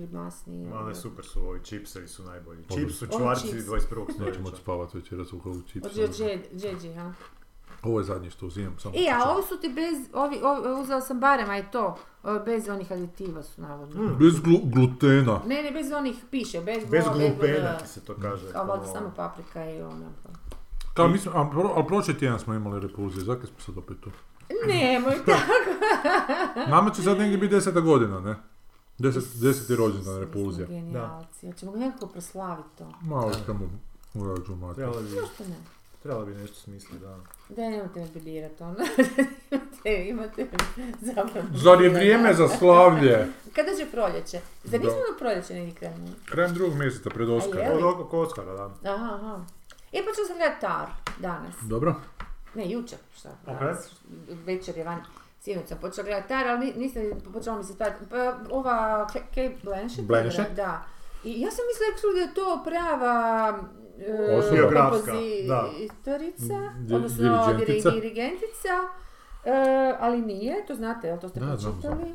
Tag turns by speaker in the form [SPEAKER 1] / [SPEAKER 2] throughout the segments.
[SPEAKER 1] i masni.
[SPEAKER 2] Male super su ovi čipsevi su najbolji.
[SPEAKER 3] Dobro.
[SPEAKER 2] Čips su
[SPEAKER 1] Ovo
[SPEAKER 2] čvarci
[SPEAKER 1] čips.
[SPEAKER 2] 21.
[SPEAKER 3] Nećemo moći
[SPEAKER 2] stoljeća.
[SPEAKER 3] spavati večeras upravo u
[SPEAKER 1] Od
[SPEAKER 3] čipsu.
[SPEAKER 1] Džedži, ha?
[SPEAKER 3] Ovo je zadnje što uzimam, samo
[SPEAKER 1] E,
[SPEAKER 3] ću-
[SPEAKER 1] a ovo su ti bez, ovi, ovi, uzela sam barem, a i to, o, bez onih aditiva su navodno.
[SPEAKER 3] Bez glu- glutena.
[SPEAKER 1] Ne, ne, bez onih piše, bez,
[SPEAKER 2] Mm. Bez
[SPEAKER 1] glo-
[SPEAKER 2] glupena
[SPEAKER 1] bez-
[SPEAKER 2] ti se to kaže.
[SPEAKER 1] A valjda
[SPEAKER 2] kao-
[SPEAKER 1] samo paprika i ono.
[SPEAKER 3] Kao mislim, a, pro- ali prošli tjedan smo imali repulzije, zakaj smo sad opet tu?
[SPEAKER 1] Nemoj tako.
[SPEAKER 3] Nama će sad negdje biti deseta godina, ne? Deset, deseti rođendan
[SPEAKER 1] Mi smo
[SPEAKER 3] repulzija.
[SPEAKER 1] Genijalci, hoćemo ga nekako proslaviti to.
[SPEAKER 3] Malo što mu urađu mater.
[SPEAKER 2] Trebalo bi,
[SPEAKER 1] Zašto ne?
[SPEAKER 2] trebalo bi nešto smisliti, da.
[SPEAKER 1] Da, nemojte me bilirati, ono. imate, imate zapravo.
[SPEAKER 3] Zar je vrijeme za slavlje?
[SPEAKER 1] Kada će proljeće? Zar
[SPEAKER 3] Da.
[SPEAKER 1] nismo na proljeće negdje krenuli?
[SPEAKER 3] Krajem drugog mjeseca pred
[SPEAKER 1] A
[SPEAKER 3] Oskara.
[SPEAKER 1] je?
[SPEAKER 2] Od oko kockara, da.
[SPEAKER 1] Aha, aha. E, počeo sam gledati Tar danas.
[SPEAKER 3] Dobro.
[SPEAKER 1] Ne, jučer, šta?
[SPEAKER 2] Ok.
[SPEAKER 1] danas, Večer je van. Sinoć sam počela gledati Tar, ali ni- nisam počela mi se tad. Pa, ova K- Kate Blanchett.
[SPEAKER 3] Blanchett?
[SPEAKER 1] dobra, Da. I ja sam mislila actually da je to prava e,
[SPEAKER 3] Osoba. Mm,
[SPEAKER 2] Biografska,
[SPEAKER 1] kompozitorica,
[SPEAKER 3] Di-
[SPEAKER 1] odnosno
[SPEAKER 3] dirigentica.
[SPEAKER 1] dirigentica, dirigentica e, ali nije, to znate, jel to ste
[SPEAKER 3] Da, znam,
[SPEAKER 1] pročitali?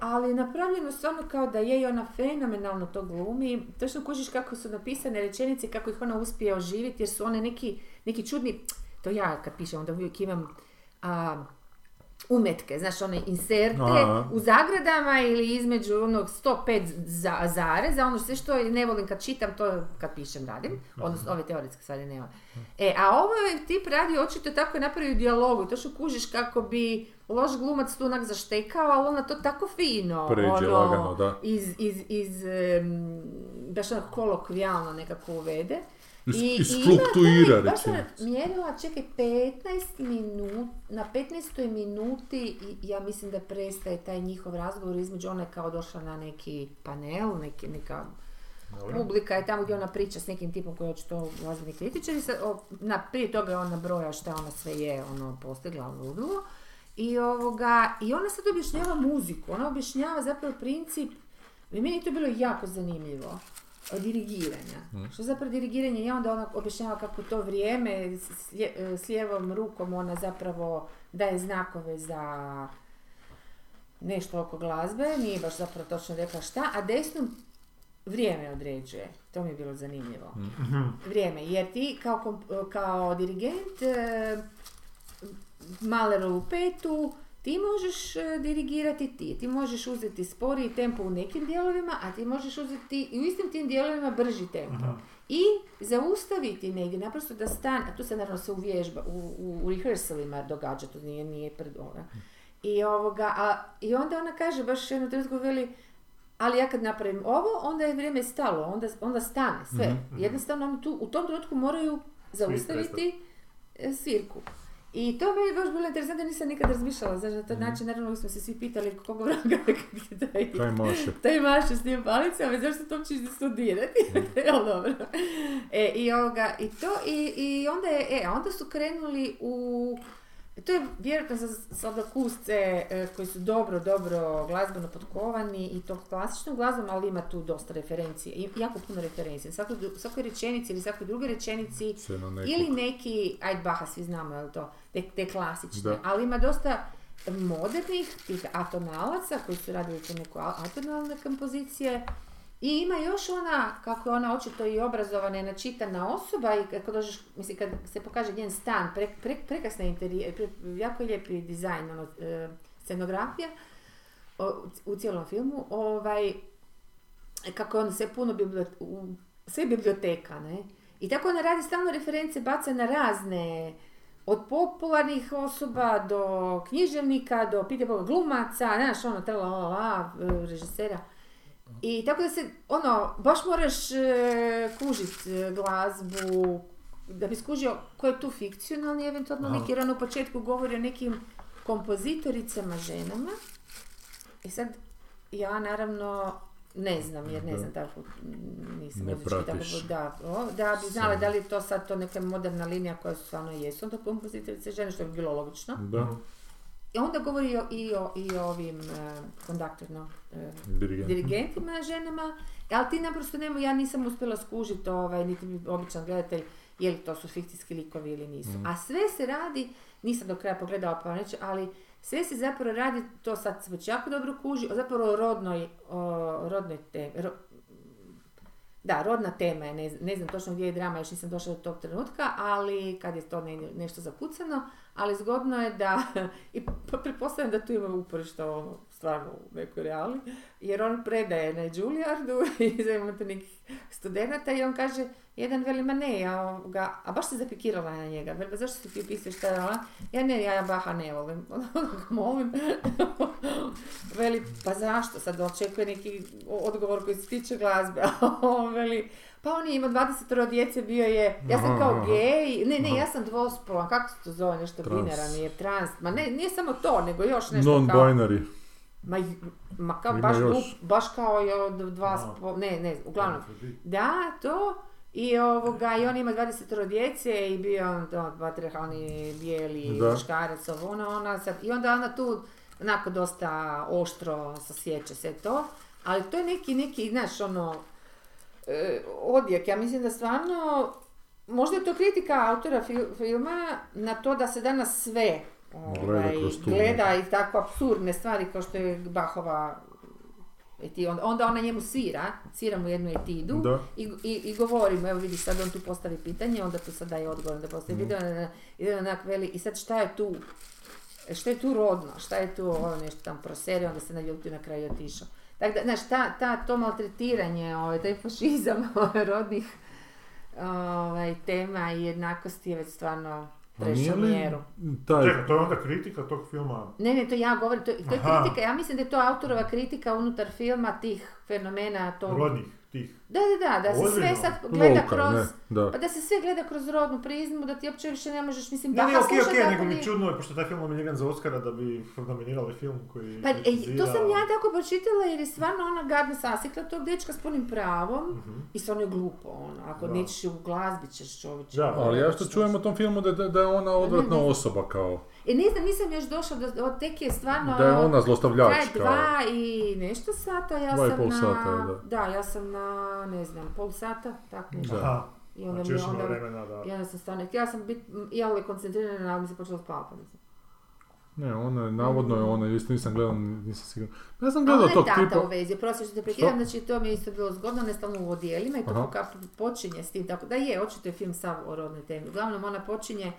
[SPEAKER 1] Ali napravljeno stvarno kao da je i ona fenomenalno to glumi. Točno kužiš kako su napisane rečenice, kako ih ona uspije oživiti, jer su one neki, neki čudni... To ja kad pišem, onda uvijek imam a, umetke, znaš, one inserte
[SPEAKER 3] Aha.
[SPEAKER 1] u zagradama ili između onog 105 za, zareza, ono sve što ne volim kad čitam, to kad pišem radim,
[SPEAKER 3] Mhm.
[SPEAKER 1] odnosno ove teoretske stvari nema. E, a ovo je tip radi očito tako je napravio u dijalogu, to što kužiš kako bi loš glumac tu onak zaštekao, ali ona to tako fino.
[SPEAKER 3] Pređe
[SPEAKER 1] ono,
[SPEAKER 3] lagano, da.
[SPEAKER 1] Iz, iz, iz em, baš onako kolokvijalno nekako uvede.
[SPEAKER 3] Is-
[SPEAKER 1] I- i
[SPEAKER 3] isfluktuira,
[SPEAKER 1] ima taj-
[SPEAKER 3] recimo.
[SPEAKER 1] Baš sam mjerila, čekaj, 15 minut, na 15. minuti i- ja mislim da prestaje taj njihov razgovor između ona je kao došla na neki panel, neki, neka publika je tamo gdje ona priča s nekim tipom koji je očito glazbeni kritičar i sad, o, na, prije toga je ona broja šta ona sve je ono, postigla, ono ludilo. I, ovoga, I ona sad objašnjava muziku, ona objašnjava zapravo princip, i meni je to bilo jako zanimljivo, o, dirigiranja. Što zapravo dirigiranje je onda ona objašnjava kako to vrijeme s, s lje- s lijevom rukom ona zapravo daje znakove za nešto oko glazbe, nije baš zapravo točno rekla šta, a desnom vrijeme određuje. To mi je bilo zanimljivo. Vrijeme, jer ti kao, komp- kao dirigent e, Malerovu petu ti možeš e, dirigirati ti, ti možeš uzeti sporiji tempo u nekim dijelovima, a ti možeš uzeti i u istim tim dijelovima brži tempo. I zaustaviti negdje, naprosto da stane, a to se naravno se uvježba, u, u, u rehearsalima događa, to nije, nije pred ona. I, ovoga, a, I onda ona kaže, baš jednu trenutku veli, ali ja kad napravim ovo, onda je vrijeme stalo, onda, onda stane sve. Jednostavno oni tu, u tom trenutku moraju zaustaviti e, svirku. I to mi je baš bilo interesantno, nisam nikad razmišljala, znaš, na taj način, naravno uvijek smo se svi pitali koga vraga je taj,
[SPEAKER 3] Kaj maše.
[SPEAKER 1] taj maše s tim palicama, zašto to uopće ide studirati, ali dobro. E, i, ovoga, i to, i, i onda je, e, a onda su krenuli u, to je vjerojatno za sladokusce e, koji su dobro, dobro glazbeno potkovani i to klasičnom glazbom, ali ima tu dosta referencije, i- jako puno referencije. Svakoj, dru- svakoj rečenici ili svakoj drugoj rečenici
[SPEAKER 3] Se na nekog.
[SPEAKER 1] ili neki, ajde Baha, svi znamo, jel to, te, te klasične,
[SPEAKER 3] Da.
[SPEAKER 1] ali ima dosta modernih, tih atonalaca koji su radili te neke a- atonalne kompozicije i ima još ona, kako je ona očito i obrazovana i načitana osoba i kad dođeš, mislim, kad se pokaže njen stan, pre, pre, prekrasna interijer, pre- jako je lijepi dizajn, ono, e, scenografija o- u cijelom filmu, ovaj, kako je ono sve puno bibliot- u, sve biblioteka, ne? I tako ona radi stalno reference, baca na razne, od popularnih osoba do književnika, do pite Boga glumaca, znaš, ono, trla, la, la, la, e, režisera. I tako da se, ono, baš moraš e, kužit e, glazbu, da bi skužio ko je tu fikcionalni eventualno lik, jer on u početku govori o nekim kompozitoricama ženama. I sad, ja naravno ne znam, jer ne znam tako, m, nisam
[SPEAKER 3] Ne
[SPEAKER 1] muzički tako,
[SPEAKER 3] pratiš.
[SPEAKER 1] da, o, da bi znala da li je to sad to neka moderna linija koja su stvarno jesu onda kompozitorice žene, što bi bilo logično.
[SPEAKER 3] Da,
[SPEAKER 2] Mhm.
[SPEAKER 1] I onda govori i o, i o, i o ovim e, kondaktorno e,
[SPEAKER 3] dirigent.
[SPEAKER 1] dirigentima ženama, ali ti naprosto nemo, ja nisam uspjela skužiti ovaj, niti bi običan gledatelj, je li to su fikcijski likovi ili nisu. A sve se radi, nisam do kraja pogledala pa neću, ali Sve se zapravo radi, to sad se već jako dobro kuži, o zapravo rodnoj, o rodnoj temi. da, rodna tema je, ne, z- ne znam točno gdje je drama, još nisam došla do tog trenutka, ali kad je to ne- nešto zakucano, ali zgodno je da, i p- pretpostavljam da tu imamo uporišta ono, stvarno u nekoj reali, jer on predaje na Juilliardu i zovemo tu nekih studenata i on kaže, jedan veli, ma ne, ja ovoga, a baš se zapikirala na njega, veli, "Pa zašto si ti upisao šta je ona? Ja ne, ja Baha ne volim, Ono, ga molim, veli, pa zašto, sad očekuje neki odgovor koji se tiče glazbe, a on veli, pa on je imao 20 djece, bio je, ja sam
[SPEAKER 3] Aha,
[SPEAKER 1] kao
[SPEAKER 3] aha.
[SPEAKER 1] gej, ne, ne,
[SPEAKER 3] Aha.
[SPEAKER 1] ja sam dvospolan, kako se to zove, nešto
[SPEAKER 3] Trans.
[SPEAKER 1] binaran je, trans, ma ne, nije samo to, nego još nešto kao,
[SPEAKER 3] Non-binary.
[SPEAKER 1] ma, j- ma kao
[SPEAKER 3] Ima
[SPEAKER 1] baš,
[SPEAKER 3] još.
[SPEAKER 1] glup, baš kao je od dva,
[SPEAKER 2] Aha.
[SPEAKER 1] spo- ne, ne, uglavnom, da, to, i ovoga, i on ima 20 djece i bio on to, dva, tre, oni bijeli
[SPEAKER 3] Da.
[SPEAKER 1] muškarac, ovo, ono, ona sad, i onda ona tu, onako, dosta oštro sasjeća se to, ali to je neki, neki, znaš, ono, e, odjek, ja mislim da stvarno, možda je to kritika autora fil- filma na to da se danas sve
[SPEAKER 3] Gleda
[SPEAKER 1] ovaj,
[SPEAKER 3] kroz tu
[SPEAKER 1] gleda i tako apsurdne stvari kao što je Bahova eti- on- E onda ona njemu svira, svira mu jednu etidu
[SPEAKER 3] Da.
[SPEAKER 1] i, i, i govori mu, evo vidiš sad on tu postavi pitanje, onda tu sad daje odgovor, onda postavi
[SPEAKER 3] Mhm.
[SPEAKER 1] pitanje, onda- i onda onak veli, i sad šta je tu, šta je tu rodno, šta je tu ono nešto tam proserio, onda se naljutio na kraju i otišao. Tako da, znaš, ta, ta, to maltretiranje, ovaj, taj fašizam ovaj, rodnih ovaj, tema i jednakosti je već stvarno
[SPEAKER 3] A nije
[SPEAKER 1] prešao
[SPEAKER 3] li
[SPEAKER 1] mjeru.
[SPEAKER 3] taj...
[SPEAKER 2] Čekaj, to je onda kritika tog filma.
[SPEAKER 1] Ne, ne, to ja govorim, to, to je
[SPEAKER 2] Aha.
[SPEAKER 1] kritika, ja mislim da je to autorova kritika unutar filma tih fenomena, to...
[SPEAKER 2] Rodnih, tih.
[SPEAKER 1] Da, da, da, da se sve
[SPEAKER 2] Ozbiljno?
[SPEAKER 1] sad gleda
[SPEAKER 3] Lovka,
[SPEAKER 1] kroz...
[SPEAKER 3] ne, da.
[SPEAKER 1] Pa da se sve gleda kroz rodnu prizmu, da ti uopće više ne možeš, mislim,
[SPEAKER 2] Ne,
[SPEAKER 1] Baha
[SPEAKER 2] ne, okej,
[SPEAKER 1] slušat
[SPEAKER 2] okej,
[SPEAKER 1] ako
[SPEAKER 2] nego mi
[SPEAKER 1] nije-
[SPEAKER 2] je čudno je, pošto je taj film nominiran za Oscara da bi nominirali film koji...
[SPEAKER 1] Pa ej, to
[SPEAKER 2] kritizira-
[SPEAKER 1] sam ja tako pročitala jer je stvarno ona gadno sasikla tog dečka s punim pravom
[SPEAKER 3] Mhm.
[SPEAKER 1] i stvarno je glupo ono, ako
[SPEAKER 2] Da.
[SPEAKER 1] nećeš u glazbi ćeš čovječe.
[SPEAKER 2] Da,
[SPEAKER 3] Ali ja što čujem o tom filmu da, da da je ona odvratna
[SPEAKER 1] Ne, ne.
[SPEAKER 3] osoba kao.
[SPEAKER 1] E ne znam, nisam još došla do, od tek je stvarno... ono,
[SPEAKER 3] Da je ona
[SPEAKER 1] Traje
[SPEAKER 3] zlostavljač kao.
[SPEAKER 1] dva i nešto sata, ja
[SPEAKER 3] Dva i
[SPEAKER 1] sam
[SPEAKER 3] pol
[SPEAKER 1] na...
[SPEAKER 3] sata je, da.
[SPEAKER 1] ja sam na, ne znam, pol sata, tako nešto.
[SPEAKER 3] Da. ono
[SPEAKER 2] Aha,
[SPEAKER 1] I onda
[SPEAKER 2] znači
[SPEAKER 1] mi
[SPEAKER 2] još
[SPEAKER 1] je
[SPEAKER 2] ima
[SPEAKER 1] onda...
[SPEAKER 2] vremena da...
[SPEAKER 1] I onda sam stvarno, ja sam bit, ja uvijek koncentrirana, ali mi se počela spavati. mislim.
[SPEAKER 3] Ne, ona je, navodno je ona, isto nisam gledao, nisam siguran. Pa ja sam
[SPEAKER 1] A
[SPEAKER 3] gledao
[SPEAKER 1] ona je
[SPEAKER 3] tog
[SPEAKER 1] tata
[SPEAKER 3] tipa.
[SPEAKER 1] u vezi, prosim što te prekidam,
[SPEAKER 3] Što?
[SPEAKER 1] znači to mi je isto bilo zgodno, ne stalno u odijelima i to
[SPEAKER 3] Aha.
[SPEAKER 1] poka- počinje s tim, tako da je, očito je film sav o rodnoj temi. Uglavnom ona počinje,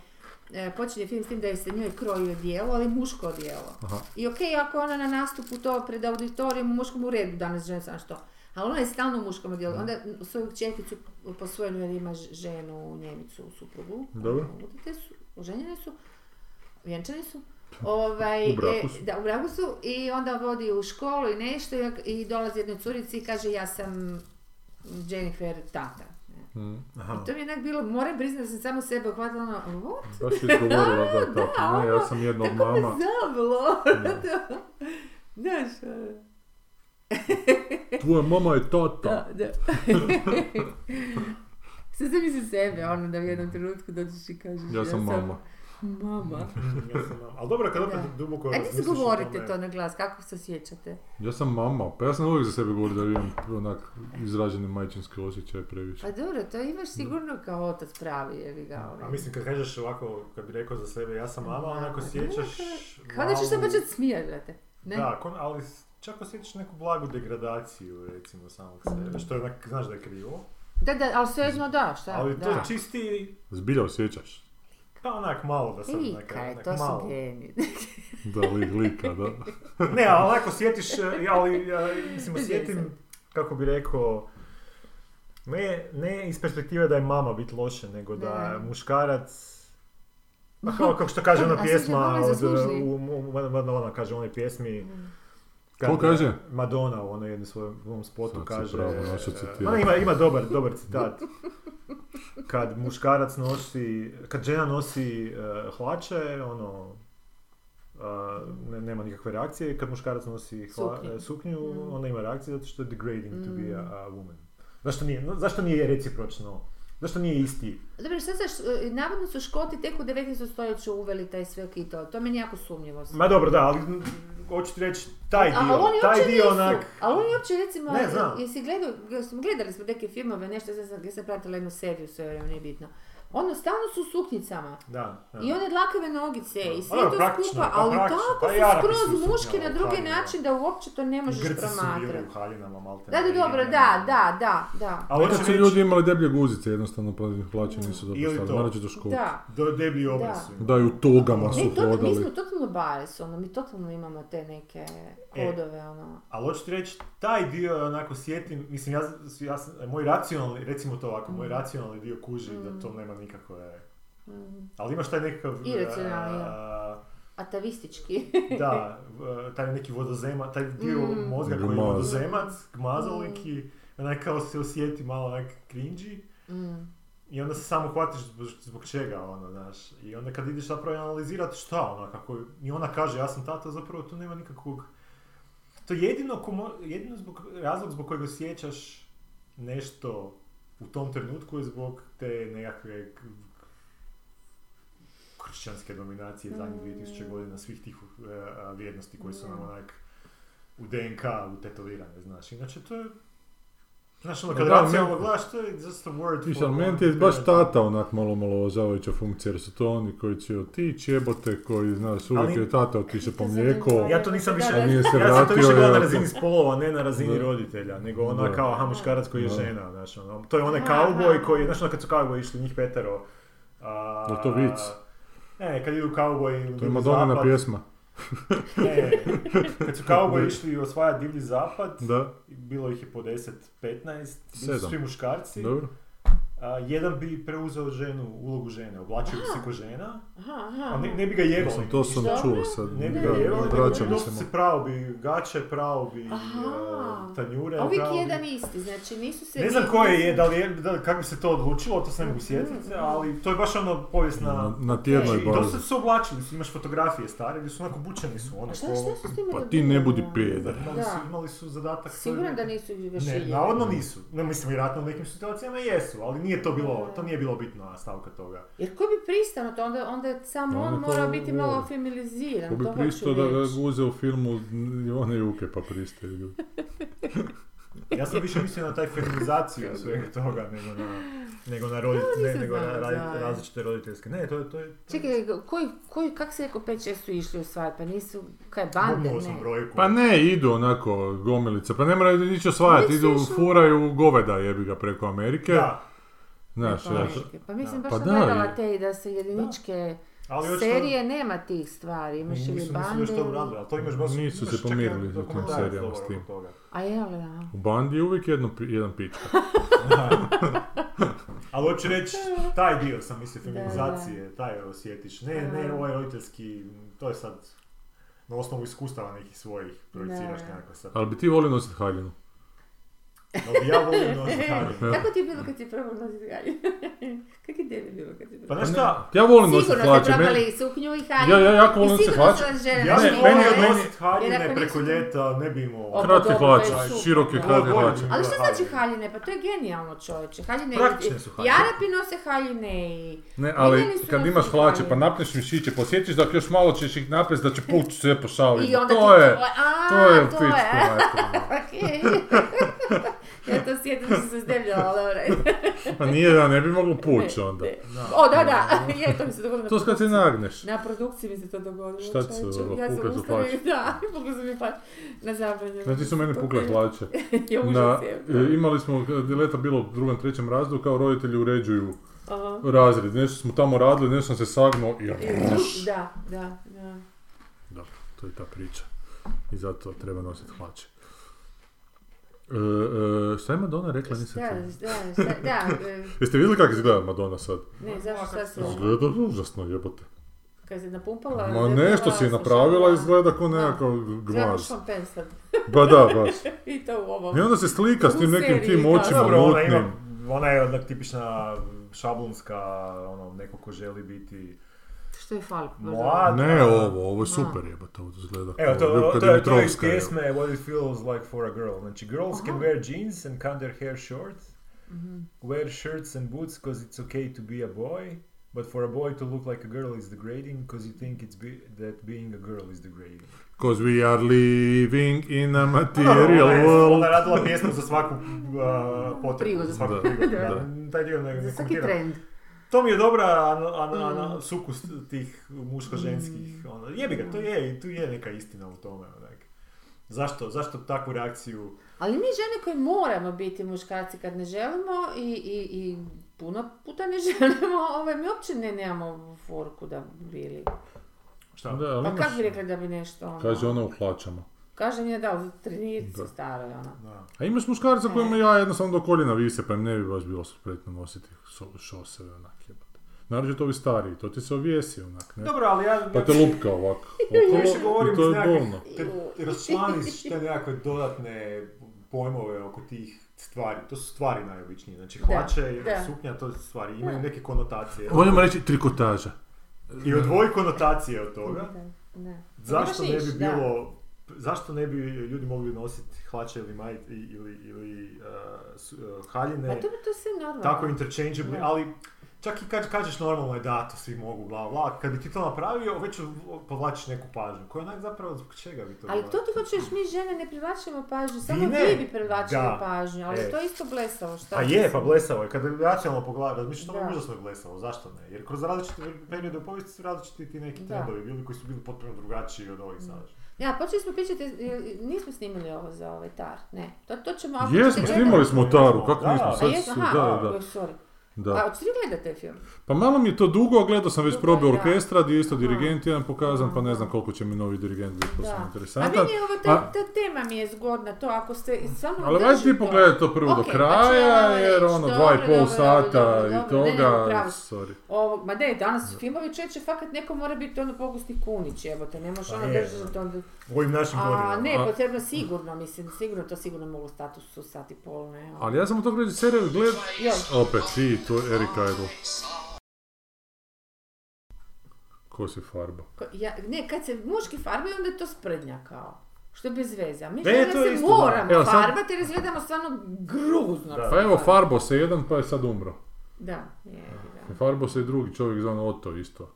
[SPEAKER 1] e, počinje film s tim da joj se njoj kroji odijelo, ali muško odijelo.
[SPEAKER 3] Aha.
[SPEAKER 1] I okej, ako ona na nastupu to pred auditorijom u muškom u redu danas žena sam što. Ali ona je stalno u muškom odijelu. Onda svoju čerkicu posvojenu jer ima ž- ženu, njemicu, suprugu.
[SPEAKER 3] Dobro.
[SPEAKER 1] Udite su, oženjene su, vjenčani su. Ovaj,
[SPEAKER 3] U braku
[SPEAKER 1] e,
[SPEAKER 3] su.
[SPEAKER 1] da, u braku su. I onda vodi u školu i nešto i, i dolazi jednoj curici i kaže ja sam Jennifer tata.
[SPEAKER 3] Mm.
[SPEAKER 2] Aha.
[SPEAKER 1] To mi je onak bilo, moram priznati da sam samo sebe uhvatila ono, what?
[SPEAKER 3] Baš je izgovorila da je
[SPEAKER 1] Da,
[SPEAKER 3] tata. Ne, ja
[SPEAKER 1] ono,
[SPEAKER 3] sam jedna od
[SPEAKER 1] Tako me
[SPEAKER 3] mama.
[SPEAKER 1] zabilo. Znaš, ono.
[SPEAKER 3] Tvoja mama je tata.
[SPEAKER 1] Da, da. Sve sam mislim sebe, ono da u jednom trenutku dođeš i kažeš
[SPEAKER 3] Ja sam mama.
[SPEAKER 1] Mama.
[SPEAKER 2] Mm, Ja sam mam- Ali dobro, kad opet
[SPEAKER 1] Da.
[SPEAKER 2] duboko
[SPEAKER 1] A ti se
[SPEAKER 2] razmisliš o
[SPEAKER 1] govorite
[SPEAKER 2] tome-
[SPEAKER 1] to na glas, kako se osjećate?
[SPEAKER 3] Ja sam mama. Pa ja sam uvijek za sebe govorio da imam onak izražene majčinske osjećaje previše.
[SPEAKER 1] Pa dobro, to imaš sigurno kao otac pravi, je li ga
[SPEAKER 2] A
[SPEAKER 1] ono.
[SPEAKER 2] mislim, kad kažeš ovako, kad bi rekao za sebe, ja sam mama, onako
[SPEAKER 1] Mama,
[SPEAKER 2] sjećaš...
[SPEAKER 1] Kao da ćeš se
[SPEAKER 2] malu-
[SPEAKER 1] početi smijati, brate. Ne?
[SPEAKER 2] Da, kon- ali s- čak osjećaš neku blagu degradaciju, recimo, samog sebe, što je onak, znaš da je krivo.
[SPEAKER 1] Da, da, ali svejedno da, šta?
[SPEAKER 2] ali to
[SPEAKER 1] da.
[SPEAKER 2] čisti,
[SPEAKER 3] Zbilja osjećaš.
[SPEAKER 2] pa onak malo da sam onak,
[SPEAKER 1] Lika je,
[SPEAKER 2] onak
[SPEAKER 1] to su
[SPEAKER 2] malo.
[SPEAKER 1] geni.
[SPEAKER 3] Da, li, lika, da.
[SPEAKER 2] Ne, ali onako osjetiš, e, ali ja, mislim,
[SPEAKER 1] Vidjeli
[SPEAKER 2] osjetim, kako bi rekao, ne, ne iz perspektive da je mama bit loše, nego da je
[SPEAKER 1] Ne.
[SPEAKER 2] muškarac, pa kao, kao što kaže
[SPEAKER 1] A
[SPEAKER 2] ona
[SPEAKER 1] sad
[SPEAKER 2] pjesma,
[SPEAKER 1] je malo
[SPEAKER 2] od,
[SPEAKER 1] zaslužili.
[SPEAKER 2] u, u- ona- ona- ona kaže u onoj pjesmi,
[SPEAKER 3] Ko kaže?
[SPEAKER 2] Madonna u onoj jednom svojem u ovom spotu
[SPEAKER 3] Sad si
[SPEAKER 2] kaže...
[SPEAKER 3] pravo našao
[SPEAKER 2] e,
[SPEAKER 3] citirati.
[SPEAKER 2] ona ima, ima dobar, dobar citat. Kad muškarac nosi, kad žena nosi e, hlače, ono, a, ne- nema nikakve reakcije, kad muškarac nosi hla,
[SPEAKER 1] Suknju.
[SPEAKER 2] e, suknju,
[SPEAKER 1] Mm.
[SPEAKER 2] onda ima reakcije zato što je degrading to be a,
[SPEAKER 1] Mm.
[SPEAKER 2] a woman. Zašto nije, no, zašto nije recipročno? Zašto nije isti?
[SPEAKER 1] Dobro, sad se, š- navodno su Škoti tek u 19. stoljeću uveli taj sve i to. To meni jako sumnjivo.
[SPEAKER 2] Ma dobro, da, ali m, hoću ti reći, taj
[SPEAKER 1] A- ali
[SPEAKER 2] dio,
[SPEAKER 1] oni
[SPEAKER 2] E, taj
[SPEAKER 1] uopće
[SPEAKER 2] dio
[SPEAKER 1] nisu.
[SPEAKER 2] onak...
[SPEAKER 1] Ali oni uopće recimo,
[SPEAKER 2] Ne znam.
[SPEAKER 1] jesi gledao, gledali smo neke filmove, nešto, ja sam, ja sam pratila jednu seriju sve vrijeme, nije bitno. Ono, stalno su u suknjicama.
[SPEAKER 2] Da, da.
[SPEAKER 1] I one dlakave nogice i sve
[SPEAKER 2] Ono,
[SPEAKER 1] to
[SPEAKER 2] praktično,
[SPEAKER 1] skupa,
[SPEAKER 2] pa
[SPEAKER 1] ali
[SPEAKER 2] praktično,
[SPEAKER 1] tako
[SPEAKER 2] pa i
[SPEAKER 1] su
[SPEAKER 2] Arapi su
[SPEAKER 1] skroz
[SPEAKER 2] u
[SPEAKER 1] muški na
[SPEAKER 2] suknjama,
[SPEAKER 1] drugi
[SPEAKER 2] haljinama.
[SPEAKER 1] način da uopće to ne možeš
[SPEAKER 2] Grci su bili
[SPEAKER 1] promatrati.
[SPEAKER 2] u haljinama, malte
[SPEAKER 1] Da, da,
[SPEAKER 2] ne,
[SPEAKER 1] dobro,
[SPEAKER 2] ne,
[SPEAKER 1] da,
[SPEAKER 2] ne.
[SPEAKER 1] da, da, da.
[SPEAKER 2] Ali
[SPEAKER 3] Kad
[SPEAKER 2] hoću
[SPEAKER 3] su
[SPEAKER 2] reći,
[SPEAKER 3] ljudi imali deblje guzice, jednostavno pa im hlače nisu dobro
[SPEAKER 2] Ili
[SPEAKER 3] stavili,
[SPEAKER 2] to.
[SPEAKER 3] naročito škole.
[SPEAKER 1] Da.
[SPEAKER 2] do deblji obraz
[SPEAKER 1] Da.
[SPEAKER 2] su imali.
[SPEAKER 3] Da, i u togama
[SPEAKER 1] Ne,
[SPEAKER 3] su
[SPEAKER 1] to, mi smo
[SPEAKER 3] hodali.
[SPEAKER 1] totalno bares, ono, mi totalno imamo te neke
[SPEAKER 2] E.
[SPEAKER 1] kodove, ono.
[SPEAKER 2] Ali hoću ti reći, taj dio je onako sjetim, mislim, ja, ja sam- moj racionalni, recimo to ovako, moj racionalni dio kuži da to nema nikakve...
[SPEAKER 1] Mm,
[SPEAKER 2] Ali imaš taj nekakav...
[SPEAKER 1] Iracionalni,
[SPEAKER 2] a,
[SPEAKER 1] Atavistički.
[SPEAKER 2] Da, e, taj neki vodozema, taj dio
[SPEAKER 1] Mm.
[SPEAKER 2] mozga koji je
[SPEAKER 3] Gmaz.
[SPEAKER 2] vodozemac, gmazoliki, onaj kao se osjeti malo onak cringy
[SPEAKER 1] Mm.
[SPEAKER 2] i onda se samo hvatiš zbog, zbog čega, ono, znaš. I onda kad ideš zapravo analizirati šta, ono, kako i ona kaže ja sam tata, zapravo tu nema nikakvog... To je jedino, ko mo- jedino zbog, razlog zbog kojeg osjećaš nešto u tom trenutku je zog te nekakve k- kršćanske dominacije zadnjih 2000 godina svih tih e, a, vrijednosti koji su nam onak u DNK utetovirane, znaš. Inače to je Znaš, ono,
[SPEAKER 3] Pa
[SPEAKER 2] kad
[SPEAKER 3] da,
[SPEAKER 2] racionalno
[SPEAKER 3] men-
[SPEAKER 2] gledaš, to je just a word
[SPEAKER 3] Ti
[SPEAKER 2] for-
[SPEAKER 3] sam, meni ti je baš tata onak malo malo funkcija, jer su to oni koji će otići, jebote, koji, znaš, uvijek
[SPEAKER 2] Ali-
[SPEAKER 3] je tata otišao po
[SPEAKER 1] To sam
[SPEAKER 3] mlijeko.
[SPEAKER 1] imala.
[SPEAKER 2] Ja to nisam više-
[SPEAKER 3] A nije se
[SPEAKER 2] Ja sam to više
[SPEAKER 3] vratio,
[SPEAKER 2] gledao na
[SPEAKER 3] ja
[SPEAKER 2] razini spolova, ne na razini
[SPEAKER 3] Da.
[SPEAKER 2] roditelja, nego ona
[SPEAKER 3] Da.
[SPEAKER 2] kao aha, muškarac koji je
[SPEAKER 3] Da.
[SPEAKER 2] žena, znaš, ono, to je onaj
[SPEAKER 1] Aha,
[SPEAKER 2] kauboj
[SPEAKER 1] aha.
[SPEAKER 2] koji, znaš, ono kad su kauboj išli, njih petero. a,
[SPEAKER 3] Jel to vic?
[SPEAKER 2] Ne, kad idu kauboj ili
[SPEAKER 3] To je Madonna pjesma.
[SPEAKER 2] Ne, e, kad su kauboj išli osvajati divlji zapad,
[SPEAKER 3] Da,
[SPEAKER 2] bilo ih je po 10, 15, bili su
[SPEAKER 3] Sedam.
[SPEAKER 2] svi muškarci.
[SPEAKER 3] dobro.
[SPEAKER 2] A, jedan bi preuzeo ženu, ulogu žene, oblačio bi se ko žena,
[SPEAKER 1] Aha, aha.
[SPEAKER 2] a ne, ne bi ga
[SPEAKER 3] To
[SPEAKER 2] jebali.
[SPEAKER 3] sam, to sam
[SPEAKER 1] Šta?
[SPEAKER 3] čuo sad.
[SPEAKER 2] Ne bi
[SPEAKER 3] da,
[SPEAKER 2] ga jebali,
[SPEAKER 3] vraćali
[SPEAKER 2] nego
[SPEAKER 3] se
[SPEAKER 2] se
[SPEAKER 3] malo.
[SPEAKER 2] pravo bi gače, pravo bi
[SPEAKER 1] Aha.
[SPEAKER 2] e, tanjure.
[SPEAKER 1] A uvijek
[SPEAKER 2] pravo bi-
[SPEAKER 1] jedan isti, znači nisu se... Mhm.
[SPEAKER 2] Ne znam koje je, da li je, da li- kako bi se to odlučilo, to se ne mogu sjetiti, ali to je baš ono povijesna... Znači,
[SPEAKER 3] Na, na tjednoj
[SPEAKER 2] I dosta
[SPEAKER 3] bazi.
[SPEAKER 2] su se oblačili, su- imaš fotografije stare gdje su onako bučeni su, ono
[SPEAKER 1] A šta,
[SPEAKER 2] ko-
[SPEAKER 1] šta su s time
[SPEAKER 3] Pa ti
[SPEAKER 1] dobivali,
[SPEAKER 3] ne budi
[SPEAKER 1] ono?
[SPEAKER 3] peder.
[SPEAKER 2] Imali, su,
[SPEAKER 1] Da.
[SPEAKER 2] imali su zadatak...
[SPEAKER 1] Siguran da nisu ga
[SPEAKER 2] Ne,
[SPEAKER 1] šiljali.
[SPEAKER 2] navodno nisu. Ne, mislim, vjerojatno u nekim situacijama jesu, ali nije to bilo, to nije bilo bitna stavka toga.
[SPEAKER 1] Jer ko bi pristao na to, onda, onda je samo
[SPEAKER 3] Da,
[SPEAKER 1] on
[SPEAKER 3] onda to
[SPEAKER 1] mora biti
[SPEAKER 3] ne.
[SPEAKER 1] malo familiziran,
[SPEAKER 3] Ko bi
[SPEAKER 1] to hoću
[SPEAKER 3] pristao da ga
[SPEAKER 1] reći.
[SPEAKER 3] uze u filmu one Juke pa pristaju.
[SPEAKER 2] Ja sam više mislio na taj feminizaciju svega toga nego na, nego na, rodit,
[SPEAKER 1] No,
[SPEAKER 2] ne,
[SPEAKER 1] nisam
[SPEAKER 2] nego na
[SPEAKER 1] znala
[SPEAKER 2] ra-
[SPEAKER 1] za-
[SPEAKER 2] različite roditeljske. Ne, to je... To je to je-
[SPEAKER 1] Čekaj, koji, koji, kak se rekao, 5-6 su išli u svadbe, pa nisu, kaj, bande,
[SPEAKER 2] Bubnuo sam
[SPEAKER 1] ne.
[SPEAKER 2] brojku.
[SPEAKER 3] Pa ne, idu onako gomilice, pa ne moraju nići osvajati,
[SPEAKER 1] Nisu
[SPEAKER 3] idu
[SPEAKER 1] išli.
[SPEAKER 3] furaju goveda jebi ga preko Amerike.
[SPEAKER 2] Da,
[SPEAKER 3] Znaš,
[SPEAKER 1] Pa,
[SPEAKER 3] znaš.
[SPEAKER 1] neke. Pa mislim,
[SPEAKER 3] Pa
[SPEAKER 1] baš
[SPEAKER 3] da,
[SPEAKER 1] sam gledala
[SPEAKER 3] i-
[SPEAKER 1] te i da se jediničke
[SPEAKER 2] ali očito...
[SPEAKER 1] serije nema tih stvari, imaš
[SPEAKER 2] Nisu,
[SPEAKER 1] ili
[SPEAKER 2] nisu
[SPEAKER 1] bande...
[SPEAKER 2] još to
[SPEAKER 1] ili-
[SPEAKER 2] uradili, ali to imaš baš...
[SPEAKER 3] Nisu
[SPEAKER 2] imaš
[SPEAKER 3] se
[SPEAKER 2] čak jedan
[SPEAKER 3] pomirili za tim
[SPEAKER 2] dokumentarac
[SPEAKER 3] serijama
[SPEAKER 2] dobar
[SPEAKER 3] s tim.
[SPEAKER 2] oko toga.
[SPEAKER 1] A jel, da.
[SPEAKER 3] U bandi je uvijek jedno, pi- jedan pička.
[SPEAKER 2] Ali hoću reći, taj dio sam mislio
[SPEAKER 1] Da,
[SPEAKER 2] feminizacije, taj osjetiš. Ne, ne, ovaj roditeljski, to je sad na osnovu iskustava nekih svojih projeciraš
[SPEAKER 1] Da.
[SPEAKER 2] nekako sad.
[SPEAKER 3] Ali bi ti volio nositi haljinu?
[SPEAKER 2] Ali bi ja volim nositi haljinu.
[SPEAKER 1] Kako ti je bilo kad si probao nositi haljinu? Kako je tebi bilo kad si
[SPEAKER 2] Pa
[SPEAKER 1] probao?
[SPEAKER 2] znaš šta,
[SPEAKER 3] Ja volim nositi
[SPEAKER 1] Sigurno ste
[SPEAKER 3] hlače. meni-
[SPEAKER 1] probali suknju i haljinu.
[SPEAKER 3] Ja- ja jako volim
[SPEAKER 1] I
[SPEAKER 3] se
[SPEAKER 1] sigurno su
[SPEAKER 3] hlače.
[SPEAKER 1] vas žene
[SPEAKER 2] ja
[SPEAKER 3] Ne,
[SPEAKER 2] sam
[SPEAKER 1] našli.
[SPEAKER 3] meni-
[SPEAKER 2] volio
[SPEAKER 3] meni-
[SPEAKER 2] nositi haljine
[SPEAKER 1] Jer ako
[SPEAKER 2] preko
[SPEAKER 1] nisu-
[SPEAKER 2] ljeta, ne bi imao...
[SPEAKER 1] Ovo, Pa
[SPEAKER 3] Kratke
[SPEAKER 1] dobro,
[SPEAKER 3] hlače,
[SPEAKER 1] to je super.
[SPEAKER 3] široke
[SPEAKER 1] Da.
[SPEAKER 3] kratke
[SPEAKER 2] Ovo je
[SPEAKER 3] hlače.
[SPEAKER 2] bolje.
[SPEAKER 1] Ali što
[SPEAKER 2] Haljine.
[SPEAKER 1] znači haljine? Pa to je genijalno čovječe. Haljine
[SPEAKER 2] Praktične su haljine.
[SPEAKER 1] I Arapi nose haljine i...
[SPEAKER 3] Ne, ali
[SPEAKER 1] Vidjeli su
[SPEAKER 3] kad
[SPEAKER 1] nas
[SPEAKER 3] imaš
[SPEAKER 1] u
[SPEAKER 3] hlače
[SPEAKER 1] Italiji.
[SPEAKER 3] pa napneš mišiće, pa osjetiš da još malo ćeš ih napest da će puć sve po šavima.
[SPEAKER 1] I onda
[SPEAKER 3] to,
[SPEAKER 1] ti
[SPEAKER 3] je,
[SPEAKER 1] a,
[SPEAKER 3] to je
[SPEAKER 1] to
[SPEAKER 3] pičku
[SPEAKER 1] je. eh?
[SPEAKER 3] materinu.
[SPEAKER 1] Okej. ja to sjetim što sam se zdebljala, ali dobro.
[SPEAKER 3] Pa nije da ne bi moglo puć onda.
[SPEAKER 1] O, da, da, je, to mi se dogodilo.
[SPEAKER 3] To kad se nagneš.
[SPEAKER 1] Na produkciji mi se to dogodilo.
[SPEAKER 3] Šta ti se
[SPEAKER 1] čovječe. Ja
[SPEAKER 3] dogodilo? Pukle
[SPEAKER 1] sam
[SPEAKER 3] su
[SPEAKER 1] ustala i
[SPEAKER 3] hlače.
[SPEAKER 1] da, pukle su mi hlače. Na zabranju.
[SPEAKER 3] Znači su meni pukle hlače.
[SPEAKER 1] Ja
[SPEAKER 3] Na,
[SPEAKER 1] užas je.
[SPEAKER 3] e, imali smo, kad je leta bilo u drugom, trećem razredu, kao roditelji uređuju
[SPEAKER 1] Aha.
[SPEAKER 3] razred. Nešto smo tamo radili, nešto sam se sagnuo i... ono,
[SPEAKER 1] I- Da, da, da.
[SPEAKER 3] Dobro, to je ta priča. I zato treba nositi hlače. E, e, šta je Madonna rekla, nisam
[SPEAKER 1] Da,
[SPEAKER 3] čuo.
[SPEAKER 1] da, šta, da, e,
[SPEAKER 3] Jeste vidjeli kako izgleda Madonna sad?
[SPEAKER 1] ne, zašto šta se,
[SPEAKER 3] Izgleda užasno jebote.
[SPEAKER 1] kad se napumpala...
[SPEAKER 3] Ma nešto si je napravila, izgleda kao nekakav
[SPEAKER 1] Gmaz.
[SPEAKER 3] gmaz. Ba da, baš.
[SPEAKER 1] I to u ovom.
[SPEAKER 3] I onda se slika s tim
[SPEAKER 1] U
[SPEAKER 3] nekim
[SPEAKER 1] seriji,
[SPEAKER 3] tim
[SPEAKER 1] da.
[SPEAKER 3] očima
[SPEAKER 2] Dobro, ona, ima,
[SPEAKER 3] mutnim.
[SPEAKER 2] ona je onak tipična šablonska, ono, neko ko želi biti
[SPEAKER 1] Što je fali?
[SPEAKER 2] mlad.
[SPEAKER 3] Ne ovo, ovo je super jebote, ovo izgleda kao
[SPEAKER 2] Evo, to, to,
[SPEAKER 3] Ljubka
[SPEAKER 2] to, je, to je iz
[SPEAKER 3] Dimitrovska,
[SPEAKER 2] pjesme What it feels like for a girl. Znači, girls can wear jeans and cut their hair short. Wear shirts and boots because it's okay to be a boy. But for a boy to look like a girl is degrading because you think it's be, that being a girl is degrading.
[SPEAKER 3] Cause we are living in a material
[SPEAKER 2] Ona je, ona je
[SPEAKER 3] world.
[SPEAKER 2] radila pjesmu za svaku uh, potrebu.
[SPEAKER 1] Prigodu.
[SPEAKER 2] za svaku
[SPEAKER 3] Da,
[SPEAKER 2] prigodu.
[SPEAKER 3] da.
[SPEAKER 2] Ja, taj dio ne, ne
[SPEAKER 1] Za svaki Mm.
[SPEAKER 2] komentiram.
[SPEAKER 1] trend.
[SPEAKER 2] To mi je dobra ana, ana, ana, sukus tih
[SPEAKER 1] Mm.
[SPEAKER 2] muško-ženskih. Ono, jebi ga, to je, i tu je neka istina u tome. Onak. Zašto, zašto takvu reakciju?
[SPEAKER 1] Ali mi žene koje moramo biti muškarci kad ne želimo i, i, i puno puta ne želimo, ovaj, mi uopće ne nemamo forku da bi bili.
[SPEAKER 2] Šta?
[SPEAKER 3] Da, ali
[SPEAKER 1] Pa
[SPEAKER 3] imaš-
[SPEAKER 1] kako bi rekli da bi nešto ono...
[SPEAKER 3] Pa Kaže ona u hlačama.
[SPEAKER 1] Kaže mi je da, u trenirci
[SPEAKER 3] Da.
[SPEAKER 1] staroj ono.
[SPEAKER 2] Da.
[SPEAKER 3] A imaš muškarca kojima ja jednostavno do koljena vise, pa im ne bi baš bilo spretno nositi so- šoseve onak jebate. Naravno to ovi stariji, to ti se ovijesi onak, ne?
[SPEAKER 2] Dobro, ali ja...
[SPEAKER 3] Pa te lupka ovak.
[SPEAKER 2] Ja
[SPEAKER 3] okolo
[SPEAKER 2] više govorim
[SPEAKER 3] I to
[SPEAKER 2] iz
[SPEAKER 3] je
[SPEAKER 2] nekakvih-
[SPEAKER 3] bolno.
[SPEAKER 2] te- te Raščlaniš te nekakve dodatne pojmove oko tih stvari. To su stvari najobičnije. Znači
[SPEAKER 1] Da,
[SPEAKER 2] hlače i
[SPEAKER 1] da.
[SPEAKER 2] suknja, to su stvari. Imaju
[SPEAKER 1] Da.
[SPEAKER 2] neke konotacije.
[SPEAKER 3] Voljamo reći trikotaža.
[SPEAKER 2] I odvoji konotacije od toga.
[SPEAKER 1] Da, da.
[SPEAKER 2] Zašto ne
[SPEAKER 1] Moraš
[SPEAKER 2] bi
[SPEAKER 1] ići, da.
[SPEAKER 2] bilo... Zašto ne bi ljudi mogli nositi hlače ili maj, i- ili, ili eh, su- eh, haljine?
[SPEAKER 1] Pa to, to je sve normalno.
[SPEAKER 2] tako interchangeably,
[SPEAKER 1] Da.
[SPEAKER 2] ali čak i kad kažeš normalno je da, to svi mogu, bla, bla, kad bi ti to napravio, već povlačiš neku pažnju, koja je onak zapravo zbog čega bi to
[SPEAKER 1] Ali
[SPEAKER 2] bilo?
[SPEAKER 1] to ti hoćeš, mi žene ne privlačimo pažnju, samo
[SPEAKER 2] ne.
[SPEAKER 1] vi bi privlačili
[SPEAKER 2] Da.
[SPEAKER 1] pažnju, ali
[SPEAKER 2] E.
[SPEAKER 1] to je isto blesavo, šta
[SPEAKER 2] Pa
[SPEAKER 1] ti
[SPEAKER 2] je,
[SPEAKER 1] se-
[SPEAKER 2] pa blesavo je, kada bi racionalno pogledao, razmišljaš što je
[SPEAKER 1] Da.
[SPEAKER 2] užasno je blesavo, zašto ne? Jer kroz različite periode u povijesti su različiti ti neki
[SPEAKER 1] Da.
[SPEAKER 2] trendovi bili koji su bili potpuno drugačiji od ovih sada.
[SPEAKER 1] Ja, počeli smo pričati, jel- nismo snimili ovo za ovaj tar, ne. To, to ćemo... ako
[SPEAKER 3] Jesmo,
[SPEAKER 1] ćete
[SPEAKER 3] snimali
[SPEAKER 1] gledat-
[SPEAKER 3] smo Taru, kako
[SPEAKER 2] Da.
[SPEAKER 3] nismo
[SPEAKER 1] A
[SPEAKER 3] sad,
[SPEAKER 1] jesmo,
[SPEAKER 3] su-
[SPEAKER 1] aha,
[SPEAKER 3] da, da,
[SPEAKER 1] oj, sorry. A
[SPEAKER 3] da.
[SPEAKER 1] hoćete vi gledat taj film?
[SPEAKER 3] Pa malo mi je to dugo, a gledao sam već
[SPEAKER 1] Dugo je,
[SPEAKER 3] probe
[SPEAKER 1] da.
[SPEAKER 3] orkestra, gdje je isto dirigent jedan pokazan, pa
[SPEAKER 1] Aha.
[SPEAKER 3] ne znam koliko će mi novi dirigent biti posebno
[SPEAKER 1] Da. A
[SPEAKER 3] interesantan.
[SPEAKER 1] meni je ovo, ta,
[SPEAKER 3] A-
[SPEAKER 1] ta tema mi je zgodna, to ako ste samo
[SPEAKER 3] Ali vaš ti
[SPEAKER 1] održi to.
[SPEAKER 3] pogledaj to prvo do
[SPEAKER 1] Ok, pa
[SPEAKER 3] kraja,
[SPEAKER 1] ćemo reći,
[SPEAKER 3] jer ono
[SPEAKER 1] dobro,
[SPEAKER 3] dva i
[SPEAKER 1] dobro,
[SPEAKER 3] pol
[SPEAKER 1] dobro,
[SPEAKER 3] sata
[SPEAKER 1] dobro,
[SPEAKER 3] i
[SPEAKER 1] dobro, ne, ne, u
[SPEAKER 3] toga,
[SPEAKER 1] pravu si.
[SPEAKER 3] sorry.
[SPEAKER 1] Ovo, ma ne, danas su filmovi čovječe, fakat neko mora biti ono pogusni kunić, evo te, ne možeš
[SPEAKER 2] Pa
[SPEAKER 1] ono
[SPEAKER 2] je,
[SPEAKER 1] držati to onda...
[SPEAKER 2] U ovim našim
[SPEAKER 1] A
[SPEAKER 2] godinama.
[SPEAKER 1] ne,
[SPEAKER 3] A-
[SPEAKER 1] potrebno sigurno, mislim, sigurno to sigurno mogu stati u sat i pol, ne. ono.
[SPEAKER 3] Ali ja sam u tog režisera gled...
[SPEAKER 1] Jel?
[SPEAKER 3] Opet, ti, to je Eric Idle. Ko si farba?
[SPEAKER 1] Ko- Ja, ne, kad se muški farbaju, onda je to sprednja kao. Što je bez veze. A Mi
[SPEAKER 2] E,
[SPEAKER 1] žene
[SPEAKER 2] to je
[SPEAKER 1] se
[SPEAKER 2] isto, da.
[SPEAKER 1] moramo
[SPEAKER 3] Evo, sad-
[SPEAKER 1] farbati jer izgledamo stvarno gruzno.
[SPEAKER 2] Da.
[SPEAKER 3] Pa evo, farbo se jedan pa je sad umro.
[SPEAKER 1] Da, je, da.
[SPEAKER 3] Farbo se i drugi čovjek zvan Oto isto.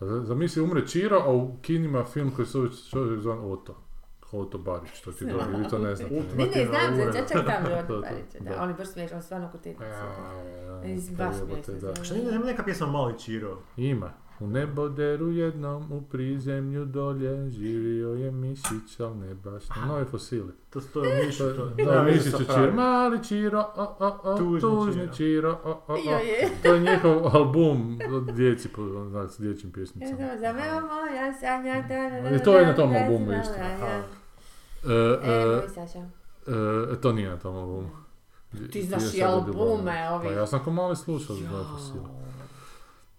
[SPEAKER 3] A za- Zamisli umre Čiro, a u kinima film koji se zove čovjek zvan Oto. Oto Barić, to ti je dobro, vi to ne znate.
[SPEAKER 1] Ne, ne, znam
[SPEAKER 2] Ultimativna
[SPEAKER 1] za Čačak tam je
[SPEAKER 3] To, to,
[SPEAKER 1] od Barića, da.
[SPEAKER 3] da.
[SPEAKER 1] On je baš smiješan, on je stvarno kutetica.
[SPEAKER 3] Ja,
[SPEAKER 1] Iz-
[SPEAKER 3] pa
[SPEAKER 1] baš
[SPEAKER 3] jebote,
[SPEAKER 1] smiješno
[SPEAKER 3] da.
[SPEAKER 1] izgleda.
[SPEAKER 2] Šta ima neka pjesma Mali Čiro?
[SPEAKER 3] Ima. U neboderu jednom, u prizemlju dolje, živio je mišić, al ne baš, na nove fosile.
[SPEAKER 2] To to je Mišić.
[SPEAKER 3] E, Da, mišić je čir, mali čiro, o, o, o,
[SPEAKER 2] Tužni
[SPEAKER 3] tužni,
[SPEAKER 2] Čiro.
[SPEAKER 3] čiro, o, o, o.
[SPEAKER 1] Joj,
[SPEAKER 3] To je njihov album od djeci, po- znači, s dječjim pjesnicama.
[SPEAKER 1] Eto, za me moja sanja, da, da, da,
[SPEAKER 3] I to je na tom
[SPEAKER 1] da, da,
[SPEAKER 3] albumu
[SPEAKER 1] da,
[SPEAKER 3] isto.
[SPEAKER 1] da, da.
[SPEAKER 2] Aha.
[SPEAKER 3] E,
[SPEAKER 1] E,
[SPEAKER 3] e,
[SPEAKER 1] moj Saša.
[SPEAKER 3] e, to nije na tom albumu.
[SPEAKER 1] Ti
[SPEAKER 3] Gdje
[SPEAKER 1] znaš
[SPEAKER 3] sad
[SPEAKER 1] i
[SPEAKER 3] je bilo?
[SPEAKER 1] albume ovih.
[SPEAKER 3] Pa ja sam ko mali slušao za nove
[SPEAKER 1] Jao.
[SPEAKER 3] fosile.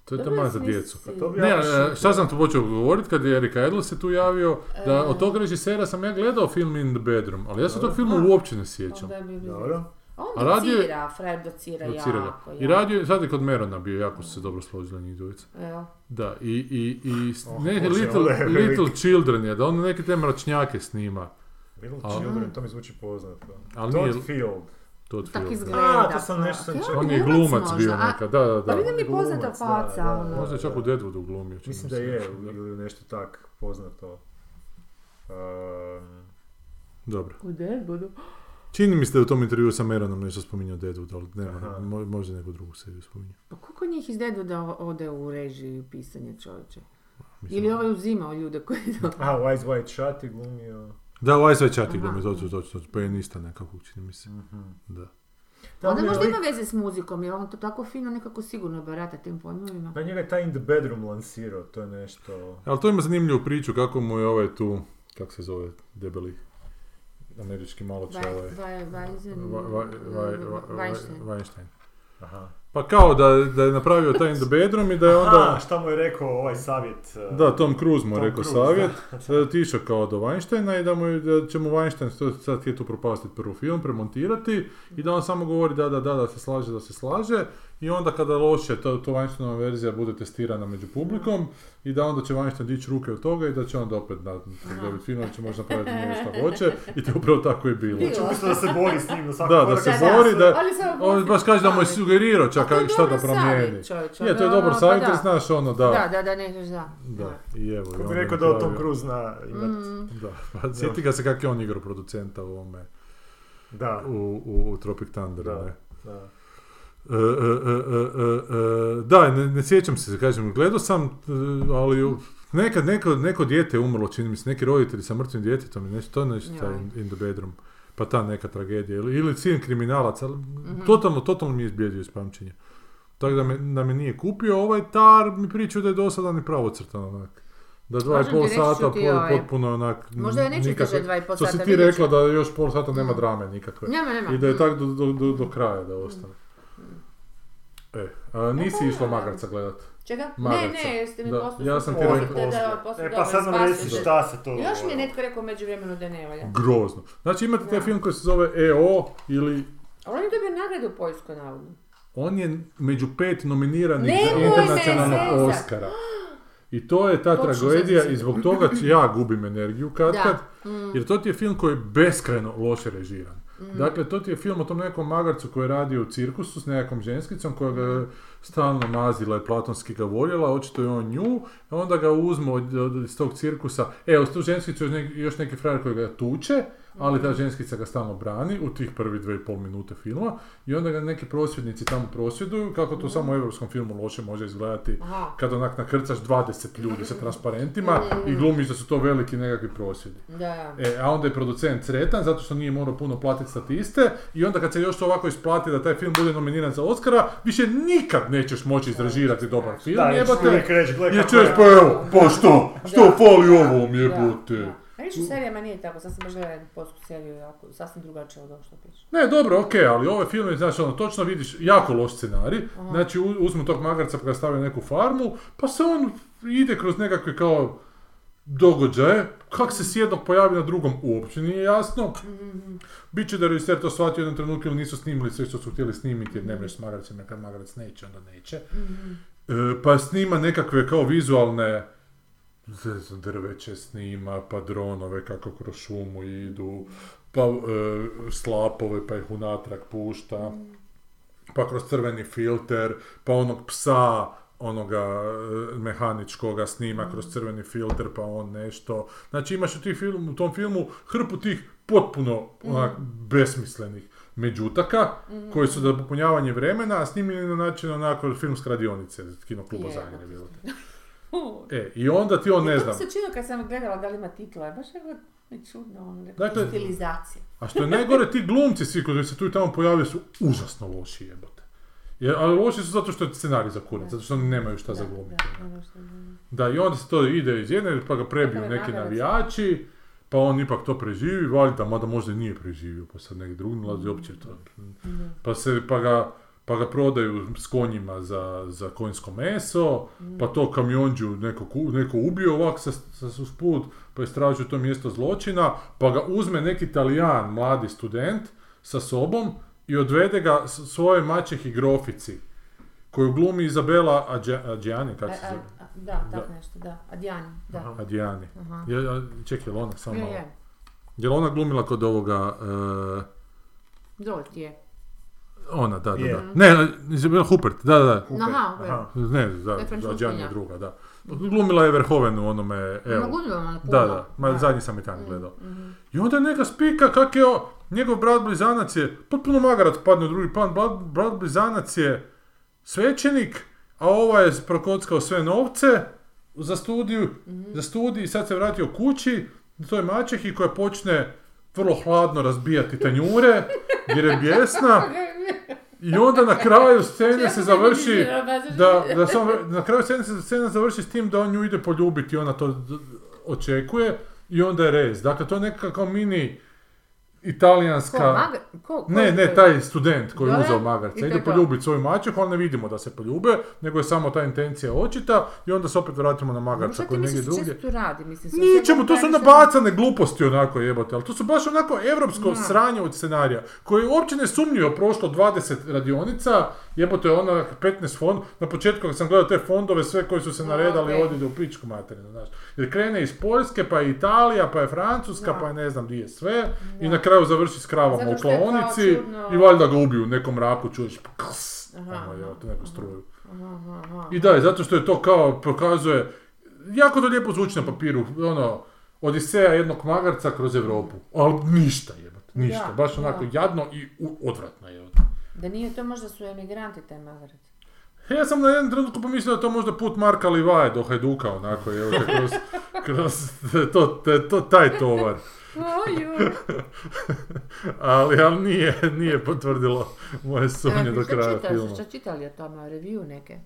[SPEAKER 3] To je
[SPEAKER 1] Dobro
[SPEAKER 3] taman za
[SPEAKER 1] smisli.
[SPEAKER 3] djecu.
[SPEAKER 2] To bi
[SPEAKER 3] Ne,
[SPEAKER 2] jako
[SPEAKER 3] e, šta sam tu počeo govorit kad je Erika Edel se tu javio,
[SPEAKER 1] E.
[SPEAKER 3] da od tog režisera sam ja gledao film In the Bedroom, ali ja se tog filma uopće ne sjećam.
[SPEAKER 1] Onda je bio-
[SPEAKER 2] Dobro.
[SPEAKER 1] On
[SPEAKER 3] A radio je-
[SPEAKER 1] docira, frajer docira
[SPEAKER 3] Producira ga.
[SPEAKER 1] jako.
[SPEAKER 3] I radio, je- sad je kod Merona bio, jako su se dobro složili njih dvojica.
[SPEAKER 1] Evo.
[SPEAKER 3] Da, i, i, i s-
[SPEAKER 2] Oh,
[SPEAKER 3] ne,
[SPEAKER 2] Bože, ovo
[SPEAKER 3] little,
[SPEAKER 2] je
[SPEAKER 3] little Children je, da on neke te mračnjake snima.
[SPEAKER 2] Little
[SPEAKER 3] A-
[SPEAKER 2] Children, to mi zvuči poznato.
[SPEAKER 3] Ali
[SPEAKER 2] Todd
[SPEAKER 3] nije-
[SPEAKER 2] Field.
[SPEAKER 3] To
[SPEAKER 1] Tak izgleda.
[SPEAKER 2] A, to sam nešto sam
[SPEAKER 1] Kako?
[SPEAKER 2] čuo.
[SPEAKER 3] On je
[SPEAKER 1] Glumac
[SPEAKER 3] glumac bio
[SPEAKER 1] možda, a-
[SPEAKER 3] neka, da, da,
[SPEAKER 1] Pa
[SPEAKER 3] da.
[SPEAKER 1] vidim je poznata
[SPEAKER 2] Glumac, da,
[SPEAKER 1] faca,
[SPEAKER 2] da,
[SPEAKER 1] ono.
[SPEAKER 3] Možda je čak u Deadwoodu glumio. čini
[SPEAKER 2] Mislim
[SPEAKER 3] mi
[SPEAKER 2] da
[SPEAKER 3] se.
[SPEAKER 2] je, ili nešto tak poznato. Um,
[SPEAKER 3] Dobro.
[SPEAKER 1] U Deadwoodu.
[SPEAKER 3] Čini mi se da je u tom intervju sa Meronom nešto spominjao Deadwood, ali ne,
[SPEAKER 2] Aha.
[SPEAKER 3] mo- možda neku drugu seriju spominjao.
[SPEAKER 1] Pa koliko njih iz Deadwooda o- ode u režiju i pisanje čovječe?
[SPEAKER 3] Mislim-
[SPEAKER 1] Ili ovaj uzimao ljude koji...
[SPEAKER 2] a, Wise White Shut je glumio.
[SPEAKER 3] Da, ovaj sve čati
[SPEAKER 1] Aha.
[SPEAKER 3] glumi, točno, točno, točno, pijanista nekako, čini mi se. Mhm, Da.
[SPEAKER 2] Da,
[SPEAKER 1] Onda
[SPEAKER 2] on je
[SPEAKER 1] možda
[SPEAKER 2] lik-
[SPEAKER 1] ima veze s muzikom, jer on to tako fino nekako sigurno barata tim pojmovima.
[SPEAKER 2] Pa njega je taj In the Bedroom lansirao, to je nešto...
[SPEAKER 3] Ali to ima zanimljivu priču kako mu je ovaj tu, kak se zove, debeli američki maloč
[SPEAKER 1] Vaj-
[SPEAKER 3] ovaj...
[SPEAKER 1] vaj- Weizen-
[SPEAKER 3] Va- va- va- va-
[SPEAKER 1] Weinstein.
[SPEAKER 3] va- Weinstein.
[SPEAKER 2] Aha.
[SPEAKER 3] Pa kao da, da je napravio taj in the bedroom i da je
[SPEAKER 2] Aha,
[SPEAKER 3] onda...
[SPEAKER 2] šta mu je rekao ovaj savjet? eh,
[SPEAKER 3] Da, Tom Cruise mu je
[SPEAKER 2] Tom
[SPEAKER 3] rekao
[SPEAKER 2] Cruise,
[SPEAKER 3] savjet, da je otišao kao do Weinsteina i da, mu, je- da će mu Weinstein sto- sad htjeti upropastiti prvi film, premontirati i da on samo govori da, da, da, da se slaže, da se slaže i onda kada loše to, to Weinsteinova verzija bude testirana među publikom i da onda će Weinstein dići ruke od toga i da će onda opet na, dobiti film, da će možda napraviti njega šta hoće i to je upravo tako je bilo.
[SPEAKER 1] Bilo.
[SPEAKER 2] Znači, Umjesto da se bori s njim na svakom
[SPEAKER 3] Da, da
[SPEAKER 2] koraku.
[SPEAKER 3] se
[SPEAKER 1] Da, da,
[SPEAKER 3] bori, da,
[SPEAKER 1] ali samo
[SPEAKER 3] on baš kaže da mu je
[SPEAKER 1] savjet.
[SPEAKER 3] sugerirao čak
[SPEAKER 1] A to je
[SPEAKER 3] šta da
[SPEAKER 1] dobar
[SPEAKER 3] promijeni.
[SPEAKER 1] savjet, čovječe,
[SPEAKER 3] Je, to je
[SPEAKER 1] ono,
[SPEAKER 3] dobar
[SPEAKER 1] pa
[SPEAKER 3] savjet, jer
[SPEAKER 1] da.
[SPEAKER 3] znaš ono,
[SPEAKER 1] Da, da, da, ne, da.
[SPEAKER 3] da, i evo. i
[SPEAKER 2] Kako bi
[SPEAKER 3] onda
[SPEAKER 2] rekao da o Tom
[SPEAKER 3] napravio-
[SPEAKER 2] Cruise zna imat...
[SPEAKER 1] Mm.
[SPEAKER 3] Da, pa sjeti ga se kak je on igrao producenta u ovome,
[SPEAKER 2] Da,
[SPEAKER 3] u, u, u Tropic Thunder,
[SPEAKER 2] Da.
[SPEAKER 3] ne?
[SPEAKER 2] da.
[SPEAKER 3] E, e, e, e, e, da, ne, ne sjećam se, kažem, gledao sam, e, ali u- nekad neko, neko dijete je umrlo, čini mi se, neki roditelji sa mrtvim djetetom i nešto, to je nešto taj
[SPEAKER 1] Joj.
[SPEAKER 3] in, in the bedroom. Pa ta neka tragedija. Ili, ili sin kriminalac, ali
[SPEAKER 1] Mhm.
[SPEAKER 3] totalno, totalno mi je izbjedio iz pamćenja. Tako da me, da me nije kupio, ovaj tar mi pričao da je dosadan i pravocrtan onak. Da dva i
[SPEAKER 1] Kažem ti,
[SPEAKER 3] pol
[SPEAKER 1] reći ću
[SPEAKER 3] sata
[SPEAKER 1] ti,
[SPEAKER 3] po-
[SPEAKER 1] ovaj,
[SPEAKER 3] potpuno onak...
[SPEAKER 1] možda ja neću
[SPEAKER 3] nikakve-
[SPEAKER 1] izdržati dva i pol
[SPEAKER 3] Što si
[SPEAKER 1] sata,
[SPEAKER 3] ti
[SPEAKER 1] vidjet ću.
[SPEAKER 3] rekla da još pol sata nema drame nikakve.
[SPEAKER 1] Nema, nema.
[SPEAKER 3] I da je tak do, do, do, do kraja da ostane. E, a, nisi
[SPEAKER 1] da.
[SPEAKER 3] išla magarca gledat.
[SPEAKER 1] Čega?
[SPEAKER 3] Magarca.
[SPEAKER 1] Ne, ne, jeste mi
[SPEAKER 3] Da,
[SPEAKER 1] poslali
[SPEAKER 3] ja
[SPEAKER 1] su
[SPEAKER 3] sam ti
[SPEAKER 1] poruku
[SPEAKER 3] rekao.
[SPEAKER 1] da- da, poslali
[SPEAKER 2] E pa
[SPEAKER 1] dobro,
[SPEAKER 2] sad nam
[SPEAKER 1] spasite
[SPEAKER 2] reci
[SPEAKER 1] se.
[SPEAKER 2] šta se to...
[SPEAKER 1] Još mi je
[SPEAKER 2] ono,
[SPEAKER 1] netko rekao među vremenu da ne valja.
[SPEAKER 3] Grozno. Znači imate taj
[SPEAKER 1] Da.
[SPEAKER 3] film koji se zove EO ili
[SPEAKER 1] Ali on je dobio nagradu u Poljskoj, navodno.
[SPEAKER 3] on je među pet nominiranih za
[SPEAKER 1] Nemoj me
[SPEAKER 3] internacionalnog
[SPEAKER 1] zezat.
[SPEAKER 3] Oscara. I to je ta
[SPEAKER 1] Točno
[SPEAKER 3] tragedija
[SPEAKER 1] sam
[SPEAKER 3] i zbog toga ću ja gubim energiju kad kad,
[SPEAKER 1] Da. Mm.
[SPEAKER 3] jer to ti je film koji je beskrajno loše režiran. Dakle, to ti je film o tom nekom magarcu koji je radio u cirkusu s nekakvom ženskicom koja ga je stalno mazila i platonski ga voljela, očito je on nju, a onda ga uzmu od, od- iz tog cirkusa, e, uz tu ženskicu još, neki, još neki frajer koji ga tuče, ali ta ženskica ga stalno brani u tih prvi dve i pol minute filma i onda ga neki prosvjednici tamo prosvjeduju, kako to samo u europskom filmu loše može izgledati
[SPEAKER 1] Aha,
[SPEAKER 3] kad onak nakrcaš 20 ljudi sa transparentima i glumiš da su to veliki nekakvi prosvjedi.
[SPEAKER 1] da.
[SPEAKER 3] E, a onda je producent sretan zato što nije morao puno platiti statiste i onda kad se još ovako isplati da taj film bude nominiran za Oscara, više nikad nećeš moći izrežirati dobar film,
[SPEAKER 2] Da, jer ću uvijek
[SPEAKER 3] jebate.
[SPEAKER 2] reći, gle
[SPEAKER 3] Jer
[SPEAKER 2] kako
[SPEAKER 3] ćeš,
[SPEAKER 2] je.
[SPEAKER 3] pa evo, pa što, što
[SPEAKER 1] Da.
[SPEAKER 3] fali ovom
[SPEAKER 1] Da,
[SPEAKER 3] jebote.
[SPEAKER 1] da. A vidiš, u serijama nije tako, sad sam baš gledala jednu polsku seriju, jako, sasvim drugačije od ovog što piše.
[SPEAKER 3] Ne, dobro, okej, ali ovaj film je, znači, ono, točno vidiš, jako loš scenarij, znači, u- uzmu tog magarca pa ga stave na neku farmu, pa se on ide kroz nekakve, kao, događaje, kak se s jednog pojavi na drugom, uopće nije jasno, Biće da je režiser to shvatio u jednom trenutku ili nisu snimili sve što su htjeli snimiti jer ne mreš s magarcima, kad magarac neće, onda neće. E, pa snima nekakve kao vizualne ne znam, drveće snima, pa dronove kako kroz šumu idu, pa e, slapove pa ih unatrag pušta, pa kroz crveni filter, pa onog psa onoga e, mehaničkoga snima kroz crveni filter pa on nešto. Znači imaš u, tih film, u tom filmu hrpu tih potpuno onak, besmislenih međutaka koji su za popunjavanje vremena, a snimljeni na način onako filmska radionice kino kluba
[SPEAKER 1] Je,
[SPEAKER 3] Zagreb.
[SPEAKER 1] da.
[SPEAKER 3] jel te. E, i onda ti on ne
[SPEAKER 1] To
[SPEAKER 3] znam.
[SPEAKER 1] mi se činilo kad sam gledala da li ima titla, baš je mi čudno ono, neka
[SPEAKER 3] Dakle-
[SPEAKER 1] stilizacija.
[SPEAKER 3] A što je najgore, ti glumci svi koji se tu i tamo pojavljaju su užasno loši jebote. Jer, ali loši su zato što je scenarij za kurac, zato što oni nemaju šta za glumiti.
[SPEAKER 1] Da, ono što-
[SPEAKER 3] Da, i onda se to ide iz jedne, pa ga prebiju
[SPEAKER 1] Kakav je
[SPEAKER 3] neki
[SPEAKER 1] magarac?
[SPEAKER 3] navijači, pa on ipak to preživi, valjda, mada možda i nije preživio, pa sad neki drugi nalazi uopće to. Pa, se, pa, ga, pa ga prodaju s konjima za, za konjsko meso, pa to kamionđu neko, ku- neko ubio ovak sa, sa usput, pa istražuju to mjesto zločina, pa ga uzme neki talijan, mladi student, sa sobom i odvede ga s- svoje mačehi grofici, koju glumi Izabela Adja- Adjani,
[SPEAKER 1] A-
[SPEAKER 3] kako se
[SPEAKER 1] E, a-
[SPEAKER 3] zove?
[SPEAKER 1] a- Da, tako
[SPEAKER 3] Da.
[SPEAKER 1] nešto, da. A Dijan, da.
[SPEAKER 3] Adijani.
[SPEAKER 1] Aha.
[SPEAKER 3] Je, a, čekaj, jel ona samo
[SPEAKER 1] Je,
[SPEAKER 3] malo?
[SPEAKER 1] je.
[SPEAKER 3] Jel ona glumila kod ovoga... e,
[SPEAKER 1] Dorothy je.
[SPEAKER 3] ona, da, da,
[SPEAKER 2] Je.
[SPEAKER 3] da. Ne, Izabela Hupert, da, da, da.
[SPEAKER 2] Kupe.
[SPEAKER 1] Aha, ok.
[SPEAKER 2] Aha.
[SPEAKER 3] Ne, da,
[SPEAKER 1] je Francuskinja.
[SPEAKER 3] Adjani je druga, da. Glumila je Verhoeven u onome...
[SPEAKER 1] Evo.
[SPEAKER 3] Evo.
[SPEAKER 1] Nagudila ona puno. Mhm.
[SPEAKER 3] Da, da, ma zadnji sam i
[SPEAKER 1] Mm.
[SPEAKER 3] tamo gledao. I onda neka spika kak je o, njegov brat blizanac je, potpuno magarac padne u drugi plan, brat, brat blizanac je svećenik, a ovaj je prokockao sve novce za studiju, za studij i sad se vratio kući, do toj mačehi koja počne vrlo hladno razbijati tanjure, jer je bijesna. I onda na kraju scene se završi da, da samo, na kraju scena se scena završi s tim da on nju ide poljubiti, ona to d- očekuje i onda je rez. Dakle, to je nekakav kao mini
[SPEAKER 1] Ko,
[SPEAKER 3] italijanska...
[SPEAKER 1] maga, ko, ko
[SPEAKER 3] Ne,
[SPEAKER 1] je
[SPEAKER 3] ne,
[SPEAKER 1] to?
[SPEAKER 3] taj student koji je
[SPEAKER 1] Da, da.
[SPEAKER 3] uzeo
[SPEAKER 1] I
[SPEAKER 3] magarca.
[SPEAKER 1] to je
[SPEAKER 3] Ide
[SPEAKER 1] to.
[SPEAKER 3] poljubiti svoju mačehu, ali ne vidimo da se poljube, nego je samo ta intencija očita i onda se opet vratimo na magarca
[SPEAKER 1] Šta
[SPEAKER 3] koji
[SPEAKER 1] ti
[SPEAKER 3] je negdje
[SPEAKER 1] misliš da
[SPEAKER 3] drugdje.
[SPEAKER 1] često radi? Mislim, sa
[SPEAKER 3] Ničemu,
[SPEAKER 1] svemu
[SPEAKER 3] to su
[SPEAKER 1] praviš
[SPEAKER 3] nabacane gluposti onako jebote, ali to su baš onako evropsko sranje od scenarija, koji uopće ne sumnjuje prošlo 20 radionica, jebote ono 15 fond, na početku kad sam gledao te fondove, sve koji su se naredali
[SPEAKER 1] okej.
[SPEAKER 3] ovdje ide u pičku materinu, znaš. Jer krene iz Poljske, pa je Italija, pa je Francuska,
[SPEAKER 1] Da.
[SPEAKER 3] pa je ne znam di je sve, i na kraju završi s kravama
[SPEAKER 1] Zato
[SPEAKER 3] u
[SPEAKER 1] što je kao
[SPEAKER 3] klaonici
[SPEAKER 1] čudno.
[SPEAKER 3] i valjda ga ubiju u nekom raku, čuješ ks,
[SPEAKER 1] Aha,
[SPEAKER 3] ono,
[SPEAKER 1] aha,
[SPEAKER 3] jebote, neku
[SPEAKER 1] aha.
[SPEAKER 3] struju.
[SPEAKER 1] Aha, aha.
[SPEAKER 3] I da, i zato što je to kao prokazuje, jako to lijepo zvuči na papiru, ono, Odiseja jednog magarca kroz Europu, ali ništa jebate, ništa,
[SPEAKER 1] Da,
[SPEAKER 3] baš onako jadno i u- odvratno je.
[SPEAKER 1] Da nije to možda su emigranti taj Magret.
[SPEAKER 3] E, Ja sam na jednom trenutku pomislio da je to možda put Marka Livaje do Hajduka, onako, jel te, kroz, kroz to, te- to, taj tovar.
[SPEAKER 1] Oju!
[SPEAKER 3] ali, ali nije, nije potvrdilo moje sumnje do kraja filma.
[SPEAKER 1] Šta čitali o tome, review neke?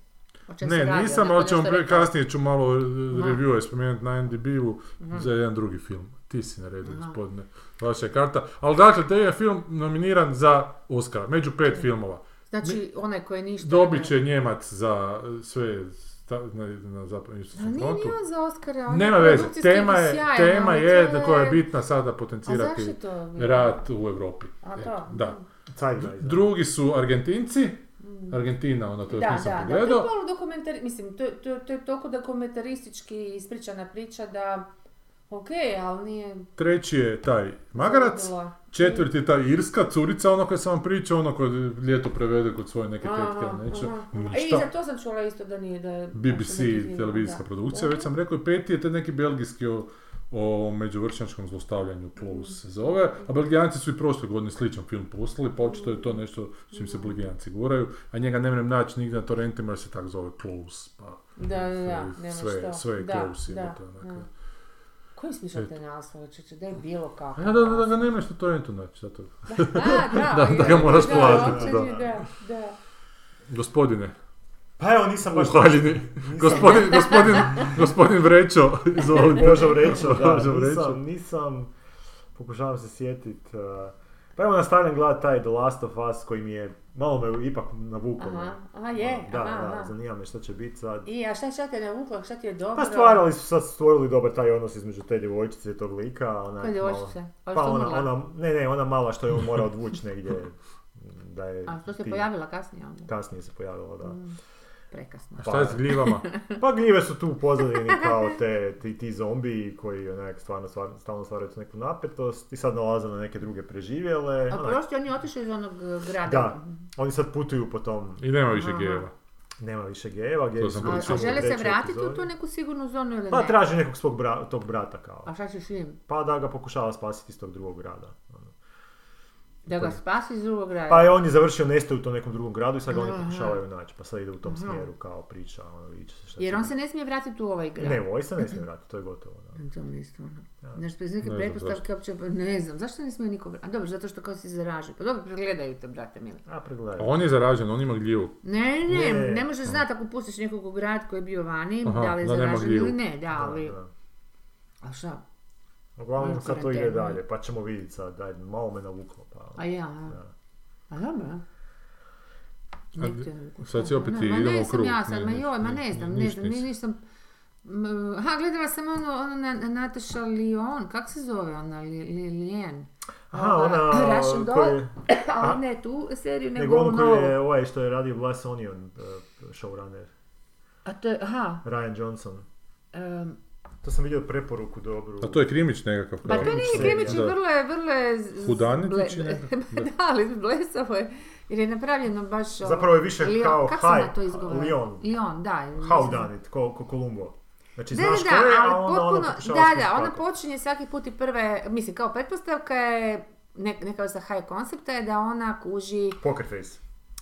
[SPEAKER 1] O čem se
[SPEAKER 3] Ne,
[SPEAKER 1] radi,
[SPEAKER 3] nisam,
[SPEAKER 1] onako
[SPEAKER 3] ali ćemo
[SPEAKER 1] nešto
[SPEAKER 3] pre-
[SPEAKER 1] rekao?
[SPEAKER 3] kasnije ću malo e,
[SPEAKER 1] Aha.
[SPEAKER 3] reviewe spomenuti na NDB-u
[SPEAKER 1] Mhm.
[SPEAKER 3] za jedan drugi film. Ti si na redu,
[SPEAKER 1] Aha.
[SPEAKER 3] gospodine. Vaša je karta. Ali dakle, taj je film nominiran za Oscara, među pet filmova.
[SPEAKER 1] Znači, onaj koji ništa...
[SPEAKER 3] Dobit
[SPEAKER 1] ne-
[SPEAKER 3] će Njemac za e, sve sta- na, na zapadnom
[SPEAKER 1] Ali
[SPEAKER 3] istočnom
[SPEAKER 1] nije ni
[SPEAKER 3] frontu.
[SPEAKER 1] on za Oscara, on
[SPEAKER 3] Nema
[SPEAKER 1] je
[SPEAKER 3] veze,
[SPEAKER 1] produkcijski
[SPEAKER 3] tema je,
[SPEAKER 1] sjajan,
[SPEAKER 3] tema
[SPEAKER 1] ali
[SPEAKER 3] je
[SPEAKER 1] to
[SPEAKER 3] da koja je bitna sada potencirati
[SPEAKER 1] A zašto to?
[SPEAKER 3] rat u Europi.
[SPEAKER 1] A to?
[SPEAKER 3] Eto, da.
[SPEAKER 2] Taj da.
[SPEAKER 3] Drugi su Argentinci,
[SPEAKER 1] Mm.
[SPEAKER 3] Argentina, ono to
[SPEAKER 1] Da,
[SPEAKER 3] još
[SPEAKER 1] da,
[SPEAKER 3] nisam
[SPEAKER 1] da, to je
[SPEAKER 3] pogledao.
[SPEAKER 1] polu dokumentar, mislim, to, to, to je toliko dokumentaristički ispričana priča da, ok, ali nije...
[SPEAKER 3] Treći je taj Magarac,
[SPEAKER 1] zavodila.
[SPEAKER 3] Četvrti je ta irska curica, ono koja sam vam pričao, ono koja ljeto prevede kod svoje neke
[SPEAKER 1] Aha,
[SPEAKER 3] tetke ili neće. Mm,
[SPEAKER 1] aha. E, I za
[SPEAKER 3] Ništa.
[SPEAKER 1] to sam čula isto da nije da je...
[SPEAKER 3] BBC,
[SPEAKER 1] da je neki film,
[SPEAKER 3] televizijska
[SPEAKER 1] da.
[SPEAKER 3] produkcija, već sam rekao. I peti je taj neki belgijski o, o međuvršnjačkom zlostavljanju, Close se zove. A belgijanci su i prošle godine sličan film poslali, pa očito je to nešto s čim se
[SPEAKER 1] Mhm.
[SPEAKER 3] belgijanci guraju. A njega ne mrem naći nigdje na torrentima jer se tak zove Close. Pa
[SPEAKER 1] Da, da, da,
[SPEAKER 3] sve-
[SPEAKER 1] nema što.
[SPEAKER 3] sve, sve je
[SPEAKER 1] Da,
[SPEAKER 3] Close.
[SPEAKER 1] da,
[SPEAKER 3] jebote,
[SPEAKER 1] da.
[SPEAKER 3] onako.
[SPEAKER 1] Koji smišljate te naslove, čeče, da je bilo kako.
[SPEAKER 3] A ja da, da, da ga ne možeš na torrentu naći, zato.
[SPEAKER 1] A, da,
[SPEAKER 3] Da, da ga moraš
[SPEAKER 1] Da, uopće
[SPEAKER 3] platiti,
[SPEAKER 2] da.
[SPEAKER 1] nije, da, da.
[SPEAKER 3] Gospodine,
[SPEAKER 2] Pa evo, nisam baš...
[SPEAKER 3] Ustaljeni.
[SPEAKER 2] nisam-
[SPEAKER 3] Gospodin, gospodin, gospodin Vrećo, izvoli.
[SPEAKER 2] Božo vrećo,
[SPEAKER 3] Božo
[SPEAKER 2] da,
[SPEAKER 3] vrećo.
[SPEAKER 2] nisam, nisam, pokušavam se sjetit. eh, Pa evo nastavljam gledat taj The Last of Us koji mi je, malo me ipak navukao.
[SPEAKER 1] Aha, aha, je,
[SPEAKER 2] Da,
[SPEAKER 1] aha,
[SPEAKER 2] da,
[SPEAKER 1] aha.
[SPEAKER 2] zanima me šta će biti sad.
[SPEAKER 1] I, a šta, šta te navuklo, šta ti je dobro?
[SPEAKER 2] Pa stvarali su sad stvorili dobar taj odnos između te djevojčice i tog lika. Ona,
[SPEAKER 1] Koja djevojčica? Ona
[SPEAKER 2] Pa
[SPEAKER 1] što
[SPEAKER 2] ona,
[SPEAKER 1] umrla?
[SPEAKER 2] ona, ne, ne, ona mala što je on mora odvući negdje. Da je
[SPEAKER 1] A što se
[SPEAKER 2] ti-
[SPEAKER 1] pojavila kasnije onda?
[SPEAKER 2] Kasnije se pojavilo, da.
[SPEAKER 1] Mm, Prekasno.
[SPEAKER 3] Šta je s gljivama?
[SPEAKER 1] Mhm.
[SPEAKER 2] Pa gljive su tu u pozadini kao te, ti, ti zombi koji onak stvarno, stvarno stalno stvaraju tu neku napetost i sad nalaze na neke druge preživjele.
[SPEAKER 1] A
[SPEAKER 2] onak,
[SPEAKER 1] prosti, Pa oni otišli iz onog eh, grada.
[SPEAKER 2] ono? Da. oni sad putuju po tom,
[SPEAKER 3] I nema više
[SPEAKER 1] Aha.
[SPEAKER 3] gejeva.
[SPEAKER 2] nema više gejeva, gejevi
[SPEAKER 3] To sam
[SPEAKER 2] su
[SPEAKER 1] A,
[SPEAKER 3] Dobro,
[SPEAKER 1] a
[SPEAKER 2] u
[SPEAKER 3] samo
[SPEAKER 1] žele se
[SPEAKER 2] trećoj
[SPEAKER 1] vratiti u
[SPEAKER 2] epizodi.
[SPEAKER 1] tu neku sigurnu zonu ili ne?
[SPEAKER 2] Pa traži nekog svog bra- tog brata kao.
[SPEAKER 1] A šta ćeš im?
[SPEAKER 2] Pa da ga pokušava spasiti iz tog drugog grada. ono.
[SPEAKER 1] Da ga spasi iz drugog grada?
[SPEAKER 2] Pa je on je završio nestao u tom nekom drugom gradu i sad ga oni
[SPEAKER 1] Aha.
[SPEAKER 2] pokušavaju naći, pa sad ide u tom
[SPEAKER 1] Aha.
[SPEAKER 2] smjeru kao priča, ono vidit će se šta
[SPEAKER 1] Jer
[SPEAKER 2] će
[SPEAKER 1] on
[SPEAKER 2] biti.
[SPEAKER 1] se ne smije vratiti u ovaj grad.
[SPEAKER 2] Ne, ovo se ne smije vratiti, to je gotovo. Da.
[SPEAKER 1] To mi je stvarno.
[SPEAKER 2] Da.
[SPEAKER 1] ono. Znaš, bez
[SPEAKER 3] Ne
[SPEAKER 1] neke
[SPEAKER 3] znam
[SPEAKER 1] pretpostavke uopće, pa ne znam, zašto ne smije niko vratiti? A dobro, zato što kao si zaražen. Pa dobro, pregledaju te, brate mili.
[SPEAKER 2] A pregledaj.
[SPEAKER 3] A on je zaražen, on ima gljivu.
[SPEAKER 1] Ne, ne,
[SPEAKER 2] Ne.
[SPEAKER 1] ne, možeš znati ako pustiš nekog u grad koji je bio vani,
[SPEAKER 3] Aha,
[SPEAKER 1] da li je
[SPEAKER 3] da nema
[SPEAKER 1] zaražen
[SPEAKER 3] gljivu.
[SPEAKER 1] ili ne, da, ali...
[SPEAKER 2] Da, da.
[SPEAKER 1] A šta?
[SPEAKER 2] Uglavnom
[SPEAKER 1] Ono
[SPEAKER 2] sad to ide
[SPEAKER 1] karantenu.
[SPEAKER 2] dalje, pa ćemo vidjeti sad, daj, malo me navuklo. Pa.
[SPEAKER 1] A ja, a?
[SPEAKER 2] Da.
[SPEAKER 1] A dobro.
[SPEAKER 3] A
[SPEAKER 1] Nek te-
[SPEAKER 3] sad si opet
[SPEAKER 1] Ne,
[SPEAKER 3] ti
[SPEAKER 1] ma
[SPEAKER 3] idemo
[SPEAKER 1] ne
[SPEAKER 3] u
[SPEAKER 1] znam
[SPEAKER 3] krug.
[SPEAKER 1] ja sad,
[SPEAKER 3] Ne,
[SPEAKER 1] ma
[SPEAKER 3] ne,
[SPEAKER 1] joj, ma
[SPEAKER 3] ne,
[SPEAKER 1] ne znam,
[SPEAKER 3] niš
[SPEAKER 1] ne znam, ni
[SPEAKER 3] nisi.
[SPEAKER 1] nisam... m, Ha, gledala sam ono, ono na, Nataša Lion, kak se zove ona, Li- Li- Lilian?
[SPEAKER 2] Aha,
[SPEAKER 1] Ova,
[SPEAKER 2] ona
[SPEAKER 1] Russian
[SPEAKER 2] koji
[SPEAKER 1] Doll,
[SPEAKER 2] je, a?
[SPEAKER 1] ali ne tu seriju, nego, ono-
[SPEAKER 2] nego on
[SPEAKER 1] ovu
[SPEAKER 2] koji
[SPEAKER 1] novu.
[SPEAKER 2] je ovaj što je radio Glass Onion eh, showrunner,
[SPEAKER 1] A to je, aha,
[SPEAKER 2] Ryan Johnson.
[SPEAKER 1] em,
[SPEAKER 2] To sam vidio preporuku dobru.
[SPEAKER 3] A to je krimić nekakav.
[SPEAKER 1] pa
[SPEAKER 3] kao.
[SPEAKER 1] to nije
[SPEAKER 2] serija.
[SPEAKER 1] krimić,
[SPEAKER 3] Da.
[SPEAKER 1] vrlo je, vrlo je... z-
[SPEAKER 3] Hudanitić
[SPEAKER 1] zble-
[SPEAKER 3] i nekakav. Da.
[SPEAKER 1] da, ali blesavo je, jer je napravljeno baš... ovo-
[SPEAKER 2] Zapravo je više
[SPEAKER 1] Lio-
[SPEAKER 2] kao
[SPEAKER 1] kak sam ja to
[SPEAKER 2] Hyde,
[SPEAKER 1] izgovorila?
[SPEAKER 2] Lion,
[SPEAKER 1] Lion, da. ili
[SPEAKER 2] How
[SPEAKER 1] mislim-
[SPEAKER 2] done it, ko, ko Columbo. Znači
[SPEAKER 1] Da,
[SPEAKER 2] znaš
[SPEAKER 1] da,
[SPEAKER 2] ko je,
[SPEAKER 1] da,
[SPEAKER 2] a
[SPEAKER 1] ali
[SPEAKER 2] onda ono
[SPEAKER 1] potpuno,
[SPEAKER 2] pokušava
[SPEAKER 1] da,
[SPEAKER 2] skužit
[SPEAKER 1] da, ona
[SPEAKER 2] kako.
[SPEAKER 1] počinje svaki put i prve, mislim kao pretpostavka je, ne- neka vrsta high koncepta je da ona kuži,
[SPEAKER 2] Poker face.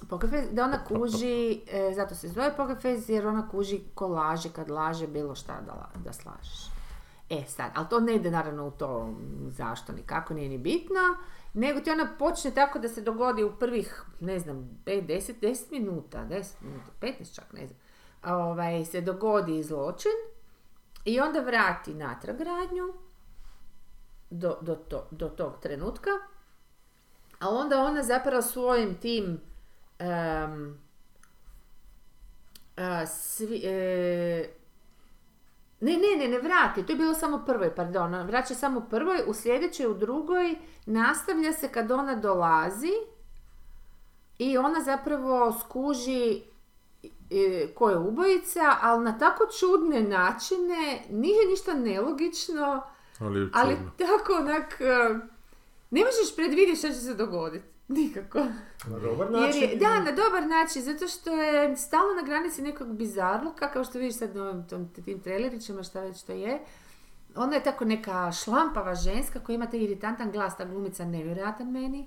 [SPEAKER 1] poker face, da ona kuži, e, zato se zove poker face, jer ona kuži ko laže, kad laže bilo šta da, la- da slažeš. E sad, ali to ne ide naravno u to m, zašto ni kako, nije ni bitno, nego ti ona počne tako da se dogodi u prvih, ne znam, 5, 10, 10 minuta, 10 minuta, 15 čak, ne znam, ovaj, se dogodi zločin i onda vrati natrag radnju do, do, to- do tog trenutka, a onda ona zapravo svojim tim em, a, svi, e, ne, ne, ne, ne vrati, to je bilo samo prvoj, pardon, ona vraća samo prvoj, u sljedećoj, u drugoj, nastavlja se kad ona dolazi i ona zapravo skuži e, ko je ubojica, ali na tako čudne načine, nije ništa nelogično,
[SPEAKER 3] Ali je
[SPEAKER 1] ali
[SPEAKER 3] čudno.
[SPEAKER 1] tako onak, e, ne možeš predvidjeti što će se dogoditi, nikako.
[SPEAKER 2] Na dobar
[SPEAKER 1] Jer
[SPEAKER 2] način.
[SPEAKER 1] je, da, na dobar način, zato što je stalno na granici nekog bizarluka, kao što vidiš sad na ovim tom, tim trailerićima, šta već to je. Ona je tako neka šlampava ženska koja ima taj iritantan glas, ta glumica nevjerojatan meni.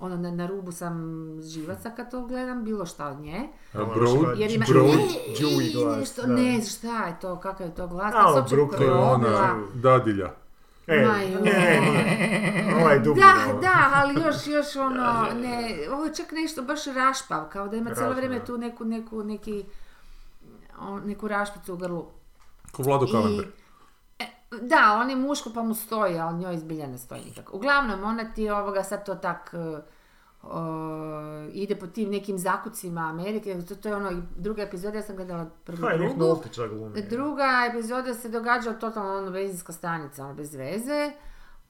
[SPEAKER 1] ono, na, na rubu sam živaca kad to gledam, bilo šta od nje.
[SPEAKER 3] A
[SPEAKER 2] Ono
[SPEAKER 3] Broad-
[SPEAKER 2] što-
[SPEAKER 1] Jer ima
[SPEAKER 3] Broad-
[SPEAKER 1] i- i-
[SPEAKER 2] Dewey glas,
[SPEAKER 1] nešto,
[SPEAKER 2] da.
[SPEAKER 1] ne, šta je to, kakav je to glas,
[SPEAKER 2] A,
[SPEAKER 1] kad se uopće
[SPEAKER 2] Brooklyn, ono,
[SPEAKER 3] To je ona
[SPEAKER 1] probila.
[SPEAKER 3] dadilja.
[SPEAKER 2] E,
[SPEAKER 1] Ma
[SPEAKER 2] ne,
[SPEAKER 1] joj.
[SPEAKER 3] e,
[SPEAKER 2] ne, ne, ovaj je dublji.
[SPEAKER 1] ono. Da,
[SPEAKER 3] ono.
[SPEAKER 2] ovaj.
[SPEAKER 1] da, ali još, još ono, ne, ovo je čak nešto baš rašpav, kao da ima cijelo
[SPEAKER 2] Rašpav,
[SPEAKER 1] vrijeme
[SPEAKER 2] da.
[SPEAKER 1] tu neku, neku, neki, o, neku rašpicu u grlu.
[SPEAKER 3] Ko Vlado
[SPEAKER 1] I,
[SPEAKER 3] Kalender.
[SPEAKER 1] e, da, on je muško pa mu stoji, ali njoj izbilja ne stoji nikako. Uglavnom, ona ti ovoga sad to tak e, o, ide po tim nekim zakucima Amerike, to, to je ono, druga epizoda, ja sam gledala prvu
[SPEAKER 2] Kaj, Nik
[SPEAKER 1] drugu.
[SPEAKER 2] Noltića glumi.
[SPEAKER 1] E, Druga epizoda se događa totalno ono benzinska stanica, ono bez veze,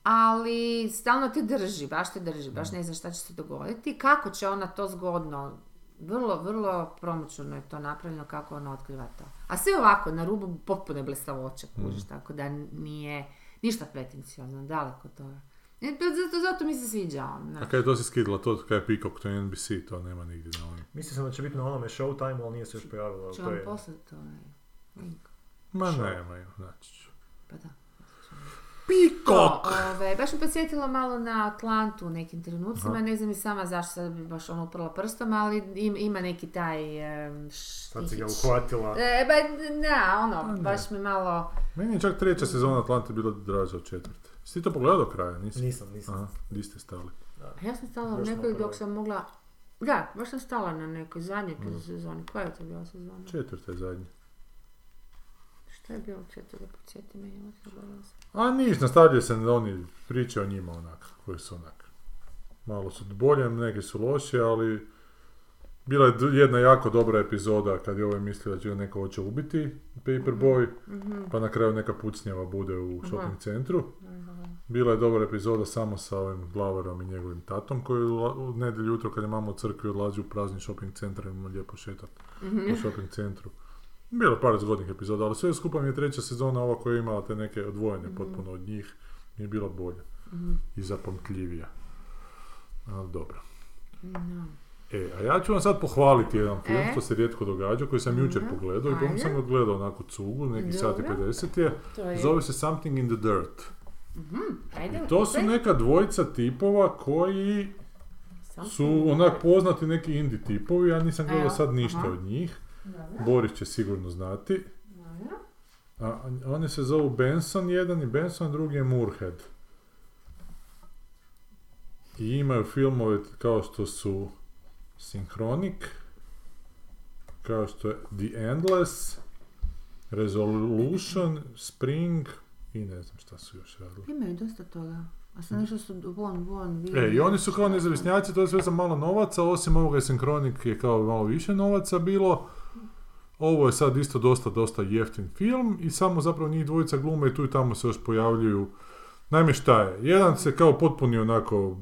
[SPEAKER 1] ali stalno te drži, baš te drži, baš ne znaš šta će se dogoditi, kako će ona to zgodno, vrlo, vrlo promučurno je to napravljeno kako ona otkriva to. A sve ovako, na rubu potpune blestavoće,
[SPEAKER 2] Mm.
[SPEAKER 1] kužiš, tako da nije ništa pretencijozno, daleko od toga. E, pa Zato, zato mi se sviđa on.
[SPEAKER 3] A
[SPEAKER 1] znaš.
[SPEAKER 3] kaj je to si skidla, to kaj je Peacock, to je NBC, to nema nigdje na ovim.
[SPEAKER 2] Mislio sam da će biti na onome Showtime, ali nije se još pojavilo. ali
[SPEAKER 1] Ću
[SPEAKER 2] to
[SPEAKER 1] vam
[SPEAKER 2] je-
[SPEAKER 1] poslati ovaj link,
[SPEAKER 3] Ma
[SPEAKER 2] Šta?
[SPEAKER 3] nemaju, znači ću.
[SPEAKER 1] pa da.
[SPEAKER 3] Peacock!
[SPEAKER 1] To, ove, ovaj, baš me podsjetilo malo na Atlantu u nekim trenucima,
[SPEAKER 2] Aha.
[SPEAKER 1] ne znam i sama zašto sad bi baš ono uprla prstom, ali im- ima neki taj em,
[SPEAKER 2] Sad si ga
[SPEAKER 1] štihić.
[SPEAKER 2] uhvatila.
[SPEAKER 1] E, ba, da, ono,
[SPEAKER 3] ne.
[SPEAKER 1] baš mi malo...
[SPEAKER 3] Meni je čak treća sezona Atlante bila draža od četvrte. Si ti to pogledao do kraja, nisi?
[SPEAKER 2] Nisam, nisam.
[SPEAKER 3] Aha, di ste stali?
[SPEAKER 1] A Ja sam stala u
[SPEAKER 2] Još smo
[SPEAKER 1] nekoj dok
[SPEAKER 2] prvoj.
[SPEAKER 1] sam mogla... Da, baš sam stala na nekoj zadnjoj
[SPEAKER 3] Mm.
[SPEAKER 1] sezoni. Koja je to bila sezona?
[SPEAKER 3] Četvrta je zadnja.
[SPEAKER 1] Šta je bilo četvrta? Podsjeti me, ja zaboravila sam.
[SPEAKER 3] A niš, nastavljaju se oni priče o njima onak, koji su onak. Malo su bolje, neke su loše, ali bila je d- jedna jako dobra epizoda kad je ovaj mislio da će ga neko hoće ubiti, Paperboy, pa na kraju neka pucnjava bude u shopping centru. Bila je dobra epizoda samo sa ovim glavarom i njegovim tatom koji ula- u nedjelju jutro kad je mama u crkvi odlazi u prazni shopping centar i ima lijepo šetat po
[SPEAKER 1] Mhm.
[SPEAKER 3] shopping centru. Bilo je par zgodnih epizoda, ali sve skupa mi je treća sezona ova koja je imala te neke odvojene
[SPEAKER 1] Mhm.
[SPEAKER 3] potpuno od njih. Mi je bila bolja i zapamtljivija. Ali dobro.
[SPEAKER 1] No.
[SPEAKER 3] E, a ja ću vam sad pohvaliti jedan film
[SPEAKER 1] E?
[SPEAKER 3] što se rijetko događa, koji sam jučer
[SPEAKER 1] Mhm,
[SPEAKER 3] pogledao i pomno sam
[SPEAKER 1] ajde.
[SPEAKER 3] ga gledao onako cugu, neki sat i
[SPEAKER 1] Dobro.
[SPEAKER 3] 50 je.
[SPEAKER 1] To je...
[SPEAKER 3] Zove se Something in the Dirt.
[SPEAKER 1] Ajde,
[SPEAKER 3] I to su
[SPEAKER 1] opet.
[SPEAKER 3] neka dvojica tipova koji
[SPEAKER 1] Samo-
[SPEAKER 3] su onak poznati neki indie tipovi, ja nisam gledao
[SPEAKER 1] Evo,
[SPEAKER 3] sad ništa
[SPEAKER 1] aha.
[SPEAKER 3] od njih.
[SPEAKER 1] Dobro,
[SPEAKER 3] Boris će sigurno znati.
[SPEAKER 1] dobro.
[SPEAKER 3] A, a- oni se zovu Benson jedan i Benson, drugi je Moorhead. I imaju filmove kao što su Synchronic, kao što je The Endless, Resolution, Spring i ne znam šta su još radili.
[SPEAKER 1] Imaju dosta toga. A sad nešto su von, von,
[SPEAKER 3] Mm. E,
[SPEAKER 1] bili.
[SPEAKER 3] i oni su kao nezavisnjaci, to je sve za malo novaca, osim ovoga je Synchronic je kao malo više novaca bilo. Ovo je sad isto dosta, dosta jeftin film i samo zapravo njih dvojica glume i tu i tamo se još pojavljuju. Naime šta je, jedan se kao potpuni onako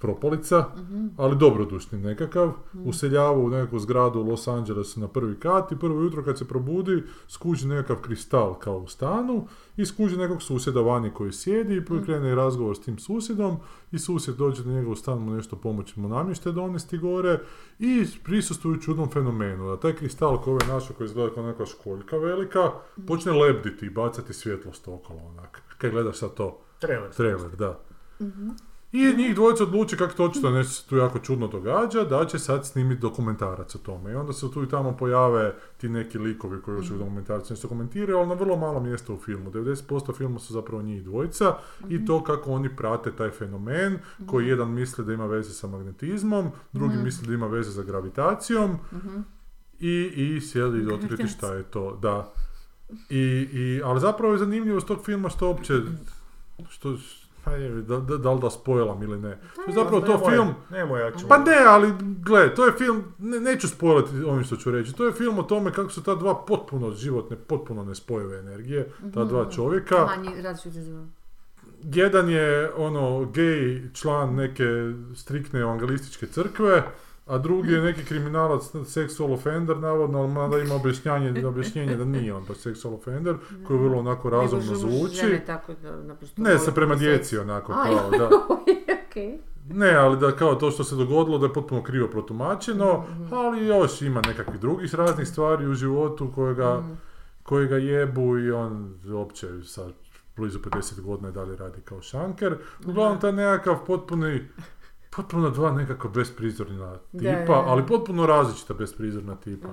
[SPEAKER 3] propolica,
[SPEAKER 1] Mhm.
[SPEAKER 3] ali dobrodušni nekakav, useljava u neku zgradu u Los Angelesu na prvi kat i prvo jutro kad se probudi skuži nekakav kristal kao u stanu i skuži nekog susjeda vani koji sjedi i prvi krene razgovor s tim susjedom i susjed dođe do njega u stan mu nešto pomoći mu namješte donesti gore i prisustuju čudnom fenomenu da taj kristal koji je našao koji izgleda kao neka školjka velika počne lebditi i bacati svjetlost okolo onak. Kaj gledaš sad to?
[SPEAKER 2] Trailer.
[SPEAKER 3] Trailer, da.
[SPEAKER 1] Mhm.
[SPEAKER 3] I njih dvojica odluči kako to očito nešto se tu jako čudno događa, da će sad snimiti dokumentarac o tome. I onda se tu i tamo pojave ti neki likovi koji još u dokumentarcu nešto komentiraju, ali na vrlo malo mjesta u filmu. 90% filma su zapravo njih dvojica i to kako oni prate taj fenomen koji
[SPEAKER 1] Mhm.
[SPEAKER 3] jedan misli da ima veze sa magnetizmom, drugi misli da ima veze sa gravitacijom
[SPEAKER 1] Mhm.
[SPEAKER 3] i, i sjeli i otkriti šta je to, da. I, i, ali zapravo je zanimljivo s tog filma što uopće, što, pa je, da, da, da li da spojlam ili ne. To je Pa zapravo to
[SPEAKER 2] Pa Nemoj-
[SPEAKER 3] film,
[SPEAKER 2] Nemoj, ja ću.
[SPEAKER 3] pa ne, ali gle, to je film, ne, neću spojlati ovim što ću reći, to je film o tome kako su ta dva potpuno životne, potpuno nespojive energije,
[SPEAKER 1] Mhm.
[SPEAKER 3] ta dva čovjeka.
[SPEAKER 1] Manji različiti zvuk.
[SPEAKER 3] Jedan je ono gej član neke strikne evangelističke crkve, a drugi je neki kriminalac, sexual offender, navodno, ali mada ima objašnjanje, objašnjenje da nije on baš sexual offender, koji vrlo onako razumno
[SPEAKER 1] Nego žu- žene
[SPEAKER 3] zvuči.
[SPEAKER 1] tako da naprosto
[SPEAKER 3] Ne, se
[SPEAKER 1] vole
[SPEAKER 3] prema
[SPEAKER 1] seksi.
[SPEAKER 3] djeci onako
[SPEAKER 1] Aj.
[SPEAKER 3] kao, da.
[SPEAKER 1] Okej.
[SPEAKER 3] Ne, ali da kao to što se dogodilo da je potpuno krivo protumačeno,
[SPEAKER 1] Mhm.
[SPEAKER 3] ali još ima nekakvih drugih raznih stvari u životu kojega,
[SPEAKER 1] Mhm.
[SPEAKER 3] kojega jebu i on uopće sad blizu 50 godina i dalje radi kao šanker. Uglavnom taj nekakav potpuni potpuno dva nekako besprizorna
[SPEAKER 1] Da,
[SPEAKER 3] tipa,
[SPEAKER 1] da, da. Mhm.
[SPEAKER 3] ali potpuno različita besprizorna tipa.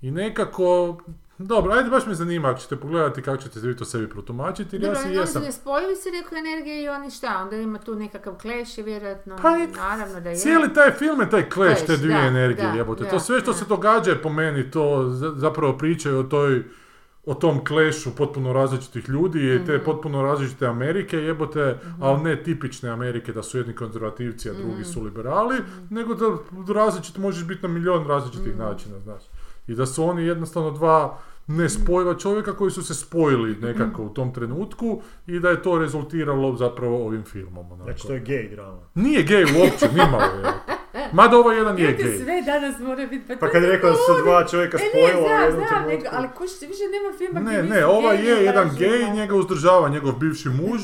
[SPEAKER 3] I nekako, dobro, ajde baš me zanima ako ćete pogledati kako ćete vi to sebi protumačiti, jer ja
[SPEAKER 1] Dobro,
[SPEAKER 3] si
[SPEAKER 1] ali oni su
[SPEAKER 3] jesam.
[SPEAKER 1] nespojivi su rekli energije i oni šta, onda ima tu nekakav kleš i vjerojatno,
[SPEAKER 3] Pa i
[SPEAKER 1] naravno da je.
[SPEAKER 3] Cijeli taj film je taj clash
[SPEAKER 1] Clash,
[SPEAKER 3] te dvije
[SPEAKER 1] da,
[SPEAKER 3] energije,
[SPEAKER 1] da,
[SPEAKER 3] jebote.
[SPEAKER 1] da,
[SPEAKER 3] to sve što
[SPEAKER 1] da.
[SPEAKER 3] se događa je po meni, to za- zapravo pričaju o toj o tom klešu potpuno različitih ljudi i te
[SPEAKER 1] Mhm.
[SPEAKER 3] potpuno različite Amerike jebote, ali ne tipične Amerike da su jedni konzervativci, a drugi
[SPEAKER 1] Mhm.
[SPEAKER 3] su liberali, nego da različit možeš biti na milion
[SPEAKER 1] Mhm.
[SPEAKER 3] različitih načina, znaš. I da su oni jednostavno dva
[SPEAKER 1] Mhm.
[SPEAKER 3] nespojiva čovjeka koji su se spojili nekako u tom trenutku i da je to rezultiralo zapravo ovim filmom. onako.
[SPEAKER 2] Znači to je gej drama.
[SPEAKER 1] Pa
[SPEAKER 3] Nije gej uopće, nimalo je. Mada ovaj jedan je
[SPEAKER 1] Jebote,
[SPEAKER 3] gej.
[SPEAKER 1] sve danas mora biti, pa,
[SPEAKER 2] Pa
[SPEAKER 1] to
[SPEAKER 2] kad je
[SPEAKER 1] se
[SPEAKER 2] rekao da su se
[SPEAKER 1] govori.
[SPEAKER 2] dva čovjeka
[SPEAKER 1] E, ne,
[SPEAKER 2] spojila ono u
[SPEAKER 1] znam,
[SPEAKER 2] jednom
[SPEAKER 1] znam, nego,
[SPEAKER 2] trenutku.
[SPEAKER 1] ali kuš, više nema filma
[SPEAKER 3] ovaj Ne,
[SPEAKER 1] gdje
[SPEAKER 3] ne,
[SPEAKER 1] nisu
[SPEAKER 3] ovaj
[SPEAKER 1] geji
[SPEAKER 3] je jedan
[SPEAKER 1] važni,
[SPEAKER 3] gej,
[SPEAKER 1] da.
[SPEAKER 3] njega uzdržava njegov bivši muž,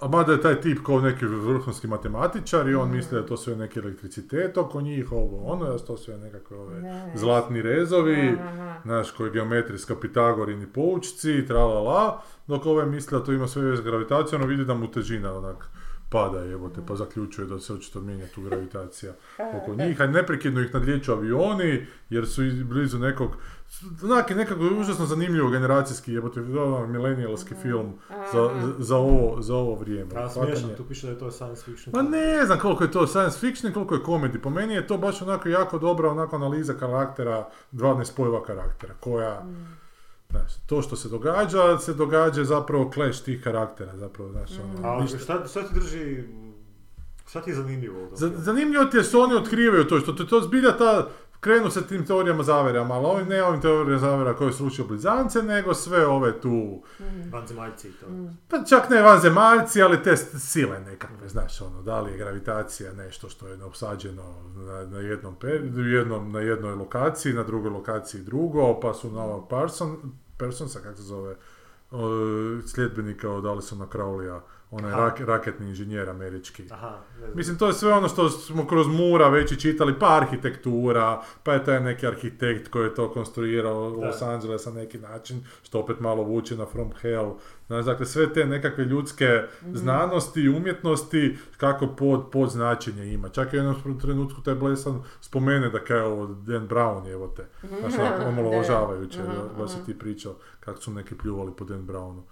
[SPEAKER 3] a mada je taj tip kao neki vrhunski matematičar i on misli da je to sve neki elektricitet oko njih, ovo ono, da su to sve nekakve ove
[SPEAKER 1] Ne.
[SPEAKER 3] zlatni rezovi,
[SPEAKER 1] Aha.
[SPEAKER 3] znaš, koji je geometrijska, pitagorini poučci, tra la la, dok ovaj misli da to ima sve veze s gravitacijom, on vidi da mu težina onak pada jebote, pa zaključuje da se očito mijenja tu gravitacija oko njih, a neprekidno ih nadlijeću avioni, jer su iz- blizu nekog, znak je nekako užasno zanimljivo generacijski jebote, ono, milenijalski film za, za, ovo, za ovo vrijeme.
[SPEAKER 2] A
[SPEAKER 3] Hvatanje-
[SPEAKER 2] smiješno, tu piše da je to science fiction.
[SPEAKER 3] Ma Pa ne znam koliko je to science fiction, koliko je komedi. Po meni je to baš onako jako dobra onako analiza karaktera, dva nespojeva karaktera, koja... Znaš, to što se događa, se događa zapravo clash tih karaktera, zapravo, znaš, ono,
[SPEAKER 2] A
[SPEAKER 3] ništa.
[SPEAKER 2] šta, šta ti drži... Šta ti je zanimljivo? u tom
[SPEAKER 3] Za-
[SPEAKER 2] filmu?
[SPEAKER 3] Zanimljivo ti je što oni otkrivaju to, što to, to zbilja ta, krenu se tim teorijama zaverama, ali ovim ne ovim teorijama zavera koje su učio blizance, nego sve ove tu,
[SPEAKER 2] Vanzemaljci i to.
[SPEAKER 1] Mm.
[SPEAKER 3] Pa čak ne vanzemaljci, ali te s- sile nekakve, znaš, ono, da li je gravitacija nešto što je neobsađeno na, na jednom, per- jednom, na jednoj lokaciji, na drugoj lokaciji drugo, pa su na ovog Parson, Personsa, kako se zove, o, sljedbenika od Alisona Crowleya, onaj
[SPEAKER 2] Aha.
[SPEAKER 3] rak- raketni inženjer američki.
[SPEAKER 2] Aha, ne znam.
[SPEAKER 3] Mislim, to je sve ono što smo kroz Mura već i čitali, pa arhitektura, pa je taj neki arhitekt koji je to konstruirao u
[SPEAKER 2] Da.
[SPEAKER 3] Los Angeles na neki način, što opet malo vuče na From Hell. Znaš, dakle, sve te nekakve ljudske znanosti i umjetnosti, kako pod, pod značenje ima. Čak i u jednom trenutku taj Blesan spomene da kao ovo Dan Brown, evo te. Znaš, ono, onako omalovažavajuće, da- da si ti pričao kako su neki pljuvali po Dan Brownu.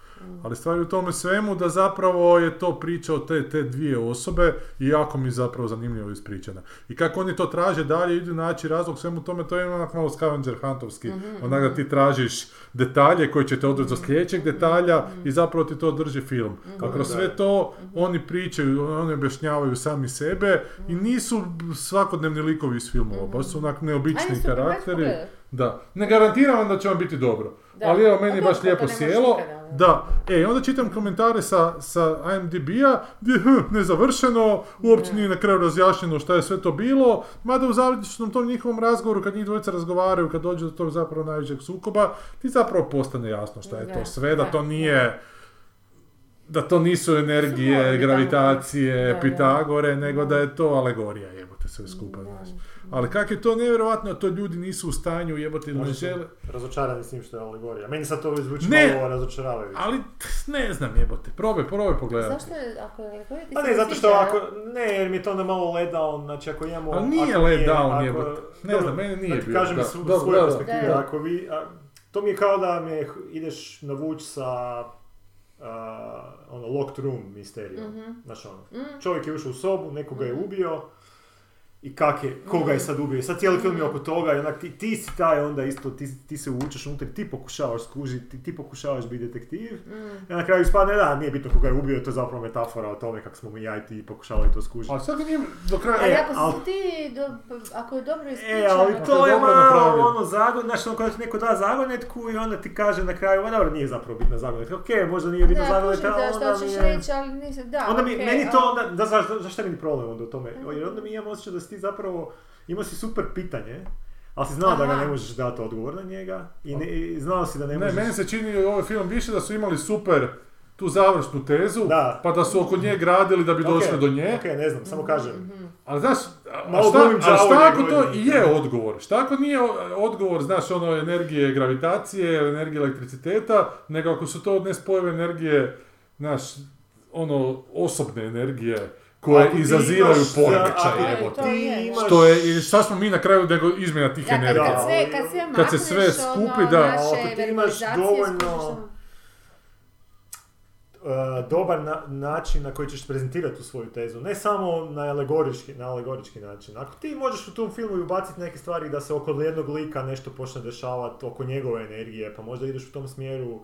[SPEAKER 3] Ali stvar je u tome svemu da zapravo je to priča o te, te dvije osobe i jako mi je zapravo zanimljivo ispričana. I kako oni to traže dalje, idu naći razlog svemu tome, to je onak malo scavenger huntovski. Onak da ti tražiš detalje koji će te odreći do sljedećeg detalja i zapravo ti to drži film. A kroz
[SPEAKER 2] Da.
[SPEAKER 3] sve to oni pričaju, oni objašnjavaju sami sebe i nisu svakodnevni likovi iz filmova, baš Mhm. su onak neobični
[SPEAKER 1] Ajde, super, baš
[SPEAKER 3] karakteri.
[SPEAKER 1] pogledaj.
[SPEAKER 3] Da, ne garantiram vam da će vam biti dobro.
[SPEAKER 1] Da.
[SPEAKER 3] Ali evo, meni je
[SPEAKER 1] Pa
[SPEAKER 3] baš
[SPEAKER 1] dobro, to
[SPEAKER 3] lijepo
[SPEAKER 1] ne možeš
[SPEAKER 3] sjelo.
[SPEAKER 1] nikada, ono.
[SPEAKER 3] Da, e, i onda čitam komentare sa, sa IMDb-a gdje hm, nezavršeno, uopće nije na kraju razjašnjeno šta je sve to bilo, mada u završnom tom njihovom razgovoru, kad njih dvojica razgovaraju, kad dođe do tog zapravo najvećeg sukoba, ti zapravo postane jasno šta je
[SPEAKER 1] Da,
[SPEAKER 3] to sve, da
[SPEAKER 1] da,
[SPEAKER 3] to nije... Da to nisu
[SPEAKER 1] Su
[SPEAKER 3] energije,
[SPEAKER 1] morali
[SPEAKER 3] gravitacije,
[SPEAKER 1] tamo- da, da.
[SPEAKER 3] Pitagore, nego da je to alegorija, jebote, sve skupa, znaš. Ali kak je to nevjerojatno, to ljudi nisu u stanju, jebote, ili ne
[SPEAKER 2] Oni su
[SPEAKER 3] žele...
[SPEAKER 2] Razočarani s tim što je alegorija. Meni sad to zvuči
[SPEAKER 3] Ne.
[SPEAKER 2] malo razočaravajuće.
[SPEAKER 3] Ali t- ne znam jebote, probaj, probaj pogledati.
[SPEAKER 1] Zašto je, ako je gledati
[SPEAKER 2] Pa ne, zato što ako, ne, jer mi je to onda malo let down, znači ako imamo...
[SPEAKER 3] Ali nije
[SPEAKER 2] ako
[SPEAKER 3] let down,
[SPEAKER 2] ako-
[SPEAKER 3] jebote. Ne
[SPEAKER 2] dobro,
[SPEAKER 3] znam, meni nije
[SPEAKER 2] da ti
[SPEAKER 3] bilo,
[SPEAKER 2] Kažem
[SPEAKER 3] da.
[SPEAKER 2] iz
[SPEAKER 3] Dobro,
[SPEAKER 2] svoje
[SPEAKER 3] da, da.
[SPEAKER 2] perspektive,
[SPEAKER 1] Da.
[SPEAKER 2] ako vi, a, to mi je kao da me h- ideš navuć sa a, ono, locked room misterijom, znači ono, čovjek je ušao u sobu, nekoga je ubio, i kak je, koga
[SPEAKER 1] Mm.
[SPEAKER 2] je sad ubio, I sad cijeli film je oko toga i onak ti, ti si taj onda isto, ti, ti se uvučeš unutra, ti pokušavaš skužiti, ti, ti pokušavaš biti detektiv
[SPEAKER 1] Mm.
[SPEAKER 2] i na kraju ispadne da, nije bitno koga je ubio, to je zapravo metafora o tome kako smo mi ja i ti pokušavali to skužiti.
[SPEAKER 3] Ali sad ga nije do kraja...
[SPEAKER 1] Ali
[SPEAKER 2] E,
[SPEAKER 1] ako
[SPEAKER 2] al-
[SPEAKER 1] si ti, do- ako je dobro ispričano...
[SPEAKER 2] E, ali
[SPEAKER 3] Ako
[SPEAKER 2] to
[SPEAKER 3] je
[SPEAKER 2] je
[SPEAKER 3] dobro
[SPEAKER 2] malo
[SPEAKER 3] napravljeno.
[SPEAKER 2] ono zagon, znaš ono kada ti neko da zagonetku i onda ti kaže na kraju, ma dobro nije zapravo bitna zagonetka, okej, možda nije bitna
[SPEAKER 1] Da, kužim
[SPEAKER 2] zagonetka,
[SPEAKER 1] da
[SPEAKER 2] ali onda
[SPEAKER 1] što
[SPEAKER 2] mi
[SPEAKER 1] ćeš
[SPEAKER 2] je...
[SPEAKER 1] reći, ali nisam, da,
[SPEAKER 2] Onda mi,
[SPEAKER 1] okej, Mhm.
[SPEAKER 2] meni to
[SPEAKER 1] ali-
[SPEAKER 2] onda, da znaš, za- zašto je meni problem onda u tome? Jer onda mi imam osjećaj da si ti zapravo, imao si super pitanje, ali si znao da ga
[SPEAKER 1] Aha.
[SPEAKER 2] ne možeš dati odgovor na njega i, ne, i znao si da ne,
[SPEAKER 3] Ne,
[SPEAKER 2] možeš...
[SPEAKER 3] meni se čini ovaj film više da su imali super tu završnu tezu,
[SPEAKER 2] Da.
[SPEAKER 3] pa da su oko nje gradili da bi
[SPEAKER 2] Ok,
[SPEAKER 3] došli do nje.
[SPEAKER 1] Mhm,
[SPEAKER 2] Ok, ne znam, samo kažem.
[SPEAKER 3] Ali znaš, a- A
[SPEAKER 4] malo
[SPEAKER 3] šta,
[SPEAKER 4] glumim
[SPEAKER 3] a šta ako
[SPEAKER 4] đavolje
[SPEAKER 3] to i
[SPEAKER 4] godine.
[SPEAKER 3] je odgovor? Šta ako nije o- odgovor, znaš, ono, energije gravitacije, energije elektriciteta, nego ako su to nespojeve energije, znaš, ono, osobne energije koje
[SPEAKER 4] Ako ti
[SPEAKER 3] izazivaju
[SPEAKER 4] imaš-
[SPEAKER 3] poremećaj,
[SPEAKER 4] ako
[SPEAKER 3] jebote.
[SPEAKER 1] To
[SPEAKER 4] Ti
[SPEAKER 1] je.
[SPEAKER 4] imaš...
[SPEAKER 3] Što je, i šta smo mi na kraju nego izmjena tih
[SPEAKER 1] Ja, kad,
[SPEAKER 3] energija?
[SPEAKER 1] kad, sve, kad, sve
[SPEAKER 3] Kad se
[SPEAKER 1] makneš,
[SPEAKER 3] sve skupi,
[SPEAKER 1] ono,
[SPEAKER 3] da.
[SPEAKER 1] naše
[SPEAKER 4] A ako ti imaš
[SPEAKER 1] verbalizacije,
[SPEAKER 4] dovoljno-
[SPEAKER 1] skužiš ono.
[SPEAKER 4] e, dobar na- način na koji ćeš prezentirati tu svoju tezu. Ne samo na alegorički, na alegorički način. Ako ti možeš u tom filmu i ubaciti neke stvari da se oko jednog lika nešto počne dešavati, oko njegove energije, pa možda ideš u tom smjeru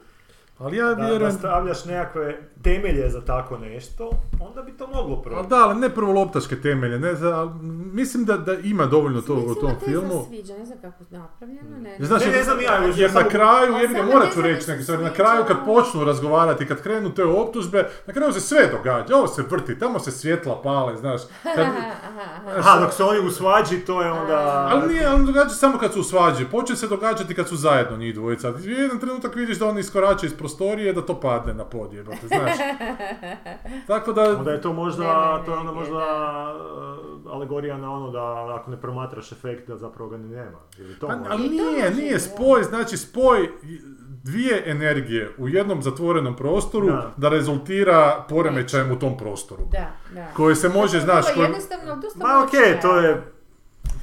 [SPEAKER 3] Ali ja
[SPEAKER 4] da, da
[SPEAKER 3] vjerujem...
[SPEAKER 4] stavljaš nekakve temelje za tako nešto, onda bi to moglo
[SPEAKER 3] Ali
[SPEAKER 4] proći.
[SPEAKER 3] da, ali ne prvo loptaške temelje, ne, za, ali mislim da, da ima dovoljno toga u
[SPEAKER 1] Mislim
[SPEAKER 3] tom
[SPEAKER 1] da to je
[SPEAKER 3] filmu.
[SPEAKER 1] zasviđa, ne znam kako je napravljeno, ne.
[SPEAKER 3] Znaš,
[SPEAKER 4] Ne,
[SPEAKER 3] jer-
[SPEAKER 4] ne znam ja, još
[SPEAKER 3] jer
[SPEAKER 4] samo-
[SPEAKER 3] na kraju,
[SPEAKER 1] A
[SPEAKER 3] jer
[SPEAKER 1] sad
[SPEAKER 3] morat ću
[SPEAKER 1] ne znam
[SPEAKER 3] reći
[SPEAKER 1] da
[SPEAKER 3] neke
[SPEAKER 1] se
[SPEAKER 3] stvari, na
[SPEAKER 1] sviđa.
[SPEAKER 3] kraju kad počnu razgovarati, kad krenu te optužbe, na kraju se sve događa, ovo se vrti, tamo se svjetla pale, znaš. Kad,
[SPEAKER 1] Aha, aha, aha.
[SPEAKER 4] Aha, dok se oni u svađi, to je onda...
[SPEAKER 3] ali nije, ali događa se samo kad su u svađi, počne se događati kad su zajedno njih dvojica. I Jedan trenutak vidiš da oni iskorače iz prostorije, da to padne na pod, jebote, znaš. Tako da,
[SPEAKER 4] Onda je to
[SPEAKER 1] Nema
[SPEAKER 4] možda, to je onda
[SPEAKER 1] energije,
[SPEAKER 4] možda e, alegorija na ono da ako ne promatraš efekt da zapravo ga ni nema. Ili to
[SPEAKER 3] Pa,
[SPEAKER 4] možda.
[SPEAKER 3] ali
[SPEAKER 1] I to
[SPEAKER 3] nije,
[SPEAKER 1] može,
[SPEAKER 3] nije
[SPEAKER 1] da.
[SPEAKER 3] spoj, znači spoj dvije energije u jednom zatvorenom prostoru da,
[SPEAKER 4] Da.
[SPEAKER 3] rezultira poremećajem u tom prostoru.
[SPEAKER 1] Da, da.
[SPEAKER 3] Koje se može,
[SPEAKER 1] Zato je
[SPEAKER 3] znaš,
[SPEAKER 1] bilo
[SPEAKER 3] koje...
[SPEAKER 1] jednostavno, ali dosta
[SPEAKER 4] Ma okej,
[SPEAKER 1] moćno.
[SPEAKER 4] to je,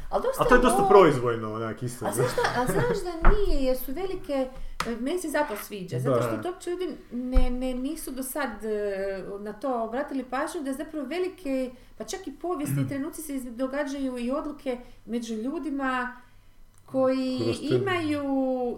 [SPEAKER 1] Ali dosta
[SPEAKER 4] a to je dosta
[SPEAKER 1] moć-
[SPEAKER 4] proizvoljno onak isto.
[SPEAKER 1] A znaš, da, a znaš da nije, jer su velike, e, meni se zato sviđa, zato
[SPEAKER 3] Da.
[SPEAKER 1] što to uopće ljudi ne, ne, nisu do sad e, na to obratili pažnju, da zapravo velike, pa čak i povijesti i trenuci se iz- događaju i odluke među ljudima koji
[SPEAKER 3] Kroz te-
[SPEAKER 1] imaju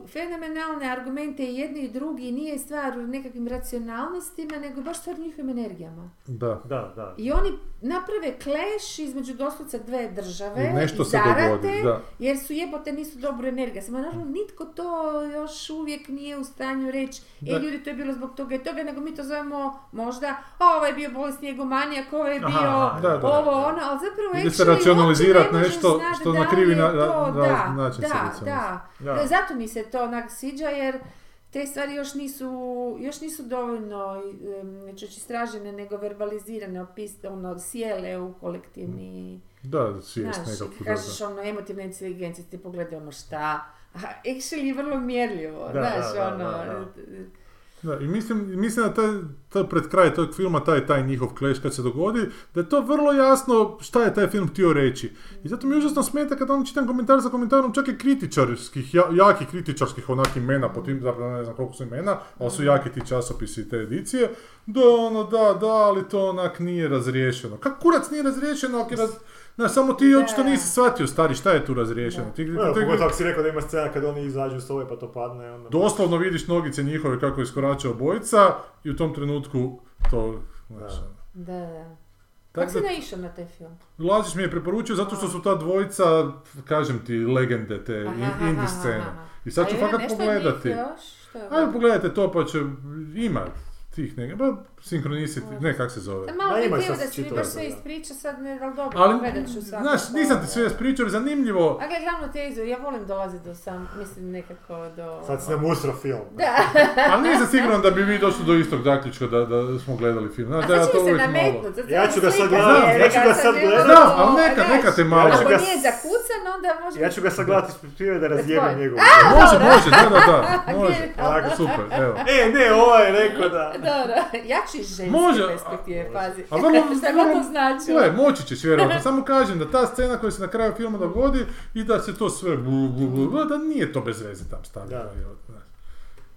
[SPEAKER 1] fenomenalne argumente i jedni i drugi, i nije stvar u nekakvim racionalnostima, nego baš stvar u njihovim energijama.
[SPEAKER 3] Da.
[SPEAKER 4] Da, da.
[SPEAKER 1] I oni naprave kleš između doslovce dve države,
[SPEAKER 3] I nešto se
[SPEAKER 1] zarate,
[SPEAKER 3] dogodi, da.
[SPEAKER 1] jer su jebote nisu dobro energija. Samo naravno nitko to još uvijek nije u stanju reći, e
[SPEAKER 3] Da.
[SPEAKER 1] ljudi to je bilo zbog toga i toga, nego mi to zovemo možda, a ovo je bio bolest egomanijak, ovo je bio
[SPEAKER 4] Aha,
[SPEAKER 3] da, da.
[SPEAKER 1] ovo, ono, ali zapravo
[SPEAKER 3] Ide se
[SPEAKER 1] actually uopće
[SPEAKER 3] racionalizirat
[SPEAKER 1] ne možeš
[SPEAKER 3] nešto
[SPEAKER 1] znat
[SPEAKER 3] što
[SPEAKER 1] da
[SPEAKER 3] na
[SPEAKER 1] li
[SPEAKER 3] krivi
[SPEAKER 1] je
[SPEAKER 3] na-
[SPEAKER 1] to-
[SPEAKER 3] na-
[SPEAKER 1] da,
[SPEAKER 3] na- način se
[SPEAKER 1] da,
[SPEAKER 3] racionalizira.
[SPEAKER 1] da,
[SPEAKER 4] Da.
[SPEAKER 1] E, Zato mi se to onak sviđa jer te stvari još nisu, još nisu dovoljno em, neću reći istražene nego verbalizirane, opis, ono, sjele u
[SPEAKER 3] Mm.
[SPEAKER 1] kolektivni...
[SPEAKER 3] Da, svijest
[SPEAKER 1] Znaš,
[SPEAKER 3] nekako.
[SPEAKER 1] kad
[SPEAKER 3] Da,
[SPEAKER 1] kažeš ono emotivna inteligencija, ti pogledaj ono šta, a actually je vrlo mjerljivo,
[SPEAKER 4] Da,
[SPEAKER 1] znaš,
[SPEAKER 4] da, da,
[SPEAKER 1] ono,
[SPEAKER 4] da,
[SPEAKER 3] Da, i mislim, mislim da taj, taj pred kraj tog filma, taj, taj njihov kleš kad se dogodi, da je to vrlo jasno šta je taj film htio reći. I zato mi užasno smeta kad on čitam komentar za komentarom, čak i kritičarskih, ja- jakih kritičarskih onak imena, po tim zapravo ne znam koliko su imena, ali su jaki ti časopisi i te edicije, da ono, da, da, ali to onak nije razriješeno. Kak kurac nije razriješeno, ako je raz... Znaš, samo ti očito
[SPEAKER 1] Da.
[SPEAKER 3] nisi shvatio, stari, šta je tu razriješeno? Ti,
[SPEAKER 4] Evo,
[SPEAKER 3] ti-
[SPEAKER 4] pogotovo ako si rekao da ima scena kad oni izađu s ove pa to padne, onda...
[SPEAKER 3] doslovno vidiš nogice njihove kako iskorače obojica i u tom trenutku to, znaš,
[SPEAKER 4] Da.
[SPEAKER 3] ono.
[SPEAKER 1] da, da. Kako
[SPEAKER 3] Tako
[SPEAKER 1] si
[SPEAKER 3] da,
[SPEAKER 1] naišao na taj film?
[SPEAKER 3] Lazić mi je preporučio zato što su ta dvojica, kažem ti, legende te
[SPEAKER 1] Aha,
[SPEAKER 3] E, i-
[SPEAKER 1] aha,
[SPEAKER 3] indie
[SPEAKER 1] aha,
[SPEAKER 3] scene.
[SPEAKER 1] aha.
[SPEAKER 3] I sad
[SPEAKER 1] A
[SPEAKER 3] ću
[SPEAKER 1] ima
[SPEAKER 3] fakat
[SPEAKER 1] nešto od njih
[SPEAKER 3] pogledati.
[SPEAKER 1] još? Što je
[SPEAKER 3] Ajde pogledajte to pa će, ima tih neka, pa sinkronicity, ne kak se zove.
[SPEAKER 1] Da, malo
[SPEAKER 4] Ma,
[SPEAKER 1] mi
[SPEAKER 4] ima
[SPEAKER 1] krivo
[SPEAKER 4] sad
[SPEAKER 1] da si mi
[SPEAKER 4] čitao
[SPEAKER 1] baš
[SPEAKER 4] sam,
[SPEAKER 1] sve
[SPEAKER 4] da.
[SPEAKER 1] ispriča, sad ne, ali dobro,
[SPEAKER 3] Ali,
[SPEAKER 1] pogledat ću svakako. pa
[SPEAKER 3] znaš, nisam ti sve spričao, jer zanimljivo,
[SPEAKER 1] A gledaj, glavnu tezu, ja volim dolaziti do sam, mislim nekako do...
[SPEAKER 4] Sad si nam usro film.
[SPEAKER 3] ali nisam siguran da bi vi došli do istog zaključka da, da smo gledali film.
[SPEAKER 1] A
[SPEAKER 3] Znaš,
[SPEAKER 1] sad
[SPEAKER 3] da ja
[SPEAKER 1] ću
[SPEAKER 3] to
[SPEAKER 1] mi se
[SPEAKER 3] uvijek malo...
[SPEAKER 1] nametnut, sad
[SPEAKER 4] Ja
[SPEAKER 1] sam
[SPEAKER 4] ću ga sad
[SPEAKER 1] slika,
[SPEAKER 4] gledat,
[SPEAKER 1] jer
[SPEAKER 4] ja ću ga sad
[SPEAKER 1] bilo
[SPEAKER 4] gledat.
[SPEAKER 1] ono,
[SPEAKER 3] Da, ali neka-
[SPEAKER 1] znaš,
[SPEAKER 3] neka te malo-
[SPEAKER 4] Ja ću
[SPEAKER 1] Ako
[SPEAKER 4] ga-
[SPEAKER 1] nije zakucan, onda može...
[SPEAKER 4] Ja ću ga sagledati iz perspektive da razjebem
[SPEAKER 1] Tvoj.
[SPEAKER 4] njegovu.
[SPEAKER 3] Može, može, da, da, da, može.
[SPEAKER 4] Tako.
[SPEAKER 3] Tako, super, evo.
[SPEAKER 4] E, ne, ovaj je rekao da...
[SPEAKER 1] Dobro, ja ću iz ženske
[SPEAKER 3] Može, a-
[SPEAKER 1] perspektive, pazi.
[SPEAKER 3] A vrlo,
[SPEAKER 1] Šta god
[SPEAKER 3] vrlo-
[SPEAKER 1] to znači?
[SPEAKER 3] Gle, moći ćeš vjerojatno, samo kažem da ta scena koja se na kraju filma dogodi i da se to sve blu, blu, blu, blu, da nije to bez veze tam stavljeno.
[SPEAKER 4] Da.
[SPEAKER 3] jel, znaš.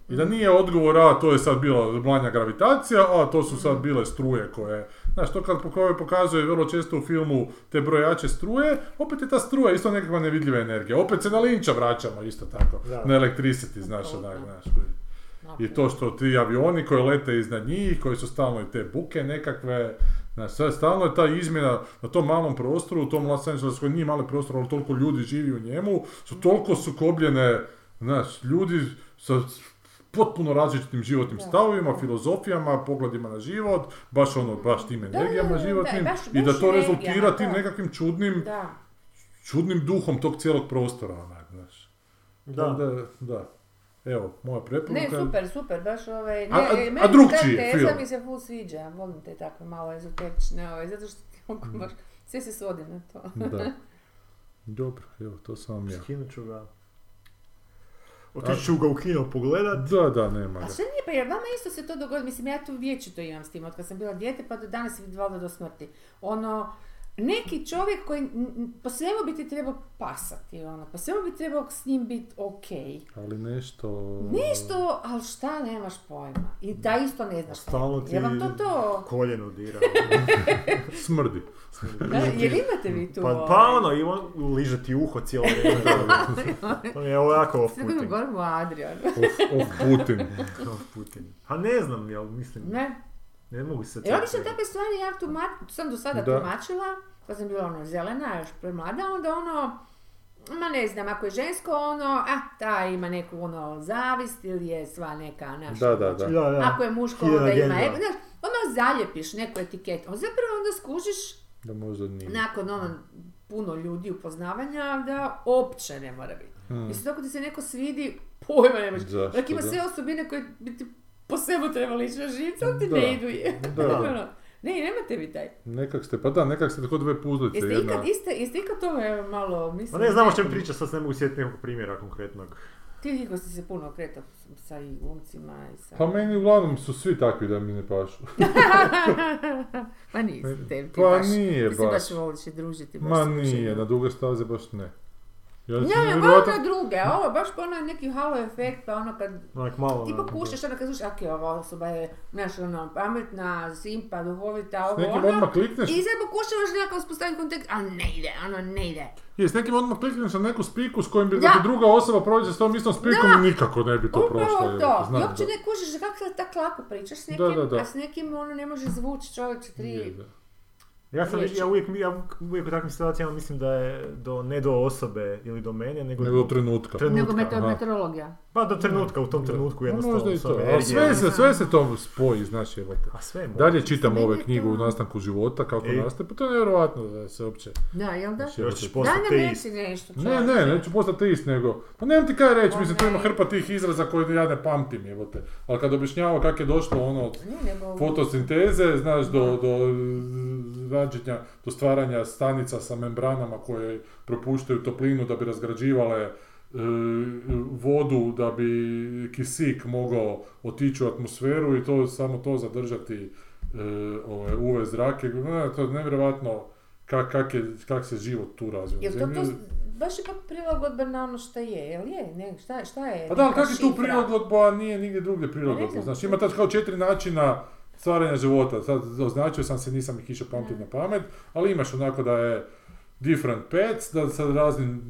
[SPEAKER 3] I da nije odgovor, a to je sad bila blanja gravitacija, a to su
[SPEAKER 1] Mm.
[SPEAKER 3] sad bile struje koje... Znaš, to kad poko- pokazuje vrlo često u filmu te brojače struje, opet je ta struja isto nekakva nevidljiva energija. Opet se na linča vraćamo isto tako,
[SPEAKER 4] Da.
[SPEAKER 3] na electricity, znaš, onak, znaš. koji- i to što ti avioni koji lete iznad njih, koji su stalno i te buke nekakve, znaš, sve stalno je ta izmjena na tom malom prostoru, u tom Los Angelesu koji nije mali prostor, ali toliko ljudi živi u njemu, su toliko sukobljene, znaš, ljudi sa potpuno različitim životnim stavovima, filozofijama, pogledima na život, baš ono, baš tim
[SPEAKER 1] da,
[SPEAKER 3] energijama
[SPEAKER 1] da, da,
[SPEAKER 3] životnim
[SPEAKER 1] baš-
[SPEAKER 3] i da
[SPEAKER 1] baš
[SPEAKER 3] to
[SPEAKER 1] energijama,
[SPEAKER 3] rezultira tim
[SPEAKER 1] da.
[SPEAKER 3] nekakvim čudnim,
[SPEAKER 1] Da.
[SPEAKER 3] čudnim duhom tog cijelog prostora, onak, znaš.
[SPEAKER 4] Da.
[SPEAKER 3] da, da. Evo, moja preporuka.
[SPEAKER 1] Ne, super, super, baš ovaj... Ne,
[SPEAKER 3] A- a-
[SPEAKER 1] e,
[SPEAKER 3] a
[SPEAKER 1] meni
[SPEAKER 3] drugčiji
[SPEAKER 1] ta teza
[SPEAKER 3] film? Mhm.
[SPEAKER 1] mi se ful sviđa, volim te takve malo ezoterične, ovaj, zato što ti mogu baš Sve se svodi na to.
[SPEAKER 3] Da. Dobro, evo, to sam vam ja.
[SPEAKER 4] Skinut ću ga. Otići ću ga u kino pogledat.
[SPEAKER 3] Da, da, nema
[SPEAKER 1] A
[SPEAKER 3] ga.
[SPEAKER 1] što nije, pa jer vama isto se to dogodi, mislim ja to vječito imam s tim, od kad sam bila dijete pa do danas i valjda do smrti. Ono, neki čovjek koji, n- n- po svemu bi ti trebao pasati, ono, po svemu bi trebao s njim biti okej.
[SPEAKER 3] Ali nešto...
[SPEAKER 1] Nešto, ali šta nemaš pojma. I da isto ne znaš. šta je.
[SPEAKER 2] Stalno ti
[SPEAKER 1] Je vam to to?
[SPEAKER 2] koljeno dira.
[SPEAKER 3] Smrdi.
[SPEAKER 1] Da, jel imate vi tu? ovaj?
[SPEAKER 2] Pa, pa ono, i on liže ti uho cijelo vrijeme. on je ovako
[SPEAKER 1] Sve koju
[SPEAKER 2] off-putin.
[SPEAKER 1] govorimo o Adrianu.
[SPEAKER 3] Off, off Putin.
[SPEAKER 2] Off-putin. Pa ne znam, jel, mislim, ne,
[SPEAKER 1] Ne? E,
[SPEAKER 2] mogu se...
[SPEAKER 1] Jer
[SPEAKER 2] sad
[SPEAKER 1] obično
[SPEAKER 2] sjetiti.
[SPEAKER 1] takve stvari ja tuma- sam do sada
[SPEAKER 3] Da.
[SPEAKER 1] tumačila, pa sam bila ono zelena, još premlada, onda ono, ma ne znam, ako je žensko ono, a ta ima neku ono zavist ili je sva neka naša.
[SPEAKER 3] Da, da, da.
[SPEAKER 2] Da, da.
[SPEAKER 1] Ako je muško
[SPEAKER 2] Hidden
[SPEAKER 1] onda ima,
[SPEAKER 2] agenda.
[SPEAKER 1] e, znaš, odmah zaljepiš neku etiketu, a zapravo onda skužiš
[SPEAKER 3] Da možda nije.
[SPEAKER 1] nakon ono puno ljudi upoznavanja da opće ne mora biti.
[SPEAKER 3] Mm,
[SPEAKER 1] Mislim, dok ti se neko svidi, pojma nemaš.
[SPEAKER 3] Zašto,
[SPEAKER 1] Dakle, ima
[SPEAKER 3] da?
[SPEAKER 1] sve osobine koje bi ti po sebu trebali ići na živce, ali ti
[SPEAKER 3] Da.
[SPEAKER 1] ne idu je.
[SPEAKER 3] Da.
[SPEAKER 1] Ono, ne, nemate vi taj.
[SPEAKER 3] Nekak ste, pa da, nekak ste tako dve puzlice.
[SPEAKER 1] Jeste
[SPEAKER 3] jedna...
[SPEAKER 1] ikad, jeste, jeste ikad tome malo,
[SPEAKER 2] Ma
[SPEAKER 1] mislim...
[SPEAKER 2] Pa
[SPEAKER 3] Pa
[SPEAKER 2] ne znam o čem
[SPEAKER 1] nekom-
[SPEAKER 2] priča, sad se ne mogu sjetiti nekog primjera konkretnog.
[SPEAKER 1] Ti kako si se puno okretao sa i glumcima i sa...
[SPEAKER 3] Pa meni uglavnom su svi takvi da mi ne pašu.
[SPEAKER 1] pa nisi, tebi ti
[SPEAKER 3] Pa
[SPEAKER 1] baš...
[SPEAKER 3] nije
[SPEAKER 1] Ti se
[SPEAKER 3] baš.
[SPEAKER 1] baš voliš i družiti, baš
[SPEAKER 3] Ma
[SPEAKER 1] se družiti.
[SPEAKER 3] nije, na duge staze baš ne. Ja
[SPEAKER 1] Ne,
[SPEAKER 3] sam
[SPEAKER 1] ne,
[SPEAKER 3] nevjerojatan-
[SPEAKER 1] na pa ono druge, a ovo baš ono neki halo efekt, pa ono kad
[SPEAKER 2] Onak malo...
[SPEAKER 1] Ti
[SPEAKER 2] na-
[SPEAKER 1] pokušaš, ono kad slušaš, ok, ova osoba je, znaš, ono, pametna, simpa, duhovita, ovo,
[SPEAKER 3] nekim
[SPEAKER 1] ono,
[SPEAKER 3] odmah klikneš.
[SPEAKER 1] i sad pokušavaš nekako uspostaviti kontekst, ali ne ide, ono, ne ide.
[SPEAKER 3] Je, s nekim odmah klikneš na neku spiku s kojim bi
[SPEAKER 1] Da.
[SPEAKER 3] da. ti druga osoba prođe s tom istom spikom
[SPEAKER 1] Da.
[SPEAKER 3] i nikako ne bi to prošlo.
[SPEAKER 1] Upravo
[SPEAKER 3] je,
[SPEAKER 1] to,
[SPEAKER 3] znam
[SPEAKER 1] i uopće
[SPEAKER 3] da-
[SPEAKER 1] ne kužiš kako sad tako lako pričaš s nekim,
[SPEAKER 3] Da, da, da.
[SPEAKER 1] a s nekim, ono, ne može zvući čovječe
[SPEAKER 3] Je,
[SPEAKER 1] tri...
[SPEAKER 3] da.
[SPEAKER 2] Ja, sam,
[SPEAKER 1] Riječi.
[SPEAKER 2] ja, uvijek, ja uvijek u takvim situacijama mislim da je do, ne do osobe ili do mene, nego,
[SPEAKER 3] Nego do trenutka.
[SPEAKER 2] Trenutka.
[SPEAKER 1] Nego meto-
[SPEAKER 3] aha.
[SPEAKER 1] meteorologija.
[SPEAKER 2] Pa do trenutka, u tom trenutku
[SPEAKER 3] Pa
[SPEAKER 2] jednostavno.
[SPEAKER 3] možda i
[SPEAKER 2] sa
[SPEAKER 3] to. A
[SPEAKER 2] energijom.
[SPEAKER 3] sve se, sve se to spoji, znaš, evo te.
[SPEAKER 2] A sve je moguće.
[SPEAKER 3] Dalje čitam
[SPEAKER 1] Meni
[SPEAKER 3] ove
[SPEAKER 1] je
[SPEAKER 3] knjige
[SPEAKER 1] to-
[SPEAKER 3] u nastanku života, kako
[SPEAKER 2] E.
[SPEAKER 3] nastaje, pa to je nevjerojatno da se uopće...
[SPEAKER 1] Da, jel da?
[SPEAKER 2] Još ćeš
[SPEAKER 1] Daj
[SPEAKER 2] postati
[SPEAKER 1] nam
[SPEAKER 2] ti
[SPEAKER 1] reći nešto,
[SPEAKER 3] Znači, Ne,
[SPEAKER 1] čovječe.
[SPEAKER 3] ne, neću postati ist nego, pa nemam ti kaj reći,
[SPEAKER 1] Pa
[SPEAKER 3] mislim, tu ima
[SPEAKER 1] ne.
[SPEAKER 3] hrpa tih izraza koje ja ne pamtim, evo te. Ali kad objašnjava kako je došlo ono od
[SPEAKER 1] Ne, nego...
[SPEAKER 3] fotosinteze, znaš, do, do rađenja, do stvaranja stanica sa membranama koje propuštaju toplinu da bi razgrađivale e, vodu da bi kisik mogao otići u atmosferu i to samo to zadržati e, ove UV zrake. Ne, to je nevjerojatno kak, kak, je, kak se život tu razvio. Znači, na
[SPEAKER 1] Jel to, to
[SPEAKER 3] Zemlji.
[SPEAKER 1] baš je pak prilagodba na ono šta je, jel je? Ne, šta, šta je?
[SPEAKER 3] Pa da, ali
[SPEAKER 1] neka
[SPEAKER 3] kak je tu
[SPEAKER 1] šifra? Pa
[SPEAKER 3] prilagodba, a nije nigdje drugdje
[SPEAKER 1] Ne
[SPEAKER 3] prilagodba.
[SPEAKER 1] znam.
[SPEAKER 3] Znači, ima tad kao četiri načina stvaranja života. Sad označio sam se, nisam ih išao pamtiti na pamet, ali imaš onako da je different paths, da sa raznim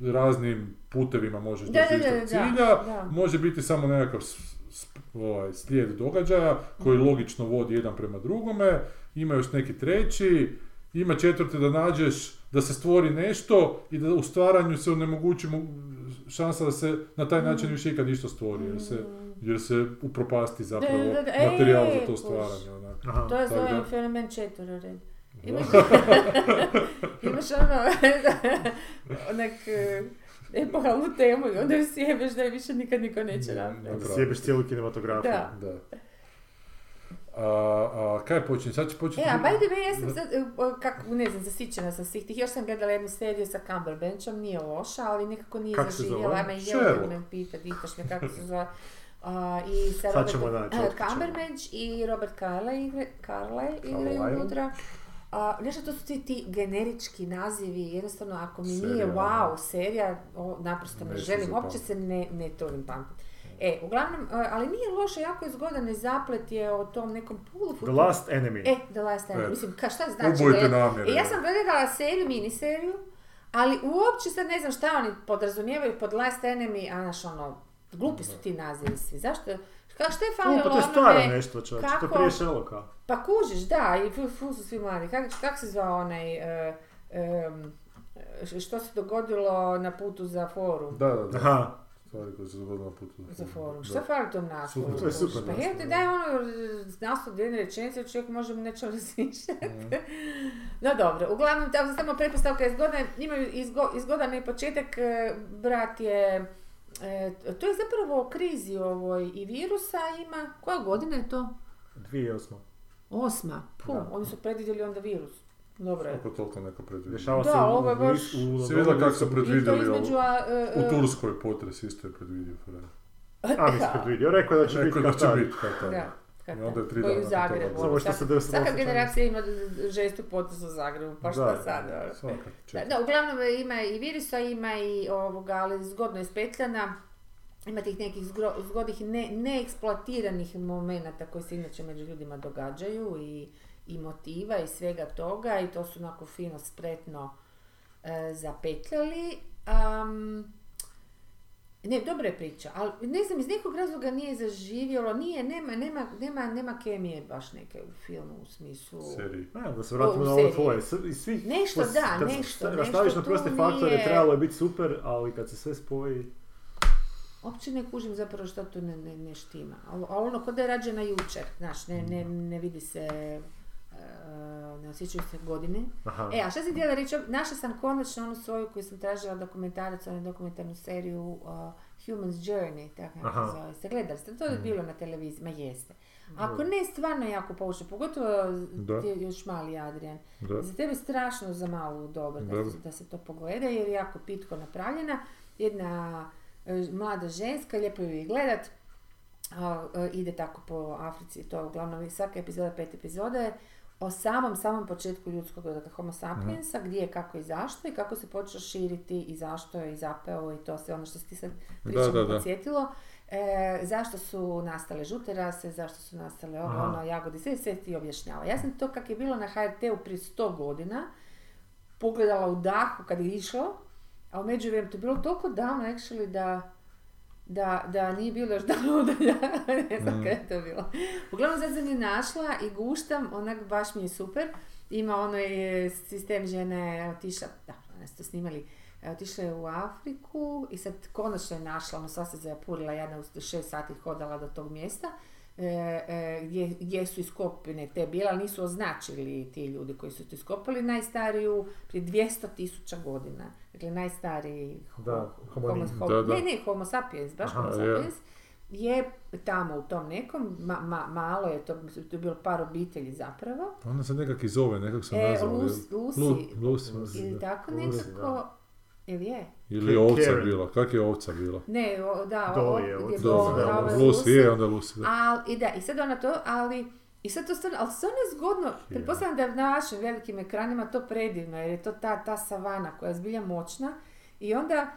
[SPEAKER 3] raznim putevima možeš
[SPEAKER 1] Da,
[SPEAKER 3] doći do
[SPEAKER 1] da, da,
[SPEAKER 3] istog
[SPEAKER 1] da,
[SPEAKER 3] cilja,
[SPEAKER 1] da.
[SPEAKER 3] može biti samo nekakav s- s- ovaj, slijed događaja koji
[SPEAKER 1] Mhm.
[SPEAKER 3] logično vodi jedan prema drugome, ima još neki treći, ima četvrti da nađeš da se stvori nešto i da u stvaranju se onemogući mu- šansa da se na taj način više ikad ništa stvori, jer se,
[SPEAKER 1] Mm.
[SPEAKER 3] jer se upropasti zapravo
[SPEAKER 1] Mhm. Da, da, da, E, ej,
[SPEAKER 3] materijal za to
[SPEAKER 1] kuš.
[SPEAKER 3] stvaranje. onak.
[SPEAKER 2] Aha.
[SPEAKER 1] To je
[SPEAKER 3] Tako
[SPEAKER 1] zove
[SPEAKER 3] da-
[SPEAKER 1] fenomen četvorored. Imaš, imaš ono, onak eh, epohalnu temu i onda ju sjebeš da je više nikad niko neće napraviti.
[SPEAKER 3] Napraviti.
[SPEAKER 2] Sjebeš cijelu kinematografiju.
[SPEAKER 1] Da.
[SPEAKER 3] Da. A, a kaj počinje? Sad će početi...
[SPEAKER 1] E, a by the way, ja sam sad, eh, kako, ne znam, zasićena sam svih tih. Još sam gledala jednu seriju sa Cumberbatchom, nije loša, ali nekako nije
[SPEAKER 2] Kako se
[SPEAKER 1] zaživjela.
[SPEAKER 2] zove?
[SPEAKER 1] Ajme, jel da
[SPEAKER 3] Sherlock.
[SPEAKER 1] me pita, pitaš me kako se zove. A, I sa
[SPEAKER 2] Sad ćemo
[SPEAKER 1] Robertom-
[SPEAKER 2] naći,
[SPEAKER 1] eh,
[SPEAKER 2] otkrićemo.
[SPEAKER 1] Cumberbatch i Robert Carlyle igre- Carlyle
[SPEAKER 2] Carlyle.
[SPEAKER 1] igraju unutra. A, nešto, to su ti, ti generički nazivi, jednostavno ako mi nije
[SPEAKER 3] Serija,
[SPEAKER 1] wow serija, o, naprosto ne
[SPEAKER 3] Neću
[SPEAKER 1] želim,
[SPEAKER 3] zapamtit.
[SPEAKER 1] uopće se ne, ne tolim pamtit. E, uglavnom, e, ali nije loše, jako je zgodan i zaplet je o tom nekom pulu
[SPEAKER 2] The Last Enemy.
[SPEAKER 1] E, The Last Time,
[SPEAKER 3] E.
[SPEAKER 1] mislim, ka, šta znači?
[SPEAKER 3] Ubojite
[SPEAKER 1] gled-
[SPEAKER 3] namjere,
[SPEAKER 1] E, ja
[SPEAKER 3] da.
[SPEAKER 1] sam gledala seriju, miniseriju, ali uopće sad ne znam šta oni podrazumijevaju pod Last Enemy, a naš ono, glupi su ti nazivi svi, zašto? Ka, što je
[SPEAKER 2] U,
[SPEAKER 1] falilo
[SPEAKER 2] pa to je
[SPEAKER 1] onome-
[SPEAKER 2] staro nešto, čovječe, to je
[SPEAKER 1] kako-
[SPEAKER 2] prije Sherlocka.
[SPEAKER 1] pa kužiš, da, i fu, fu su svi mladi. Kako kak se zvao onaj, e, em, š- što se dogodilo na putu za forum?
[SPEAKER 3] Da, da, da.
[SPEAKER 2] Aha,
[SPEAKER 3] Stvari koje su se dogodile na putu.
[SPEAKER 1] Za forum.
[SPEAKER 3] Da.
[SPEAKER 1] Šta fali tom naslovu?
[SPEAKER 3] Super,
[SPEAKER 2] to je
[SPEAKER 1] kužiš?
[SPEAKER 2] super
[SPEAKER 1] Pa
[SPEAKER 2] naslov,
[SPEAKER 1] te
[SPEAKER 2] da.
[SPEAKER 1] daj ono z- naslov dvije rečenice, čovjek može mu nečem razmišljati.
[SPEAKER 3] Mhm.
[SPEAKER 1] no dobro, uglavnom, tako samo pretpostavka je zgodna, imaju izgo, izgodan je početak, e, brat je e, to je zapravo o krizi ovoj i virusa ima, koja godina je to?
[SPEAKER 2] 2008.
[SPEAKER 1] Osma, pum,
[SPEAKER 2] Da.
[SPEAKER 1] oni su predvidjeli onda virus. Dobro je.
[SPEAKER 3] Kako toliko neko predvidio.
[SPEAKER 2] Dešava
[SPEAKER 1] Da,
[SPEAKER 2] se u,
[SPEAKER 1] ovo je
[SPEAKER 2] u
[SPEAKER 1] baš-
[SPEAKER 2] Gris- u
[SPEAKER 3] Si vidjela kako su
[SPEAKER 1] I to
[SPEAKER 3] predvidjeli ovo?
[SPEAKER 1] između... a, e, e,
[SPEAKER 3] U Turskoj potres isto je predvidio. frajer.
[SPEAKER 2] A mi se predvidio, rekao je da će biti
[SPEAKER 3] Rekao da će
[SPEAKER 2] Katar.
[SPEAKER 3] biti Katar.
[SPEAKER 1] Da.
[SPEAKER 3] I onda je tri
[SPEAKER 1] Koji
[SPEAKER 3] dana
[SPEAKER 1] u
[SPEAKER 3] nakon
[SPEAKER 1] Zagrebu.
[SPEAKER 3] toga.
[SPEAKER 2] Ovo što se
[SPEAKER 1] Svaka-
[SPEAKER 2] desilo
[SPEAKER 1] Svaka
[SPEAKER 2] osjećam.
[SPEAKER 1] generacija ima žestu potres u Zagrebu, pa šta
[SPEAKER 2] Da,
[SPEAKER 1] sad? ono?
[SPEAKER 3] Svaka
[SPEAKER 1] Da,
[SPEAKER 3] četvrta.
[SPEAKER 1] da, uglavnom ima i virusa, ima i ovoga, ali zgodno je spetljana. Ima tih nekih zgro- zgodnih ne, neeksploatiranih momenata koji se inače među ljudima događaju i, i motiva i svega toga i to su onako fino, spretno e, zapetljali. Am, ne, dobra je priča, ali ne znam, iz nekog razloga nije zaživjelo, nije, nema, nema, nema, nema kemije baš neke u filmu u smislu...
[SPEAKER 3] Seriji.
[SPEAKER 2] Ajmo da se
[SPEAKER 1] O,
[SPEAKER 2] vratimo
[SPEAKER 1] u
[SPEAKER 2] na ove
[SPEAKER 1] seriji.
[SPEAKER 2] tvoje. S- Iz svih,
[SPEAKER 1] Nešto
[SPEAKER 2] pos-
[SPEAKER 1] da,
[SPEAKER 2] kad
[SPEAKER 1] nešto,
[SPEAKER 2] se
[SPEAKER 1] nešto
[SPEAKER 2] Rastaviš na
[SPEAKER 1] tu
[SPEAKER 2] proste faktore,
[SPEAKER 1] nije-
[SPEAKER 2] trebalo je biti super, ali kad se sve spoji...
[SPEAKER 1] Uopće ne kužim zapravo što tu ne, ne, ne štima. Ali ono, kod da je rađena jučer, znaš, ne, ne, ne vidi se, e, ne osjećaju se godine.
[SPEAKER 2] Aha.
[SPEAKER 1] E, a šta sam htjela reći, našla sam konačno onu svoju koju sam tražila dokumentarac, onu dokumentarnu seriju uh, Human's Journey, tako
[SPEAKER 2] Aha.
[SPEAKER 1] kako se zove. Se gledali ste, to je bilo na televiziji, ma jeste. Ako ne, stvarno je jako poučno, pogotovo
[SPEAKER 3] Da.
[SPEAKER 1] ti još mali Adrian.
[SPEAKER 3] Da.
[SPEAKER 1] Za tebe je strašno za malu dobro da,
[SPEAKER 3] Dobro.
[SPEAKER 1] se- da se to pogleda jer je jako pitko napravljena. Jedna e, mlada ženska, lijepo ju je gledat, a, e, ide tako po Africi, to je uglavnom svaka epizoda, pet epizoda je o samom, samom početku ljudskog roda, dakle, homo sapiensa, gdje je, kako i zašto i kako se počeo širiti i zašto je i zapeo i to sve ono što si ti sad pričamo
[SPEAKER 3] da, da.
[SPEAKER 1] podsjetilo. E, zašto su nastale žute rase, zašto su nastale ovo,
[SPEAKER 2] Aha.
[SPEAKER 1] ono, jagode, sve, sve ti objašnjava. Ja sam to kak je bilo na HRT-u prije 100 godina, pogledala u dahu kad je išlo, a u međuvremenu to je bilo toliko davno actually da da, da nije bilo još davno da ja ne znam kada je to bilo. Uglavnom sad sam je našla i guštam, onak baš mi je super. Ima ono je sistem žene je otišla, da, ona su to snimali, e, otišla je u Afriku i sad konačno je našla, ono sva se zapurila, jedna u šest sati hodala do tog mjesta. e, e, gdje, gdje su iskopine te bile, ali nisu označili ti ljudi koji su to iskopali najstariju prije 200 tisuća godina. Dakle, najstariji
[SPEAKER 2] Da,
[SPEAKER 1] homo,
[SPEAKER 2] homonim.
[SPEAKER 1] homo-
[SPEAKER 3] Da, da.
[SPEAKER 1] Ne, ne, homo sapiens, baš
[SPEAKER 2] Aha,
[SPEAKER 1] homo
[SPEAKER 3] je.
[SPEAKER 1] sapiens je tamo u tom nekom, ma- ma- malo je to, to je bilo par obitelji zapravo,
[SPEAKER 3] Ona Pa se nekak i zove, nekak sam
[SPEAKER 1] E,
[SPEAKER 3] nazvao.
[SPEAKER 1] Lus-
[SPEAKER 3] jel?
[SPEAKER 1] Lucy.
[SPEAKER 3] Lu- Lucy,
[SPEAKER 1] ili
[SPEAKER 3] da.
[SPEAKER 1] tako
[SPEAKER 2] Lucy,
[SPEAKER 1] nekako,
[SPEAKER 2] da.
[SPEAKER 1] ili je?
[SPEAKER 3] Ili je ovca
[SPEAKER 2] Karen.
[SPEAKER 3] bila, kak je ovca bila?
[SPEAKER 1] Ne, o, da, o-
[SPEAKER 2] Dolly
[SPEAKER 1] o-
[SPEAKER 2] je
[SPEAKER 1] gdje
[SPEAKER 2] ovdje.
[SPEAKER 1] Dolly,
[SPEAKER 3] Dobro,
[SPEAKER 2] Dolly,
[SPEAKER 1] da,
[SPEAKER 3] da,
[SPEAKER 1] ovo je
[SPEAKER 3] Lucy je,
[SPEAKER 1] Lucy.
[SPEAKER 3] ono, onda Lucy, da.
[SPEAKER 1] Al, i da, i sad ona to, ali, i sad to stvarno, ali stvarno je zgodno, pretpostavljam da je na vašim velikim ekranima to predivno, jer je to ta, ta savana koja je zbilja moćna i onda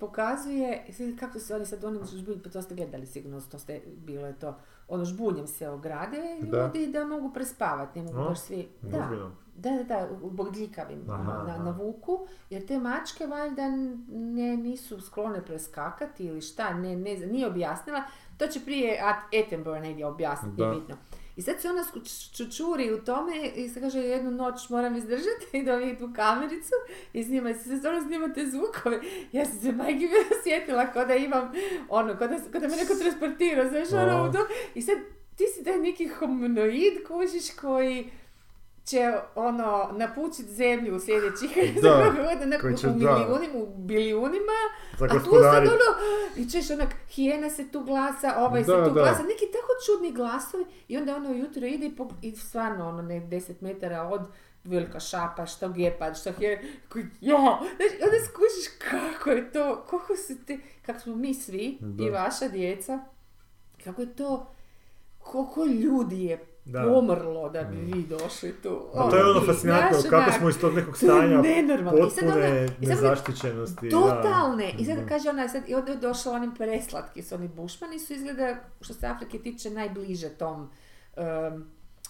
[SPEAKER 1] pokazuje, sad kako se oni sad oni žbunj, pa to ste gledali sigurno, to ste, bilo je to, ono žbunjem se ograde
[SPEAKER 3] Da.
[SPEAKER 1] ljudi da, mogu prespavati, ne mogu
[SPEAKER 2] No,
[SPEAKER 1] baš svi, da.
[SPEAKER 2] Ozbiljno.
[SPEAKER 1] Da, da, da, u- u bodljikavim
[SPEAKER 2] Aha,
[SPEAKER 1] ono, na,
[SPEAKER 2] aha.
[SPEAKER 1] na vuku, jer te mačke valjda n- ne, nisu sklone preskakati ili šta, ne, ne, znam, nije objasnila. To će prije At- Attenborough negdje objasniti,
[SPEAKER 3] Da.
[SPEAKER 1] nije bitno. I sad se ona skuč- čučuri u tome i se kaže jednu noć moram izdržati i dobijem tu kamericu i snima se, se stvarno snima te zvukove. Ja sam se majke bila sjetila kao da imam ono, kao da, kao da me neko transportira, znaš, ono,
[SPEAKER 3] A.
[SPEAKER 1] u to. I sad ti si taj neki homonoid kužiš koji će ono napučit zemlju u sljedećih
[SPEAKER 3] Da,
[SPEAKER 1] godina
[SPEAKER 2] koji će-
[SPEAKER 1] u
[SPEAKER 2] da.
[SPEAKER 1] milijunima, u bilijunima,
[SPEAKER 2] Za
[SPEAKER 1] a tu sad
[SPEAKER 2] gospodari.
[SPEAKER 1] ono, i ćeš onak, hijena se tu glasa, ovaj se
[SPEAKER 3] Da,
[SPEAKER 1] tu
[SPEAKER 3] da.
[SPEAKER 1] glasa, neki tako čudni glasovi i onda ono jutro ide i, po, i stvarno ono ne 10 metara od velika šapa, što gepard, što hije, koji, ja, znaš, i onda skužiš kako je to, kako se te, kako smo mi svi i
[SPEAKER 3] Da.
[SPEAKER 1] vaša djeca, kako je to, koliko ljudi je
[SPEAKER 2] Da.
[SPEAKER 1] pomrlo da bi vi došli tu.
[SPEAKER 2] A to je ono
[SPEAKER 1] Ti,
[SPEAKER 2] fascinantno,
[SPEAKER 1] Pa znaš,
[SPEAKER 2] kako
[SPEAKER 1] onak,
[SPEAKER 2] smo iz tog nekog
[SPEAKER 1] to je
[SPEAKER 2] stanja
[SPEAKER 1] nenormalno. I sad ona-
[SPEAKER 2] potpune
[SPEAKER 1] i sad ona-
[SPEAKER 2] nezaštićenosti. da.
[SPEAKER 1] Totalne! I sad kaže ona, sad, i onda je došla onim preslatki su oni bušmani su izgleda, što se Afrike tiče, najbliže tom um,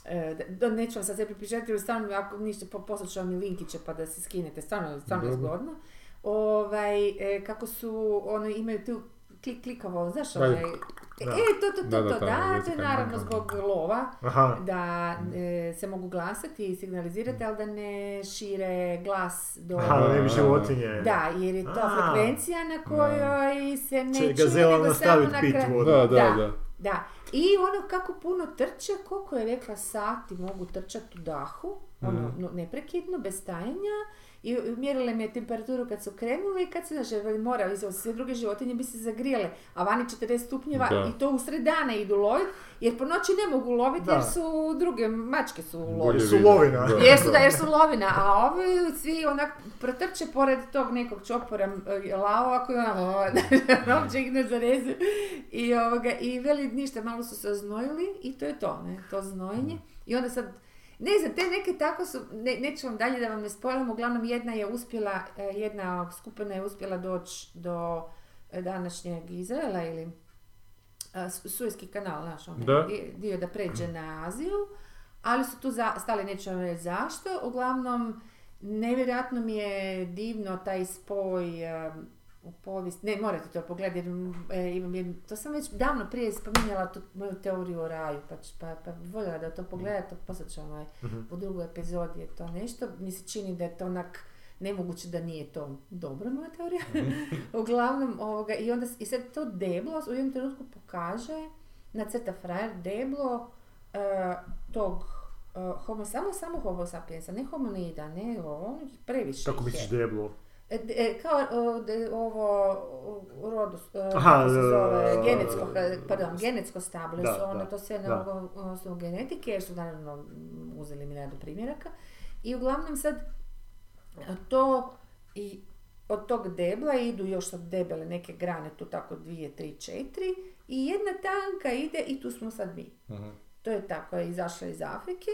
[SPEAKER 1] e, da- da, neću vam sad sve pripišati, jer stvarno, ako ništa, po- poslat ću vam i linkiće pa da se skinete, stvarno, stvarno je
[SPEAKER 3] Dobro.
[SPEAKER 1] zgodno. Ovaj, e, kako su, ono, imaju tu klik, klikovo, znaš,
[SPEAKER 3] Da,
[SPEAKER 1] onaj,
[SPEAKER 2] Pa, da.
[SPEAKER 1] e, to, to, to,
[SPEAKER 3] Da, da,
[SPEAKER 1] to,
[SPEAKER 3] tamo,
[SPEAKER 1] da, to
[SPEAKER 3] jezika,
[SPEAKER 1] je naravno
[SPEAKER 3] da.
[SPEAKER 1] zbog lova,
[SPEAKER 2] Aha,
[SPEAKER 1] da
[SPEAKER 2] Mm.
[SPEAKER 1] e, se mogu glasati i signalizirati, ali da ne šire glas do...
[SPEAKER 2] aha, Mm. da ne bi životinje.
[SPEAKER 1] Da, jer je to
[SPEAKER 2] E. A.
[SPEAKER 1] frekvencija na kojoj se ne
[SPEAKER 2] Će
[SPEAKER 1] čuje,
[SPEAKER 2] gazela
[SPEAKER 1] nego samo
[SPEAKER 2] nastavit
[SPEAKER 1] na
[SPEAKER 2] pit
[SPEAKER 1] kraju.
[SPEAKER 2] vodu.
[SPEAKER 3] Da, da,
[SPEAKER 1] Da.
[SPEAKER 3] da.
[SPEAKER 1] Da, i ono kako puno trče,
[SPEAKER 2] Mhm.
[SPEAKER 1] koliko je rekla sati mogu trčati u dahu, ono, no, neprekidno, bez stajanja I mjerile mi je temperaturu kad su krenule i kad su znaš, jer morali su sve druge životinje bi se zagrijale, a vani 40 stupnjeva
[SPEAKER 3] Da.
[SPEAKER 1] i to usred dana idu lovit, jer po noći ne mogu loviti jer
[SPEAKER 4] Da.
[SPEAKER 1] su druge mačke su lovile.
[SPEAKER 3] Bolje
[SPEAKER 4] su
[SPEAKER 3] vidio.
[SPEAKER 4] lovina.
[SPEAKER 3] Da.
[SPEAKER 1] Jer su, da, jer su lovina, a ovi svi onak protrče pored tog nekog čopora e, lavova koji ona uopće ih ne zareze. I, ovoga, I veli ništa, malo su se oznojili i to je to, ne, to znojenje. I onda sad, ne znam, te neke tako su, ne, neću vam dalje da vam ne spojlam, uglavnom jedna je uspjela, e, jedna skupina je uspjela doći do e, današnjeg Izraela ili a, Su- Suezki kanal, znaš, onaj
[SPEAKER 3] Da.
[SPEAKER 1] di- dio da pređe na Aziju, ali su tu za, stali, neću vam reći zašto, uglavnom, nevjerojatno mi je divno taj spoj em, u povijest, ne, morate to pogledati, jer, mm, e, imam jednu, to sam već davno prije spominjala tu moju teoriju o raju, pa, ću- pa, pa bi voljela da to pogledate, poslat ću vam ovaj, u drugoj epizodi je to nešto, mi se čini da je to onak, nemoguće da nije to dobro moja teorija. Uglavnom, ovoga, i, onda, s- i sad to deblo u jednom trenutku pokaže, nacrta frajer deblo e, tog e, homo, samo, samo homo sapiensa, ne homonida, ne ovo, onih previše
[SPEAKER 4] Kako
[SPEAKER 1] ih
[SPEAKER 4] misliš
[SPEAKER 1] je.
[SPEAKER 4] deblo?
[SPEAKER 1] E, d- e, kao o, d- ovo o, rodus, e,
[SPEAKER 4] Aha,
[SPEAKER 1] kako se zove,
[SPEAKER 4] e,
[SPEAKER 1] genetsko, e, pardon, genetsko stablo, jer
[SPEAKER 4] Da,
[SPEAKER 1] su ono
[SPEAKER 4] da,
[SPEAKER 1] to sve
[SPEAKER 4] da.
[SPEAKER 1] na ovo- osnovu genetike, jer su naravno m, uzeli milijardu primjeraka. I uglavnom sad to i od tog debla idu još sad debele neke grane, tu tako dvije, tri, četiri i jedna tanka ide i tu smo sad mi.
[SPEAKER 3] Mhm.
[SPEAKER 1] To je tako, je izašla iz Afrike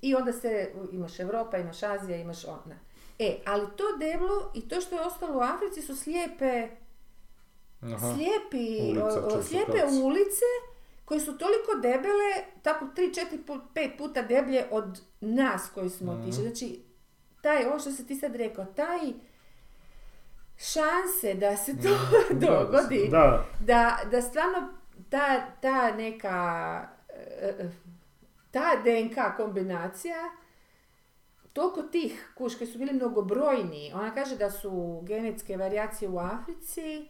[SPEAKER 1] i onda se, imaš Europa, imaš Azija, imaš ona. E, ali to deblo i to što je ostalo u Africi su slijepe,
[SPEAKER 3] Aha.
[SPEAKER 1] slijepi,
[SPEAKER 3] Ulica,
[SPEAKER 1] o- o,
[SPEAKER 3] često
[SPEAKER 1] slijepe
[SPEAKER 3] kac.
[SPEAKER 1] ulice koje su toliko debele, tako 3, 4, 5 puta deblje od nas koji smo
[SPEAKER 3] Mhm.
[SPEAKER 1] otišli. Znači, taj, ovo što si ti sad rekao, taj šanse da se to
[SPEAKER 3] Mhm. Da, da se-
[SPEAKER 1] dogodi,
[SPEAKER 4] Da,
[SPEAKER 1] da, da stvarno ta, ta neka e, e, ta DNK kombinacija toliko tih kuš koji su bili mnogobrojni, ona kaže da su genetske varijacije u Africi,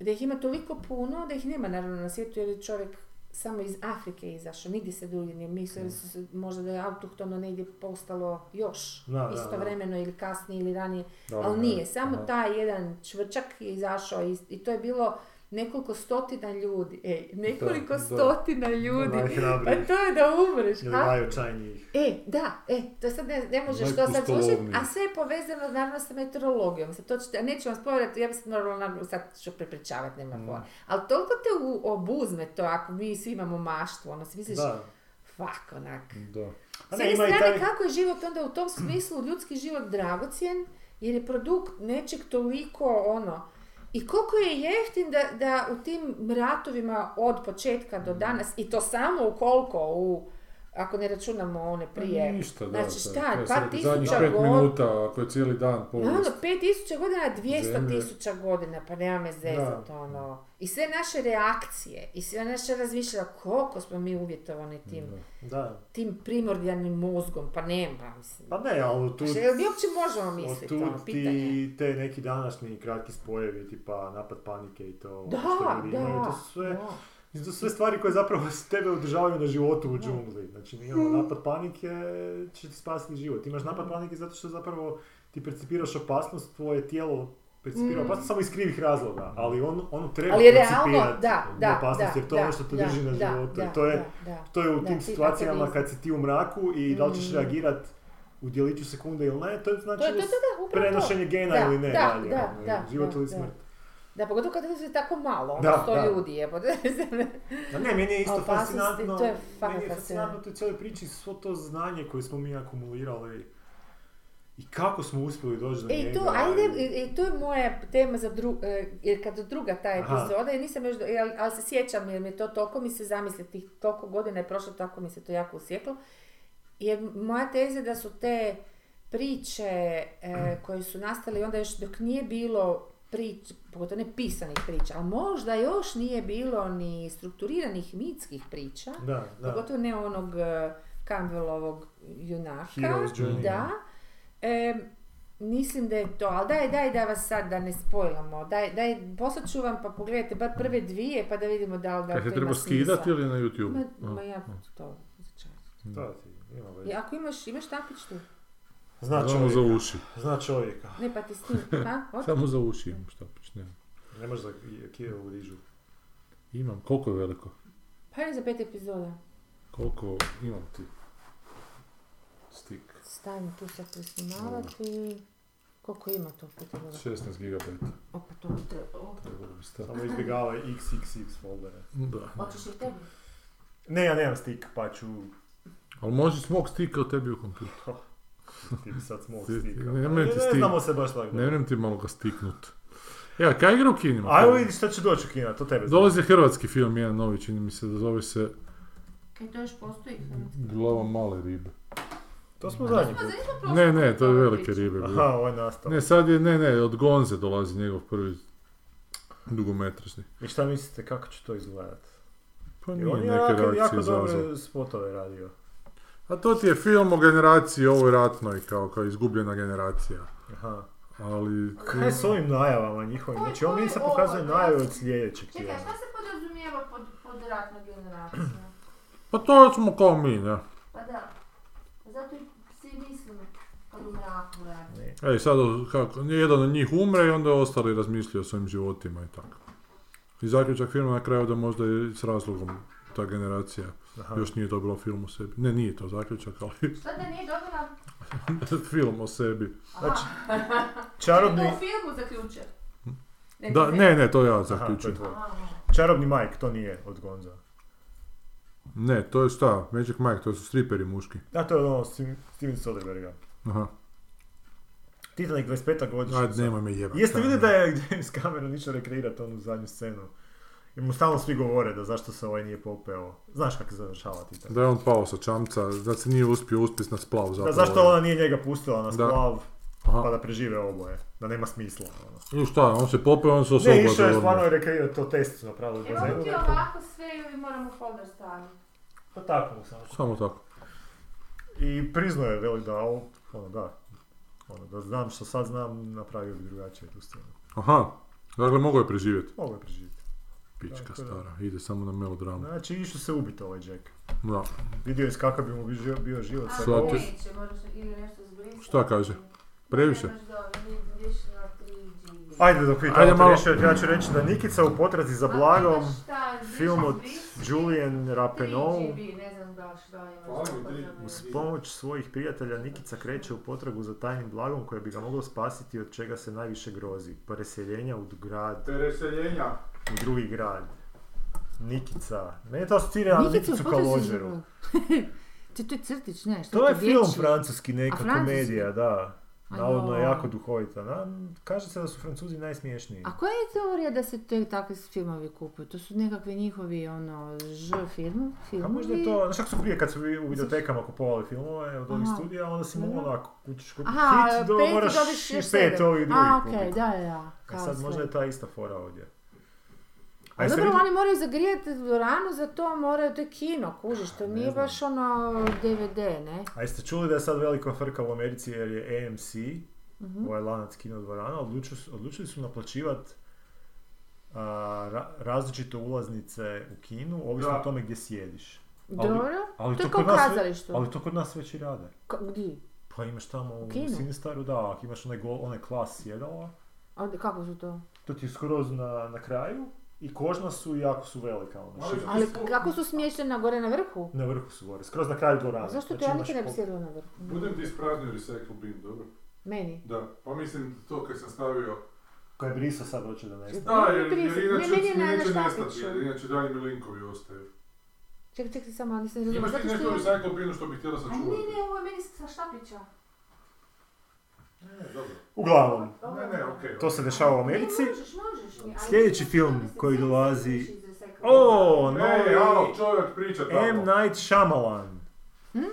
[SPEAKER 1] da ih ima toliko puno, da ih nema naravno na svijetu jer je čovjek samo iz Afrike izašao, nigdje se drugdje nije mislili su se možda da je autohtono negdje postalo još
[SPEAKER 4] Da, da, da.
[SPEAKER 1] istovremeno ili kasnije ili ranije,
[SPEAKER 3] Dobro,
[SPEAKER 1] ali
[SPEAKER 3] ne.
[SPEAKER 1] nije, samo
[SPEAKER 3] Aha.
[SPEAKER 1] taj jedan čvrčak je izašao iz- i to je bilo nekoliko stotina ljudi, ej, nekoliko
[SPEAKER 3] da.
[SPEAKER 1] stotina ljudi, pa
[SPEAKER 4] najhrabriji
[SPEAKER 1] to je da umreš,
[SPEAKER 4] ili
[SPEAKER 1] a?
[SPEAKER 4] najočajnijih.
[SPEAKER 1] E, da, e, to sad ne, ne možeš to sad
[SPEAKER 3] Najpustolovniji.
[SPEAKER 1] slušati, a sve je povezano naravno sa meteorologijom. Sad to ćete, a neću vam spovedati, ja bi sad morala nam, sad ću prepričavati, nema mm. Ali toliko te u, obuzme to, ako mi svi imamo maštvo, ono, si misliš,
[SPEAKER 4] Da.
[SPEAKER 1] fuck, onak.
[SPEAKER 3] Da.
[SPEAKER 4] A
[SPEAKER 1] S
[SPEAKER 4] ne,
[SPEAKER 1] jedne
[SPEAKER 4] ima i
[SPEAKER 1] strane,
[SPEAKER 4] taj-
[SPEAKER 1] kako je život onda u tom smislu, ljudski život dragocjen, jer je produkt nečeg toliko, ono, i koliko je jeftin da, da u tim ratovima od početka do danas, i to samo u koliko, u, ako ne računamo one prije,
[SPEAKER 3] Pa Ništa, da.
[SPEAKER 1] Znači,
[SPEAKER 3] to je-
[SPEAKER 1] šta,
[SPEAKER 3] to je
[SPEAKER 1] par
[SPEAKER 3] sad
[SPEAKER 1] tisuća
[SPEAKER 3] Zadnjih pet
[SPEAKER 1] god-
[SPEAKER 3] minuta, ako je cijeli dan
[SPEAKER 1] ono,
[SPEAKER 3] povijest.
[SPEAKER 1] 5000 godina, je 200
[SPEAKER 3] Zemlje.
[SPEAKER 1] tisuća godina, pa nema me zezat, ono. I sve naše reakcije, i sve naše razmišljala koliko smo mi uvjetovani tim,
[SPEAKER 4] Da.
[SPEAKER 1] tim primordijalnim mozgom, pa nema, mislim.
[SPEAKER 4] Pa ne, ali tu...
[SPEAKER 1] Znači, jel mi uopće možemo misliti,
[SPEAKER 4] Otud
[SPEAKER 1] ono, pitanje.
[SPEAKER 4] ti te neki današnji kratki spojevi, tipa napad panike i to ono
[SPEAKER 1] Da,
[SPEAKER 4] što ljudi imaju,
[SPEAKER 1] da,
[SPEAKER 4] to su sve,
[SPEAKER 1] da.
[SPEAKER 4] to su sve stvari koje zapravo s tebe održavaju na životu u džungli. Znači, ono,
[SPEAKER 1] Mm.
[SPEAKER 4] napad panike će ti spasiti život. Imaš napad panike zato što zapravo ti percipiraš opasnost, tvoje tijelo percipira opasnost samo iz krivih razloga, ali on, ono treba
[SPEAKER 1] Mm. Ali je realno,
[SPEAKER 4] percipirat
[SPEAKER 1] da, da,
[SPEAKER 4] opasnost
[SPEAKER 1] da,
[SPEAKER 4] jer to
[SPEAKER 1] da,
[SPEAKER 4] je ono što te
[SPEAKER 1] da,
[SPEAKER 4] drži na
[SPEAKER 1] da,
[SPEAKER 4] životu.
[SPEAKER 1] da,
[SPEAKER 4] I to je,
[SPEAKER 1] da, da.
[SPEAKER 4] to je u
[SPEAKER 1] Da,
[SPEAKER 4] tim
[SPEAKER 1] ti
[SPEAKER 4] situacijama
[SPEAKER 1] tako
[SPEAKER 4] kad si ti u mraku i da li ćeš reagirat u djeliću sekunde ili ne, to je znači
[SPEAKER 1] To je- to- to- da, upravo to.
[SPEAKER 4] prenošenje gena
[SPEAKER 1] Da,
[SPEAKER 4] ili ne
[SPEAKER 1] da,
[SPEAKER 4] dalje,
[SPEAKER 1] da,
[SPEAKER 4] ono,
[SPEAKER 1] da,
[SPEAKER 4] život
[SPEAKER 1] da,
[SPEAKER 4] ili
[SPEAKER 1] da.
[SPEAKER 4] smrt.
[SPEAKER 1] Da, pogotovo kad je tako malo, ono,
[SPEAKER 4] Da,
[SPEAKER 1] 100
[SPEAKER 4] da.
[SPEAKER 1] ljudi je,
[SPEAKER 2] Pa
[SPEAKER 4] A ne, meni je isto
[SPEAKER 1] Opasnosti,
[SPEAKER 4] fascinantno,
[SPEAKER 1] to je fakat
[SPEAKER 4] meni je fascinantno
[SPEAKER 1] fascinantno.
[SPEAKER 4] u toj cijeloj priči svo to znanje koje smo mi akumulirali i kako smo uspjeli doći do
[SPEAKER 1] E,
[SPEAKER 4] njega.
[SPEAKER 1] to, ajde,
[SPEAKER 4] i-
[SPEAKER 1] i- i to je moja tema za dru, e, jer kad druga ta
[SPEAKER 4] Aha.
[SPEAKER 1] epizoda, ja nisam još, do- ali, ali se sjećam jer mi je to toliko mi se zamisli, tih toliko godina je prošlo, tako mi se to jako usjeklo. Jer moja teza je da su te priče e,
[SPEAKER 4] Mm.
[SPEAKER 1] koje su nastale onda još dok nije bilo prič, pogotovo ne pisanih priča, ali možda još nije bilo ni strukturiranih mitskih priča,
[SPEAKER 4] Da, da.
[SPEAKER 1] pogotovo ne onog e, Campbellovog junaka,
[SPEAKER 4] Hero's Journey,
[SPEAKER 1] da, E, mislim da je to, ali daj, daj da vas sad da ne spojlamo, daj, daj, poslat ću vam pa pogledajte bar prve dvije pa da vidimo da li da
[SPEAKER 3] Kad
[SPEAKER 1] to
[SPEAKER 3] se
[SPEAKER 1] ima
[SPEAKER 3] treba
[SPEAKER 1] smisla.
[SPEAKER 3] skidati ili na YouTube?
[SPEAKER 1] Ma, ma ja to,
[SPEAKER 4] To ti, ima veze.
[SPEAKER 1] I ako imaš, imaš tapić tu?
[SPEAKER 2] Zna
[SPEAKER 3] Samo za
[SPEAKER 2] čovjeka.
[SPEAKER 3] uši.
[SPEAKER 2] Zna čovjeka.
[SPEAKER 1] Ne, pa ti s tim, ha? What?
[SPEAKER 3] Samo za uši imam štapić, ne.
[SPEAKER 2] Ne možeš za Kijevu dižu.
[SPEAKER 3] Imam, koliko je veliko?
[SPEAKER 1] Pa je za pet epizoda.
[SPEAKER 3] Koliko imam ti? Stik.
[SPEAKER 1] Stavim tu sad presnimavati. Koliko ima to pet epizoda?
[SPEAKER 3] 16 gigabajta.
[SPEAKER 1] Opa, to mi treba. O,
[SPEAKER 3] Trebalo bi stati.
[SPEAKER 2] Samo izbjegavaj XXX foldere.
[SPEAKER 3] Da.
[SPEAKER 1] Hoćeš i tebi?
[SPEAKER 2] Ne, ja nemam stik, pa ću...
[SPEAKER 3] Ali može smog stika od tebi u kompjuter.
[SPEAKER 2] Ti bi sad smog
[SPEAKER 3] Ti-
[SPEAKER 2] stika.
[SPEAKER 3] nemoj
[SPEAKER 2] Ne,
[SPEAKER 3] ti
[SPEAKER 2] ne
[SPEAKER 3] stik.
[SPEAKER 2] znamo se baš tako.
[SPEAKER 3] Ne vjerujem ti malo ga stiknut. Ja, kaj igra u kinima?
[SPEAKER 2] Ajmo vidi šta će doći u Kina, to tebe zanima.
[SPEAKER 3] Dolazi hrvatski film, jedan novi, čini mi se da zove se
[SPEAKER 1] Kaj E, to još postoji?
[SPEAKER 3] Glava male ribe.
[SPEAKER 2] To smo zadnji
[SPEAKER 1] Pa
[SPEAKER 2] put.
[SPEAKER 1] zaista prošlo.
[SPEAKER 3] Ne, ne, to je velike ribe. bilo.
[SPEAKER 2] Aha, ovo je nastao.
[SPEAKER 3] Ne, sad je, ne, ne, od Gonze dolazi njegov prvi dugometražni.
[SPEAKER 2] I šta mislite, kako će to izgledat?
[SPEAKER 3] Pa
[SPEAKER 2] Jer
[SPEAKER 3] nije
[SPEAKER 2] on
[SPEAKER 3] neke
[SPEAKER 2] je jako,
[SPEAKER 3] reakcije
[SPEAKER 2] jako
[SPEAKER 3] izazvao.
[SPEAKER 2] dobre spotove radio.
[SPEAKER 3] A to ti je film o generaciji ovoj ratnoj, kao, kao izgubljena generacija.
[SPEAKER 2] Aha.
[SPEAKER 3] Ali...
[SPEAKER 2] Kaj je s ovim najavama njihovim?
[SPEAKER 1] Ko je-
[SPEAKER 2] Znači on
[SPEAKER 1] ko je
[SPEAKER 2] meni sad pokazuje
[SPEAKER 1] ovo?
[SPEAKER 2] najave od sljedećeg
[SPEAKER 1] Čekaj,
[SPEAKER 2] tjedna.
[SPEAKER 1] šta se podrazumijeva pod, pod ratnu generaciju?
[SPEAKER 3] Pa to smo kao mi, ne?
[SPEAKER 1] Pa da. Zato i svi mislimo kad umraku radi.
[SPEAKER 2] Ne.
[SPEAKER 3] Ej, sad kako, jedan od njih umre i onda ostali razmišljaju o svojim životima i tako. I zaključak filma na kraju da možda je s razlogom ta generacija
[SPEAKER 2] Aha.
[SPEAKER 3] još nije dobila film o sebi. Ne, nije to zaključak, ali
[SPEAKER 1] Šta da nije dobila?
[SPEAKER 3] film o sebi.
[SPEAKER 2] Znači,
[SPEAKER 1] To
[SPEAKER 2] čarobni,
[SPEAKER 1] u filmu zaključak.
[SPEAKER 3] Da, ne, ne, to ja
[SPEAKER 2] aha, to je
[SPEAKER 3] zaključujem.
[SPEAKER 2] tvoje.
[SPEAKER 1] Aha.
[SPEAKER 2] čarobni Mike, to nije od Gonza.
[SPEAKER 3] Ne, to je šta, Magic Mike, to su striperi muški.
[SPEAKER 2] Da, to je ono Sim- Steven Soderberga.
[SPEAKER 3] Aha,
[SPEAKER 2] Titanic 25.
[SPEAKER 3] ajde,
[SPEAKER 2] godišnjica.
[SPEAKER 3] nemoj me jebati.
[SPEAKER 2] Jeste vidjeli da je James Cameron išao rekreirati onu zadnju scenu? I mu stalno svi govore da zašto se ovaj nije popeo. Znaš kako se završava Titanic.
[SPEAKER 3] Da je on pao sa čamca, da se nije uspio uspjeti na splav zapravo.
[SPEAKER 2] Da, zašto ona nije njega pustila na
[SPEAKER 3] Da.
[SPEAKER 2] splav pa
[SPEAKER 3] Aha,
[SPEAKER 2] da prežive oboje. Da nema smisla. ono.
[SPEAKER 3] i šta, on se popeo, on se osobio.
[SPEAKER 2] Ne, išao je stvarno rekreirati to test su napravili. u
[SPEAKER 1] Evo
[SPEAKER 2] bazenu,
[SPEAKER 1] ti
[SPEAKER 2] eto.
[SPEAKER 1] ovako sve ili moramo folder staviti.
[SPEAKER 2] Pa tako mu samo.
[SPEAKER 3] Samo tako.
[SPEAKER 2] I priznao je, veli da, ovo- ono da, ono, da znam što sad znam, napravio bi drugačije tu scenu.
[SPEAKER 3] Aha, dakle mogu je preživjeti.
[SPEAKER 2] Mogu je preživjeti.
[SPEAKER 3] Pička
[SPEAKER 2] Tako da.
[SPEAKER 3] stara, ide samo na melodramu.
[SPEAKER 2] Znači, išao se ubiti ovaj Jack.
[SPEAKER 3] Da.
[SPEAKER 2] Vidio je kakav bi mu bi žio- bio život sad.
[SPEAKER 3] Slati.
[SPEAKER 2] ovo-
[SPEAKER 1] neće, moraš ili nešto zbrisati.
[SPEAKER 3] Šta kaže? Previše?
[SPEAKER 1] Ne možeš dobro, vi- više na 3G.
[SPEAKER 2] Ajde dok vi
[SPEAKER 3] Ajde
[SPEAKER 2] tamo to
[SPEAKER 3] malo.
[SPEAKER 2] riješite, ja ću reći da Nikica u potrazi za blagom,
[SPEAKER 1] Ako imaš šta, više
[SPEAKER 2] film od
[SPEAKER 1] zbrisi,
[SPEAKER 2] Julian Rapenou,
[SPEAKER 1] 3GB, ne znam da li što imaš.
[SPEAKER 3] Pa, ali tri-
[SPEAKER 1] Kako
[SPEAKER 2] uz
[SPEAKER 1] zove.
[SPEAKER 2] pomoć svojih prijatelja Nikica kreće u potragu za tajnim blagom koje bi ga moglo spasiti od čega se najviše grozi. Preseljenja u grad,
[SPEAKER 3] Preseljenja.
[SPEAKER 2] u drugi grad. Nikica. Mene to asocira na
[SPEAKER 1] Nikicu
[SPEAKER 2] Nikicu
[SPEAKER 1] u potresu
[SPEAKER 2] Kalođeru.
[SPEAKER 1] izgledala. Ti to je crtić, ne, što
[SPEAKER 2] To je
[SPEAKER 1] ti
[SPEAKER 2] film
[SPEAKER 1] dječji?
[SPEAKER 2] francuski, neka
[SPEAKER 1] A, francuski?
[SPEAKER 2] komedija, da. Navodno je
[SPEAKER 1] Ajoj.
[SPEAKER 2] jako duhovita. Na, kaže se da su Francuzi najsmiješniji.
[SPEAKER 1] A koja je teorija da se te takvi filmovi kupuju? To su nekakvi njihovi, ono, ž film,
[SPEAKER 2] A
[SPEAKER 1] filmovi.
[SPEAKER 2] možda je to, znaš kako su prije kad su vi u videotekama kupovali filmove od ovih
[SPEAKER 1] Aha. Mhm.
[SPEAKER 2] studija, onda si mogao onako kućiš kupiti
[SPEAKER 1] Aha,
[SPEAKER 2] hit, do,
[SPEAKER 1] pet i
[SPEAKER 2] moraš
[SPEAKER 1] dobiš
[SPEAKER 2] i
[SPEAKER 1] još
[SPEAKER 2] pet
[SPEAKER 1] sedam.
[SPEAKER 2] ovih drugih
[SPEAKER 1] A, okej,
[SPEAKER 2] kupiti.
[SPEAKER 1] da, da, da.
[SPEAKER 2] E
[SPEAKER 1] Kao
[SPEAKER 2] sad
[SPEAKER 1] sve.
[SPEAKER 2] možda je ta ista fora ovdje.
[SPEAKER 1] A
[SPEAKER 2] jeste
[SPEAKER 1] dobro,
[SPEAKER 2] vidjeli-
[SPEAKER 1] oni moraju zagrijati dvoranu, za to moraju, to je kino, kužiš, to
[SPEAKER 2] ne
[SPEAKER 1] nije
[SPEAKER 2] znam.
[SPEAKER 1] baš ono DVD, ne?
[SPEAKER 2] a jeste čuli da je sad velika frka u Americi jer je AMC,
[SPEAKER 1] Mhm.
[SPEAKER 2] ovaj lanac kino dvorana, odlučili su, odlučili su naplaćivati različite ulaznice u kinu, ovisno
[SPEAKER 3] Da.
[SPEAKER 2] o tome gdje sjediš. Ali-
[SPEAKER 1] Dobro,
[SPEAKER 2] Ali
[SPEAKER 1] to je kao
[SPEAKER 2] kod nas ve-
[SPEAKER 1] kazalište.
[SPEAKER 2] ali to kod nas već i rade.
[SPEAKER 1] Ka- Gdi?
[SPEAKER 2] Pa imaš tamo u
[SPEAKER 1] kinu?
[SPEAKER 2] Sinistaru, da, ako imaš onaj, gol, onaj klas sjedala,
[SPEAKER 1] A ovdje kako su to?
[SPEAKER 2] to ti je skroz na, na kraju i kožna su i jako su velika. Ono,
[SPEAKER 3] Ali-
[SPEAKER 2] široka.
[SPEAKER 1] Ali kako su smještena gore na vrhu?
[SPEAKER 2] na vrhu su gore, skroz na kraju dvorane.
[SPEAKER 1] A zašto
[SPEAKER 2] Znači
[SPEAKER 1] to ja
[SPEAKER 2] imaš
[SPEAKER 1] nikad ne bi
[SPEAKER 2] pol-
[SPEAKER 1] sjedila na vrhu?
[SPEAKER 3] Budem ti ispraznio recycle bin, dobro?
[SPEAKER 1] Meni.
[SPEAKER 3] Da, pa mislim to kad sam stavio...
[SPEAKER 2] Koja je brisa sad hoće da nestane.
[SPEAKER 3] Da, jer,
[SPEAKER 1] Tri-
[SPEAKER 3] jer
[SPEAKER 1] ne, meni
[SPEAKER 3] inače
[SPEAKER 1] je
[SPEAKER 3] mi
[SPEAKER 1] na- na
[SPEAKER 3] neće nestati,
[SPEAKER 1] štapiću.
[SPEAKER 3] jer inače dalje mi linkovi ostaju.
[SPEAKER 1] Čekaj, čekaj, samo nisam razumjela.
[SPEAKER 3] Imaš ti
[SPEAKER 1] Zato što
[SPEAKER 3] nešto u
[SPEAKER 1] je-
[SPEAKER 3] recycle binu što bi htjela
[SPEAKER 1] A ne,
[SPEAKER 3] sačuvati?
[SPEAKER 1] ne, ovo je meni sa štapića.
[SPEAKER 3] Ne, E, dobro.
[SPEAKER 2] Uglavnom,
[SPEAKER 1] Ovo je
[SPEAKER 3] Ne, ne,
[SPEAKER 1] ono.
[SPEAKER 3] okej.
[SPEAKER 2] to se dešava u Americi.
[SPEAKER 1] Ne, možeš, možeš mi, ali
[SPEAKER 2] Sljedeći
[SPEAKER 1] što
[SPEAKER 2] film
[SPEAKER 1] mislim,
[SPEAKER 2] koji
[SPEAKER 1] sve
[SPEAKER 2] dolazi-
[SPEAKER 1] se više iz recycla.
[SPEAKER 2] O,
[SPEAKER 3] Ne,
[SPEAKER 2] novi
[SPEAKER 3] jao, čovjek priča tako.
[SPEAKER 2] M. Night Shyamalan.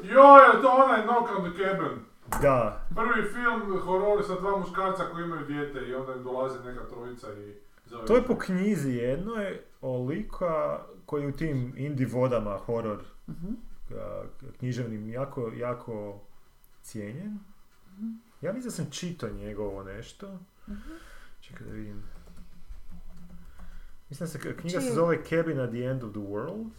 [SPEAKER 3] Joj, je to onaj Knock on the Cabin.
[SPEAKER 2] Da,
[SPEAKER 3] Prvi film horor sa dva muškarca koji imaju dijete i onda im dolazi neka trojica i zove.
[SPEAKER 2] to je po knjizi jednoj o lika koji u tim indie vodama horor
[SPEAKER 1] Mhm.
[SPEAKER 2] a, književnim jako, jako cijenjen. Ja mislim da sam čitao njegovo nešto. Čekaj da vidim. Mislim da se k- knjiga se
[SPEAKER 1] Čiju?
[SPEAKER 2] zove Cabin at the End of the World.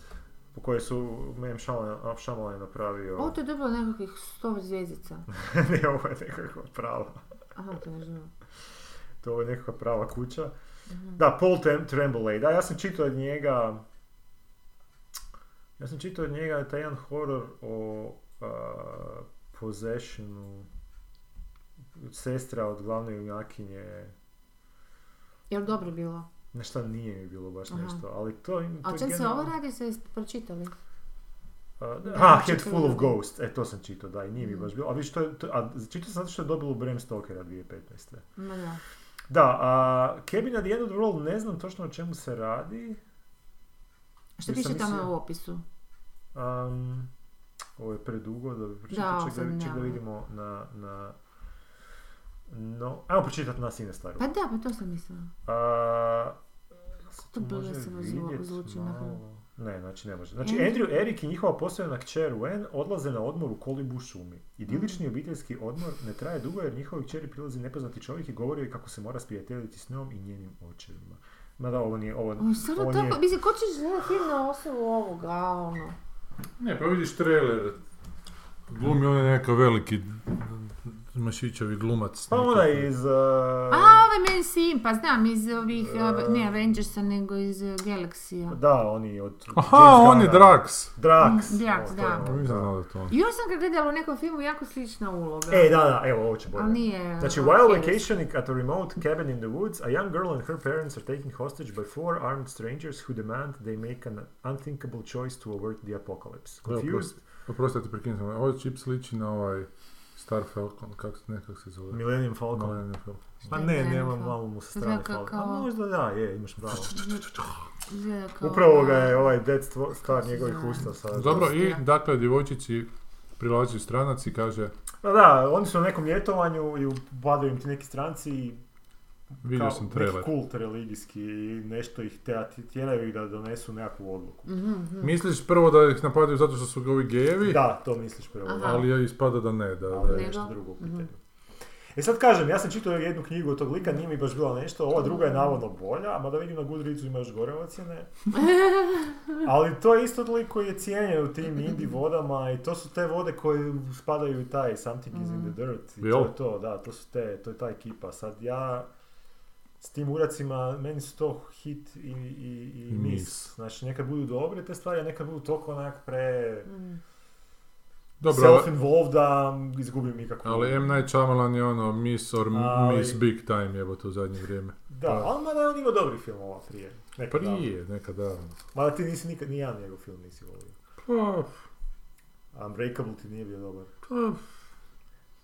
[SPEAKER 2] po kojoj su M. Shyamalan Shyamalan napravio...
[SPEAKER 1] Ovo to je dobilo nekakvih 100 zvijezdica.
[SPEAKER 2] ne, ovo je nekakva prava.
[SPEAKER 1] Aha, to ne znam.
[SPEAKER 2] To je nekakva prava kuća.
[SPEAKER 1] Mhm.
[SPEAKER 2] Da, Paul Trem- Tremblay. Da, ja sam čitao od njega... Ja sam čitao od njega taj jedan horor o uh, possessionu sestra od glavne junakinje.
[SPEAKER 1] Jel dobro bilo?
[SPEAKER 2] Nešto nije mi bilo baš
[SPEAKER 1] Aha.
[SPEAKER 2] nešto, ali to... to
[SPEAKER 1] A o čem
[SPEAKER 2] je
[SPEAKER 1] se
[SPEAKER 2] generalno-
[SPEAKER 1] ovo radi, se pročitali?
[SPEAKER 2] Uh,
[SPEAKER 1] Da,
[SPEAKER 2] ah,
[SPEAKER 1] znači
[SPEAKER 2] Head
[SPEAKER 1] to
[SPEAKER 2] Full
[SPEAKER 1] je-
[SPEAKER 2] of Ghosts, e to sam čitao, da, i nije mi
[SPEAKER 1] Mm.
[SPEAKER 2] baš bilo, a vidiš, to je, to, a čitao sam zato što je dobilo Bram Stokera 2015.
[SPEAKER 1] Ma da.
[SPEAKER 2] Da, a Cabin at the End of the World, ne znam točno o čemu se radi,
[SPEAKER 1] Što
[SPEAKER 2] Nisam
[SPEAKER 1] piše tamo
[SPEAKER 2] mislio.
[SPEAKER 1] u opisu?
[SPEAKER 2] um, ovo je predugo da bi
[SPEAKER 1] Da,
[SPEAKER 2] pročitao, ček da,
[SPEAKER 1] osam
[SPEAKER 2] ček da
[SPEAKER 1] dana.
[SPEAKER 2] vidimo na, na, no, ajmo pročitati na Sinestaru.
[SPEAKER 1] Pa da, pa to sam mislila.
[SPEAKER 2] A, se
[SPEAKER 1] to bilo se zvu- zvuči onako?
[SPEAKER 2] Ne, znači ne može. Znači,
[SPEAKER 1] Andrew-
[SPEAKER 2] Andrew, Erik i njihova poslovna kćer Wen odlaze na odmor u Kolibu šumi. Idilični
[SPEAKER 1] Mhm.
[SPEAKER 2] obiteljski odmor ne traje dugo jer njihovoj kćeri prilazi nepoznati čovjek i govori joj kako se mora sprijateljiti s njom i njenim očevima. Ma da, ovo nije, ovo,
[SPEAKER 1] Ovo je stvarno
[SPEAKER 2] ovo nije-
[SPEAKER 1] tako, mislim, ko će gledati film na osnovu ovoga, ono?
[SPEAKER 3] Ne, pa vidiš trailer. Glumi onaj neka veliki mašićevi glumac.
[SPEAKER 2] Pa
[SPEAKER 3] nekakav.
[SPEAKER 2] onaj iz... uh,
[SPEAKER 1] A, ovo je meni sim, pa znam, iz ovih,
[SPEAKER 2] E.
[SPEAKER 1] ne Avengersa, nego iz eh, Galaxija.
[SPEAKER 2] Da, oni od...
[SPEAKER 3] Aha,
[SPEAKER 2] James
[SPEAKER 3] on je
[SPEAKER 2] Gunna.
[SPEAKER 3] Drax.
[SPEAKER 2] Drax.
[SPEAKER 1] Mm, Drax,
[SPEAKER 2] Evo,
[SPEAKER 1] da.
[SPEAKER 2] to je
[SPEAKER 3] Pa
[SPEAKER 2] ono,
[SPEAKER 3] nisam znao da je to on.
[SPEAKER 1] I još sam ga gledala u nekom filmu, jako slična uloga.
[SPEAKER 2] E, da, da, evo, ovo će bolje.
[SPEAKER 1] Ali nije...
[SPEAKER 2] Znači,
[SPEAKER 1] ono,
[SPEAKER 2] while
[SPEAKER 1] Harris.
[SPEAKER 2] vacationing at a remote cabin in the woods, a young girl and her parents are taken hostage by four armed strangers who demand they make an unthinkable choice to avert the apocalypse.
[SPEAKER 3] Evo,
[SPEAKER 2] Confused,
[SPEAKER 3] Oprosti da ti prekinem, ovo čip sliči na ovaj Star Falcon, kako se nekak se zove.
[SPEAKER 2] Millennium Falcon.
[SPEAKER 3] Millennium Falcon.
[SPEAKER 2] Pa ne,
[SPEAKER 1] Millennium
[SPEAKER 2] nemam
[SPEAKER 1] Falcon.
[SPEAKER 2] glavu mu sa strane
[SPEAKER 1] Izgleda
[SPEAKER 2] Falcon. A
[SPEAKER 1] kao-
[SPEAKER 2] možda da, je, imaš pravo.
[SPEAKER 1] Izgleda kao-
[SPEAKER 2] Upravo ga je ovaj Dead Stvo- Star njegovih usta sad.
[SPEAKER 3] Dobro, i
[SPEAKER 1] Oprosti.
[SPEAKER 3] dakle, djevojčici prilazi stranac i kaže,
[SPEAKER 2] Da, Pa da, oni su na nekom ljetovanju i upadaju im ti neki stranci i
[SPEAKER 3] vidio
[SPEAKER 2] kao
[SPEAKER 3] sam
[SPEAKER 2] neki
[SPEAKER 3] trailer.
[SPEAKER 2] kult religijski i nešto ih te- tjeraju ih da donesu nekakvu odluku.
[SPEAKER 1] Mhm, mhm.
[SPEAKER 3] Misliš prvo da ih napadaju zato što su ovi gejevi,
[SPEAKER 2] Da, to misliš prvo.
[SPEAKER 1] Aha.
[SPEAKER 3] ali ja ispada da ne, da, da.
[SPEAKER 2] ali
[SPEAKER 1] Nego?
[SPEAKER 2] nešto drugo u
[SPEAKER 1] Mhm.
[SPEAKER 2] pitanju. E sad kažem, ja sam čitao jednu knjigu od tog lika, nije mi baš bila nešto, ova druga je navodno bolja, mada vidim na Goodreadsu ima još gore ocjene. Ali to je isto lik koji je cijenjen u tim indie vodama i to su te vode koje spadaju u taj Something is in
[SPEAKER 1] Mhm.
[SPEAKER 2] the dirt. I to
[SPEAKER 3] Jel?
[SPEAKER 2] je to, da, to su te, to je ta ekipa. Sad ja s tim uracima, meni su to hit i, i, i
[SPEAKER 3] I
[SPEAKER 2] mis.
[SPEAKER 3] miss.
[SPEAKER 2] Znači, nekad budu dobre te stvari, a nekad budu toliko onak pre
[SPEAKER 1] Mhm.
[SPEAKER 3] Dobro, ali-
[SPEAKER 2] self-involved da izgubim nikakvu...
[SPEAKER 3] ali M. Night Shyamalan je ono miss or
[SPEAKER 2] Ali-
[SPEAKER 3] miss big time jebote u zadnje vrijeme.
[SPEAKER 2] Da,
[SPEAKER 3] Pa-
[SPEAKER 2] ali mada je on imao dobri filmova prije. Nekad davno.
[SPEAKER 3] Prije, nekad davno.
[SPEAKER 2] Mada ti nisi nikad, nijedan njegov film nisi volio.
[SPEAKER 3] Pa,
[SPEAKER 2] A Unbreakable ti nije bio dobar.
[SPEAKER 3] pa,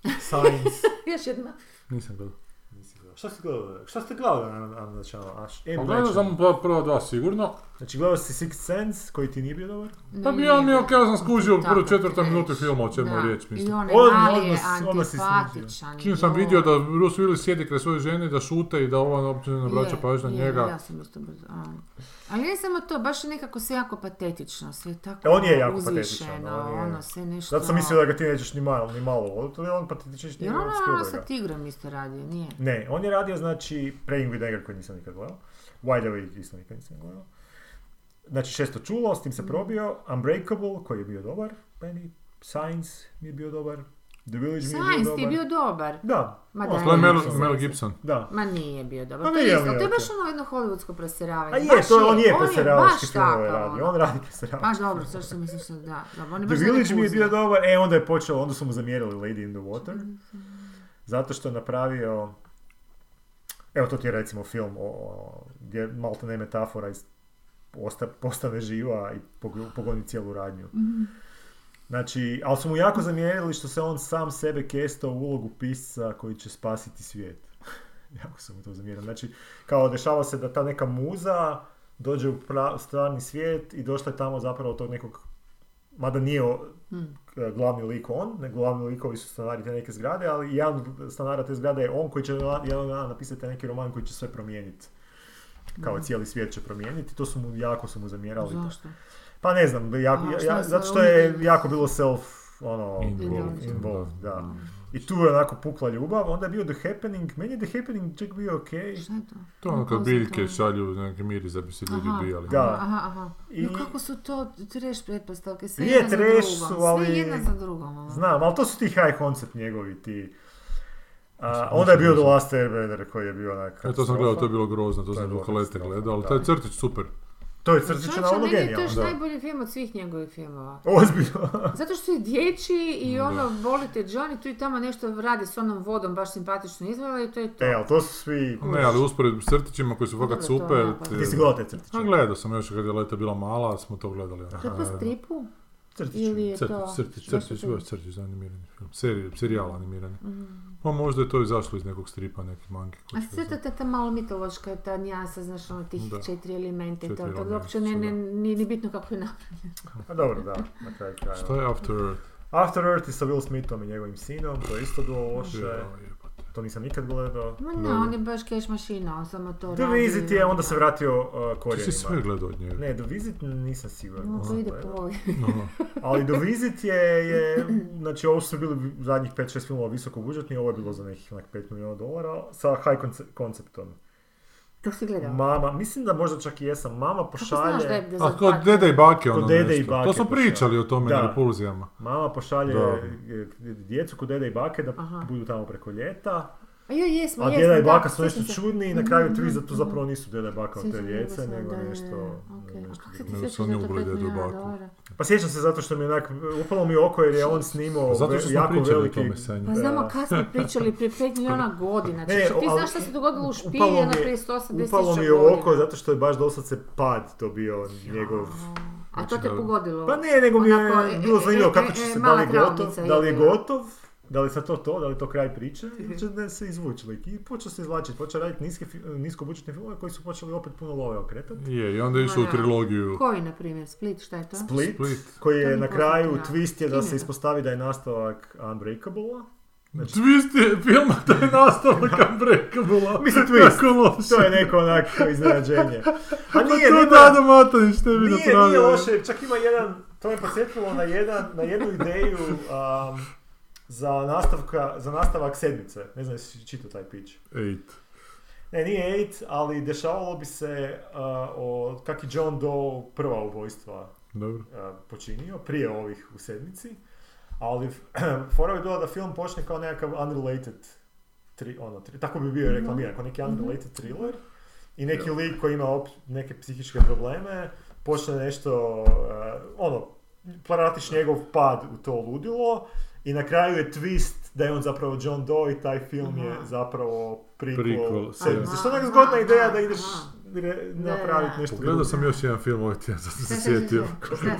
[SPEAKER 2] Signs
[SPEAKER 1] Još jedna.
[SPEAKER 3] nisam gledao.
[SPEAKER 2] nisi gledao. Šta si gledao? Šta ste gledali na na- na načelu? A š- M.
[SPEAKER 3] Pa gledao
[SPEAKER 2] Night
[SPEAKER 3] sam
[SPEAKER 2] Shyamalan.
[SPEAKER 3] pa prva dva sigurno,
[SPEAKER 2] Znači gledao si Sixth Sense koji ti nije bio dobar?
[SPEAKER 3] Pa
[SPEAKER 1] Ne,
[SPEAKER 3] bi ja mi
[SPEAKER 1] nije.
[SPEAKER 3] ok, ja sam skužio u
[SPEAKER 1] Tako
[SPEAKER 3] prvoj
[SPEAKER 1] ti
[SPEAKER 3] četvrtoj
[SPEAKER 1] reći.
[SPEAKER 3] minuti filma o čemu
[SPEAKER 1] Da.
[SPEAKER 3] je riječ,
[SPEAKER 1] I
[SPEAKER 3] mislim.
[SPEAKER 1] on je
[SPEAKER 2] Odmah-
[SPEAKER 1] mali, je
[SPEAKER 2] odmah- odmah si
[SPEAKER 1] antipatičan.
[SPEAKER 3] Čim sam
[SPEAKER 1] joj.
[SPEAKER 3] vidio da Bruce Willis sjedi kraj svoje žene, da šute i da ovo uopće ne obraća
[SPEAKER 1] Je,
[SPEAKER 3] pažnju na
[SPEAKER 1] je,
[SPEAKER 3] njega.
[SPEAKER 1] Ja sam isto brzo. a. Ali ne samo to, baš je nekako sve jako patetično, sve je tako
[SPEAKER 2] E, on je jako
[SPEAKER 1] uzvišeno,
[SPEAKER 2] patetičan, on je.
[SPEAKER 1] ono, sve nešto...
[SPEAKER 2] Zato sam mislio da ga ti nećeš ni malo, ni malo voliti, ali on pa patetičeš ni
[SPEAKER 1] Jer ono,
[SPEAKER 2] od
[SPEAKER 1] ono sa
[SPEAKER 2] Spielberga.
[SPEAKER 1] tigrom isto radi, nije.
[SPEAKER 2] Ne, on je radio znači Praying with Anger koji nisam nikad gledao. Wide Awake isto nikad nisam gledao. Znači šesto čulo, s tim
[SPEAKER 1] Mhm.
[SPEAKER 2] se probio. Unbreakable koji je bio dobar, meni. Signs mi je bio dobar. The Village mi je bio
[SPEAKER 1] Science ti
[SPEAKER 2] dobar.
[SPEAKER 1] je bio dobar.
[SPEAKER 2] Da.
[SPEAKER 1] Ma
[SPEAKER 2] on
[SPEAKER 1] da,
[SPEAKER 2] se
[SPEAKER 3] To je Mel,
[SPEAKER 2] dobro.
[SPEAKER 3] Mel Gibson.
[SPEAKER 2] Da.
[SPEAKER 1] Ma nije bio
[SPEAKER 2] Pa
[SPEAKER 1] dobar. To je,
[SPEAKER 2] nije
[SPEAKER 1] isto,
[SPEAKER 2] bio
[SPEAKER 1] to je baš
[SPEAKER 2] okej.
[SPEAKER 1] ono jedno hollywoodsko presiravanje.
[SPEAKER 2] A je,
[SPEAKER 1] baš
[SPEAKER 2] to je, on je
[SPEAKER 1] baš
[SPEAKER 2] preseravački filmove
[SPEAKER 1] takav,
[SPEAKER 2] radi,
[SPEAKER 1] ono.
[SPEAKER 2] on radi preseravački.
[SPEAKER 1] Baš dobro, sve što misliš da da. da, on je
[SPEAKER 2] The
[SPEAKER 1] baš
[SPEAKER 2] Village mi je
[SPEAKER 1] nekakuzno.
[SPEAKER 2] bio dobar, e onda je počelo, onda su mu zamjerili Lady in the Water. Zato što je napravio, evo to ti je recimo film o, o- gdje je malta ne metafora iz, osta- postane živa i pog- pogoni cijelu radnju. Znači, ali su mu jako zamjerili što se on sam sebe kestao u ulogu pisca koji će spasiti svijet. jako su mu to zamjerili. Znači, kao dešava se da ta neka muza dođe u pra- strani svijet i došla je tamo zapravo tog nekog, mada nije o-
[SPEAKER 1] Hmm.
[SPEAKER 2] e, glavni lik on, ne glavni likovi su stanari te neke zgrade, ali jedan od stanara te zgrade je on koji će na- jednog dana napisati taj neki roman koji će sve promijeniti. Kao cijeli svijet će promijeniti, to su mu, jako su mu zamjerali.
[SPEAKER 1] Hmm. Zašto?
[SPEAKER 2] Pa ne znam, jako,
[SPEAKER 1] A,
[SPEAKER 2] ja-
[SPEAKER 1] šta
[SPEAKER 2] ja-
[SPEAKER 1] se
[SPEAKER 2] zato što je
[SPEAKER 1] oni-
[SPEAKER 2] jako bilo self ono,
[SPEAKER 3] Involved.
[SPEAKER 1] Hmm.
[SPEAKER 2] involved, da. I tu je onako pukla ljubav, onda je bio The Happening, meni je The Happening čak bio ok.
[SPEAKER 1] Šta je to?
[SPEAKER 3] To ono kad
[SPEAKER 1] Kako se
[SPEAKER 3] biljke
[SPEAKER 1] to-
[SPEAKER 3] šalju neke miris da bi se ljudi
[SPEAKER 1] Aha.
[SPEAKER 3] ubijali.
[SPEAKER 2] Da.
[SPEAKER 1] Aha, aha.
[SPEAKER 2] I-
[SPEAKER 1] No kako su to treš pretpostavke, sve
[SPEAKER 2] Je,
[SPEAKER 1] jedna za
[SPEAKER 2] trash
[SPEAKER 1] drugom.
[SPEAKER 2] su,
[SPEAKER 1] Sve
[SPEAKER 2] ali-
[SPEAKER 1] jedna za drugom. ono.
[SPEAKER 2] Znam, ali to su ti high concept njegovi, ti... A, onda je bio The Last Airbender koji je bio onak...
[SPEAKER 3] E, to sam gledao, to je
[SPEAKER 2] katastrofa.
[SPEAKER 3] bilo grozno, to
[SPEAKER 2] To je
[SPEAKER 3] sam
[SPEAKER 2] bilo
[SPEAKER 3] Lukalete
[SPEAKER 2] katastrofa,
[SPEAKER 3] gledao, ali
[SPEAKER 2] da.
[SPEAKER 3] taj crtić super.
[SPEAKER 2] To je crtića
[SPEAKER 1] Čovječe,
[SPEAKER 2] Znači, na
[SPEAKER 1] meni je to još
[SPEAKER 2] genijalno.
[SPEAKER 1] najbolji film od svih njegovih filmova.
[SPEAKER 2] Ozbiljno.
[SPEAKER 1] Zato što je dječji i
[SPEAKER 3] Da.
[SPEAKER 1] ono, volite Johnny, tu i tamo nešto radi s onom vodom, baš simpatično izgleda i to je to.
[SPEAKER 2] e, ali to su svi...
[SPEAKER 3] Ne, ali usporedbi s crtićima koji su
[SPEAKER 1] Dobro,
[SPEAKER 3] fakat
[SPEAKER 1] to je
[SPEAKER 3] super.
[SPEAKER 1] napadno.
[SPEAKER 3] te-
[SPEAKER 2] Ti si gledao te crtiće?
[SPEAKER 3] A gledao sam još kad je Leta bila mala, smo to gledali. ono.
[SPEAKER 1] To je po stripu?
[SPEAKER 2] Crtiće.
[SPEAKER 1] Ili je to...
[SPEAKER 3] Crtić, crtić,
[SPEAKER 1] Šta su
[SPEAKER 3] crtić,
[SPEAKER 1] to?
[SPEAKER 3] baš crtić za animirani film. Serij, serijal animirani. Pa možda je to izašlo iz nekog stripa, neke manke. ko
[SPEAKER 1] Mm. A
[SPEAKER 3] će
[SPEAKER 1] sve to
[SPEAKER 3] znati.
[SPEAKER 1] ta, ta malo mitološka, ta nijansa, znaš, ono, tih
[SPEAKER 3] Da.
[SPEAKER 1] četiri elementa i to,
[SPEAKER 3] Četiri
[SPEAKER 1] tako da uopće ne,
[SPEAKER 3] elementa
[SPEAKER 1] ne,
[SPEAKER 3] su,
[SPEAKER 1] ni, ni bitno kako je napravljeno.
[SPEAKER 2] A dobro, da, na kraju kraja.
[SPEAKER 3] Šta je After Earth?
[SPEAKER 2] After Earth je sa Will Smithom i njegovim sinom, to je isto bilo loše.
[SPEAKER 3] Jao, jebote.
[SPEAKER 2] To nisam nikad gledao.
[SPEAKER 1] Ma ne,
[SPEAKER 3] Dobro.
[SPEAKER 1] on je baš keš mašina, on samo to
[SPEAKER 2] The
[SPEAKER 1] radi.
[SPEAKER 2] Visit je, onda se vratio uh,
[SPEAKER 3] Ti si sve
[SPEAKER 2] korijenima.
[SPEAKER 3] gledao od njega.
[SPEAKER 2] Ne, The Visit nisam siguran.
[SPEAKER 1] No,
[SPEAKER 2] da
[SPEAKER 1] Ono, to
[SPEAKER 2] sam
[SPEAKER 1] ide po
[SPEAKER 2] gledao.
[SPEAKER 1] ovoj.
[SPEAKER 3] Aha.
[SPEAKER 2] Ali The Visit je, je znači ovo su bili zadnjih 5-6 filmova visoko budžetni, ovo je bilo za nekih onak 5 milijuna dolara sa high konce- konceptom.
[SPEAKER 1] To si gledao.
[SPEAKER 2] Mama, mislim da možda čak i jesam, mama
[SPEAKER 1] Kako znaš da je
[SPEAKER 2] pošalje,
[SPEAKER 1] da je
[SPEAKER 3] A
[SPEAKER 1] za
[SPEAKER 3] kod
[SPEAKER 1] tak-
[SPEAKER 3] Dede i Bake ono
[SPEAKER 2] Kod Dede i
[SPEAKER 3] nešto.
[SPEAKER 2] bake
[SPEAKER 3] to smo
[SPEAKER 2] pošao.
[SPEAKER 3] pričali o tome
[SPEAKER 2] Da.
[SPEAKER 3] na repulzijama.
[SPEAKER 2] mama pošalje
[SPEAKER 3] Da.
[SPEAKER 2] e, djecu kod dede i bake da
[SPEAKER 1] Aha.
[SPEAKER 2] budu tamo preko ljeta,
[SPEAKER 1] A joj, jesmo,
[SPEAKER 2] a
[SPEAKER 1] jesmo,
[SPEAKER 2] djeda i
[SPEAKER 1] da,
[SPEAKER 2] baka su
[SPEAKER 1] sjećam
[SPEAKER 2] nešto
[SPEAKER 1] se.
[SPEAKER 2] čudni i na kraju
[SPEAKER 1] Mhm,
[SPEAKER 2] tri za to
[SPEAKER 1] mhm.
[SPEAKER 2] zapravo nisu djeda i baka od te
[SPEAKER 1] Sjećam se, nego
[SPEAKER 2] djece,
[SPEAKER 1] sam,
[SPEAKER 2] nego
[SPEAKER 1] da, da, da,
[SPEAKER 2] nešto...
[SPEAKER 1] okej. A
[SPEAKER 2] nešto
[SPEAKER 1] kako se
[SPEAKER 2] drugo.
[SPEAKER 1] ti
[SPEAKER 3] Ne,
[SPEAKER 1] sjećaš
[SPEAKER 3] su oni
[SPEAKER 1] da je to
[SPEAKER 3] uvrede
[SPEAKER 1] 5 milijuna
[SPEAKER 3] duboko.
[SPEAKER 1] dolara?
[SPEAKER 2] Pa sjećam se zato što mi je onak, upalo mi oko jer je on snimao
[SPEAKER 3] Zato što
[SPEAKER 2] ve-
[SPEAKER 3] smo
[SPEAKER 2] jako
[SPEAKER 3] pričali o
[SPEAKER 2] veliki...
[SPEAKER 3] tome sa njim.
[SPEAKER 1] Pa znamo kad smo pričali, prije 5 milijuna godina. Znači,
[SPEAKER 2] Ne,
[SPEAKER 1] ti
[SPEAKER 2] E, ali-
[SPEAKER 1] znaš šta se dogodilo u špilji,
[SPEAKER 2] upalo mi
[SPEAKER 1] ono
[SPEAKER 2] je-
[SPEAKER 1] prije 180 tisuća
[SPEAKER 2] Upalo mi je
[SPEAKER 1] godina.
[SPEAKER 2] u oko zato što je baš doslovce pad to bio njegov...
[SPEAKER 1] A to te
[SPEAKER 3] da-
[SPEAKER 1] pogodilo?
[SPEAKER 2] Pa ne, nego mi je
[SPEAKER 1] Onako, e,
[SPEAKER 2] bilo
[SPEAKER 1] e,
[SPEAKER 2] zanimljivo
[SPEAKER 1] e,
[SPEAKER 2] kako
[SPEAKER 1] e,
[SPEAKER 2] će
[SPEAKER 1] e,
[SPEAKER 2] se, da
[SPEAKER 1] mala
[SPEAKER 2] li je gotov,
[SPEAKER 1] travnica je
[SPEAKER 2] da li je
[SPEAKER 1] bila.
[SPEAKER 2] gotov, da li je sad to to, da li je to kraj priče,
[SPEAKER 1] Mhm.
[SPEAKER 2] ili će da se izvući lik. I počeo se izvlačiti, počeo raditi niske, fi- niskobučne filmove koji su počeli opet puno love okretati.
[SPEAKER 1] Pa-
[SPEAKER 3] Je, i onda je išao u
[SPEAKER 1] Ma da.
[SPEAKER 3] trilogiju.
[SPEAKER 1] Koji, na primjer, Split, šta je to?
[SPEAKER 2] Split,
[SPEAKER 3] Split.
[SPEAKER 2] koji
[SPEAKER 1] To
[SPEAKER 2] je
[SPEAKER 1] mi
[SPEAKER 2] na
[SPEAKER 1] poznat,
[SPEAKER 2] kraju
[SPEAKER 1] da.
[SPEAKER 2] twist je da se
[SPEAKER 1] Kineza.
[SPEAKER 2] ispostavi da je nastavak Unbreakable-a. Znači,
[SPEAKER 3] Twist je film, to je nastavak Unbreakable-a.
[SPEAKER 2] Pa Mislim, twist.
[SPEAKER 3] Kako loše.
[SPEAKER 2] to je neko onak iznenađenje. A
[SPEAKER 3] Pa
[SPEAKER 2] nije,
[SPEAKER 3] to
[SPEAKER 2] nema-
[SPEAKER 3] Dado Matanić tebi
[SPEAKER 2] Nije,
[SPEAKER 3] napravio.
[SPEAKER 2] nije loše, čak ima jedan, to me podsjetilo na, jedan, na jednu ideju um, za, nastavka, za nastavak sedmice. Ne znam jesi čitao taj pitch.
[SPEAKER 3] Eight.
[SPEAKER 2] Ne, nije Eight, ali dešavalo bi se uh, o kak je John Doe prva ubojstva
[SPEAKER 3] Dobro.
[SPEAKER 2] uh, počinio, prije ovih u sedmici. Ali fora bi bila da film počne kao nekakav unrelated, tri, ono, tri, tako bi
[SPEAKER 1] Mhm.
[SPEAKER 2] bio reklamiran, kao neki unrelated thriller. I neki lik koji ima op- neke psihičke probleme, počne nešto, uh, ono, pratiš njegov pad u to ludilo i na kraju je twist da je on zapravo John Doe i taj film je
[SPEAKER 1] Aha.
[SPEAKER 2] zapravo prequel,
[SPEAKER 3] Prequel,
[SPEAKER 2] sedmice.
[SPEAKER 1] aha,
[SPEAKER 2] Što je onak zgodna
[SPEAKER 1] aha,
[SPEAKER 2] ideja da ideš
[SPEAKER 1] aha.
[SPEAKER 2] re-
[SPEAKER 1] Da,
[SPEAKER 2] napraviti
[SPEAKER 1] da.
[SPEAKER 2] nešto
[SPEAKER 3] Pogledao sam još jedan film ovaj tjedan, zato sam se sjetio.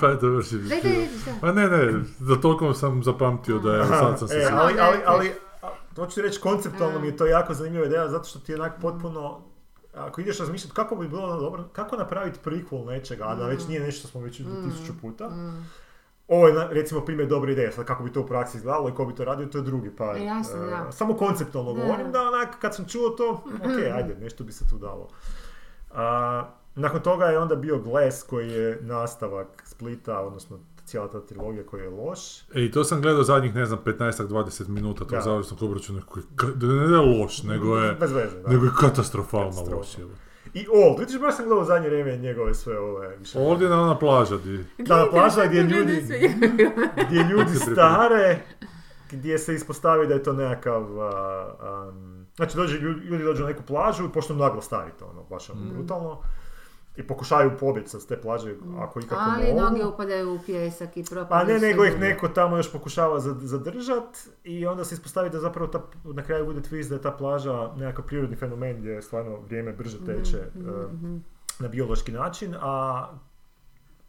[SPEAKER 3] Pa je to još i
[SPEAKER 1] Daj, daj,
[SPEAKER 3] bilo.
[SPEAKER 1] daj, daj.
[SPEAKER 3] Pa ne, ne, za toliko sam zapamtio da je, evo, sad sam se
[SPEAKER 2] E,
[SPEAKER 3] sjetio.
[SPEAKER 2] ali,
[SPEAKER 1] Samo
[SPEAKER 2] ali,
[SPEAKER 1] da je-
[SPEAKER 2] ali, a, to ću reći, konceptualno mi je to jako zanimljiva ideja, zato što ti je onak potpuno, ako ideš razmišljati kako bi bilo ono dobro, kako napraviti prequel nečega, a da
[SPEAKER 1] Mm.
[SPEAKER 2] već nije nešto što smo već čuli tisuću puta. Ovo je, na- recimo, primjer dobre ideje, sad kako bi to u praksi izgledalo i ko bi to radio, to je drugi par.
[SPEAKER 1] E, jasno,
[SPEAKER 2] e,
[SPEAKER 1] da.
[SPEAKER 2] Samo konceptualno
[SPEAKER 1] Da. Mm-hmm.
[SPEAKER 2] govorim da onak, kad sam čuo to, ok, ajde, nešto bi se tu dalo. A, nakon toga je onda bio Glass koji je nastavak Splita, odnosno cijela ta trilogija koja je loš.
[SPEAKER 3] E, i to sam gledao zadnjih, ne znam, 15-20 minuta tog
[SPEAKER 2] Da.
[SPEAKER 3] završnog obračuna koji je ka- ne, ne, ne loš, nego je,
[SPEAKER 2] Bez veze, da.
[SPEAKER 3] nego je katastrofalno
[SPEAKER 2] Katastrofa.
[SPEAKER 3] loš. evo.
[SPEAKER 2] I Old, vidiš, baš sam gledao u zadnje vrijeme njegove sve ove... Više.
[SPEAKER 3] Ovdje na ona plaža di...
[SPEAKER 2] Da, na plaža gdje ljudi, gdje ljudi
[SPEAKER 3] se pripremi.
[SPEAKER 2] stare, gdje se ispostavi da je to nekakav... a, um, znači, dođe, ljudi, ljudi dođu na neku plažu i počnu naglo stariti, ono, baš
[SPEAKER 1] Mhm.
[SPEAKER 2] ono, brutalno. I pokušaju pobjeći sa te plaže, ako ikako
[SPEAKER 1] Ali
[SPEAKER 2] mogu.
[SPEAKER 1] noge upadaju u Mhm. pjesak i propadaju.
[SPEAKER 2] Pa ne,
[SPEAKER 1] sve
[SPEAKER 2] nego ih
[SPEAKER 1] drugo.
[SPEAKER 2] neko tamo još pokušava za- zadržat i onda se ispostavi da zapravo ta, na kraju bude twist da je ta plaža nekakav prirodni fenomen gdje stvarno vrijeme brže
[SPEAKER 1] Mhm,
[SPEAKER 2] teče e, na biološki način, a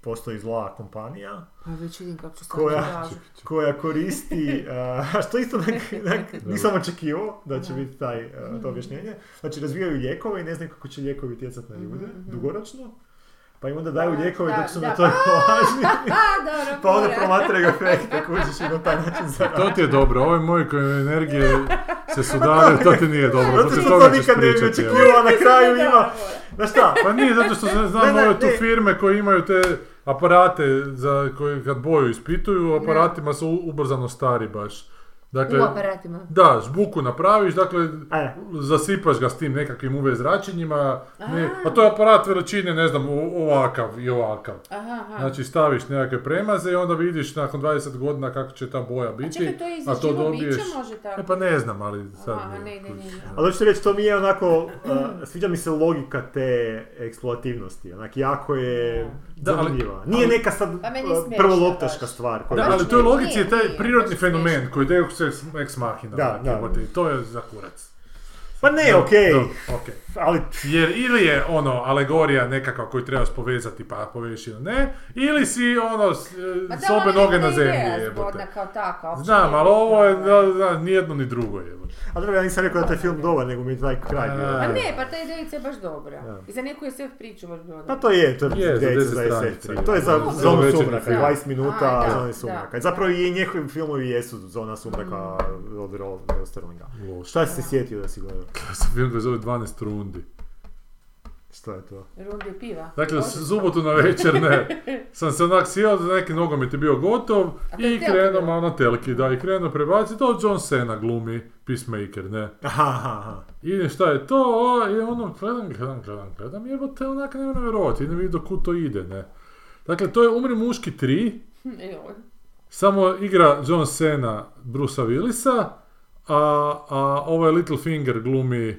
[SPEAKER 2] postoji zla kompanija
[SPEAKER 1] Pa već vidim kako ću sad
[SPEAKER 2] Koja?
[SPEAKER 1] plažu.
[SPEAKER 2] koja koristi, a što isto onak- onak nisam očekivao da će
[SPEAKER 1] Da. Mhm.
[SPEAKER 2] biti taj, e, to objašnjenje, znači razvijaju lijekove i ne znaju kako će lijekovi utjecati na ljude dugoročno, pa im onda daju
[SPEAKER 1] Mhm, Da,
[SPEAKER 2] lijekove
[SPEAKER 1] da,
[SPEAKER 2] dok su
[SPEAKER 1] da.
[SPEAKER 2] na toj plaži.
[SPEAKER 1] A, dobro,
[SPEAKER 2] Pa onda
[SPEAKER 1] fora.
[SPEAKER 2] promatraju efekt kako uđeš i na taj način zarađuješ.
[SPEAKER 3] To ti je dobro, ove moje koje energije se sudare, to ti nije dobro,
[SPEAKER 2] Zato
[SPEAKER 3] protiv
[SPEAKER 2] što
[SPEAKER 3] toga
[SPEAKER 2] to
[SPEAKER 3] ćeš
[SPEAKER 2] nikad ne bi
[SPEAKER 3] pričati. evo.
[SPEAKER 2] očekivao, a na kraju
[SPEAKER 1] Da,
[SPEAKER 2] ima... Znaš šta?
[SPEAKER 3] Pa nije, zato što se znam
[SPEAKER 2] Ne, ne,
[SPEAKER 3] ove tu
[SPEAKER 2] ne.
[SPEAKER 3] firme koje imaju te aparate za koje kad boju ispituju, aparatima se u- ubrzano stari baš. Dakle,
[SPEAKER 1] U aparatima.
[SPEAKER 3] da, žbuku napraviš, dakle,
[SPEAKER 2] pa-
[SPEAKER 4] E.
[SPEAKER 3] zasipaš ga s tim nekakvim UV zračenjima, ne,
[SPEAKER 1] A.
[SPEAKER 3] pa to je aparat veličine, ne znam, o- ovakav i ovakav.
[SPEAKER 1] Aha, aha.
[SPEAKER 3] Znači staviš nekakve premaze i onda vidiš nakon 20 godina kako će ta boja biti.
[SPEAKER 1] A čekaj, to je iz
[SPEAKER 3] a to
[SPEAKER 1] živog
[SPEAKER 3] dobiješ-
[SPEAKER 1] bića može tako?
[SPEAKER 3] E pa ne znam, ali sad...
[SPEAKER 1] Aha,
[SPEAKER 3] mi je
[SPEAKER 1] ne, ne, ne,
[SPEAKER 3] kužiš.
[SPEAKER 1] ne.
[SPEAKER 4] Ali hoćete reći, to mi je onako, uh, sviđa mi se logika te eksploativnosti, onak jako je
[SPEAKER 3] Da, ali-
[SPEAKER 4] zanimljiva. Nije
[SPEAKER 3] ali-
[SPEAKER 4] neka sad
[SPEAKER 1] Pa meni
[SPEAKER 4] uh,
[SPEAKER 1] smiješno
[SPEAKER 4] prvoloptaška
[SPEAKER 1] baš.
[SPEAKER 4] stvar. koju-
[SPEAKER 3] Da,
[SPEAKER 1] Baš
[SPEAKER 3] ali to je
[SPEAKER 1] Pa znači nije,
[SPEAKER 3] logici je taj
[SPEAKER 1] nije,
[SPEAKER 3] prirodni
[SPEAKER 1] baš
[SPEAKER 3] fenomen
[SPEAKER 1] smiješno.
[SPEAKER 3] koji je ex, ex machina.
[SPEAKER 4] Da,
[SPEAKER 3] onak,
[SPEAKER 4] da.
[SPEAKER 3] jebote, i to je za kurac.
[SPEAKER 4] Pa ne,
[SPEAKER 3] Da,
[SPEAKER 4] okej,
[SPEAKER 3] da, okej.
[SPEAKER 4] ali
[SPEAKER 3] Jer ili je ono alegorija nekakva koju trebaš povezati pa povežeš ili ne, ili si ono s-
[SPEAKER 1] Ma Pa da,
[SPEAKER 3] sobe
[SPEAKER 1] ona
[SPEAKER 3] noge na
[SPEAKER 1] neka
[SPEAKER 3] zemlji
[SPEAKER 1] ideja
[SPEAKER 3] jebote.
[SPEAKER 1] zgodna kao taka, uopće
[SPEAKER 3] Znam,
[SPEAKER 1] nije
[SPEAKER 3] ali ovo je
[SPEAKER 1] bitno, ovaj.
[SPEAKER 3] da, da, ni jedno ni drugo jebote.
[SPEAKER 4] A dobro, ja nisam rekao da taj film dobar, nego mi je taj kraj bio. ono-
[SPEAKER 3] A,
[SPEAKER 1] Pa ne, pa ta idejica je baš dobra.
[SPEAKER 4] Da.
[SPEAKER 1] I za neku je sve priču baš bila
[SPEAKER 4] Pa
[SPEAKER 1] dobra.
[SPEAKER 4] to je, to je,
[SPEAKER 3] Je, za
[SPEAKER 4] djeca
[SPEAKER 3] 10
[SPEAKER 4] za
[SPEAKER 3] stranica,
[SPEAKER 4] SF3. To je za
[SPEAKER 1] da.
[SPEAKER 4] zonu
[SPEAKER 3] Za
[SPEAKER 4] sumraka,
[SPEAKER 1] večernji.
[SPEAKER 4] 20 minuta
[SPEAKER 1] A, da,
[SPEAKER 4] zone
[SPEAKER 1] da.
[SPEAKER 4] sumraka. Zapravo i njihovi filmovi jesu zona sumraka od Ro- Sterlinga.
[SPEAKER 3] Loš.
[SPEAKER 4] Šta si se sjetio da si gledao?
[SPEAKER 3] Ja sam film koji se zove 12 rundi.
[SPEAKER 4] Šta je to?
[SPEAKER 1] Rundi piva.
[SPEAKER 3] Dakle,
[SPEAKER 1] Bože,
[SPEAKER 3] s- subotu na večer ne. Sam se onak sjeo, neki nogomet je bio gotov
[SPEAKER 1] A to je
[SPEAKER 3] i
[SPEAKER 1] telki
[SPEAKER 3] krenuo
[SPEAKER 1] bio?
[SPEAKER 3] malo na telki, da, i krenuo prebaci, to John Cena glumi, Peacemaker, ne.
[SPEAKER 4] Aha, aha, aha.
[SPEAKER 3] I šta je to, o, i ono, gledam, gledam, gledam, gledam, jebote, onak ne moram vjerovati, ne vidim do kud to ide, ne. Dakle, to je Umri muški 3,
[SPEAKER 1] joj.
[SPEAKER 3] samo igra John Cena Brusa Willisa, a, a ovaj Littlefinger glumi e,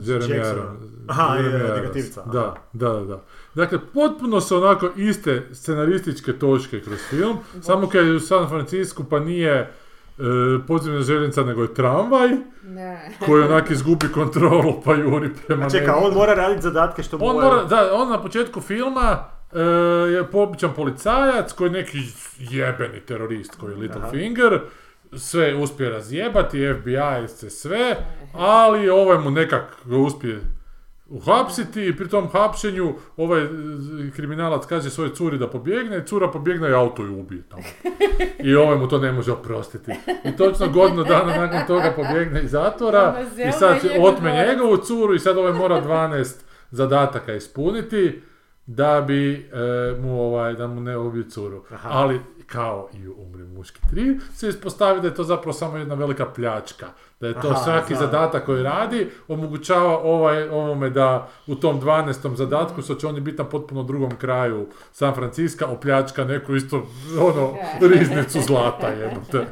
[SPEAKER 3] Jeremy
[SPEAKER 4] Jacksona.
[SPEAKER 3] Irons.
[SPEAKER 4] Aha, je,
[SPEAKER 3] Jeremy
[SPEAKER 4] je,
[SPEAKER 3] Irons.
[SPEAKER 4] negativca.
[SPEAKER 3] Da, da, da, da. Dakle, potpuno su onako iste scenarističke točke kroz film, samo kad je u San Francisco pa nije e, podzemna željeznica nego je tramvaj
[SPEAKER 1] Ne.
[SPEAKER 3] koji onak izgubi kontrolu pa juri prema
[SPEAKER 2] Znači,
[SPEAKER 4] A čeka,
[SPEAKER 3] nebu.
[SPEAKER 4] on mora raditi zadatke što mu
[SPEAKER 3] On
[SPEAKER 4] ovaj-
[SPEAKER 3] mora, da, on na početku filma e, je pobičan policajac koji je neki jebeni terorist koji je Littlefinger, sve uspije razjebati, FBI se sve, ali ovaj mu nekak ga uspije uhapsiti i pri tom hapšenju ovaj e, kriminalac kaže svojoj curi da pobjegne i cura pobjegne i auto ju ubije tamo. I ovaj mu to ne može oprostiti. I točno godinu dana nakon toga pobjegne iz zatvora
[SPEAKER 1] Ono, zelno
[SPEAKER 3] i sad
[SPEAKER 1] je
[SPEAKER 3] će-
[SPEAKER 1] njegov
[SPEAKER 3] otme
[SPEAKER 1] novac.
[SPEAKER 3] njegovu curu i sad ovaj mora 12 zadataka ispuniti da bi e, mu ovaj, da mu ne ubiju curu. Ali kao i u Umri muški 3 se ispostavi da je to zapravo samo jedna velika pljačka. Da je to
[SPEAKER 4] Aha,
[SPEAKER 3] svaki
[SPEAKER 4] znam.
[SPEAKER 3] zadatak koji radi omogućava ovaj, ovome da u tom 12.
[SPEAKER 4] Mhm.
[SPEAKER 3] zadatku, što će oni biti na potpuno drugom kraju San Francisca, opljačka neku isto ono, riznicu zlata jebote.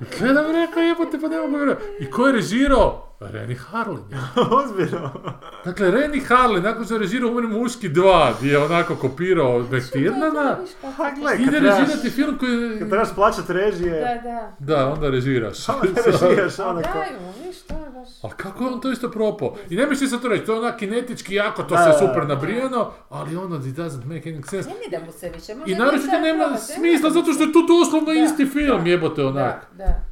[SPEAKER 3] I Gledam i rekao jebote pa ne mogu vjerovati. I ko je režirao? Reni Harlin.
[SPEAKER 4] Ozbiljno.
[SPEAKER 3] Dakle, Reni Harlin, nakon što je režirao Umri muški 2, gdje je onako kopirao od McTiernana,
[SPEAKER 4] Ha, gle,
[SPEAKER 3] ide
[SPEAKER 4] kad trebaš-
[SPEAKER 3] režirati film koji...
[SPEAKER 4] Kad trebaš plaćat
[SPEAKER 1] Da,
[SPEAKER 4] režije,
[SPEAKER 1] da.
[SPEAKER 3] Da, onda režiraš.
[SPEAKER 4] režiraš
[SPEAKER 1] A
[SPEAKER 4] onako.
[SPEAKER 1] daj mu, viš, to je baš...
[SPEAKER 3] Ali kako je on to isto propao? I ne misli se to reći, to je onak kinetički jako, to
[SPEAKER 4] Da, da,
[SPEAKER 3] se
[SPEAKER 4] da.
[SPEAKER 3] super nabrijano, ali ono, it doesn't make any sense.
[SPEAKER 1] Ne da mu se više, možda
[SPEAKER 3] I
[SPEAKER 1] je
[SPEAKER 3] naročito
[SPEAKER 1] više
[SPEAKER 3] nema
[SPEAKER 1] probati, ne
[SPEAKER 3] smisla,
[SPEAKER 1] da mu
[SPEAKER 3] zato
[SPEAKER 1] se-
[SPEAKER 3] što je to doslovno
[SPEAKER 1] Da,
[SPEAKER 3] isti film,
[SPEAKER 1] da.
[SPEAKER 3] jebote, onak.
[SPEAKER 1] Da, da.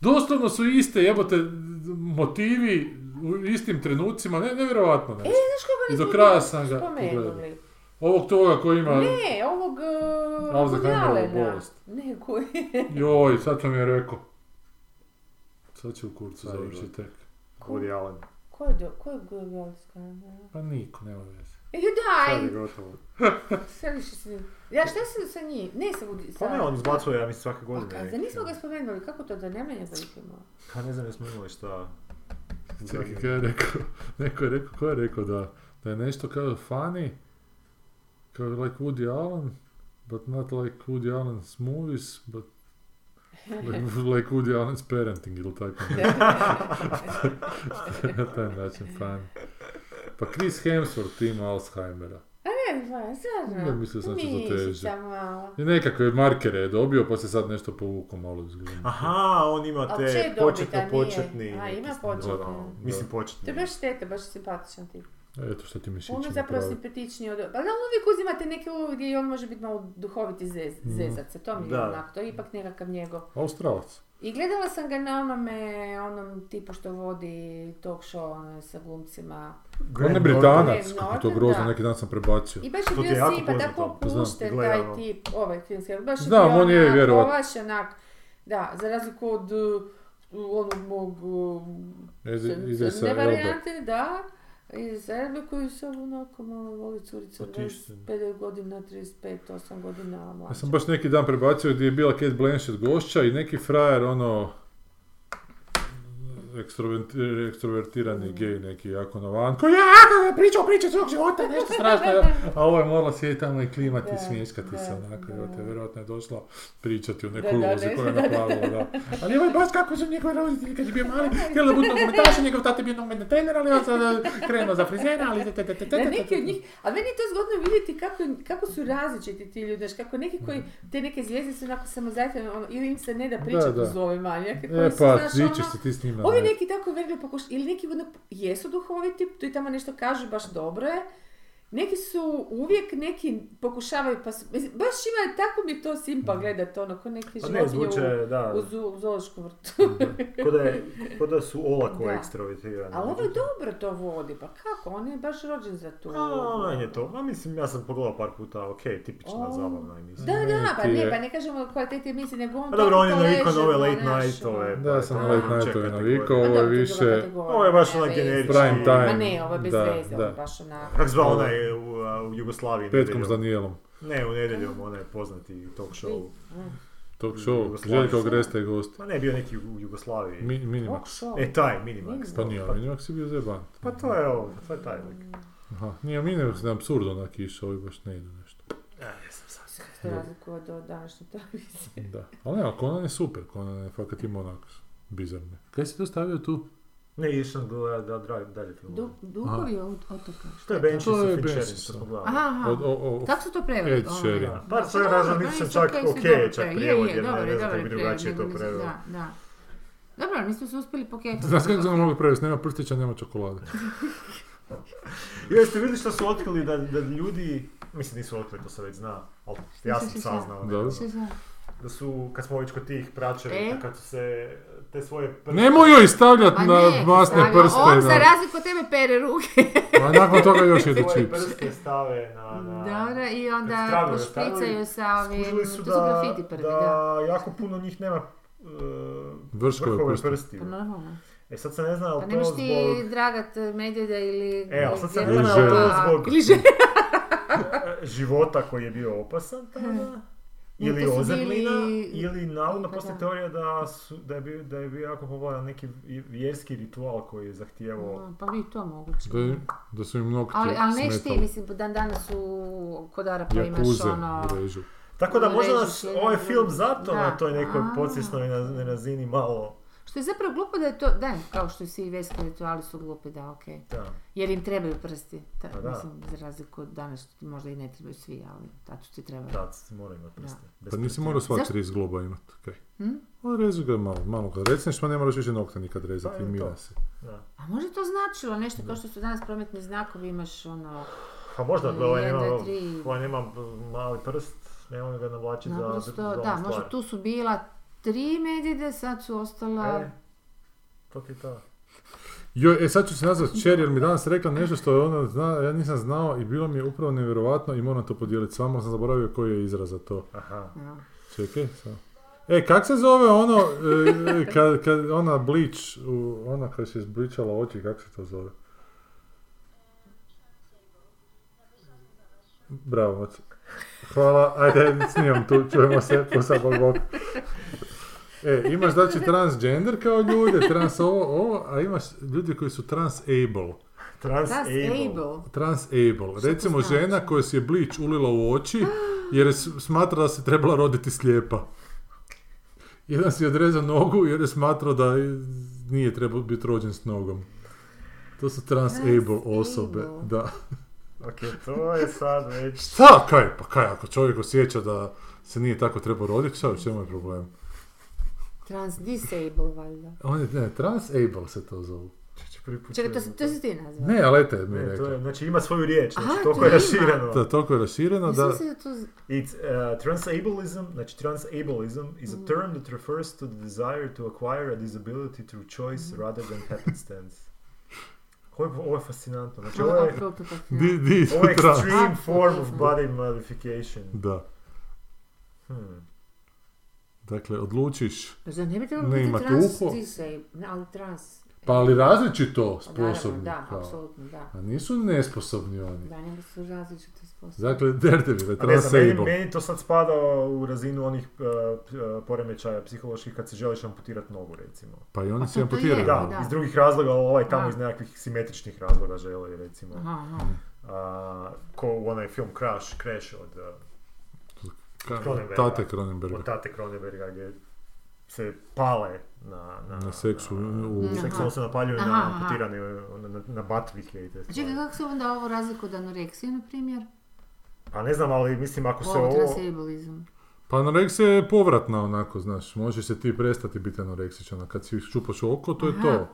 [SPEAKER 3] Doslovno su iste, jebote, motivi u istim trenucima, ne, nevjerovatno
[SPEAKER 1] E,
[SPEAKER 3] nešto.
[SPEAKER 1] znaš kako
[SPEAKER 3] I do
[SPEAKER 1] nismo to
[SPEAKER 3] kraja sam ga
[SPEAKER 1] spomenuli?
[SPEAKER 3] pogledao. Ovog toga koji ima...
[SPEAKER 1] Ne, ovog... Uh,
[SPEAKER 3] Alzheimerovu
[SPEAKER 1] Alena.
[SPEAKER 3] bolest.
[SPEAKER 1] Ne, koji...
[SPEAKER 3] Joj, sad sam je rekao. Sad će u kurcu završiti tek.
[SPEAKER 4] Woody Allen.
[SPEAKER 1] Ko je do... Ko je Gojgalska?
[SPEAKER 3] Pa niko, nema veze.
[SPEAKER 1] E,
[SPEAKER 4] Sad je
[SPEAKER 1] daj!
[SPEAKER 4] gotovo.
[SPEAKER 1] Sve više se... ne- Ja, šta se sa njim? Ne sa Woody...
[SPEAKER 4] Pa
[SPEAKER 1] sa-
[SPEAKER 4] ne, on izbacuje, ja mislim, svake godine.
[SPEAKER 1] Pa,
[SPEAKER 4] neki
[SPEAKER 1] zar nismo
[SPEAKER 4] film.
[SPEAKER 1] ga spomenuli? Kako to da nema njega filmova?
[SPEAKER 4] Pa ne znam, jesmo imali šta.
[SPEAKER 3] Čekaj, kaj je rekao, neko je rekao, ko je rekao da, da je nešto kao funny, kao like Woody Allen, but not like Woody Allen's movies, but like, like Woody Allen's parenting ili tako nešto. Na taj način funny. Pa Chris Hemsworth ima Alzheimera.
[SPEAKER 1] Ne, pa, stvarno.
[SPEAKER 3] Ne, mislio sam da će to
[SPEAKER 1] Mišica
[SPEAKER 3] teže.
[SPEAKER 1] malo.
[SPEAKER 3] I nekakve markere je dobio, pa se sad nešto povukao malo iz glumbe.
[SPEAKER 4] Aha, on ima
[SPEAKER 1] A
[SPEAKER 4] te
[SPEAKER 1] će
[SPEAKER 4] početno
[SPEAKER 1] dobiti, a nije?
[SPEAKER 4] početni.
[SPEAKER 1] A,
[SPEAKER 4] neki
[SPEAKER 1] ima
[SPEAKER 4] stan-
[SPEAKER 1] početni.
[SPEAKER 4] ono, Mislim
[SPEAKER 1] To je
[SPEAKER 4] početni.
[SPEAKER 1] baš šteta, baš je simpatičan tip.
[SPEAKER 3] Eto što ti mišići
[SPEAKER 1] On je Ono zapravo
[SPEAKER 3] napravi.
[SPEAKER 1] simpatičniji od... Pa da, on uvijek uzimate neke uloge gdje i on može biti malo duhoviti zez, zezac, a to mi je
[SPEAKER 4] Da.
[SPEAKER 1] onako, to je ipak nekakav njegov.
[SPEAKER 3] Australac.
[SPEAKER 1] I gledala sam ga na onome, onom tipu što vodi talk show ono, sa glumcima.
[SPEAKER 3] On je
[SPEAKER 4] Graham
[SPEAKER 1] Graham
[SPEAKER 3] britanac,
[SPEAKER 1] Norton,
[SPEAKER 3] kako je to grozno,
[SPEAKER 1] da.
[SPEAKER 3] neki dan sam prebacio.
[SPEAKER 1] I baš je
[SPEAKER 4] To ti je
[SPEAKER 1] bio
[SPEAKER 4] jako
[SPEAKER 1] simpa,
[SPEAKER 4] poznato,
[SPEAKER 1] tako
[SPEAKER 3] pa znam.
[SPEAKER 1] opušten
[SPEAKER 4] Gledano.
[SPEAKER 1] taj tip, ovaj filmski, baš je
[SPEAKER 3] Znam,
[SPEAKER 1] bio
[SPEAKER 3] on je
[SPEAKER 1] onako,
[SPEAKER 3] vjerovatno.
[SPEAKER 1] baš je onak, da, za razliku od uh, onog mog uh,
[SPEAKER 3] Iz, iz
[SPEAKER 1] Ne
[SPEAKER 3] SRL-be.
[SPEAKER 1] varijante, da. I Serbe koji se onako malo voli curicu
[SPEAKER 3] Pa
[SPEAKER 1] od
[SPEAKER 2] Otišten.
[SPEAKER 1] 25 godina, 35, 8 godina
[SPEAKER 3] Ja
[SPEAKER 1] mlađa.
[SPEAKER 3] sam baš neki dan prebacio gdje je bila Kate Blanchett gošća i neki frajer ono ekstroventi- ekstrovertirani
[SPEAKER 1] Mm.
[SPEAKER 3] gej neki jako novan koji je "A, pričao priče svog života, nešto strašno. A ovo je morala sjediti tamo i klimati
[SPEAKER 1] Da,
[SPEAKER 3] i smješkati se
[SPEAKER 1] da,
[SPEAKER 3] onako.
[SPEAKER 1] da.
[SPEAKER 3] jebote, vjerojatno je došla pričati o nekoj
[SPEAKER 1] Da, da,
[SPEAKER 3] ulozi
[SPEAKER 1] ne,
[SPEAKER 3] koju je
[SPEAKER 1] da, da,
[SPEAKER 3] napravila. Da. Ali ovaj baš kako su njegovi roditelji kad je bio mali, htjeli da budu nogometaši, njegov tata je bio nogometni trener, ali on sad eh, krenuo za frizera, ali te, te, te, te,
[SPEAKER 1] Da,
[SPEAKER 3] te,
[SPEAKER 1] neki
[SPEAKER 3] te.
[SPEAKER 1] od njih, ali meni je to zgodno vidjeti kako, kako su različiti ti ljudi, znaš, kako neki
[SPEAKER 3] Mhm.
[SPEAKER 1] koji, te neke zvijezde su onako samozatajne, ono, ili im se ne da pričati
[SPEAKER 3] da.
[SPEAKER 1] uz ove manjake, koji
[SPEAKER 3] E
[SPEAKER 1] su,
[SPEAKER 3] pa,
[SPEAKER 1] znaš, ono,
[SPEAKER 3] zičeš se ti s njima.
[SPEAKER 1] Ovi
[SPEAKER 3] ne.
[SPEAKER 1] neki tako vergli pokušaju, ili neki ono, jesu duhoviti, tu i tamo nešto kažu, baš dobro je. Neki su uvijek, neki pokušavaju, pa su, mislim, baš ima, tako mi je to simpa gledat, ono, ko neki
[SPEAKER 2] Pa ne,
[SPEAKER 1] životinje u,
[SPEAKER 2] zvuče, da,
[SPEAKER 1] u, zoo- u zoološkom vrtu.
[SPEAKER 2] ko da, je, ko da su olako
[SPEAKER 1] Da.
[SPEAKER 2] ekstrovertirani.
[SPEAKER 1] Ali ovo je dobro to vodi, pa kako, on je baš rođen za to.
[SPEAKER 2] A, meni je to, ma mislim, ja sam pogledao par puta, ok, tipična
[SPEAKER 1] O.
[SPEAKER 2] zabavna emisija.
[SPEAKER 1] Da, da, pa
[SPEAKER 3] Ti je-
[SPEAKER 1] ne, pa ne kažemo kvaliteti emisije, nego on
[SPEAKER 2] Pa dobro, on je
[SPEAKER 1] toliko
[SPEAKER 2] navikao na ove
[SPEAKER 1] ležerno,
[SPEAKER 2] late pa
[SPEAKER 1] znaš,
[SPEAKER 2] night, ove,
[SPEAKER 1] ono.
[SPEAKER 3] Da, sam
[SPEAKER 1] A.
[SPEAKER 3] na late nightove
[SPEAKER 2] Čekate
[SPEAKER 3] navikao,
[SPEAKER 2] koje-
[SPEAKER 1] Pa
[SPEAKER 3] ovo je
[SPEAKER 1] dobro, to druga
[SPEAKER 3] više...
[SPEAKER 1] kategorija,
[SPEAKER 2] ovo je baš
[SPEAKER 1] nema
[SPEAKER 2] onak
[SPEAKER 1] veze.
[SPEAKER 2] generički. Prime
[SPEAKER 1] Ma
[SPEAKER 3] time,
[SPEAKER 1] ne, ovo je bez
[SPEAKER 3] da,
[SPEAKER 1] veze, ovo je
[SPEAKER 3] da.
[SPEAKER 1] baš onako.
[SPEAKER 2] Kako zvao onaj u, u Jugoslaviji?
[SPEAKER 3] Petkom s
[SPEAKER 2] nedjeljom?
[SPEAKER 3] Danielom.
[SPEAKER 2] Ne, u nedjeljom, onaj poznati talk show.
[SPEAKER 3] Talk show.
[SPEAKER 2] Jugoslavija.
[SPEAKER 3] Željko Gresta je gost.
[SPEAKER 2] Ma ne, bio neki u Jugoslaviji.
[SPEAKER 3] Mi, minimax.
[SPEAKER 1] Talk show.
[SPEAKER 2] E, taj, Minimax.
[SPEAKER 3] Pa nije,
[SPEAKER 2] Pa,
[SPEAKER 3] ali Minimax je bio zeban.
[SPEAKER 2] pa to je ovo, to je taj lik.
[SPEAKER 3] Aha, nije Minimax je absurd onak išao, ovi baš ne idu nešto.
[SPEAKER 2] Ja, E, jesam sad.
[SPEAKER 1] Za razliku od od današnje televizije.
[SPEAKER 3] Da. Ali nema, Conan je super, Conan je fakat ima onak bizarne. Kaj si to stavio tu?
[SPEAKER 2] Ne, išam gledat da drag, dalje film.
[SPEAKER 1] Du, duhovi od otoka.
[SPEAKER 2] To je Benji
[SPEAKER 3] To je
[SPEAKER 2] sa Fincherim,
[SPEAKER 3] Benji
[SPEAKER 2] što
[SPEAKER 3] sa-
[SPEAKER 2] smo gledali.
[SPEAKER 1] Aha, aha.
[SPEAKER 3] Od, o, o,
[SPEAKER 1] Kako su to preveli? Ovaj, Znači,
[SPEAKER 3] Ed Sheeran.
[SPEAKER 2] Da, Par svega razloga nisam čak ok, čak prijevod, jer ne ne znam kako bi drugačije to preveo.
[SPEAKER 1] Da, da. Dobro, ali nismo se uspjeli poketiti.
[SPEAKER 3] Znaš kako sam mogu prevesti, nema prstića, nema čokolade.
[SPEAKER 2] I jeste vidjeli što su otkrili da, da ljudi, mislim nisu otkrili, to se već zna, ali ja sam
[SPEAKER 1] Mislim,
[SPEAKER 2] saznao.
[SPEAKER 3] da.
[SPEAKER 2] ne
[SPEAKER 3] Da.
[SPEAKER 2] znam. Da su, kad smo već kod tih praćenika,
[SPEAKER 1] E?
[SPEAKER 2] kad su se te svoje prve...
[SPEAKER 3] Nemoj joj stavljat
[SPEAKER 1] Ma
[SPEAKER 3] na
[SPEAKER 1] ne,
[SPEAKER 3] masne
[SPEAKER 1] stavio.
[SPEAKER 3] prste.
[SPEAKER 1] On za
[SPEAKER 3] Da.
[SPEAKER 1] razliku od tebe pere ruke.
[SPEAKER 3] A nakon toga još idu
[SPEAKER 2] svoje
[SPEAKER 3] čips.
[SPEAKER 2] prste stave na... na...
[SPEAKER 1] Dobro, i
[SPEAKER 2] Kad
[SPEAKER 1] onda
[SPEAKER 2] stragaju,
[SPEAKER 1] pošpricaju sa ovim...
[SPEAKER 2] Skužili
[SPEAKER 1] to
[SPEAKER 2] su da,
[SPEAKER 1] su grafiti prvi,
[SPEAKER 2] da,
[SPEAKER 1] da.
[SPEAKER 2] jako puno njih nema e,
[SPEAKER 3] Vrškove prste.
[SPEAKER 2] prstiju.
[SPEAKER 1] Pa normalno.
[SPEAKER 2] E sad se ne zna, ali
[SPEAKER 1] Pa
[SPEAKER 2] to
[SPEAKER 1] nemaš ti
[SPEAKER 2] zbog
[SPEAKER 1] dragat medvjeda ili...
[SPEAKER 2] E, ali sad sam
[SPEAKER 1] Ili
[SPEAKER 3] ne znao
[SPEAKER 1] žena.
[SPEAKER 2] to zbog-
[SPEAKER 1] Ili žena.
[SPEAKER 2] e, života koji je bio opasan tada,
[SPEAKER 1] Ne,
[SPEAKER 2] ili
[SPEAKER 1] Hm. to su
[SPEAKER 2] ozemljina,
[SPEAKER 1] bili-
[SPEAKER 2] ili navodno
[SPEAKER 1] Pa
[SPEAKER 2] postoji
[SPEAKER 1] da.
[SPEAKER 2] teorija da, su, da, je bio, da je bio jako povoljan neki i- vjerski ritual koji je zahtijevao...
[SPEAKER 1] Pa vi to moguće.
[SPEAKER 3] Da, da su im nokti
[SPEAKER 1] Ali, ali neš ti,
[SPEAKER 3] smetali.
[SPEAKER 1] mislim, dan danas u kod Arapa imaš
[SPEAKER 3] Jakuze
[SPEAKER 1] ono...
[SPEAKER 3] režu.
[SPEAKER 2] Tako da možda
[SPEAKER 1] Reži
[SPEAKER 2] nas
[SPEAKER 1] se,
[SPEAKER 2] ovaj
[SPEAKER 1] da.
[SPEAKER 2] film zato na
[SPEAKER 1] Da.
[SPEAKER 2] toj nekoj
[SPEAKER 1] A.
[SPEAKER 2] podsvjesnoj na- na razini malo...
[SPEAKER 1] Što je zapravo glupo da je to, da, kao što i svi verski rituali su glupi, da, okej.
[SPEAKER 2] Da.
[SPEAKER 1] Jer im trebaju prsti, ta,
[SPEAKER 2] Pa da.
[SPEAKER 1] mislim, za razliku od danas, možda i ne trebaju svi, ali tad su ti trebali.
[SPEAKER 2] Da, se mora imati prste. bez
[SPEAKER 3] Pa nisi
[SPEAKER 2] prstiju.
[SPEAKER 3] morao sva
[SPEAKER 1] Zašto-
[SPEAKER 3] tri zgloba imat, kaj.
[SPEAKER 1] Hm?
[SPEAKER 3] Pa reži ga malo, malo kad recneš, pa ne moraš više nokta nikad rezati,
[SPEAKER 2] Pa je
[SPEAKER 3] i
[SPEAKER 2] to.
[SPEAKER 3] mila si.
[SPEAKER 2] Da.
[SPEAKER 1] A možda je to značilo nešto, kao što su danas prometni znakovi, imaš ono,
[SPEAKER 2] Pa možda,
[SPEAKER 1] Ili
[SPEAKER 2] ovaj nema,
[SPEAKER 1] jedan, tri.
[SPEAKER 2] ovaj nema mali prst, nemoj ga navlačiti za, za,
[SPEAKER 1] naprosto,
[SPEAKER 2] za onu
[SPEAKER 1] da,
[SPEAKER 2] stvar.
[SPEAKER 1] možda tu su bila tri medvjede, sad su ostala...
[SPEAKER 2] E, to ti je to.
[SPEAKER 3] Joj, e sad ću se nazvat Čer jer mi je danas rekla nešto što je ona zna, ja nisam znao i bilo mi je upravo nevjerovatno i moram to podijeliti s vama, sam zaboravio koji je izraz za to.
[SPEAKER 2] Aha.
[SPEAKER 1] Ja.
[SPEAKER 3] Čekaj, samo. E, kak se zove ono, e, kad, kad ona Bleach, u- ona kad se izbličala oči, kak se to zove? Bravo, Mac. Hvala, ajde, snimam tu, čujemo se, posabog bok. E, imaš znači transgender kao ljude, trans ovo, ovo, a imaš ljudi koji su transable.
[SPEAKER 1] Das
[SPEAKER 2] Trans-able.
[SPEAKER 1] able. to
[SPEAKER 3] Transable. Recimo
[SPEAKER 1] znači?
[SPEAKER 3] žena koja si je blič ulila u oči jer je s- smatra da se trebala roditi slijepa. Jedan si je odrezao nogu jer je smatrao da je- nije trebao biti rođen s nogom. To su transable
[SPEAKER 1] Transable.
[SPEAKER 3] osobe. Da.
[SPEAKER 2] Ok, to je sad već...
[SPEAKER 3] Šta? Kaj? Pa kaj? Ako čovjek osjeća da se nije tako trebao roditi, šta u čemu je problem?
[SPEAKER 1] Trans disable, valjda.
[SPEAKER 3] On je, ne, transable se to zove.
[SPEAKER 2] Čekaj, prvi put
[SPEAKER 1] Čekaj, to,
[SPEAKER 2] čujem
[SPEAKER 1] si- to si ti nazvao.
[SPEAKER 3] Ne, ali eto je mi
[SPEAKER 2] Ne, to je,
[SPEAKER 3] rekao.
[SPEAKER 2] znači ima svoju riječ, znači
[SPEAKER 1] Aha,
[SPEAKER 2] toliko
[SPEAKER 1] to
[SPEAKER 2] je
[SPEAKER 1] ima.
[SPEAKER 2] rašireno.
[SPEAKER 3] Da, toliko je rašireno
[SPEAKER 1] Mislim
[SPEAKER 3] da...
[SPEAKER 1] se da to... z-
[SPEAKER 2] It's uh, transableism, znači transableism is
[SPEAKER 1] Mm.
[SPEAKER 2] a term that refers to the desire to acquire a disability through choice
[SPEAKER 1] Mm.
[SPEAKER 2] rather than happenstance. Ovo je, ovo je fascinantno, znači ovo je,
[SPEAKER 1] Apsolutno fascinantno.
[SPEAKER 3] Di, di,
[SPEAKER 2] ovo je
[SPEAKER 3] trans.
[SPEAKER 2] extreme form of body modification.
[SPEAKER 3] Da.
[SPEAKER 2] Hmm.
[SPEAKER 3] Dakle, odlučiš
[SPEAKER 1] Zar ne bi trebalo
[SPEAKER 3] Ne
[SPEAKER 1] biti
[SPEAKER 3] imate
[SPEAKER 1] trans
[SPEAKER 3] uho.
[SPEAKER 1] disable, ali trans
[SPEAKER 3] Pa ali različito sposobni.
[SPEAKER 1] Pa, da,
[SPEAKER 3] kao.
[SPEAKER 1] apsolutno, da.
[SPEAKER 3] A nisu nesposobni oni.
[SPEAKER 1] Da, nego su različiti sposobni.
[SPEAKER 3] Dakle, Daredevil je
[SPEAKER 2] A ne znam, meni,
[SPEAKER 3] transable.
[SPEAKER 2] meni to sad spada u razinu onih e, e, poremećaja psiholoških kad si želiš amputirati nogu recimo.
[SPEAKER 3] Pa i oni
[SPEAKER 1] A
[SPEAKER 3] se
[SPEAKER 1] to- to je,
[SPEAKER 3] amputiraju.
[SPEAKER 2] Da,
[SPEAKER 1] Da.
[SPEAKER 2] iz drugih razloga, ali ovaj tamo
[SPEAKER 1] Da.
[SPEAKER 2] iz nekakvih simetričnih razloga želi recimo.
[SPEAKER 1] Aha, aha.
[SPEAKER 2] A, ko u onaj film Crash, Crash od, e,
[SPEAKER 3] Ka-
[SPEAKER 2] Cronenberga.
[SPEAKER 3] Tate Cronenberga.
[SPEAKER 2] od tate Cronenberga gdje se pale na... Na,
[SPEAKER 3] Na seksu, u-
[SPEAKER 2] na- seksualno se napaljuju
[SPEAKER 1] Aha,
[SPEAKER 2] na
[SPEAKER 1] aha.
[SPEAKER 2] amputirane, na, na, na batvike i te
[SPEAKER 1] A
[SPEAKER 2] stvari.
[SPEAKER 1] čekaj, kako se onda ovo razliku od anoreksije, na primjer?
[SPEAKER 2] Pa ne znam, ali mislim ako se
[SPEAKER 1] Ovo
[SPEAKER 2] ovo...
[SPEAKER 1] transableizam.
[SPEAKER 3] Pa anoreksija je povratna onako, znaš, možeš se ti prestati biti anoreksičan, a kad si čupaš oko, to je
[SPEAKER 1] Aha.
[SPEAKER 3] to.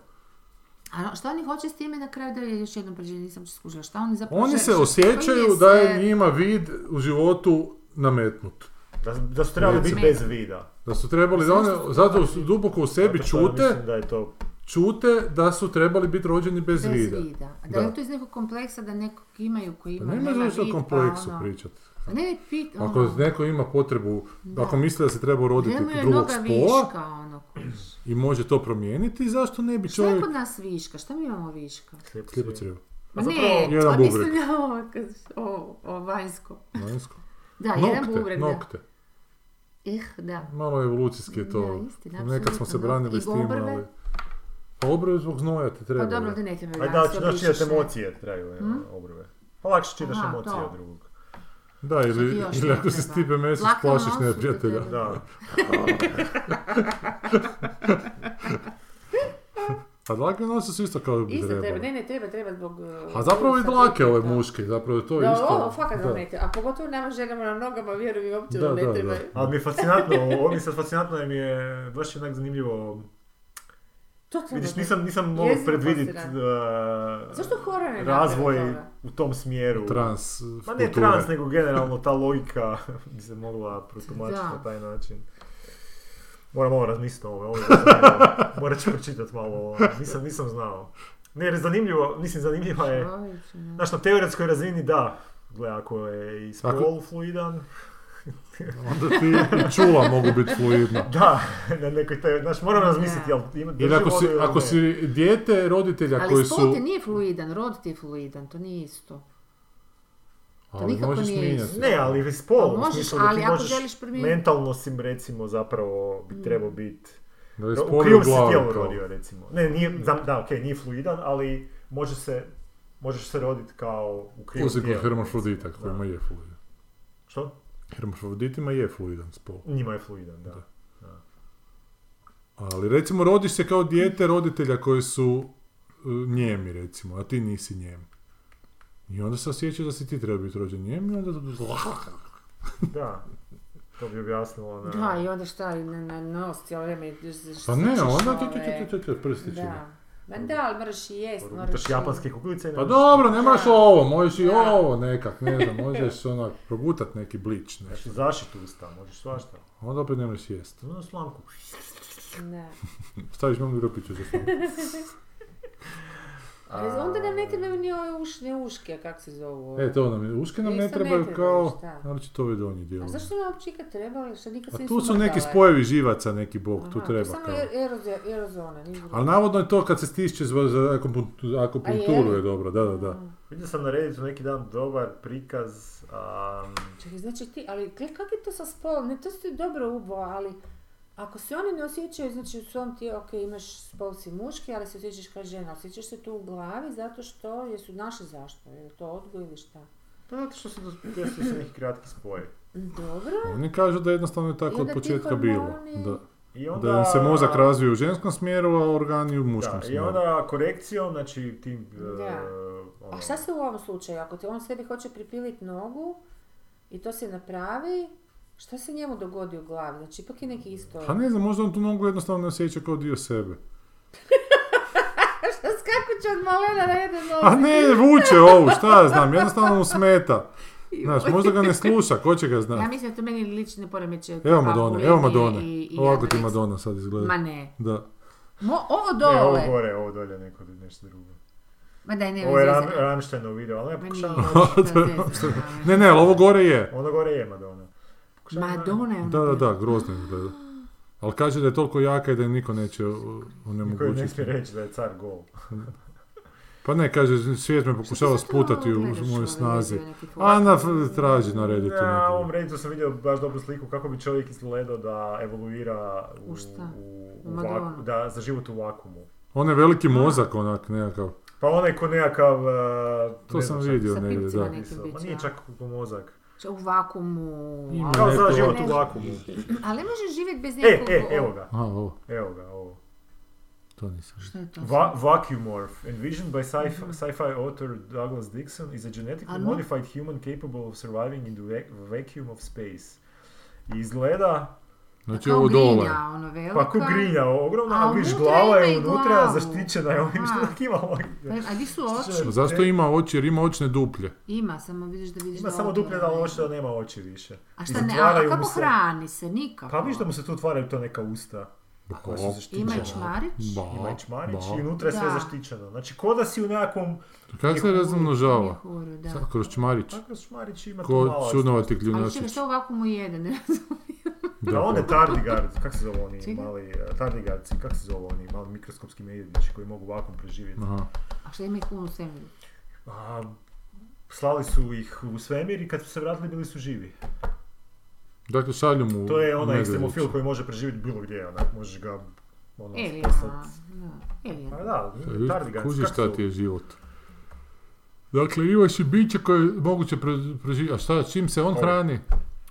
[SPEAKER 1] A no, šta oni hoće s time na kraju da je još jednom pređe, nisam skužila, šta oni zapravo...
[SPEAKER 3] Oni
[SPEAKER 1] žele-
[SPEAKER 3] se
[SPEAKER 1] Pa šta-
[SPEAKER 3] osjećaju
[SPEAKER 1] koji
[SPEAKER 3] da
[SPEAKER 1] se-
[SPEAKER 3] je njima vid u životu nametnut.
[SPEAKER 2] Da, da su trebali biti
[SPEAKER 1] Recimo.
[SPEAKER 2] bez vida.
[SPEAKER 3] Da su trebali, da one, zato su duboko u sebi
[SPEAKER 2] Zato što ja
[SPEAKER 3] čute,
[SPEAKER 2] Mislim da je to...
[SPEAKER 3] čute da su trebali biti rođeni bez,
[SPEAKER 1] Bez
[SPEAKER 3] vida.
[SPEAKER 1] vida. A Da,
[SPEAKER 3] Da.
[SPEAKER 1] li je to iz nekog kompleksa da nekog imaju koji
[SPEAKER 3] Pa
[SPEAKER 1] ima,
[SPEAKER 3] ne
[SPEAKER 1] nema
[SPEAKER 3] možeš o
[SPEAKER 1] vid,
[SPEAKER 3] kompleksu
[SPEAKER 1] pa ono-
[SPEAKER 3] pričati.
[SPEAKER 1] Pa Ne, pit, ono,
[SPEAKER 3] Ako neko ima potrebu,
[SPEAKER 1] Da.
[SPEAKER 3] ako misli da se treba uroditi
[SPEAKER 1] njemu je
[SPEAKER 3] drugog
[SPEAKER 1] noga
[SPEAKER 3] spola
[SPEAKER 1] viška, ono, kužiš.
[SPEAKER 3] i može to promijeniti, zašto ne bi
[SPEAKER 1] Šta je
[SPEAKER 3] čovjek...
[SPEAKER 1] kod nas viška? Šta mi imamo viška?
[SPEAKER 3] Slijepo crijevo.
[SPEAKER 1] Ma
[SPEAKER 2] zapravo
[SPEAKER 1] ne,
[SPEAKER 3] Pa jedan
[SPEAKER 1] a mislim
[SPEAKER 3] bubreg.
[SPEAKER 1] na ovo, kad- o, o vanjsko.
[SPEAKER 3] Vanjsko.
[SPEAKER 1] Da, jedan
[SPEAKER 3] Nokte,
[SPEAKER 1] bubreg, da.
[SPEAKER 3] nokte.
[SPEAKER 1] Eh, da.
[SPEAKER 3] Malo evolucijski je to.
[SPEAKER 1] Da, istina,
[SPEAKER 3] Nekad smo
[SPEAKER 1] apsolutno,
[SPEAKER 3] se
[SPEAKER 1] da.
[SPEAKER 3] branili
[SPEAKER 1] I
[SPEAKER 3] s tim,
[SPEAKER 1] obrve?
[SPEAKER 3] ali... Pa obrve zbog znoja te treba.
[SPEAKER 1] Pa dobro,
[SPEAKER 3] da.
[SPEAKER 1] da ne treba
[SPEAKER 2] Aj da,
[SPEAKER 1] danas
[SPEAKER 2] da
[SPEAKER 1] obrišeš
[SPEAKER 2] čitaš
[SPEAKER 1] se.
[SPEAKER 2] emocije traju
[SPEAKER 1] Hmm?
[SPEAKER 2] obrve. Pa lakše čitaš
[SPEAKER 1] Aha,
[SPEAKER 2] emocije
[SPEAKER 1] to.
[SPEAKER 2] od drugog.
[SPEAKER 3] Da, ili,
[SPEAKER 1] Još
[SPEAKER 3] ili
[SPEAKER 1] ne
[SPEAKER 3] ako se s
[SPEAKER 1] treba.
[SPEAKER 3] Stipe Mesić
[SPEAKER 1] Dlaka na
[SPEAKER 3] plašiš
[SPEAKER 1] nosu ti
[SPEAKER 3] neprijatelja.
[SPEAKER 1] treba.
[SPEAKER 2] Da.
[SPEAKER 3] A Pa dlake na nosu su isto kao bi
[SPEAKER 1] Isto treba,
[SPEAKER 3] trebalo.
[SPEAKER 1] ne, ne, treba, treba zbog... uh,
[SPEAKER 3] A zapravo i
[SPEAKER 1] sa
[SPEAKER 3] dlake ove
[SPEAKER 1] da.
[SPEAKER 3] muške, zapravo je to
[SPEAKER 1] Da,
[SPEAKER 3] isto.
[SPEAKER 1] ovo fakat
[SPEAKER 3] da.
[SPEAKER 1] nam ne treba. A pogotovo nama ženama na nogama, vjerujem, mi uopće
[SPEAKER 3] Da,
[SPEAKER 1] nam ne
[SPEAKER 3] da, da.
[SPEAKER 1] trebaju.
[SPEAKER 2] Ali mi je fascinantno, ovo mi je sad fascinantno jer mi je baš jednak zanimljivo.
[SPEAKER 1] To treba.
[SPEAKER 2] Vidiš,
[SPEAKER 1] da-
[SPEAKER 2] nisam, nisam mogao
[SPEAKER 1] Jezivo
[SPEAKER 2] predvidjeti
[SPEAKER 1] fascinantno.
[SPEAKER 2] uh,
[SPEAKER 1] Zašto horor ne
[SPEAKER 2] razvoj
[SPEAKER 1] napravi toga?
[SPEAKER 2] u tom smjeru.
[SPEAKER 3] Trans
[SPEAKER 2] Ma ne
[SPEAKER 3] kulture.
[SPEAKER 2] trans, nego generalno ta logika bi se mogla protumačiti
[SPEAKER 1] Da.
[SPEAKER 2] na taj način. Moram ovo razmisliti ovo, ovo je zanimljivo. morat ću pročitati malo ovo, nisam, nisam znao. Ne, jer je zanimljivo, mislim
[SPEAKER 3] pa
[SPEAKER 2] zanimljiva je,
[SPEAKER 1] Čovječe, ne.
[SPEAKER 2] znaš na teoretskoj razini da, gle ako je i spol
[SPEAKER 3] Pa Ako-
[SPEAKER 2] fluidan,
[SPEAKER 3] Onda ti i čula mogu biti fluidna.
[SPEAKER 2] da, na nekoj te, znaš moram razmisliti, jel ima drži
[SPEAKER 3] Jer ako si,
[SPEAKER 2] vodu ili
[SPEAKER 3] ako
[SPEAKER 2] ne.
[SPEAKER 3] si dijete roditelja
[SPEAKER 1] Ali
[SPEAKER 3] koji
[SPEAKER 1] spol
[SPEAKER 3] su...
[SPEAKER 1] ti nije fluidan, rod ti je fluidan, to nije isto.
[SPEAKER 3] Ali
[SPEAKER 1] nikako
[SPEAKER 3] možeš
[SPEAKER 1] nije
[SPEAKER 3] mijenjati.
[SPEAKER 2] Ne, ali i spol,
[SPEAKER 1] Ali
[SPEAKER 2] u
[SPEAKER 1] Pa možeš,
[SPEAKER 2] smislu da
[SPEAKER 1] ali
[SPEAKER 2] ti
[SPEAKER 1] ako
[SPEAKER 2] možeš,
[SPEAKER 1] želiš promijeniti- Mm.
[SPEAKER 2] mentalno si recimo zapravo bi trebao biti
[SPEAKER 3] Da je
[SPEAKER 2] Da,
[SPEAKER 3] spolni
[SPEAKER 2] U krivom
[SPEAKER 3] u
[SPEAKER 2] se
[SPEAKER 3] glavi,
[SPEAKER 2] tijelu
[SPEAKER 3] kao.
[SPEAKER 2] rodio, recimo. Ne, nije, za- da, okej, nije fluidan, ali može se, možeš se roditi kao u krivom
[SPEAKER 3] Osim kod
[SPEAKER 2] tijelu,
[SPEAKER 3] hermafrodita
[SPEAKER 2] recimo.
[SPEAKER 3] kojima
[SPEAKER 2] Da.
[SPEAKER 3] je fluidan.
[SPEAKER 2] Što?
[SPEAKER 3] E Hermafroditima je fluidan spol.
[SPEAKER 2] Njima je fluidan, da.
[SPEAKER 3] Da. Ali recimo rodiš se kao dijete roditelja koji su e, njemi recimo, a ti nisi njem. I onda se osjećaš da si ti treba biti rođen njem i onda
[SPEAKER 2] Da. To bi objasnilo na...
[SPEAKER 1] Da, i onda šta, na, na nos cijelo vrijeme...
[SPEAKER 3] Pa ne, onda ti
[SPEAKER 1] ti,
[SPEAKER 3] ti ti ti ti prstići.
[SPEAKER 1] Znači, Da. Ma da, ali moraš i jest, moraš
[SPEAKER 2] Utaš japanske kuglice i ne
[SPEAKER 3] Pa
[SPEAKER 2] možeš-
[SPEAKER 3] dobro, ne moraš
[SPEAKER 1] Da.
[SPEAKER 3] ovo, možeš i
[SPEAKER 1] Da.
[SPEAKER 3] ovo nekak, ne znam, možeš onak progutat neki blič, ne.
[SPEAKER 2] Možeš i zašitu usta, možeš svašta.
[SPEAKER 3] Onda opet ne možeš jest.
[SPEAKER 2] No, slamku.
[SPEAKER 1] Ne.
[SPEAKER 3] Staviš mamu gropiću za slanku.
[SPEAKER 1] Ali onda nam ne trebaju ni ove ušne uške, kak se zovu. ono.
[SPEAKER 3] E, to nam je, uške nam ne
[SPEAKER 1] Isto ne
[SPEAKER 3] trebaju
[SPEAKER 1] trebaju,
[SPEAKER 3] kao,
[SPEAKER 1] šta?
[SPEAKER 3] naročito ove donji
[SPEAKER 1] A
[SPEAKER 3] dijelovi.
[SPEAKER 1] zašto nam uopće ikad trebali? Što nikad
[SPEAKER 3] A
[SPEAKER 1] se nisu
[SPEAKER 3] tu su neki
[SPEAKER 1] mrdale?
[SPEAKER 3] spojevi živaca, neki bog, tu
[SPEAKER 1] Aha,
[SPEAKER 3] treba
[SPEAKER 1] To je
[SPEAKER 3] kao.
[SPEAKER 1] samo er- eroze- erozona, ništa drugo.
[SPEAKER 3] Ali navodno je to kad se stišće za za akupunktu-
[SPEAKER 1] A
[SPEAKER 3] akupunkturu
[SPEAKER 1] je?
[SPEAKER 3] je dobro, da, da, da.
[SPEAKER 2] Vidio sam na Redditu neki dan dobar prikaz, am,
[SPEAKER 1] Čekaj, znači ti, ali gle, kak je to sa spolom? Ne, to ste dobro ubo, ali ako se oni ne osjećaju, znači u svom ti, ok, imaš spol si muški, ali se osjećaš kao žena. Osjećaš se tu u glavi zato što jesu naše zašto, je li to odgoj ili šta?
[SPEAKER 2] pa zato što su desili se neki kratki spojevi.
[SPEAKER 1] Dobro,
[SPEAKER 3] Oni kažu da jednostavno je
[SPEAKER 1] I
[SPEAKER 3] tako od
[SPEAKER 1] onda ti
[SPEAKER 3] početka bilo.
[SPEAKER 1] hormoni-
[SPEAKER 3] Da.
[SPEAKER 2] I
[SPEAKER 3] Da im se mozak razvije u ženskom smjeru, a organi u muškom
[SPEAKER 2] Da, i
[SPEAKER 3] smjeru.
[SPEAKER 2] onda korekcijom, znači tim... e,
[SPEAKER 1] Da.
[SPEAKER 2] ono-
[SPEAKER 1] a šta se u ovom slučaju, ako ti on sebi hoće pripiliti nogu i to se napravi, šta se njemu dogodi u glavi? Znači, ipak je neki isto...
[SPEAKER 3] Pa ne znam, možda on tu nogu jednostavno ne osjeća kao dio sebe.
[SPEAKER 1] Kako će od malena na jednu nogu?
[SPEAKER 3] A ne, vuče ovu, šta ja znam, jednostavno mu smeta. Znaš, možda ga ne sluša, ko će ga
[SPEAKER 1] Ja
[SPEAKER 3] znati.
[SPEAKER 1] mislim da to meni lične poremeće.
[SPEAKER 3] Evo Madone, evo Madone. Ovako ti Madonna sad
[SPEAKER 1] Ma
[SPEAKER 3] izgleda.
[SPEAKER 1] ne.
[SPEAKER 3] Da.
[SPEAKER 1] Mo, ovo
[SPEAKER 2] Ne, E, ovo
[SPEAKER 1] dole.
[SPEAKER 2] gore, ovo dolje neko nešto drugo.
[SPEAKER 1] Ma daj, ne
[SPEAKER 2] Ovo je
[SPEAKER 1] veze.
[SPEAKER 2] Ram, Rammsteinov video, ali ja
[SPEAKER 1] Ma
[SPEAKER 2] pokušavam...
[SPEAKER 1] nije, ovo što
[SPEAKER 3] To je-
[SPEAKER 1] je zezanje.
[SPEAKER 3] Ne, ne, ali ovo gore je.
[SPEAKER 2] Ono gore je Madonna. Pokušavam-
[SPEAKER 1] Madonna je ona
[SPEAKER 3] Da, da,
[SPEAKER 1] bila.
[SPEAKER 3] da, grozno izgleda. Ali kaže da je toliko jaka i da je niko neće uh,
[SPEAKER 2] Koji neće
[SPEAKER 3] onemogućiti.
[SPEAKER 2] reći da je car gol.
[SPEAKER 3] Pa ne, kaže, svijet me pokušava
[SPEAKER 1] Što se stalno
[SPEAKER 3] sputati u
[SPEAKER 1] gledaš ono,
[SPEAKER 3] mojoj
[SPEAKER 1] ove
[SPEAKER 3] snazi.
[SPEAKER 1] videe nekih
[SPEAKER 3] Ana
[SPEAKER 1] ovakvih?
[SPEAKER 3] f- traži na redditu.
[SPEAKER 2] Na ovom
[SPEAKER 3] nekoga.
[SPEAKER 2] Redditu sam vidio baš dobru sliku kako bi čovjek izgledao da evoluira u,
[SPEAKER 1] U šta?
[SPEAKER 2] u-
[SPEAKER 1] U
[SPEAKER 2] u
[SPEAKER 1] Madonu.
[SPEAKER 2] vaku- da, za život u vakumu.
[SPEAKER 3] On je veliki mozak onak nekakav.
[SPEAKER 2] Pa onaj ko nekakav... eh,
[SPEAKER 3] To
[SPEAKER 2] ne
[SPEAKER 3] sam
[SPEAKER 2] znam šta
[SPEAKER 3] vidio
[SPEAKER 1] Sa
[SPEAKER 3] negdje,
[SPEAKER 1] pipcima
[SPEAKER 3] da.
[SPEAKER 1] neki.
[SPEAKER 2] napisao.
[SPEAKER 1] Nekim
[SPEAKER 2] Ma
[SPEAKER 1] biće,
[SPEAKER 2] nije
[SPEAKER 1] a?
[SPEAKER 2] čak u mozak.
[SPEAKER 1] Če U vakumu.
[SPEAKER 3] Ima
[SPEAKER 1] ali-
[SPEAKER 2] Kao
[SPEAKER 3] Ne,
[SPEAKER 2] za
[SPEAKER 3] to-
[SPEAKER 2] život
[SPEAKER 1] ne
[SPEAKER 2] u
[SPEAKER 1] znam.
[SPEAKER 2] vakumu.
[SPEAKER 1] Ali ne možeš živjeti bez
[SPEAKER 2] E,
[SPEAKER 1] nekog...
[SPEAKER 2] e, evo ga.
[SPEAKER 3] A, ovo,
[SPEAKER 2] Evo ga, ovo.
[SPEAKER 3] to nisam.
[SPEAKER 1] Šta je to?
[SPEAKER 2] Va- Vacuumorph, envisioned by sci- sci-fi author Douglas Dixon, is a genetically
[SPEAKER 1] Mhm. Ano.
[SPEAKER 2] modified human capable of surviving in the vac- vacuum of space. I izgleda,
[SPEAKER 3] Znači
[SPEAKER 1] Kao
[SPEAKER 3] ovo dole.
[SPEAKER 1] grinja, ono velika.
[SPEAKER 2] pa ko grinja
[SPEAKER 1] A
[SPEAKER 2] ogromna, ali viš
[SPEAKER 1] unutra
[SPEAKER 2] glava
[SPEAKER 1] ima
[SPEAKER 2] je
[SPEAKER 1] i
[SPEAKER 2] unutra,
[SPEAKER 1] glavu.
[SPEAKER 2] zaštićena je ovim
[SPEAKER 1] Aha.
[SPEAKER 2] što nek ima ovaj-
[SPEAKER 1] Pa, A di su oči?
[SPEAKER 3] Zašto ima oči? Jer ima očne duplje.
[SPEAKER 1] Ima, samo vidiš da vidiš
[SPEAKER 2] Ima
[SPEAKER 1] da
[SPEAKER 2] samo
[SPEAKER 1] ovdje
[SPEAKER 2] duplje da
[SPEAKER 1] ima.
[SPEAKER 2] oči, da nema oči više.
[SPEAKER 1] A
[SPEAKER 2] I
[SPEAKER 1] šta ne, a- a
[SPEAKER 2] zatvaraju mu
[SPEAKER 1] kako
[SPEAKER 2] se-
[SPEAKER 1] hrani se? Nikako.
[SPEAKER 2] Pa viš da mu se tu otvaraju to neka usta. koja su
[SPEAKER 1] Ima
[SPEAKER 2] zaštićena.
[SPEAKER 1] i čmarić?
[SPEAKER 3] Ba,
[SPEAKER 2] Ima i čmarić
[SPEAKER 3] ba.
[SPEAKER 2] i unutra je sve
[SPEAKER 1] Da.
[SPEAKER 2] zaštićeno. Znači, ko da si u nekakvom...
[SPEAKER 3] Kako se razmnožava?
[SPEAKER 1] Mjehuru, da. Pa
[SPEAKER 3] Sa- Kroz čmarić.
[SPEAKER 2] Kako čmarić ima tu
[SPEAKER 3] Ko ono-
[SPEAKER 2] malo...
[SPEAKER 3] čudnovati
[SPEAKER 1] Ali čekaj,
[SPEAKER 3] kljunjačić.
[SPEAKER 1] što ovako mu jede, ne razumijem.
[SPEAKER 3] Da,
[SPEAKER 2] Da, on je
[SPEAKER 3] pa.
[SPEAKER 2] tardigard, kako se zove oni
[SPEAKER 1] Čega?
[SPEAKER 2] mali, eh, tardigardci, kako se zove oni mali mikroskopski medvjedići koji mogu vakum preživjeti.
[SPEAKER 3] Aha.
[SPEAKER 1] A šta ima ih puno u svemiru?
[SPEAKER 2] A, slali su ih u svemir i kad su se vratili bili su živi.
[SPEAKER 3] Dakle, šalju mu
[SPEAKER 2] To je onaj
[SPEAKER 3] medvjedića.
[SPEAKER 2] ekstremofil koji može preživjeti bilo gdje, onak, možeš ga ono,
[SPEAKER 1] Alien,
[SPEAKER 2] poslat.
[SPEAKER 1] da. Alien.
[SPEAKER 2] Pa da,
[SPEAKER 3] Vidiš,
[SPEAKER 2] tardigardci,
[SPEAKER 3] E, Kužiš
[SPEAKER 2] kako
[SPEAKER 3] šta
[SPEAKER 2] su?
[SPEAKER 3] ti je život. Dakle, imaš i biće koje je moguće pre- preživjeti. A šta, čim se on
[SPEAKER 2] Ovo.
[SPEAKER 3] hrani?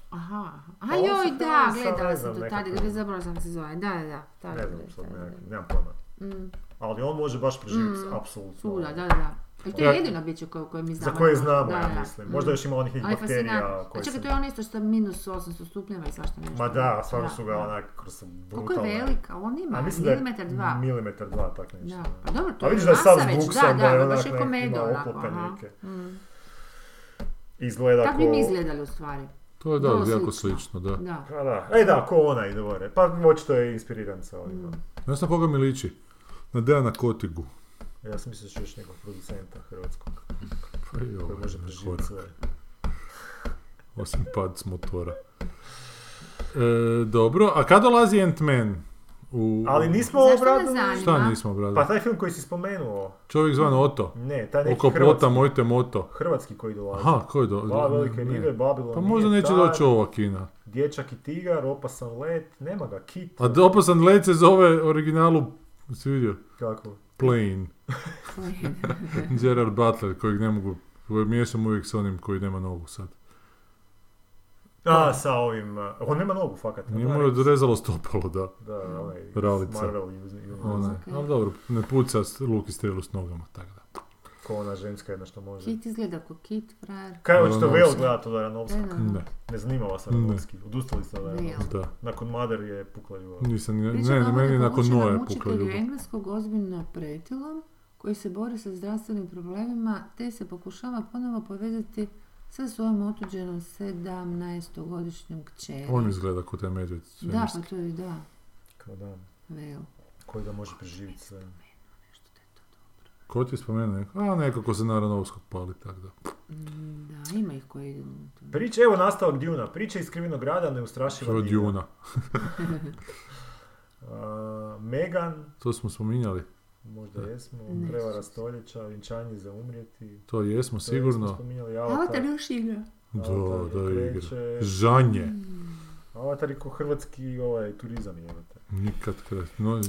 [SPEAKER 1] Aha.
[SPEAKER 2] Pa
[SPEAKER 1] A
[SPEAKER 2] on
[SPEAKER 1] joj,
[SPEAKER 2] se
[SPEAKER 1] da,
[SPEAKER 2] hrani sa,
[SPEAKER 1] gledala
[SPEAKER 2] ne
[SPEAKER 1] sam
[SPEAKER 2] znam,
[SPEAKER 1] to
[SPEAKER 2] nekako-
[SPEAKER 1] tada, da zaboravila sam se zove. Da, da, da. Tada,
[SPEAKER 2] Ne znam, sad
[SPEAKER 1] da, da.
[SPEAKER 2] ne, nemam pojma.
[SPEAKER 1] Mm,
[SPEAKER 2] Ali on može baš preživjeti,
[SPEAKER 1] Mm,
[SPEAKER 2] apsolutno. ono.
[SPEAKER 1] Svuda, da, da, da. I to je
[SPEAKER 3] Ja-
[SPEAKER 1] jedino biće koje, koje mi
[SPEAKER 2] Za
[SPEAKER 1] znamo.
[SPEAKER 2] koje
[SPEAKER 1] da može-
[SPEAKER 2] znamo,
[SPEAKER 1] da,
[SPEAKER 2] ja
[SPEAKER 1] da.
[SPEAKER 2] mislim.
[SPEAKER 1] Mm.
[SPEAKER 2] Možda još ima onih nekih
[SPEAKER 1] Ali
[SPEAKER 2] bakterija
[SPEAKER 1] fascinantno. A
[SPEAKER 2] koje
[SPEAKER 1] čekaj,
[SPEAKER 2] se...
[SPEAKER 1] to je ono isto što minus 800 stupnjeva i svašta nešto.
[SPEAKER 2] Ma da, stvarno
[SPEAKER 1] Da,
[SPEAKER 2] su ga
[SPEAKER 1] da.
[SPEAKER 2] onak, kroz su
[SPEAKER 1] Koliko je
[SPEAKER 2] brutalne.
[SPEAKER 1] velika? On
[SPEAKER 2] A
[SPEAKER 1] ima
[SPEAKER 2] mislim da je
[SPEAKER 1] milimetar dva.
[SPEAKER 2] Milimetar dva, tak nešto.
[SPEAKER 1] Da, pa dobro, to je
[SPEAKER 2] A vidiš da je sav
[SPEAKER 1] masa već,
[SPEAKER 2] zbuksan,
[SPEAKER 1] da,
[SPEAKER 2] da je
[SPEAKER 1] da, baš je
[SPEAKER 2] onak nek- ima
[SPEAKER 1] komedo onako,
[SPEAKER 2] oklope
[SPEAKER 1] aha.
[SPEAKER 2] neke.
[SPEAKER 1] Mm.
[SPEAKER 2] Izgleda
[SPEAKER 1] Tako
[SPEAKER 2] ko...
[SPEAKER 1] bi mi izgledali u stvari,
[SPEAKER 3] To je da,
[SPEAKER 1] Vrlo
[SPEAKER 3] jako
[SPEAKER 1] slično.
[SPEAKER 3] slično, da.
[SPEAKER 1] da.
[SPEAKER 2] A da, e da, ko ona ide gore. Pa očito je inspiriran sa
[SPEAKER 1] Mm.
[SPEAKER 2] ono. ovima.
[SPEAKER 3] Znaš na koga mi liči? Na Dejana Kotigu.
[SPEAKER 2] Ja sam mislio da ću još nekog producenta hrvatskog
[SPEAKER 3] Pa i ovo
[SPEAKER 2] koji
[SPEAKER 3] je
[SPEAKER 2] može preživjeti
[SPEAKER 3] korak,
[SPEAKER 2] sve.
[SPEAKER 3] Osim pad s motora. E, dobro, a kada dolazi Ant-Man? U...
[SPEAKER 2] Ali nismo
[SPEAKER 1] Zašto me
[SPEAKER 2] obradili...
[SPEAKER 1] zanima?
[SPEAKER 3] Šta nismo, brada?
[SPEAKER 2] Pa taj film koji si spomenuo,
[SPEAKER 3] Čovjek zvan Oto.
[SPEAKER 2] ne, taj neki
[SPEAKER 3] Oko
[SPEAKER 2] hrvatski,
[SPEAKER 3] plota mojte moto.
[SPEAKER 2] hrvatski koji dolazi.
[SPEAKER 3] Aha, koji do...
[SPEAKER 2] Dva velike
[SPEAKER 3] ne.
[SPEAKER 2] ribe, Babilon
[SPEAKER 3] Pa možda
[SPEAKER 2] nije
[SPEAKER 3] neće
[SPEAKER 2] car,
[SPEAKER 3] doći ova kina.
[SPEAKER 2] Dječak i tigar, opasan let, nema ga, kit,
[SPEAKER 3] A d- opasan let se zove originalu, si vidio,
[SPEAKER 2] kako.
[SPEAKER 3] Plane. Gerard Butler, kojeg ne mogu, kojeg miješam uvijek s onim koji nema nogu sad.
[SPEAKER 2] A, sa ovim, a, on nema nogu, fakat. a
[SPEAKER 3] Nije
[SPEAKER 2] Pa da,
[SPEAKER 3] mu je rezalo stopalo, da.
[SPEAKER 2] Da, onaj, iz
[SPEAKER 3] Ralica.
[SPEAKER 2] Marvel Universe.
[SPEAKER 3] Onaj.
[SPEAKER 1] Ok.
[SPEAKER 3] Ali dobro, ne puca s- luk i strelu s nogama, tako da.
[SPEAKER 2] Ko ona ženska jedna što može.
[SPEAKER 1] Kit izgleda kao kit, frajer.
[SPEAKER 2] Kaj hoćete
[SPEAKER 3] Aronofsky.
[SPEAKER 2] Vel gledat od Aronofskog?
[SPEAKER 1] Eno,
[SPEAKER 3] Ne.
[SPEAKER 2] Ne zanima vas
[SPEAKER 3] Ne.
[SPEAKER 2] Aronofski. Odustali ste od
[SPEAKER 1] Vel.
[SPEAKER 2] Aronofskog.
[SPEAKER 3] Da,
[SPEAKER 2] Nakon Mother je pukla ljubav.
[SPEAKER 3] nisam, ni-
[SPEAKER 1] Priča
[SPEAKER 3] ne,
[SPEAKER 1] kao
[SPEAKER 3] ne, meni je
[SPEAKER 1] onom
[SPEAKER 3] nakon
[SPEAKER 1] poučenom
[SPEAKER 3] Noje pukla
[SPEAKER 1] učitelju
[SPEAKER 3] ljubav.
[SPEAKER 1] engleskog ozbiljno pretilom, koji se bori sa zdravstvenim problemima, te se pokušava ponovo povezati sa svojom otuđenom 17-godišnjom kćeri.
[SPEAKER 3] On izgleda kao taj medvjed.
[SPEAKER 1] Da,
[SPEAKER 3] svemirski.
[SPEAKER 1] pa to je da,
[SPEAKER 2] Kao da,
[SPEAKER 1] vel.
[SPEAKER 2] koji da može preživjeti sve.
[SPEAKER 3] Ko ti je spomenuo neko? A, neko ko se na Ranovskog pali, tako da.
[SPEAKER 1] Mm, Da, ima ih koji idu. na to.
[SPEAKER 2] Priča, evo nastavak Djuna. Priča iz Krivinog grada, neustrašiva
[SPEAKER 3] Što Djuna.
[SPEAKER 2] A, Megan,
[SPEAKER 3] To smo spominjali.
[SPEAKER 2] možda jesmo,
[SPEAKER 1] Ne.
[SPEAKER 2] prevara stoljeća, vjenčanje za umrijeti.
[SPEAKER 3] To jesmo
[SPEAKER 2] To jesmo
[SPEAKER 3] sigurno.
[SPEAKER 2] spominjali
[SPEAKER 1] Avatar
[SPEAKER 2] Avatar.
[SPEAKER 1] još igra.
[SPEAKER 3] Da,
[SPEAKER 2] Avatar
[SPEAKER 3] da
[SPEAKER 2] je
[SPEAKER 3] je igra.
[SPEAKER 2] kreće.
[SPEAKER 3] Žanje.
[SPEAKER 2] Avatar je ko hrvatski ovaj, turizam jebate.
[SPEAKER 3] Nikad kraj. No,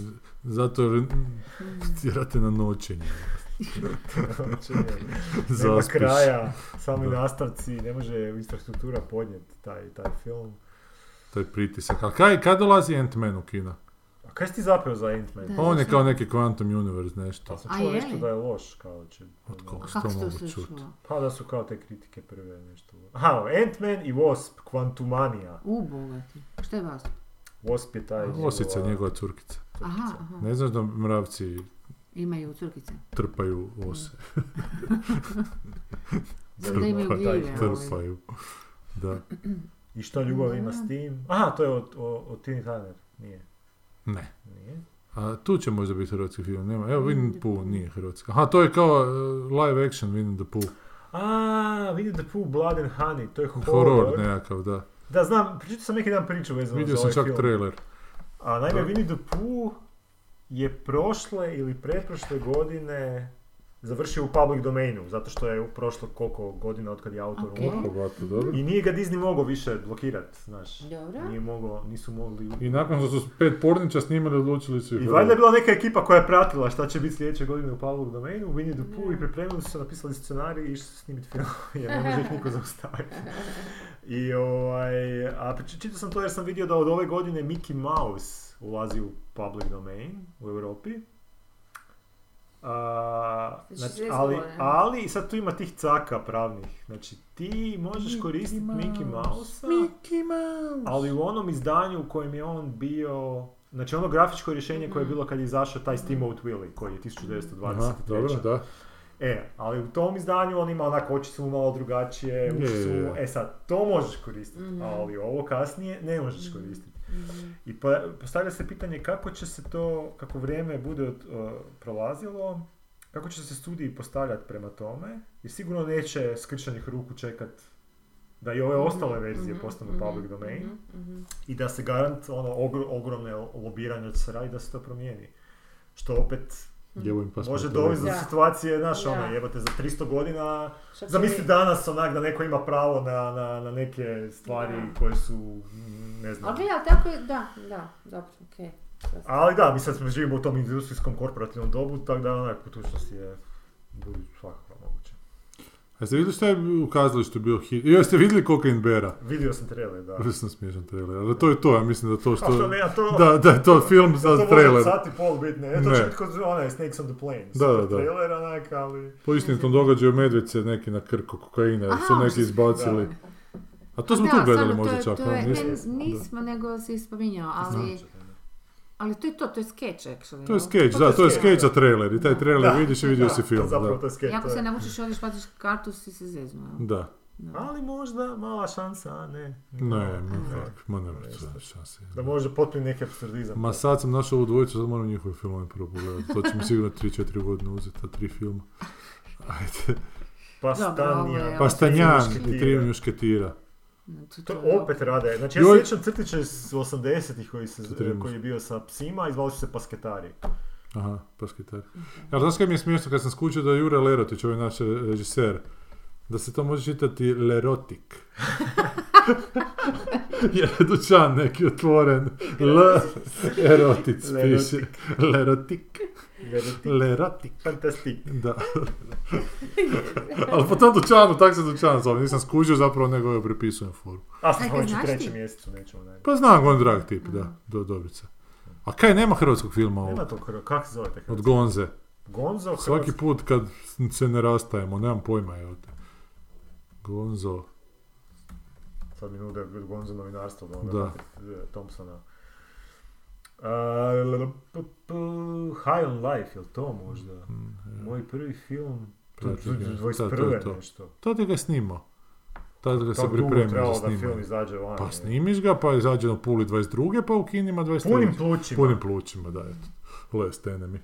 [SPEAKER 3] zato jer
[SPEAKER 1] Mm.
[SPEAKER 3] tjerate na noćenje.
[SPEAKER 2] Znači, je- Nema
[SPEAKER 3] Zaspiš.
[SPEAKER 2] kraja, sami
[SPEAKER 3] Da.
[SPEAKER 2] nastavci, ne može infrastruktura podnijeti taj, taj film.
[SPEAKER 3] Taj pritisak. A kaj, kad dolazi Ant-Man u kina?
[SPEAKER 2] A kaj si ti zapeo za Ant-Man?
[SPEAKER 1] Da.
[SPEAKER 3] Pa on je kao neki Quantum Universe nešto.
[SPEAKER 2] Pa sam
[SPEAKER 1] A
[SPEAKER 2] čuo
[SPEAKER 1] je
[SPEAKER 2] nešto
[SPEAKER 1] li?
[SPEAKER 2] da je loš, kao će... ono,
[SPEAKER 3] Od koga?
[SPEAKER 1] A
[SPEAKER 3] Što
[SPEAKER 1] kako ste to
[SPEAKER 3] mogu
[SPEAKER 1] sve
[SPEAKER 3] čut?
[SPEAKER 1] čuo?
[SPEAKER 2] Pa da su kao te kritike prve nešto. Aha, Ant-Man i Wasp, Quantumania.
[SPEAKER 1] U, bogati. Šta je vas?
[SPEAKER 2] Wasp je taj...
[SPEAKER 3] Osica
[SPEAKER 2] njegova-
[SPEAKER 3] njegova curkica.
[SPEAKER 1] Aha, aha.
[SPEAKER 3] Ne znaš da mravci
[SPEAKER 1] Imaju crkice.
[SPEAKER 3] trpaju ose.
[SPEAKER 1] Znam da imaju
[SPEAKER 3] Trpaju,
[SPEAKER 1] gljive, ali-
[SPEAKER 3] Pa Trpaju. Da.
[SPEAKER 2] I što ljubav ima
[SPEAKER 1] Da.
[SPEAKER 2] s tim? Aha, to je od, o- od Tini Turner. Nije.
[SPEAKER 3] Ne.
[SPEAKER 2] Nije.
[SPEAKER 3] A tu će možda biti hrvatski film, nema. Evo,
[SPEAKER 1] Winnie
[SPEAKER 3] Winnie
[SPEAKER 1] the
[SPEAKER 3] the Pooh nije hrvatski. Aha, to je kao uh, live action Winnie the Pooh.
[SPEAKER 2] A, vidim the Pooh, Blood and Honey, to je horror.
[SPEAKER 3] Horor nekakav, da.
[SPEAKER 2] Da, znam, pričao sam neki dan priču vezano
[SPEAKER 3] Vidio
[SPEAKER 2] za
[SPEAKER 3] sam
[SPEAKER 2] ovaj
[SPEAKER 3] čak
[SPEAKER 2] film.
[SPEAKER 3] trailer.
[SPEAKER 2] A naime, Winnie the Pooh je prošle ili pretprošle godine završio u public domainu, zato što je prošlo koliko godina od kad je autor
[SPEAKER 1] Ok.
[SPEAKER 2] umro.
[SPEAKER 3] Bogato, dobro.
[SPEAKER 2] I nije ga Disney mogao više blokirat, znaš.
[SPEAKER 1] Dobro.
[SPEAKER 2] Nije mogao, nisu mogli...
[SPEAKER 3] I nakon što su pet pornića snimali, odlučili su ih
[SPEAKER 2] I
[SPEAKER 3] uraditi.
[SPEAKER 2] valjda je bila neka ekipa koja je pratila šta će biti sljedeće godine u public domainu, u Winnie the Pooh i pripremili su se, napisali scenarij i išli su snimiti film, jer ne može ih niko zaustaviti. I ovaj, a pri- čitao sam to jer sam vidio da od ove godine Mickey Mouse ulazi u public domain u Europi. A,
[SPEAKER 1] Znači,
[SPEAKER 2] znači,
[SPEAKER 1] 60
[SPEAKER 2] ali,
[SPEAKER 1] godina.
[SPEAKER 2] ali sad tu ima tih caka pravnih. Znači ti možeš koristiti Mickey Mouse,
[SPEAKER 3] Mickey Mouse.
[SPEAKER 2] ali u onom izdanju u kojem je on bio... Znači ono grafičko rješenje koje je bilo kad je izašao taj Steamboat Willie koji je 1923.
[SPEAKER 3] Aha, dobro, da.
[SPEAKER 2] E, ali u tom izdanju on ima onako oči su mu malo drugačije, uši su mu, e sad, to možeš koristiti, ali ovo kasnije ne možeš koristiti. I pa, postavlja se pitanje kako će se to, kako vrijeme bude od- e, prolazilo, kako će se studiji postavljati prema tome, jer sigurno neće skršenih ruku čekat da i ove ostale verzije postanu public domain i da se garant ono ogr- ogromne lobiranje od se radi da se to promijeni. Što opet
[SPEAKER 1] Mhm.
[SPEAKER 3] Djevo im pa
[SPEAKER 2] Može
[SPEAKER 3] smo to
[SPEAKER 2] dovesti do
[SPEAKER 1] Da.
[SPEAKER 2] situacije, znaš,
[SPEAKER 1] Da. Znači-
[SPEAKER 2] ono, jebote, za 300 godina,
[SPEAKER 1] Šta će
[SPEAKER 2] zamisli
[SPEAKER 1] mi-
[SPEAKER 2] danas onak da neko ima pravo na, na, na neke stvari
[SPEAKER 1] Da.
[SPEAKER 2] koje su, mm, ne znam.
[SPEAKER 1] Ali gledaj, ali tako je, da, da, dobro, okej. Okay.
[SPEAKER 2] Ali da, mi sad smo živimo u tom industrijskom korporativnom dobu, tako da onak budućnost je budu svakako moguće.
[SPEAKER 3] A ste vidjeli šta je u kazalištu bio hit? I jeste vidjeli Cocaine Beara?
[SPEAKER 2] Vidio sam trailer, da.
[SPEAKER 3] Vrlo sam smiješan trailer, ali to je to, ja mislim da to što...
[SPEAKER 2] A što ne, a to...
[SPEAKER 3] Da, da, je to film
[SPEAKER 2] to
[SPEAKER 3] za
[SPEAKER 2] može
[SPEAKER 3] trailer.
[SPEAKER 2] sat i pol biti, ne, to će
[SPEAKER 3] Ne.
[SPEAKER 2] biti kod onaj Snakes on the Plane.
[SPEAKER 3] Da, da,
[SPEAKER 2] Super
[SPEAKER 3] da.
[SPEAKER 2] Trailer, onak, ali...
[SPEAKER 3] Po istinitom događaju medved se neki na krku kokaina, jer su
[SPEAKER 1] Aha,
[SPEAKER 3] neki izbacili.
[SPEAKER 2] da.
[SPEAKER 3] A to smo tu gledali možda čak,
[SPEAKER 1] to
[SPEAKER 3] a?
[SPEAKER 1] je,
[SPEAKER 3] Nismo- znači.
[SPEAKER 1] ne,
[SPEAKER 2] nismo,
[SPEAKER 1] nismo, nego si spominjao, ali, ali to je to, to je skeč, actually.
[SPEAKER 3] To
[SPEAKER 1] no?
[SPEAKER 3] je skeč, da, to je
[SPEAKER 2] skeč,
[SPEAKER 3] skeč za trailer. I taj trailer
[SPEAKER 2] Da.
[SPEAKER 3] vidiš i vidio si
[SPEAKER 2] Da,
[SPEAKER 3] film,
[SPEAKER 2] Zapravo
[SPEAKER 3] da.
[SPEAKER 2] to je sketch,
[SPEAKER 1] Jako
[SPEAKER 2] to je.
[SPEAKER 1] se navučiš, odiš, platiš kartu, si se zeznuo. jel?
[SPEAKER 3] Da.
[SPEAKER 2] Ali možda mala šansa, a ne.
[SPEAKER 3] Ne, ma kak, ma ne vrti šanse.
[SPEAKER 2] Da može potpuni neki absurdizam.
[SPEAKER 3] Ma sad sam našao ovu dvojicu, sad moram njihove filmove prvo pogledati. To će mi sigurno 3-4 godine uzeti, ta tri filma. Ajde.
[SPEAKER 2] pa
[SPEAKER 1] Dobro, ovo je- ono
[SPEAKER 2] stanja.
[SPEAKER 3] Pa Stanjan i
[SPEAKER 2] mušketira.
[SPEAKER 3] tri mušketira.
[SPEAKER 1] No, to-
[SPEAKER 2] To
[SPEAKER 1] to-
[SPEAKER 2] opet rade. Znači ja
[SPEAKER 3] Joj.
[SPEAKER 2] sjećam crtiće iz 80-ih koji, se,
[SPEAKER 3] Sa tri
[SPEAKER 2] koji je bio sa psima i zvali su se Pasketari.
[SPEAKER 3] Aha, basketar. Ali znaš kaj mi je smiješno kad sam skučio da je Jure Lerotić, ovaj naš eh, režiser, da se to može čitati Lerotik. Jer je dućan neki otvoren. L. Erotic piše. Lerotik. Lerotik.
[SPEAKER 2] Fantastik.
[SPEAKER 3] Da. Ali po tom dućanu, tak se dućan zove. Nisam skužio zapravo, nego joj pripisujem foru.
[SPEAKER 2] A smo
[SPEAKER 1] Ajde,
[SPEAKER 2] već u
[SPEAKER 1] znaš
[SPEAKER 2] trećem
[SPEAKER 1] ti?
[SPEAKER 2] mjesecu nećemo naći.
[SPEAKER 3] Pa znam, on drag tip, da. Do, dobrica. A kaj, nema hrvatskog filma
[SPEAKER 2] Nema
[SPEAKER 3] ovog?
[SPEAKER 2] to kro... Kako se zove te
[SPEAKER 3] Od
[SPEAKER 2] hrvatski?
[SPEAKER 3] Gonze.
[SPEAKER 2] Gonzo?
[SPEAKER 3] Svaki
[SPEAKER 2] Hrvatski?
[SPEAKER 3] put kad se ne rastajemo, nemam pojma, evo te. Gonzo.
[SPEAKER 2] Sad mi nude Gonzo novinarstvo. Da.
[SPEAKER 3] Da.
[SPEAKER 2] onda Patrick, eh, Thompsona. Uh, High on Life, jel to možda?
[SPEAKER 3] Mm,
[SPEAKER 2] Moj prvi film... To je
[SPEAKER 3] Prati ga. Da, to je
[SPEAKER 2] 21.
[SPEAKER 3] to.
[SPEAKER 2] nešto.
[SPEAKER 3] To ti ga snima. Tad ga se
[SPEAKER 2] Kako dugo je
[SPEAKER 3] pripremi za
[SPEAKER 2] trebalo da film
[SPEAKER 3] snimanje.
[SPEAKER 2] izađe van?
[SPEAKER 3] Pa snimiš ga, pa je izađeno u Puli 22. pa u kinima 23.
[SPEAKER 2] Punim plućima.
[SPEAKER 3] Punim plućima, da, eto. Last enemy.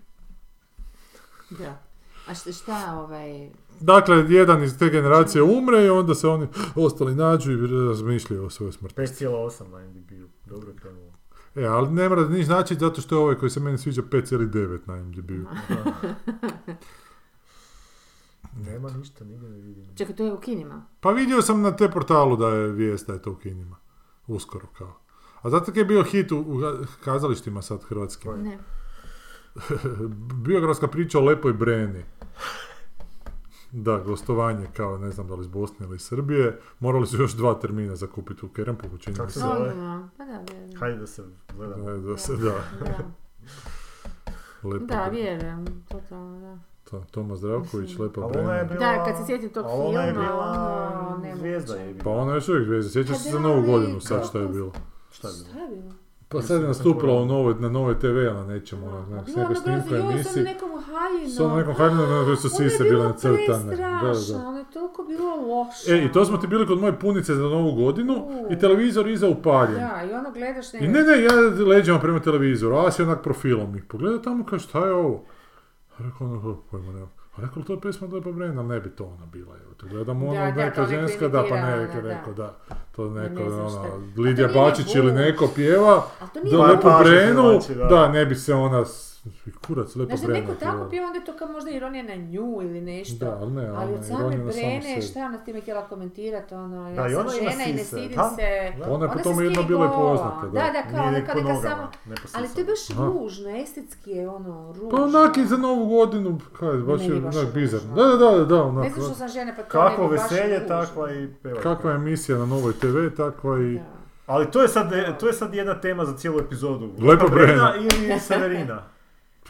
[SPEAKER 1] Da. A šta, šta ovaj...
[SPEAKER 3] Dakle, jedan iz te generacije umre i onda se oni ostali nađu i razmišljaju o svojoj smrti.
[SPEAKER 2] 5,8 na MDB-u. Dobro je krenulo.
[SPEAKER 3] E, ali ne mora niš znači zato što je ovaj koji se meni sviđa 5,9 na MDB-u.
[SPEAKER 2] Mhm. Nema ništa, nigdje ne vidim.
[SPEAKER 1] Čekaj, to je u kinima.
[SPEAKER 3] Pa vidio sam na te portalu da je vijest da je to u kinima. Uskoro kao. A zato je bio hit u, u kazalištima sad hrvatskim.
[SPEAKER 1] Ne.
[SPEAKER 3] Biografska priča o lepoj Breni. Da, gostovanje kao, ne znam da li iz Bosne ili iz Srbije. Morali su još dva termina zakupiti u Kerempuhu, čini mi
[SPEAKER 2] Kako
[SPEAKER 3] se.
[SPEAKER 2] se zove?
[SPEAKER 1] Ono, Pa da, vjerujem.
[SPEAKER 2] Hajde da se gledamo.
[SPEAKER 3] Da, da se- da.
[SPEAKER 1] Da,
[SPEAKER 3] Lepa
[SPEAKER 1] da
[SPEAKER 3] Breni.
[SPEAKER 1] vjerujem. Totalno, da.
[SPEAKER 3] To- Toma Zdravković, Lepa
[SPEAKER 2] Ali ona je
[SPEAKER 3] Breni.
[SPEAKER 2] bila...
[SPEAKER 1] Da, kad se sjetim tog
[SPEAKER 2] ali ona je
[SPEAKER 1] filma,
[SPEAKER 2] bila
[SPEAKER 1] ono, nemoguće.
[SPEAKER 2] zvijezda je bila.
[SPEAKER 3] Pa ona je još uvijek zvijezda.
[SPEAKER 1] Pa
[SPEAKER 3] Sjećaš se
[SPEAKER 1] da,
[SPEAKER 3] za Novu
[SPEAKER 1] ali
[SPEAKER 3] godinu sad
[SPEAKER 1] kako-
[SPEAKER 3] šta je bilo.
[SPEAKER 2] Šta je bilo?
[SPEAKER 1] Šta je bilo?
[SPEAKER 3] Pa sad je nastupila u novoj, na nove TV-a na nečemu. Na, na,
[SPEAKER 1] A
[SPEAKER 3] na,
[SPEAKER 1] bilo ono grozi, joj, sam na nekom haljinu.
[SPEAKER 3] Samo nekom hajmenu na su sise bile nacrtane. Da,
[SPEAKER 1] Ono je bilo prestrašno,
[SPEAKER 3] da.
[SPEAKER 1] ono je toliko bilo loše. ono.
[SPEAKER 3] E, i to smo ti bili kod moje punice za novu godinu
[SPEAKER 1] U.
[SPEAKER 3] i televizor iza upaljen.
[SPEAKER 1] Da, i ono gledaš ne...
[SPEAKER 3] I ne, ne, ja leđama prema televizoru, a ja si onak profilom ih pogleda tamo kao šta je ovo? Rekao ono, "Kako, pojma nemam. A rekao, to je pesma Doba Brenda, ne bi to ona bila. Evo, te gledam ono,
[SPEAKER 1] Da, da,
[SPEAKER 3] neka
[SPEAKER 1] to neko
[SPEAKER 3] ženska, da, pa
[SPEAKER 1] imitirana,
[SPEAKER 3] neko,
[SPEAKER 1] da.
[SPEAKER 3] neko, da. To neko,
[SPEAKER 1] ne znam šta.
[SPEAKER 3] ono,
[SPEAKER 1] A to
[SPEAKER 3] Lidija
[SPEAKER 1] nije
[SPEAKER 3] Bačić ili
[SPEAKER 1] Bush.
[SPEAKER 3] neko pjeva,
[SPEAKER 1] Ali to nije
[SPEAKER 3] da
[SPEAKER 1] Bush.
[SPEAKER 3] Lepo
[SPEAKER 2] Paže se
[SPEAKER 3] Brenu,
[SPEAKER 2] znači,
[SPEAKER 3] da.
[SPEAKER 2] da.
[SPEAKER 3] ne bi se ona, s- kurac, Lepo
[SPEAKER 1] Znaš da
[SPEAKER 3] Brenu.
[SPEAKER 1] Znači, neko tako pjeva, onda je to kao možda ironija na nju ili nešto.
[SPEAKER 3] Da, ali ne,
[SPEAKER 1] ali
[SPEAKER 3] ona
[SPEAKER 1] od
[SPEAKER 3] je
[SPEAKER 1] same
[SPEAKER 3] ironija na samu
[SPEAKER 1] Brene,
[SPEAKER 3] sebi.
[SPEAKER 1] šta je ona s time htjela komentirati, ono, ja
[SPEAKER 2] Da, i
[SPEAKER 1] sam
[SPEAKER 2] ona ima
[SPEAKER 1] žena i ne
[SPEAKER 2] sise,
[SPEAKER 1] stidim
[SPEAKER 2] da.
[SPEAKER 1] se.
[SPEAKER 2] Da.
[SPEAKER 3] Pa Ona je po
[SPEAKER 1] se
[SPEAKER 3] tome
[SPEAKER 1] skine
[SPEAKER 3] jedna bila i
[SPEAKER 1] gola.
[SPEAKER 3] poznata, da.
[SPEAKER 1] Da, da, kao
[SPEAKER 2] Nije
[SPEAKER 1] ona
[SPEAKER 2] ni po
[SPEAKER 1] ono kad neka
[SPEAKER 2] nogama,
[SPEAKER 1] samo...
[SPEAKER 2] ne po
[SPEAKER 1] Ali to je
[SPEAKER 2] sisama.
[SPEAKER 1] baš
[SPEAKER 3] Aha.
[SPEAKER 1] ružno, estetski je ono, ružno.
[SPEAKER 3] Pa onak i za novu godinu, kaj, baš
[SPEAKER 1] Meni
[SPEAKER 3] je
[SPEAKER 1] je baš
[SPEAKER 3] onak bizarno.
[SPEAKER 1] ružno.
[SPEAKER 3] Da, da, da, da, onak. ono,
[SPEAKER 1] Ne znam što sam žena, pa to
[SPEAKER 2] Kakvo
[SPEAKER 1] ne bi baš
[SPEAKER 2] veselje,
[SPEAKER 1] ružno.
[SPEAKER 2] takva i pevačka.
[SPEAKER 3] Kakva je emisija na Novoj TV, takva i...
[SPEAKER 1] Da.
[SPEAKER 2] Ali to je, sad, e, to je sad jedna tema za cijelu epizodu.
[SPEAKER 3] Lepa Brena.
[SPEAKER 2] ili Severina.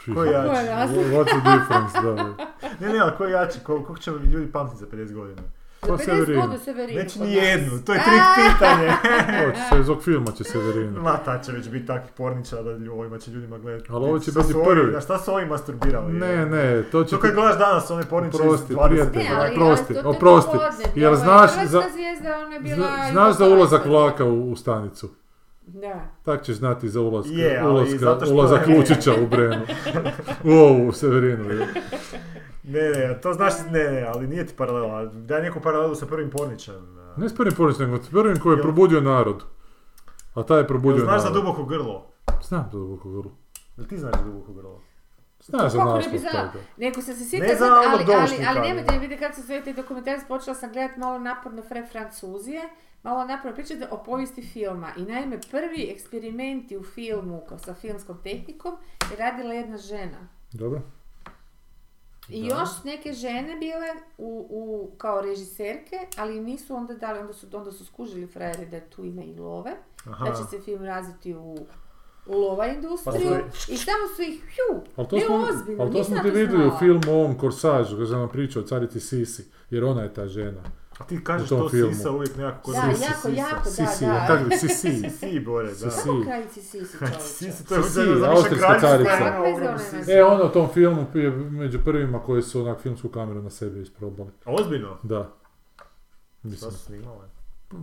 [SPEAKER 3] Pih,
[SPEAKER 2] Koji jači?
[SPEAKER 1] Koja je razlika?
[SPEAKER 3] What's the difference, da.
[SPEAKER 2] Ne, ne, ali ko je jači, ko- koliko će ljudi pamtiti za 50 godina?
[SPEAKER 3] Pa
[SPEAKER 1] Za 50
[SPEAKER 3] Severinu.
[SPEAKER 1] godina Severinu.
[SPEAKER 2] Neće
[SPEAKER 1] kod
[SPEAKER 2] ni
[SPEAKER 1] nas.
[SPEAKER 2] jednu, to je trik pitanje.
[SPEAKER 3] Hoće se, iz ovog filma će Severina.
[SPEAKER 2] Ma, ta će već biti takvih porniča da lju- ovima će ljudima gledati.
[SPEAKER 3] Ali ovo će
[SPEAKER 2] Šta su
[SPEAKER 3] biti
[SPEAKER 2] ovi-
[SPEAKER 3] prvi.
[SPEAKER 2] na Šta su ovi masturbirali?
[SPEAKER 3] Ne, ne, to će...
[SPEAKER 2] To kad gledaš danas one porniče iz
[SPEAKER 3] Oprosti,
[SPEAKER 2] 20
[SPEAKER 3] prijatelj,
[SPEAKER 1] Ne, ali
[SPEAKER 3] Oprosti,
[SPEAKER 1] ja, to- to je
[SPEAKER 3] oprosti.
[SPEAKER 1] popodne,
[SPEAKER 3] Jer
[SPEAKER 1] ovo je
[SPEAKER 3] znaš
[SPEAKER 1] Hrvatska
[SPEAKER 3] za-
[SPEAKER 1] zvijezda, ona je bila
[SPEAKER 3] Zna- Znaš za
[SPEAKER 1] Jugoslavija.
[SPEAKER 3] ulazak vlaka u, u stanicu.
[SPEAKER 1] Da.
[SPEAKER 3] Tak ćeš znati za ulazak,
[SPEAKER 2] Je, ali
[SPEAKER 3] ulazka,
[SPEAKER 2] zato što-
[SPEAKER 3] ulazak Lučića u Brenu. U ovu, u Severinu. je.
[SPEAKER 2] Ne, ne, to znaš, ne, ne, ali nije ti paralela. Daj neku paralelu sa prvim porničem.
[SPEAKER 3] Ne s prvim porničem, nego s prvim koji je
[SPEAKER 2] Jel-
[SPEAKER 3] probudio narod. A taj je probudio
[SPEAKER 2] Jel znaš za
[SPEAKER 3] narod.
[SPEAKER 2] duboko grlo?
[SPEAKER 3] Znam za duboko grlo.
[SPEAKER 2] Jel ti znaš za duboko grlo?
[SPEAKER 3] Pa Znaš za
[SPEAKER 1] Kako ne
[SPEAKER 3] naslov
[SPEAKER 1] bi znala?
[SPEAKER 3] toga.
[SPEAKER 1] Nego sam se
[SPEAKER 2] Ne
[SPEAKER 1] sjetila,
[SPEAKER 2] za
[SPEAKER 3] ono
[SPEAKER 1] sad, ali, ali,
[SPEAKER 2] onog
[SPEAKER 1] ali,
[SPEAKER 2] Došnika,
[SPEAKER 1] nemojte
[SPEAKER 2] ali.
[SPEAKER 1] mi vidjeti kako se sve te dokumentarce, počela sam gledati malo naporno Fre Francuzije, malo naporno pričati o povijesti filma. I naime, prvi eksperimenti u filmu kao sa filmskom tehnikom je radila jedna žena.
[SPEAKER 3] Dobro.
[SPEAKER 1] I
[SPEAKER 2] Da.
[SPEAKER 1] još neke žene bile u, u, kao režiserke, ali nisu onda dali, onda su, onda su skužili frajeri da tu ima i love,
[SPEAKER 2] Aha.
[SPEAKER 1] da će se film razviti u lova industriju
[SPEAKER 2] Pa
[SPEAKER 1] i samo su ih, hju,
[SPEAKER 3] Ali to
[SPEAKER 1] ne
[SPEAKER 3] smo,
[SPEAKER 1] ozbiljno,
[SPEAKER 3] ali to
[SPEAKER 1] nisam
[SPEAKER 3] smo
[SPEAKER 1] ja
[SPEAKER 3] ti
[SPEAKER 1] to
[SPEAKER 3] vidjeli u
[SPEAKER 1] znala.
[SPEAKER 3] filmu ovom Korsažu, kad sam vam pričao o carici Sisi, jer ona je ta žena.
[SPEAKER 2] A ti kažeš
[SPEAKER 3] U tom
[SPEAKER 2] to
[SPEAKER 3] filmu.
[SPEAKER 2] sisa uvijek nekako kod
[SPEAKER 1] Da,
[SPEAKER 2] nas.
[SPEAKER 1] jako, jako, da,
[SPEAKER 3] Sisi,
[SPEAKER 1] da.
[SPEAKER 3] jel tako bi, Sisi.
[SPEAKER 2] Sisi, Bore, da.
[SPEAKER 3] Sisi.
[SPEAKER 1] Kako krajici sisi čovječe?
[SPEAKER 2] Sisi, to je
[SPEAKER 3] Hmm.
[SPEAKER 2] za-
[SPEAKER 3] Sisi,
[SPEAKER 2] za više
[SPEAKER 3] austrijska
[SPEAKER 2] kraljica,
[SPEAKER 3] carica.
[SPEAKER 2] ona ima
[SPEAKER 1] Kakve
[SPEAKER 2] ogromnu
[SPEAKER 1] zone
[SPEAKER 2] sisu.
[SPEAKER 1] na-
[SPEAKER 3] E, ona u tom filmu je među prvima koji su onak filmsku kameru na sebi isprobali.
[SPEAKER 2] A Ozbiljno?
[SPEAKER 3] Da.
[SPEAKER 2] Šta
[SPEAKER 3] Mislim,
[SPEAKER 2] su snimale?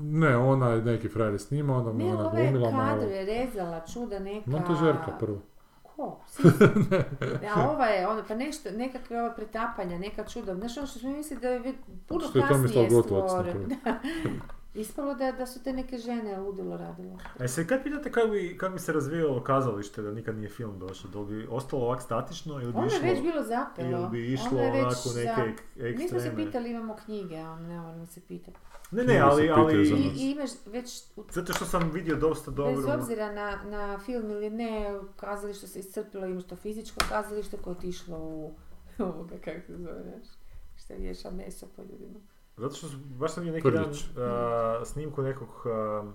[SPEAKER 3] ne, ona je neki frajer je snima, onda mu
[SPEAKER 1] Ne,
[SPEAKER 3] je ona
[SPEAKER 1] ova je
[SPEAKER 3] glumila malo.
[SPEAKER 1] kadru je rezala, čuda neka...
[SPEAKER 3] Montažerka prvo.
[SPEAKER 1] Ko? Sisi? Ne, a ova je, ono, pa nešto, nekakve ova pretapanja, neka čuda. Znaš ono što smo mislili da je već puno
[SPEAKER 3] Što je
[SPEAKER 1] kasnije
[SPEAKER 3] Tomislav Gotovac
[SPEAKER 1] stvoren.
[SPEAKER 3] napravio. Pa
[SPEAKER 1] Ispalo da, da su te neke žene ludilo radile.
[SPEAKER 2] E se kad pitate kako bi, kako bi se razvijalo kazalište da nikad nije film došao, da li bi ostalo ovak statično ili bi
[SPEAKER 1] Ono je već
[SPEAKER 2] išlo,
[SPEAKER 1] bilo zapelo.
[SPEAKER 2] ili bi išlo
[SPEAKER 1] Ono je već
[SPEAKER 2] onako
[SPEAKER 1] za-
[SPEAKER 2] neke ek-
[SPEAKER 1] Nismo se
[SPEAKER 2] ekstreme?
[SPEAKER 1] pitali imamo knjige, ali ne moramo se pitati.
[SPEAKER 2] Ne,
[SPEAKER 3] Knjige
[SPEAKER 2] ne, ali,
[SPEAKER 3] se pitaju
[SPEAKER 2] ali
[SPEAKER 3] za
[SPEAKER 1] I,
[SPEAKER 3] nas.
[SPEAKER 1] i imaš već u
[SPEAKER 2] zato što sam vidio dosta
[SPEAKER 1] Bez
[SPEAKER 2] dobro. ono.
[SPEAKER 1] obzira na, na film ili ne, kazalište se iscrpilo, imaš to fizičko kazalište koje je otišlo u ovoga, kako se zove, znaš, što viješa meso po ljudima.
[SPEAKER 2] Zato što su, baš sam vidio neki
[SPEAKER 3] Prlić.
[SPEAKER 2] dan a, snimku nekog, a,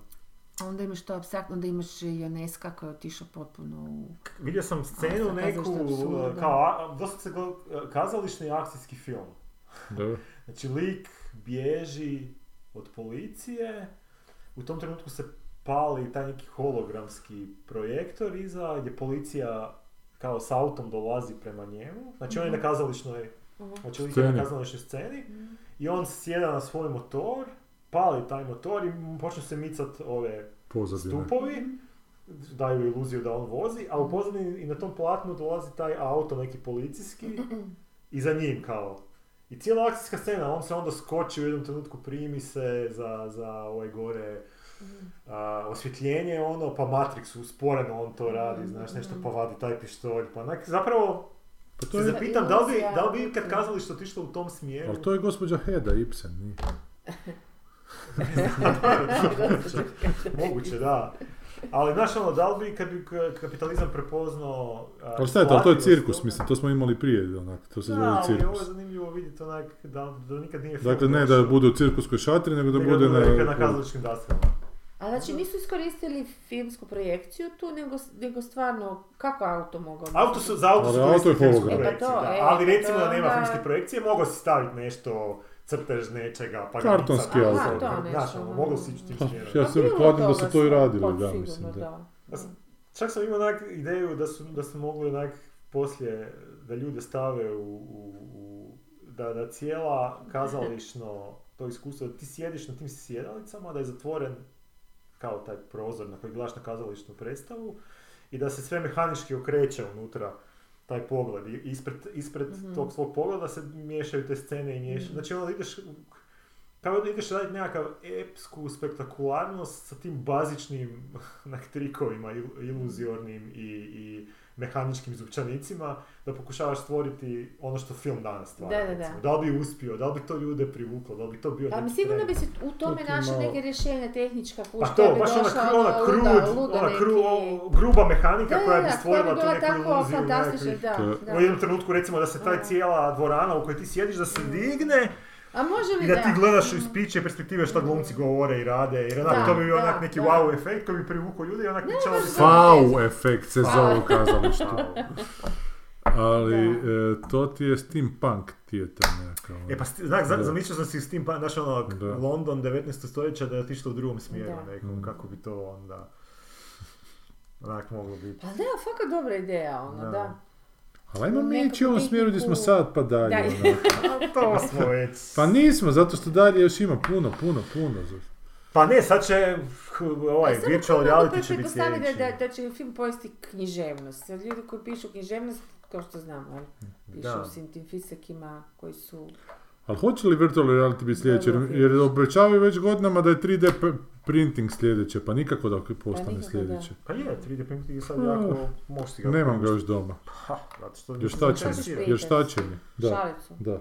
[SPEAKER 1] A onda imaš to abstraktno, onda imaš i Joneska koja je otišla potpuno u...
[SPEAKER 2] vidio sam scenu
[SPEAKER 1] A, kazalište
[SPEAKER 2] neku,
[SPEAKER 1] apsurda.
[SPEAKER 2] a, kao, a, dosta se gledao, a, kazališni akcijski film.
[SPEAKER 3] Dobro.
[SPEAKER 2] Znači lik bježi od policije, u tom trenutku se pali taj neki hologramski projektor iza gdje policija kao s autom dolazi prema njemu. Znači on je na kazališnoj, znači lik je
[SPEAKER 3] Sceni.
[SPEAKER 2] na kazališnoj sceni i on sjeda na svoj motor, pali taj motor i m- počnu se micat ove
[SPEAKER 3] Pozadine.
[SPEAKER 2] stupovi, daju iluziju da on vozi, a u pozadini i na tom platnu dolazi taj auto neki policijski i za njim kao. I cijela akcijska scena, on se onda skoči u jednom trenutku, primi se za, za ovaj gore a, osvjetljenje, ono, pa Matrix usporeno on to radi, znaš, nešto pa vadi taj pištolj, pa onak, zapravo
[SPEAKER 3] Pa to
[SPEAKER 2] se
[SPEAKER 3] je,
[SPEAKER 2] zapitam da li bi,
[SPEAKER 1] iluzija.
[SPEAKER 2] da li bi ikad kazalište otišlo u tom smjeru.
[SPEAKER 3] ali to je gospođa Heda Ibsen, nije.
[SPEAKER 2] Moguće, da. Ali znaš ono, da li bi kad bi k- kapitalizam prepoznao... a,
[SPEAKER 3] Ali stajte, ali to je
[SPEAKER 2] isplativost
[SPEAKER 3] cirkus,
[SPEAKER 2] toga-
[SPEAKER 3] mislim, to smo imali prije, onak, to se
[SPEAKER 2] Da,
[SPEAKER 3] zove
[SPEAKER 2] ali ovo je
[SPEAKER 3] cirkus.
[SPEAKER 2] zanimljivo vidjeti onak, da, da nikad nije film
[SPEAKER 3] Dakle, ne da
[SPEAKER 2] došao.
[SPEAKER 3] bude u cirkuskoj šatri, nego da
[SPEAKER 2] Nego
[SPEAKER 3] bude
[SPEAKER 2] nekad
[SPEAKER 3] na...
[SPEAKER 2] na kazališkim dastavama.
[SPEAKER 1] A znači nisu iskoristili filmsku projekciju tu, nego, nego stvarno, kako auto mogao? biti?
[SPEAKER 2] Auto su, za auto su
[SPEAKER 3] Ali auto je
[SPEAKER 2] koristili filmsku
[SPEAKER 3] hologram.
[SPEAKER 1] E, pa to,
[SPEAKER 2] projekciju, da.
[SPEAKER 1] e,
[SPEAKER 2] ali
[SPEAKER 1] pa
[SPEAKER 2] recimo
[SPEAKER 1] to
[SPEAKER 2] da nema
[SPEAKER 1] onda-
[SPEAKER 2] filmske projekcije, mogao si staviti nešto, crtež nečega, pa ga
[SPEAKER 3] Kartonski
[SPEAKER 2] micati.
[SPEAKER 3] auto.
[SPEAKER 1] Aha, to
[SPEAKER 2] Znaš,
[SPEAKER 1] nešto,
[SPEAKER 2] ono,
[SPEAKER 1] da.
[SPEAKER 2] mogao si ići tim
[SPEAKER 3] Pa,
[SPEAKER 2] smjerom.
[SPEAKER 3] ja
[SPEAKER 1] Pa
[SPEAKER 3] se
[SPEAKER 1] bilo
[SPEAKER 3] kladim da
[SPEAKER 1] toga
[SPEAKER 3] su to i
[SPEAKER 1] sigurno,
[SPEAKER 3] radili, da,
[SPEAKER 1] sigurno,
[SPEAKER 3] mislim, da.
[SPEAKER 2] Ja sam- Čak sam imao onak ideju da su, da su mogli onak poslije, da ljude stave u, u, u- da, da cijela kazališno to iskustvo, da ti sjediš na tim sjedalicama, da je zatvoren kao taj prozor na koji gledaš na kazališnu predstavu i da se sve mehanički okreće unutra taj pogled. I ispred, ispred
[SPEAKER 1] Mhm.
[SPEAKER 2] tog svog pogleda se miješaju te scene i miješaju.
[SPEAKER 1] Mm.
[SPEAKER 2] Znači onda ideš, kao da ideš raditi nekakav epsku spektakularnost sa tim bazičnim onak, trikovima, il- iluzornim i, i mehaničkim zupčanicima, da pokušavaš stvoriti ono što film danas stvara.
[SPEAKER 1] Da, da, da.
[SPEAKER 2] recimo. da li bi uspio, da li bi to ljude privuklo, da li bi to bio
[SPEAKER 1] Pa
[SPEAKER 2] neki
[SPEAKER 1] mi sigurno
[SPEAKER 2] trend?
[SPEAKER 1] bi se u tome
[SPEAKER 3] ti
[SPEAKER 1] našlo
[SPEAKER 3] malo-
[SPEAKER 1] neke rješenja tehnička kuća.
[SPEAKER 2] Pa to, baš ona,
[SPEAKER 1] ono
[SPEAKER 2] kru- ona krud, ona krud, gruba mehanika koja bi stvorila tu neku iluziju.
[SPEAKER 1] fantastična,
[SPEAKER 2] nekakvih-
[SPEAKER 1] da,
[SPEAKER 3] To-
[SPEAKER 1] da.
[SPEAKER 2] U jednom trenutku recimo da se taj
[SPEAKER 1] Da.
[SPEAKER 2] cijela dvorana u kojoj ti sjediš da se digne
[SPEAKER 1] A može li
[SPEAKER 2] i
[SPEAKER 1] da? Mhm.
[SPEAKER 2] da ti gledaš iz piće perspektive šta glumci govore i rade i
[SPEAKER 1] Da,
[SPEAKER 2] onak to bi bio
[SPEAKER 1] da,
[SPEAKER 2] onak neki
[SPEAKER 1] da.
[SPEAKER 2] wow efekt koji bi privukao ljude i onak pričalo bi se...
[SPEAKER 3] Fau efekt se
[SPEAKER 1] Fau.
[SPEAKER 3] zove u kazalištu.
[SPEAKER 2] Au.
[SPEAKER 3] Ali
[SPEAKER 1] Da.
[SPEAKER 3] e, to ti je steampunk tijetar nekako.
[SPEAKER 2] E pa sti- znak, za,
[SPEAKER 3] Da.
[SPEAKER 2] zamišljao sam si s tim, pa, znaš ono, k-
[SPEAKER 3] Da.
[SPEAKER 2] London 19. stoljeća da je otišlo u drugom smjeru
[SPEAKER 1] Da.
[SPEAKER 2] nekom,
[SPEAKER 3] Mm.
[SPEAKER 2] kako bi to onda, onak moglo biti.
[SPEAKER 1] Pa da, fakat dobra ideja, ono,
[SPEAKER 2] Da.
[SPEAKER 1] da.
[SPEAKER 3] Ali ajmo mi
[SPEAKER 1] Nekako
[SPEAKER 3] ići u ovom smjeru gdje smo
[SPEAKER 1] tehniku-
[SPEAKER 3] sad pa dalje.
[SPEAKER 1] Dalje.
[SPEAKER 3] onako.
[SPEAKER 2] A to smo već...
[SPEAKER 3] Pa nismo, zato što dalje još ima puno, puno, puno. za-
[SPEAKER 2] Pa ne, sad će h, ovaj
[SPEAKER 1] E, samo
[SPEAKER 2] virtual
[SPEAKER 1] kako
[SPEAKER 2] reality
[SPEAKER 1] mogu
[SPEAKER 2] će biti
[SPEAKER 1] pretpostaviti
[SPEAKER 2] sljedeći.
[SPEAKER 1] Da, da, da će film pojesti književnost. Jer ljudi koji pišu književnost, kao što znamo, jel, pišu
[SPEAKER 2] Da.
[SPEAKER 1] u svim tim fisekima koji su...
[SPEAKER 3] Ali hoće li virtual reality biti sljedeće?
[SPEAKER 1] Da,
[SPEAKER 3] Jer,
[SPEAKER 1] da,
[SPEAKER 3] jer obećavaju već godinama da je 3D p- printing sljedeće, pa nikako da postane
[SPEAKER 1] nikako
[SPEAKER 3] sljedeće.
[SPEAKER 2] Pa je, 3D printing je sad
[SPEAKER 3] Pa,
[SPEAKER 2] jako, možeš ti ga...
[SPEAKER 3] Nemam ga još doma.
[SPEAKER 2] Ha, zato što...
[SPEAKER 3] Još
[SPEAKER 2] nisam
[SPEAKER 3] šta
[SPEAKER 1] Možeš
[SPEAKER 3] će mi?
[SPEAKER 2] zainteresiran.
[SPEAKER 1] prije.
[SPEAKER 3] Još šta će mi? Da,
[SPEAKER 1] Šalicu.
[SPEAKER 3] da.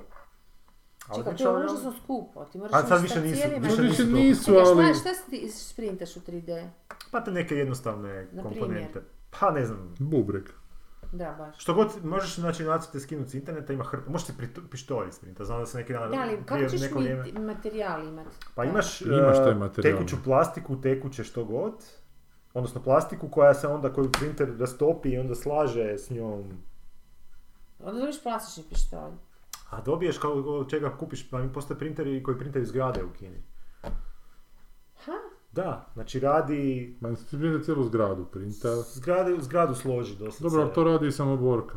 [SPEAKER 2] Ali
[SPEAKER 1] Čekaj, to
[SPEAKER 2] virtual
[SPEAKER 1] je
[SPEAKER 2] reality-
[SPEAKER 1] užasno skupo. Ti moraš
[SPEAKER 2] A sad
[SPEAKER 1] ići
[SPEAKER 2] više
[SPEAKER 1] sa
[SPEAKER 2] nisu,
[SPEAKER 1] cijelima-
[SPEAKER 2] više
[SPEAKER 3] Možda više
[SPEAKER 2] nisu.
[SPEAKER 3] nisu,
[SPEAKER 1] Čekaj,
[SPEAKER 3] ali...
[SPEAKER 1] šta, šta si ti sprintaš u 3D?
[SPEAKER 2] Pa te neke jednostavne
[SPEAKER 1] primjer?
[SPEAKER 2] komponente. Pa ne znam,
[SPEAKER 3] Bubrek.
[SPEAKER 1] Da, baš.
[SPEAKER 2] Što god, možeš znači nacrte skinuti s interneta, ima hrpa, možeš ti pri- pištolj isprinta, znam da se neki dan
[SPEAKER 1] Da, ali kako
[SPEAKER 2] prije
[SPEAKER 1] ćeš
[SPEAKER 2] neko
[SPEAKER 1] mi
[SPEAKER 2] vrijeme-
[SPEAKER 1] materijal imati?
[SPEAKER 2] Pa imaš,
[SPEAKER 3] Imaš taj
[SPEAKER 2] eh,
[SPEAKER 3] materijal.
[SPEAKER 2] tekuću plastiku, tekuće što god, odnosno plastiku koja se onda koju printer rastopi i onda slaže s njom.
[SPEAKER 1] Onda dobiješ plastični pištolj.
[SPEAKER 2] A dobiješ kao od čega kupiš, pa postoje printeri koji printaju zgrade u Kini.
[SPEAKER 1] Ha?
[SPEAKER 2] Da, znači radi,
[SPEAKER 3] Ma ti printe cijelu zgradu printa.
[SPEAKER 2] zgrade, zgradu složi doslovce.
[SPEAKER 3] Dobro, ali to radi i samoborka.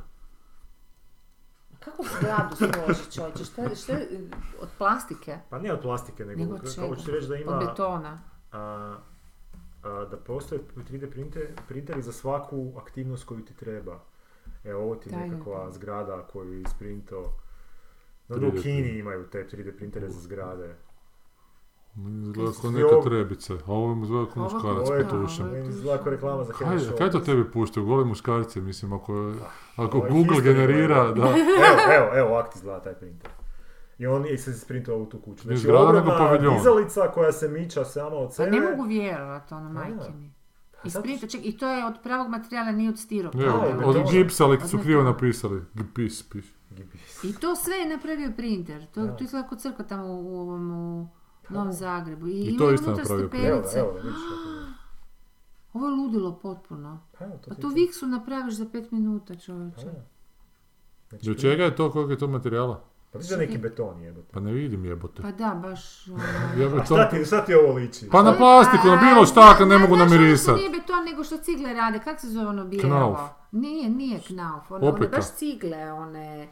[SPEAKER 1] A Kako zgradu složit čovječe? Šta, je- šta je, e, od plastike?
[SPEAKER 2] Pa ne od plastike, nego,
[SPEAKER 1] Nego
[SPEAKER 2] nego
[SPEAKER 1] od čega?
[SPEAKER 2] hoću reći da
[SPEAKER 1] Od
[SPEAKER 2] ima...
[SPEAKER 1] betona.
[SPEAKER 2] a, a, da postoje 3D printe- printeri za svaku aktivnost koju ti treba. Evo ovo ti je
[SPEAKER 1] Tajno.
[SPEAKER 2] nekakva zgrada koju je isprintao. No,
[SPEAKER 3] 3D
[SPEAKER 2] u Kini
[SPEAKER 3] print.
[SPEAKER 2] imaju te 3D printere za zgrade.
[SPEAKER 3] Meni izgleda
[SPEAKER 2] Kaj
[SPEAKER 3] kao
[SPEAKER 2] si
[SPEAKER 3] neka
[SPEAKER 2] ovo?
[SPEAKER 3] trebica, a ovo mu izgleda kao
[SPEAKER 1] Ovo-
[SPEAKER 3] muškarac
[SPEAKER 2] ovo je-
[SPEAKER 3] potušen.
[SPEAKER 1] ovo je-
[SPEAKER 2] Meni izgleda kao reklama za
[SPEAKER 3] Kaj,
[SPEAKER 2] Head Shoulders.
[SPEAKER 3] kaj to tebi puštaju, gole muškarce, mislim, ako,
[SPEAKER 2] Ah,
[SPEAKER 3] ako
[SPEAKER 2] Ovo je
[SPEAKER 3] Google
[SPEAKER 2] history,
[SPEAKER 3] generira,
[SPEAKER 2] ovo
[SPEAKER 3] da,
[SPEAKER 2] Evo, evo, evo, ovak ti izgleda taj printer. I on je se isprintao ovu tu kuću. Znači,
[SPEAKER 3] Nije zgrada, nego
[SPEAKER 2] ogromna
[SPEAKER 3] paviljon.
[SPEAKER 2] dizalica koja se miča sama od
[SPEAKER 1] Pa
[SPEAKER 2] sebe.
[SPEAKER 1] ne mogu vjerovat, ono, majke
[SPEAKER 2] da.
[SPEAKER 1] mi.
[SPEAKER 2] Pa zato
[SPEAKER 1] Isprinta, čekaj, i to je od pravog materijala, nije od
[SPEAKER 3] ne,
[SPEAKER 1] stiropora.
[SPEAKER 2] Da,
[SPEAKER 3] od,
[SPEAKER 2] ovo je
[SPEAKER 3] od
[SPEAKER 2] betona.
[SPEAKER 3] gipsa, ali su
[SPEAKER 1] Od
[SPEAKER 3] krivo
[SPEAKER 1] betona.
[SPEAKER 3] napisali, gipis, piš.
[SPEAKER 2] Gibis.
[SPEAKER 1] I to sve je napravio printer. To,
[SPEAKER 2] Da. Pa.
[SPEAKER 1] to izgleda kod crkva tamo u ovom u Novom Zagrebu. I,
[SPEAKER 3] I to
[SPEAKER 1] imaju
[SPEAKER 3] isto
[SPEAKER 1] unutra
[SPEAKER 3] napravio printer.
[SPEAKER 2] Evo,
[SPEAKER 1] stepenice.
[SPEAKER 2] evo, vidiš. kako je.
[SPEAKER 1] Ovo je ludilo potpuno.
[SPEAKER 2] Pa evo, to
[SPEAKER 1] Pa
[SPEAKER 2] ti
[SPEAKER 1] to
[SPEAKER 2] je
[SPEAKER 1] viksu napraviš za pet minuta, čovječe.
[SPEAKER 2] Pa da. Znači,
[SPEAKER 3] Do čega je to, kog je to materijala?
[SPEAKER 2] Pa ti za neki beton jebote.
[SPEAKER 3] Pa ne vidim jebote.
[SPEAKER 1] Pa da, baš... ono,
[SPEAKER 3] Ja bi
[SPEAKER 2] A
[SPEAKER 3] to...
[SPEAKER 2] šta ti, šta ti ovo liči?
[SPEAKER 3] Pa na plastiku, na bilo šta, kad ne mogu namirisat.
[SPEAKER 1] namirisati. Nije beton, nego što cigle rade. Kak se zove ono bijelo?
[SPEAKER 3] Knauf.
[SPEAKER 1] Nije, nije knauf. Ono, one
[SPEAKER 3] Opeka.
[SPEAKER 1] baš cigle, one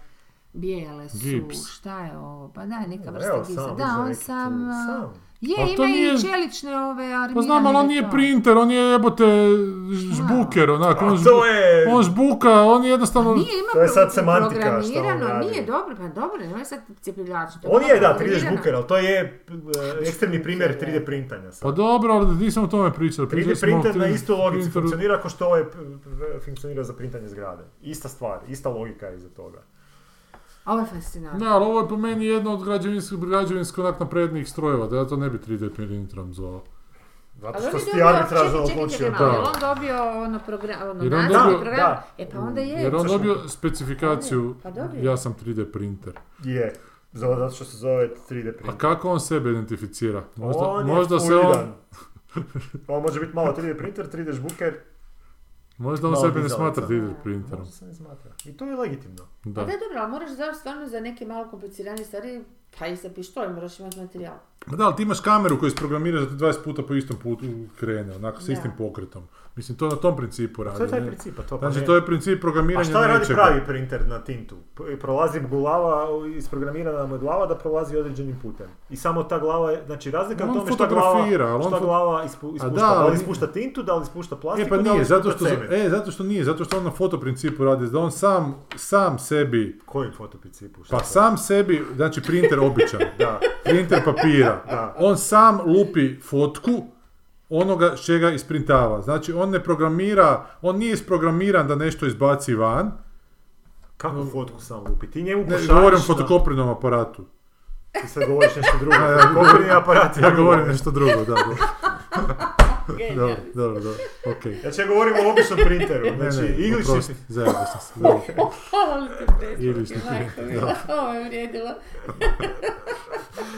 [SPEAKER 1] bijele su.
[SPEAKER 3] Gips.
[SPEAKER 1] Šta je ovo? Pa da, neka
[SPEAKER 2] Evo,
[SPEAKER 1] vrsta
[SPEAKER 2] sam,
[SPEAKER 1] gipsa.
[SPEAKER 2] vidiš
[SPEAKER 1] Da, on
[SPEAKER 2] neki tu-
[SPEAKER 1] sam... a,
[SPEAKER 2] sam.
[SPEAKER 1] Je,
[SPEAKER 3] Pa to
[SPEAKER 1] ima
[SPEAKER 3] nije-
[SPEAKER 1] i čelične ove armirane.
[SPEAKER 3] Pa znam, ali on nije
[SPEAKER 1] beton.
[SPEAKER 3] printer, on je jebote ž- žbuker, onako, on,
[SPEAKER 2] A
[SPEAKER 3] žbu,
[SPEAKER 2] to je...
[SPEAKER 3] on žbuka, on je jednostavno...
[SPEAKER 1] Nije, ima
[SPEAKER 2] To je sad
[SPEAKER 1] pro-
[SPEAKER 2] semantika šta on
[SPEAKER 1] programirano,
[SPEAKER 2] radi.
[SPEAKER 1] nije dobro, pa dobro, on je sad cijepljivač. to
[SPEAKER 2] On je, da, 3D
[SPEAKER 1] programirano.
[SPEAKER 2] žbuker, ali to je e, ekstremni primjer 3D printanja
[SPEAKER 3] Pa
[SPEAKER 2] sad.
[SPEAKER 3] dobro, ali nisam o tome pričali.
[SPEAKER 2] 3D
[SPEAKER 3] pričali smo o
[SPEAKER 2] printer na
[SPEAKER 3] 3D
[SPEAKER 2] istoj logici
[SPEAKER 3] printeru.
[SPEAKER 2] funkcionira kao što ovaj p- p- funkcionira za printanje zgrade. Ista stvar, ista logika je iza toga.
[SPEAKER 1] Ovo je fascinantno.
[SPEAKER 3] Da, ali ovo je po meni jedno od građevinskih, građevinskih onak naprednijih strojeva, da ja to ne bi 3D printerom zvao.
[SPEAKER 2] Zato
[SPEAKER 1] Ali on
[SPEAKER 2] što
[SPEAKER 1] je
[SPEAKER 2] si
[SPEAKER 1] dobio,
[SPEAKER 2] ja
[SPEAKER 1] čekaj, čekaj,
[SPEAKER 2] odlučio
[SPEAKER 1] čekaj,
[SPEAKER 3] da.
[SPEAKER 1] malo, jel on dobio ono program, ono
[SPEAKER 3] Jer on
[SPEAKER 1] naziv
[SPEAKER 3] dobio-
[SPEAKER 1] program,
[SPEAKER 2] Da,
[SPEAKER 1] e pa onda je.
[SPEAKER 3] Jer on
[SPEAKER 2] Zašto?
[SPEAKER 3] dobio specifikaciju,
[SPEAKER 1] Pa dobio je.
[SPEAKER 3] ja sam 3D printer.
[SPEAKER 2] Je, za- zato što se zove 3D
[SPEAKER 3] A
[SPEAKER 2] printer.
[SPEAKER 3] kako on sebe identificira? Pa Možda,
[SPEAKER 2] on je
[SPEAKER 3] možda se on,
[SPEAKER 2] fluidan. On može biti malo 3D printer, 3D žbuker,
[SPEAKER 3] možda on
[SPEAKER 2] Malo
[SPEAKER 3] sebe ne
[SPEAKER 2] dizalica.
[SPEAKER 3] smatra 3D printerom.
[SPEAKER 2] možda se ne smatra. I to je legitimno.
[SPEAKER 1] Pa Da.
[SPEAKER 3] Da.
[SPEAKER 1] pa da, dobro, ali moraš za, stvarno za neke malo kompliciranije stvari, pa i za pištolj moraš imati materijal.
[SPEAKER 3] Ma Da, ali ti imaš kameru koju isprogramiraš da ti 20 puta po istom putu krene, onako, s
[SPEAKER 1] Da.
[SPEAKER 3] istim pokretom. Mislim, to na tom principu radi.
[SPEAKER 2] To je taj
[SPEAKER 3] ne?
[SPEAKER 2] princip, a to pa
[SPEAKER 3] Znači,
[SPEAKER 2] ne-
[SPEAKER 3] to je princip
[SPEAKER 2] A
[SPEAKER 3] programiranja
[SPEAKER 2] šta radi
[SPEAKER 3] nečega.
[SPEAKER 2] pravi printer na tintu? P- Prolazi glava, isprogramirana mu je glava da prolazi određenim putem. I samo ta glava, je, znači razlika
[SPEAKER 3] On
[SPEAKER 2] u tome šta glava,
[SPEAKER 3] fotografira, ali on
[SPEAKER 2] šta
[SPEAKER 3] fo-
[SPEAKER 2] glava ispu, ispušta,
[SPEAKER 3] da,
[SPEAKER 2] da,
[SPEAKER 3] ali-
[SPEAKER 2] li ispušta tintu, da li ispušta plastiku,
[SPEAKER 3] E pa
[SPEAKER 2] da li
[SPEAKER 3] nije,
[SPEAKER 2] ispušta
[SPEAKER 3] zato što,
[SPEAKER 2] cement.
[SPEAKER 3] e, zato što nije, zato što on na fotoprincipu radi, da on sam, sam sebi,
[SPEAKER 2] Kojim fotoprincipu? Šta
[SPEAKER 3] pa
[SPEAKER 2] to?
[SPEAKER 3] sam sebi, znači printer običan,
[SPEAKER 2] Da.
[SPEAKER 3] printer papira,
[SPEAKER 2] Da.
[SPEAKER 3] on sam lupi fotku onoga s čega isprintava. Znači on ne programira, on nije isprogramiran da nešto izbaci van,
[SPEAKER 2] Kako fotku sam lupi? Ti njemu
[SPEAKER 3] ne,
[SPEAKER 2] pošalješ...
[SPEAKER 3] govorim o
[SPEAKER 2] na-
[SPEAKER 3] fotokoprinom aparatu.
[SPEAKER 2] Ti sad govoriš nešto drugo.
[SPEAKER 3] ja
[SPEAKER 2] Kopirni aparat. je
[SPEAKER 3] Ja
[SPEAKER 2] drugo.
[SPEAKER 3] govorim nešto drugo, da, dobro, dobro,
[SPEAKER 1] Genijalno.
[SPEAKER 3] dobro, dobro, okej.
[SPEAKER 2] Znači ja govorim o običnom printeru. Znači, iglični...
[SPEAKER 3] oprosti, zajebao sam se, dobro.
[SPEAKER 1] Hvala ti
[SPEAKER 3] Ili što
[SPEAKER 1] predsjednik,
[SPEAKER 3] ti-
[SPEAKER 1] majko mila, ovo je vrijedilo.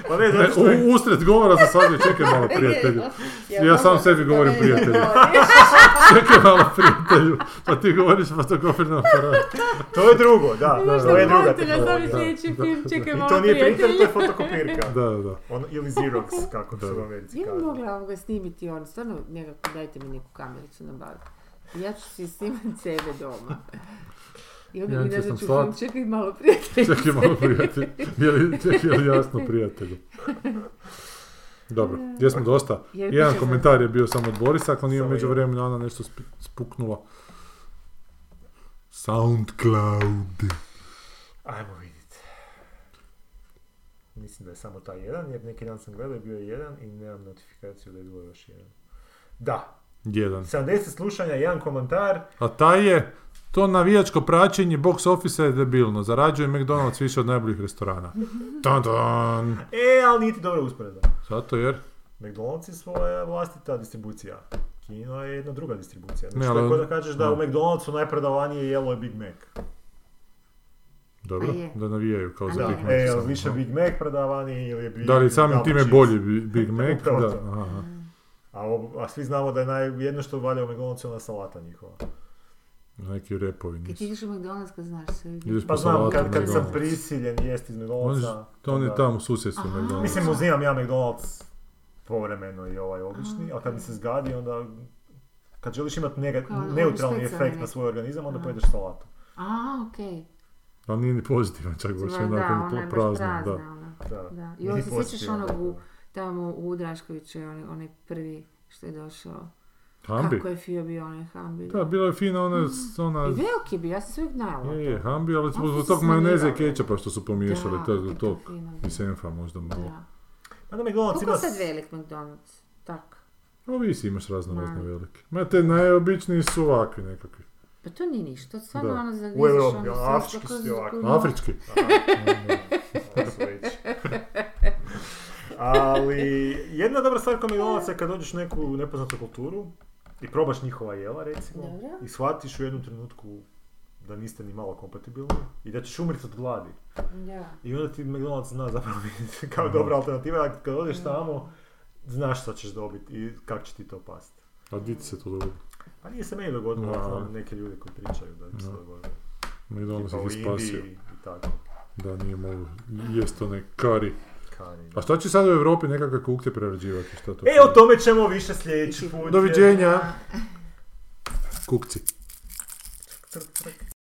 [SPEAKER 2] Pa ne, zato
[SPEAKER 3] Ne,
[SPEAKER 2] što... je-
[SPEAKER 3] E, u, usred govora sam shvatio, čekaj malo prijatelju. Ja
[SPEAKER 1] mogu
[SPEAKER 3] sam
[SPEAKER 1] da
[SPEAKER 3] sebi
[SPEAKER 1] to
[SPEAKER 3] govorim
[SPEAKER 1] meni
[SPEAKER 3] prijatelju.
[SPEAKER 1] govoriš?
[SPEAKER 3] Čekaj malo prijatelju, pa ti govoriš o fotokopirnom aparatu.
[SPEAKER 2] To je drugo, da.
[SPEAKER 1] Možda
[SPEAKER 2] to je druga
[SPEAKER 1] morate da
[SPEAKER 2] tehnologija.
[SPEAKER 1] sam sljedeći film, čekaj
[SPEAKER 2] I
[SPEAKER 1] malo
[SPEAKER 2] to nije printer, to
[SPEAKER 1] prijatelju.
[SPEAKER 2] je fotokopirka.
[SPEAKER 3] Da, da, da.
[SPEAKER 2] On, Ono, ili Xerox, kako to
[SPEAKER 3] Da.
[SPEAKER 2] u Americi
[SPEAKER 1] Ja bi
[SPEAKER 2] kažu.
[SPEAKER 1] mogla vam ga snimiti on, stvarno nekako dajte mi neku kamericu nabaviti. Ja ću si snimati sebe doma. I onda
[SPEAKER 3] Ja
[SPEAKER 1] mi
[SPEAKER 3] ću sam
[SPEAKER 1] nazvat ću film,
[SPEAKER 3] slat.
[SPEAKER 1] čekaj malo prijatelju.
[SPEAKER 3] Čekaj malo prijatelju. Je li, čekaj, je li jasno prijatelju? Dobro, jesmo dosta.
[SPEAKER 1] Je li
[SPEAKER 3] Jedan
[SPEAKER 1] piše
[SPEAKER 3] komentar je bio samo od Borisa, ako nije
[SPEAKER 2] Samo
[SPEAKER 3] među vremena Ana nešto sp- spuknula. Soundcloud.
[SPEAKER 2] Ajmo vidjeti. Mislim da je samo taj jedan, jer neki dan sam gledao, bio je jedan i nemam notifikaciju da je bilo još jedan. Da,
[SPEAKER 3] Jedan.
[SPEAKER 2] 70 slušanja, jedan komentar,
[SPEAKER 3] A taj je, to navijačko praćenje box office je debilno. Zarađuje McDonald's više od najboljih restorana.
[SPEAKER 1] Mhm.
[SPEAKER 3] Tan, tan.
[SPEAKER 2] e, ali niti dobra usporedba.
[SPEAKER 3] Zato jer...
[SPEAKER 2] McDonald's je svoja vlastita distribucija. Kino je jedna druga distribucija.
[SPEAKER 3] Ne,
[SPEAKER 2] Znači, što
[SPEAKER 3] ali-
[SPEAKER 2] je ko da kažeš da
[SPEAKER 3] da.
[SPEAKER 2] u McDonald'su najprodavanije jelo je Big Mac.
[SPEAKER 3] Dobro,
[SPEAKER 1] A je.
[SPEAKER 3] da navijaju kao
[SPEAKER 1] A
[SPEAKER 3] za
[SPEAKER 1] da.
[SPEAKER 3] Big Mac.
[SPEAKER 2] E, je
[SPEAKER 3] samo,
[SPEAKER 2] li više
[SPEAKER 3] no.
[SPEAKER 2] Big Mac prodavaniji ili je Big
[SPEAKER 3] Da li samim
[SPEAKER 2] Double
[SPEAKER 3] time
[SPEAKER 2] cheese?
[SPEAKER 3] bolji Bi- Big Mac?
[SPEAKER 2] Upravo
[SPEAKER 3] da,
[SPEAKER 2] to.
[SPEAKER 3] aha.
[SPEAKER 2] A, ovo- a svi znamo da je naj, jedno što valja u McDonald'su je ona salata njihova.
[SPEAKER 3] Neki repovi
[SPEAKER 1] Kad
[SPEAKER 3] nisu.
[SPEAKER 1] ti ideš u McDonald's, kad znaš sve.
[SPEAKER 3] Ideš
[SPEAKER 2] Pa
[SPEAKER 3] po
[SPEAKER 2] znam,
[SPEAKER 3] salatu
[SPEAKER 2] kad, kad sam
[SPEAKER 3] McDonald's.
[SPEAKER 2] prisiljen jesti iz
[SPEAKER 3] Oni-
[SPEAKER 2] McDonald'sa.
[SPEAKER 3] to oni
[SPEAKER 2] onda-
[SPEAKER 3] tamo u susjedstvu
[SPEAKER 1] Aha.
[SPEAKER 3] McDonald's.
[SPEAKER 2] Mislim, uzimam ja McDonald's povremeno i ovaj obični, a kad mi se zgadi, onda... Kad želiš imati nega-
[SPEAKER 1] Kao ono
[SPEAKER 2] neutralni
[SPEAKER 1] specijalni
[SPEAKER 2] efekt na
[SPEAKER 1] neki.
[SPEAKER 2] svoj organizam, onda
[SPEAKER 1] Aha.
[SPEAKER 2] pojedeš salatu.
[SPEAKER 1] A, okej.
[SPEAKER 3] Ali nije ni pozitivan čak baš,
[SPEAKER 1] Da,
[SPEAKER 3] Znači, onako
[SPEAKER 1] ona je baš
[SPEAKER 3] prazno, da.
[SPEAKER 1] ona.
[SPEAKER 2] Da.
[SPEAKER 1] Da. I
[SPEAKER 2] Niti
[SPEAKER 1] onda se sjećaš
[SPEAKER 2] pozitivan,
[SPEAKER 1] onog u,
[SPEAKER 2] ono da.
[SPEAKER 1] tamo u Draškoviću, onaj, onaj prvi što je došao.
[SPEAKER 3] Hambi?
[SPEAKER 1] Kako je Fio bio onaj Hambi.
[SPEAKER 3] Da, bilo je fino ona...
[SPEAKER 1] I
[SPEAKER 3] ona
[SPEAKER 1] velik je bio, ja sam se uvijek najela.
[SPEAKER 3] je, je, Hambi, ali
[SPEAKER 1] Oni su
[SPEAKER 3] zbog
[SPEAKER 1] se
[SPEAKER 3] tog majoneze i
[SPEAKER 1] smanjivali.
[SPEAKER 3] kečapa što su pomiješali,
[SPEAKER 1] Da,
[SPEAKER 3] to
[SPEAKER 1] to
[SPEAKER 3] je
[SPEAKER 1] je
[SPEAKER 3] to.
[SPEAKER 1] fino.
[SPEAKER 3] I senfa možda malo.
[SPEAKER 1] Da.
[SPEAKER 2] Onda Pa McDonald's
[SPEAKER 1] Koliko
[SPEAKER 2] ima...
[SPEAKER 1] je
[SPEAKER 2] s-
[SPEAKER 1] sad velik McDonald's? Tak.
[SPEAKER 3] Ovisi imaš razno
[SPEAKER 1] Ma.
[SPEAKER 3] razne velike. Ma te najobičniji su ovakvi nekakvi.
[SPEAKER 1] Pa to nije ništa, to stvarno
[SPEAKER 3] Da.
[SPEAKER 1] ono za
[SPEAKER 2] U Europi, ono, afrički su ti ovako.
[SPEAKER 3] Afrički.
[SPEAKER 2] Pa Ovo su veći. Ali jedna dobra stvar kod McDonald'sa je kad dođeš u neku nepoznatu kulturu i probaš njihova jela recimo
[SPEAKER 1] Dobro.
[SPEAKER 2] i shvatiš u jednom trenutku da niste ni malo kompatibilni i da ćeš umriti od gladi.
[SPEAKER 1] Da.
[SPEAKER 2] I onda ti McDonald's zna zapravo biti kao dobra alternativa, a kad odeš tamo znaš šta ćeš dobiti i kako će ti to pasti.
[SPEAKER 3] A di ti se to dogodi?
[SPEAKER 2] Pa nije se meni dogodilo, ja
[SPEAKER 3] Da.
[SPEAKER 2] znam neke ljude koji pričaju da im se
[SPEAKER 3] Da.
[SPEAKER 2] dogodilo. Tipa
[SPEAKER 3] McDonald's
[SPEAKER 2] u
[SPEAKER 3] ih je spasio.
[SPEAKER 2] Indiji i tako.
[SPEAKER 3] Da, nije mogu jest onaj kari.
[SPEAKER 2] Kani.
[SPEAKER 3] A šta Pa će sad u Europi nekakve kukte prerađivati? Šta to
[SPEAKER 2] E, o tome ćemo više sljedeći put.
[SPEAKER 3] Doviđenja. Kukci.
[SPEAKER 2] Trk, trk.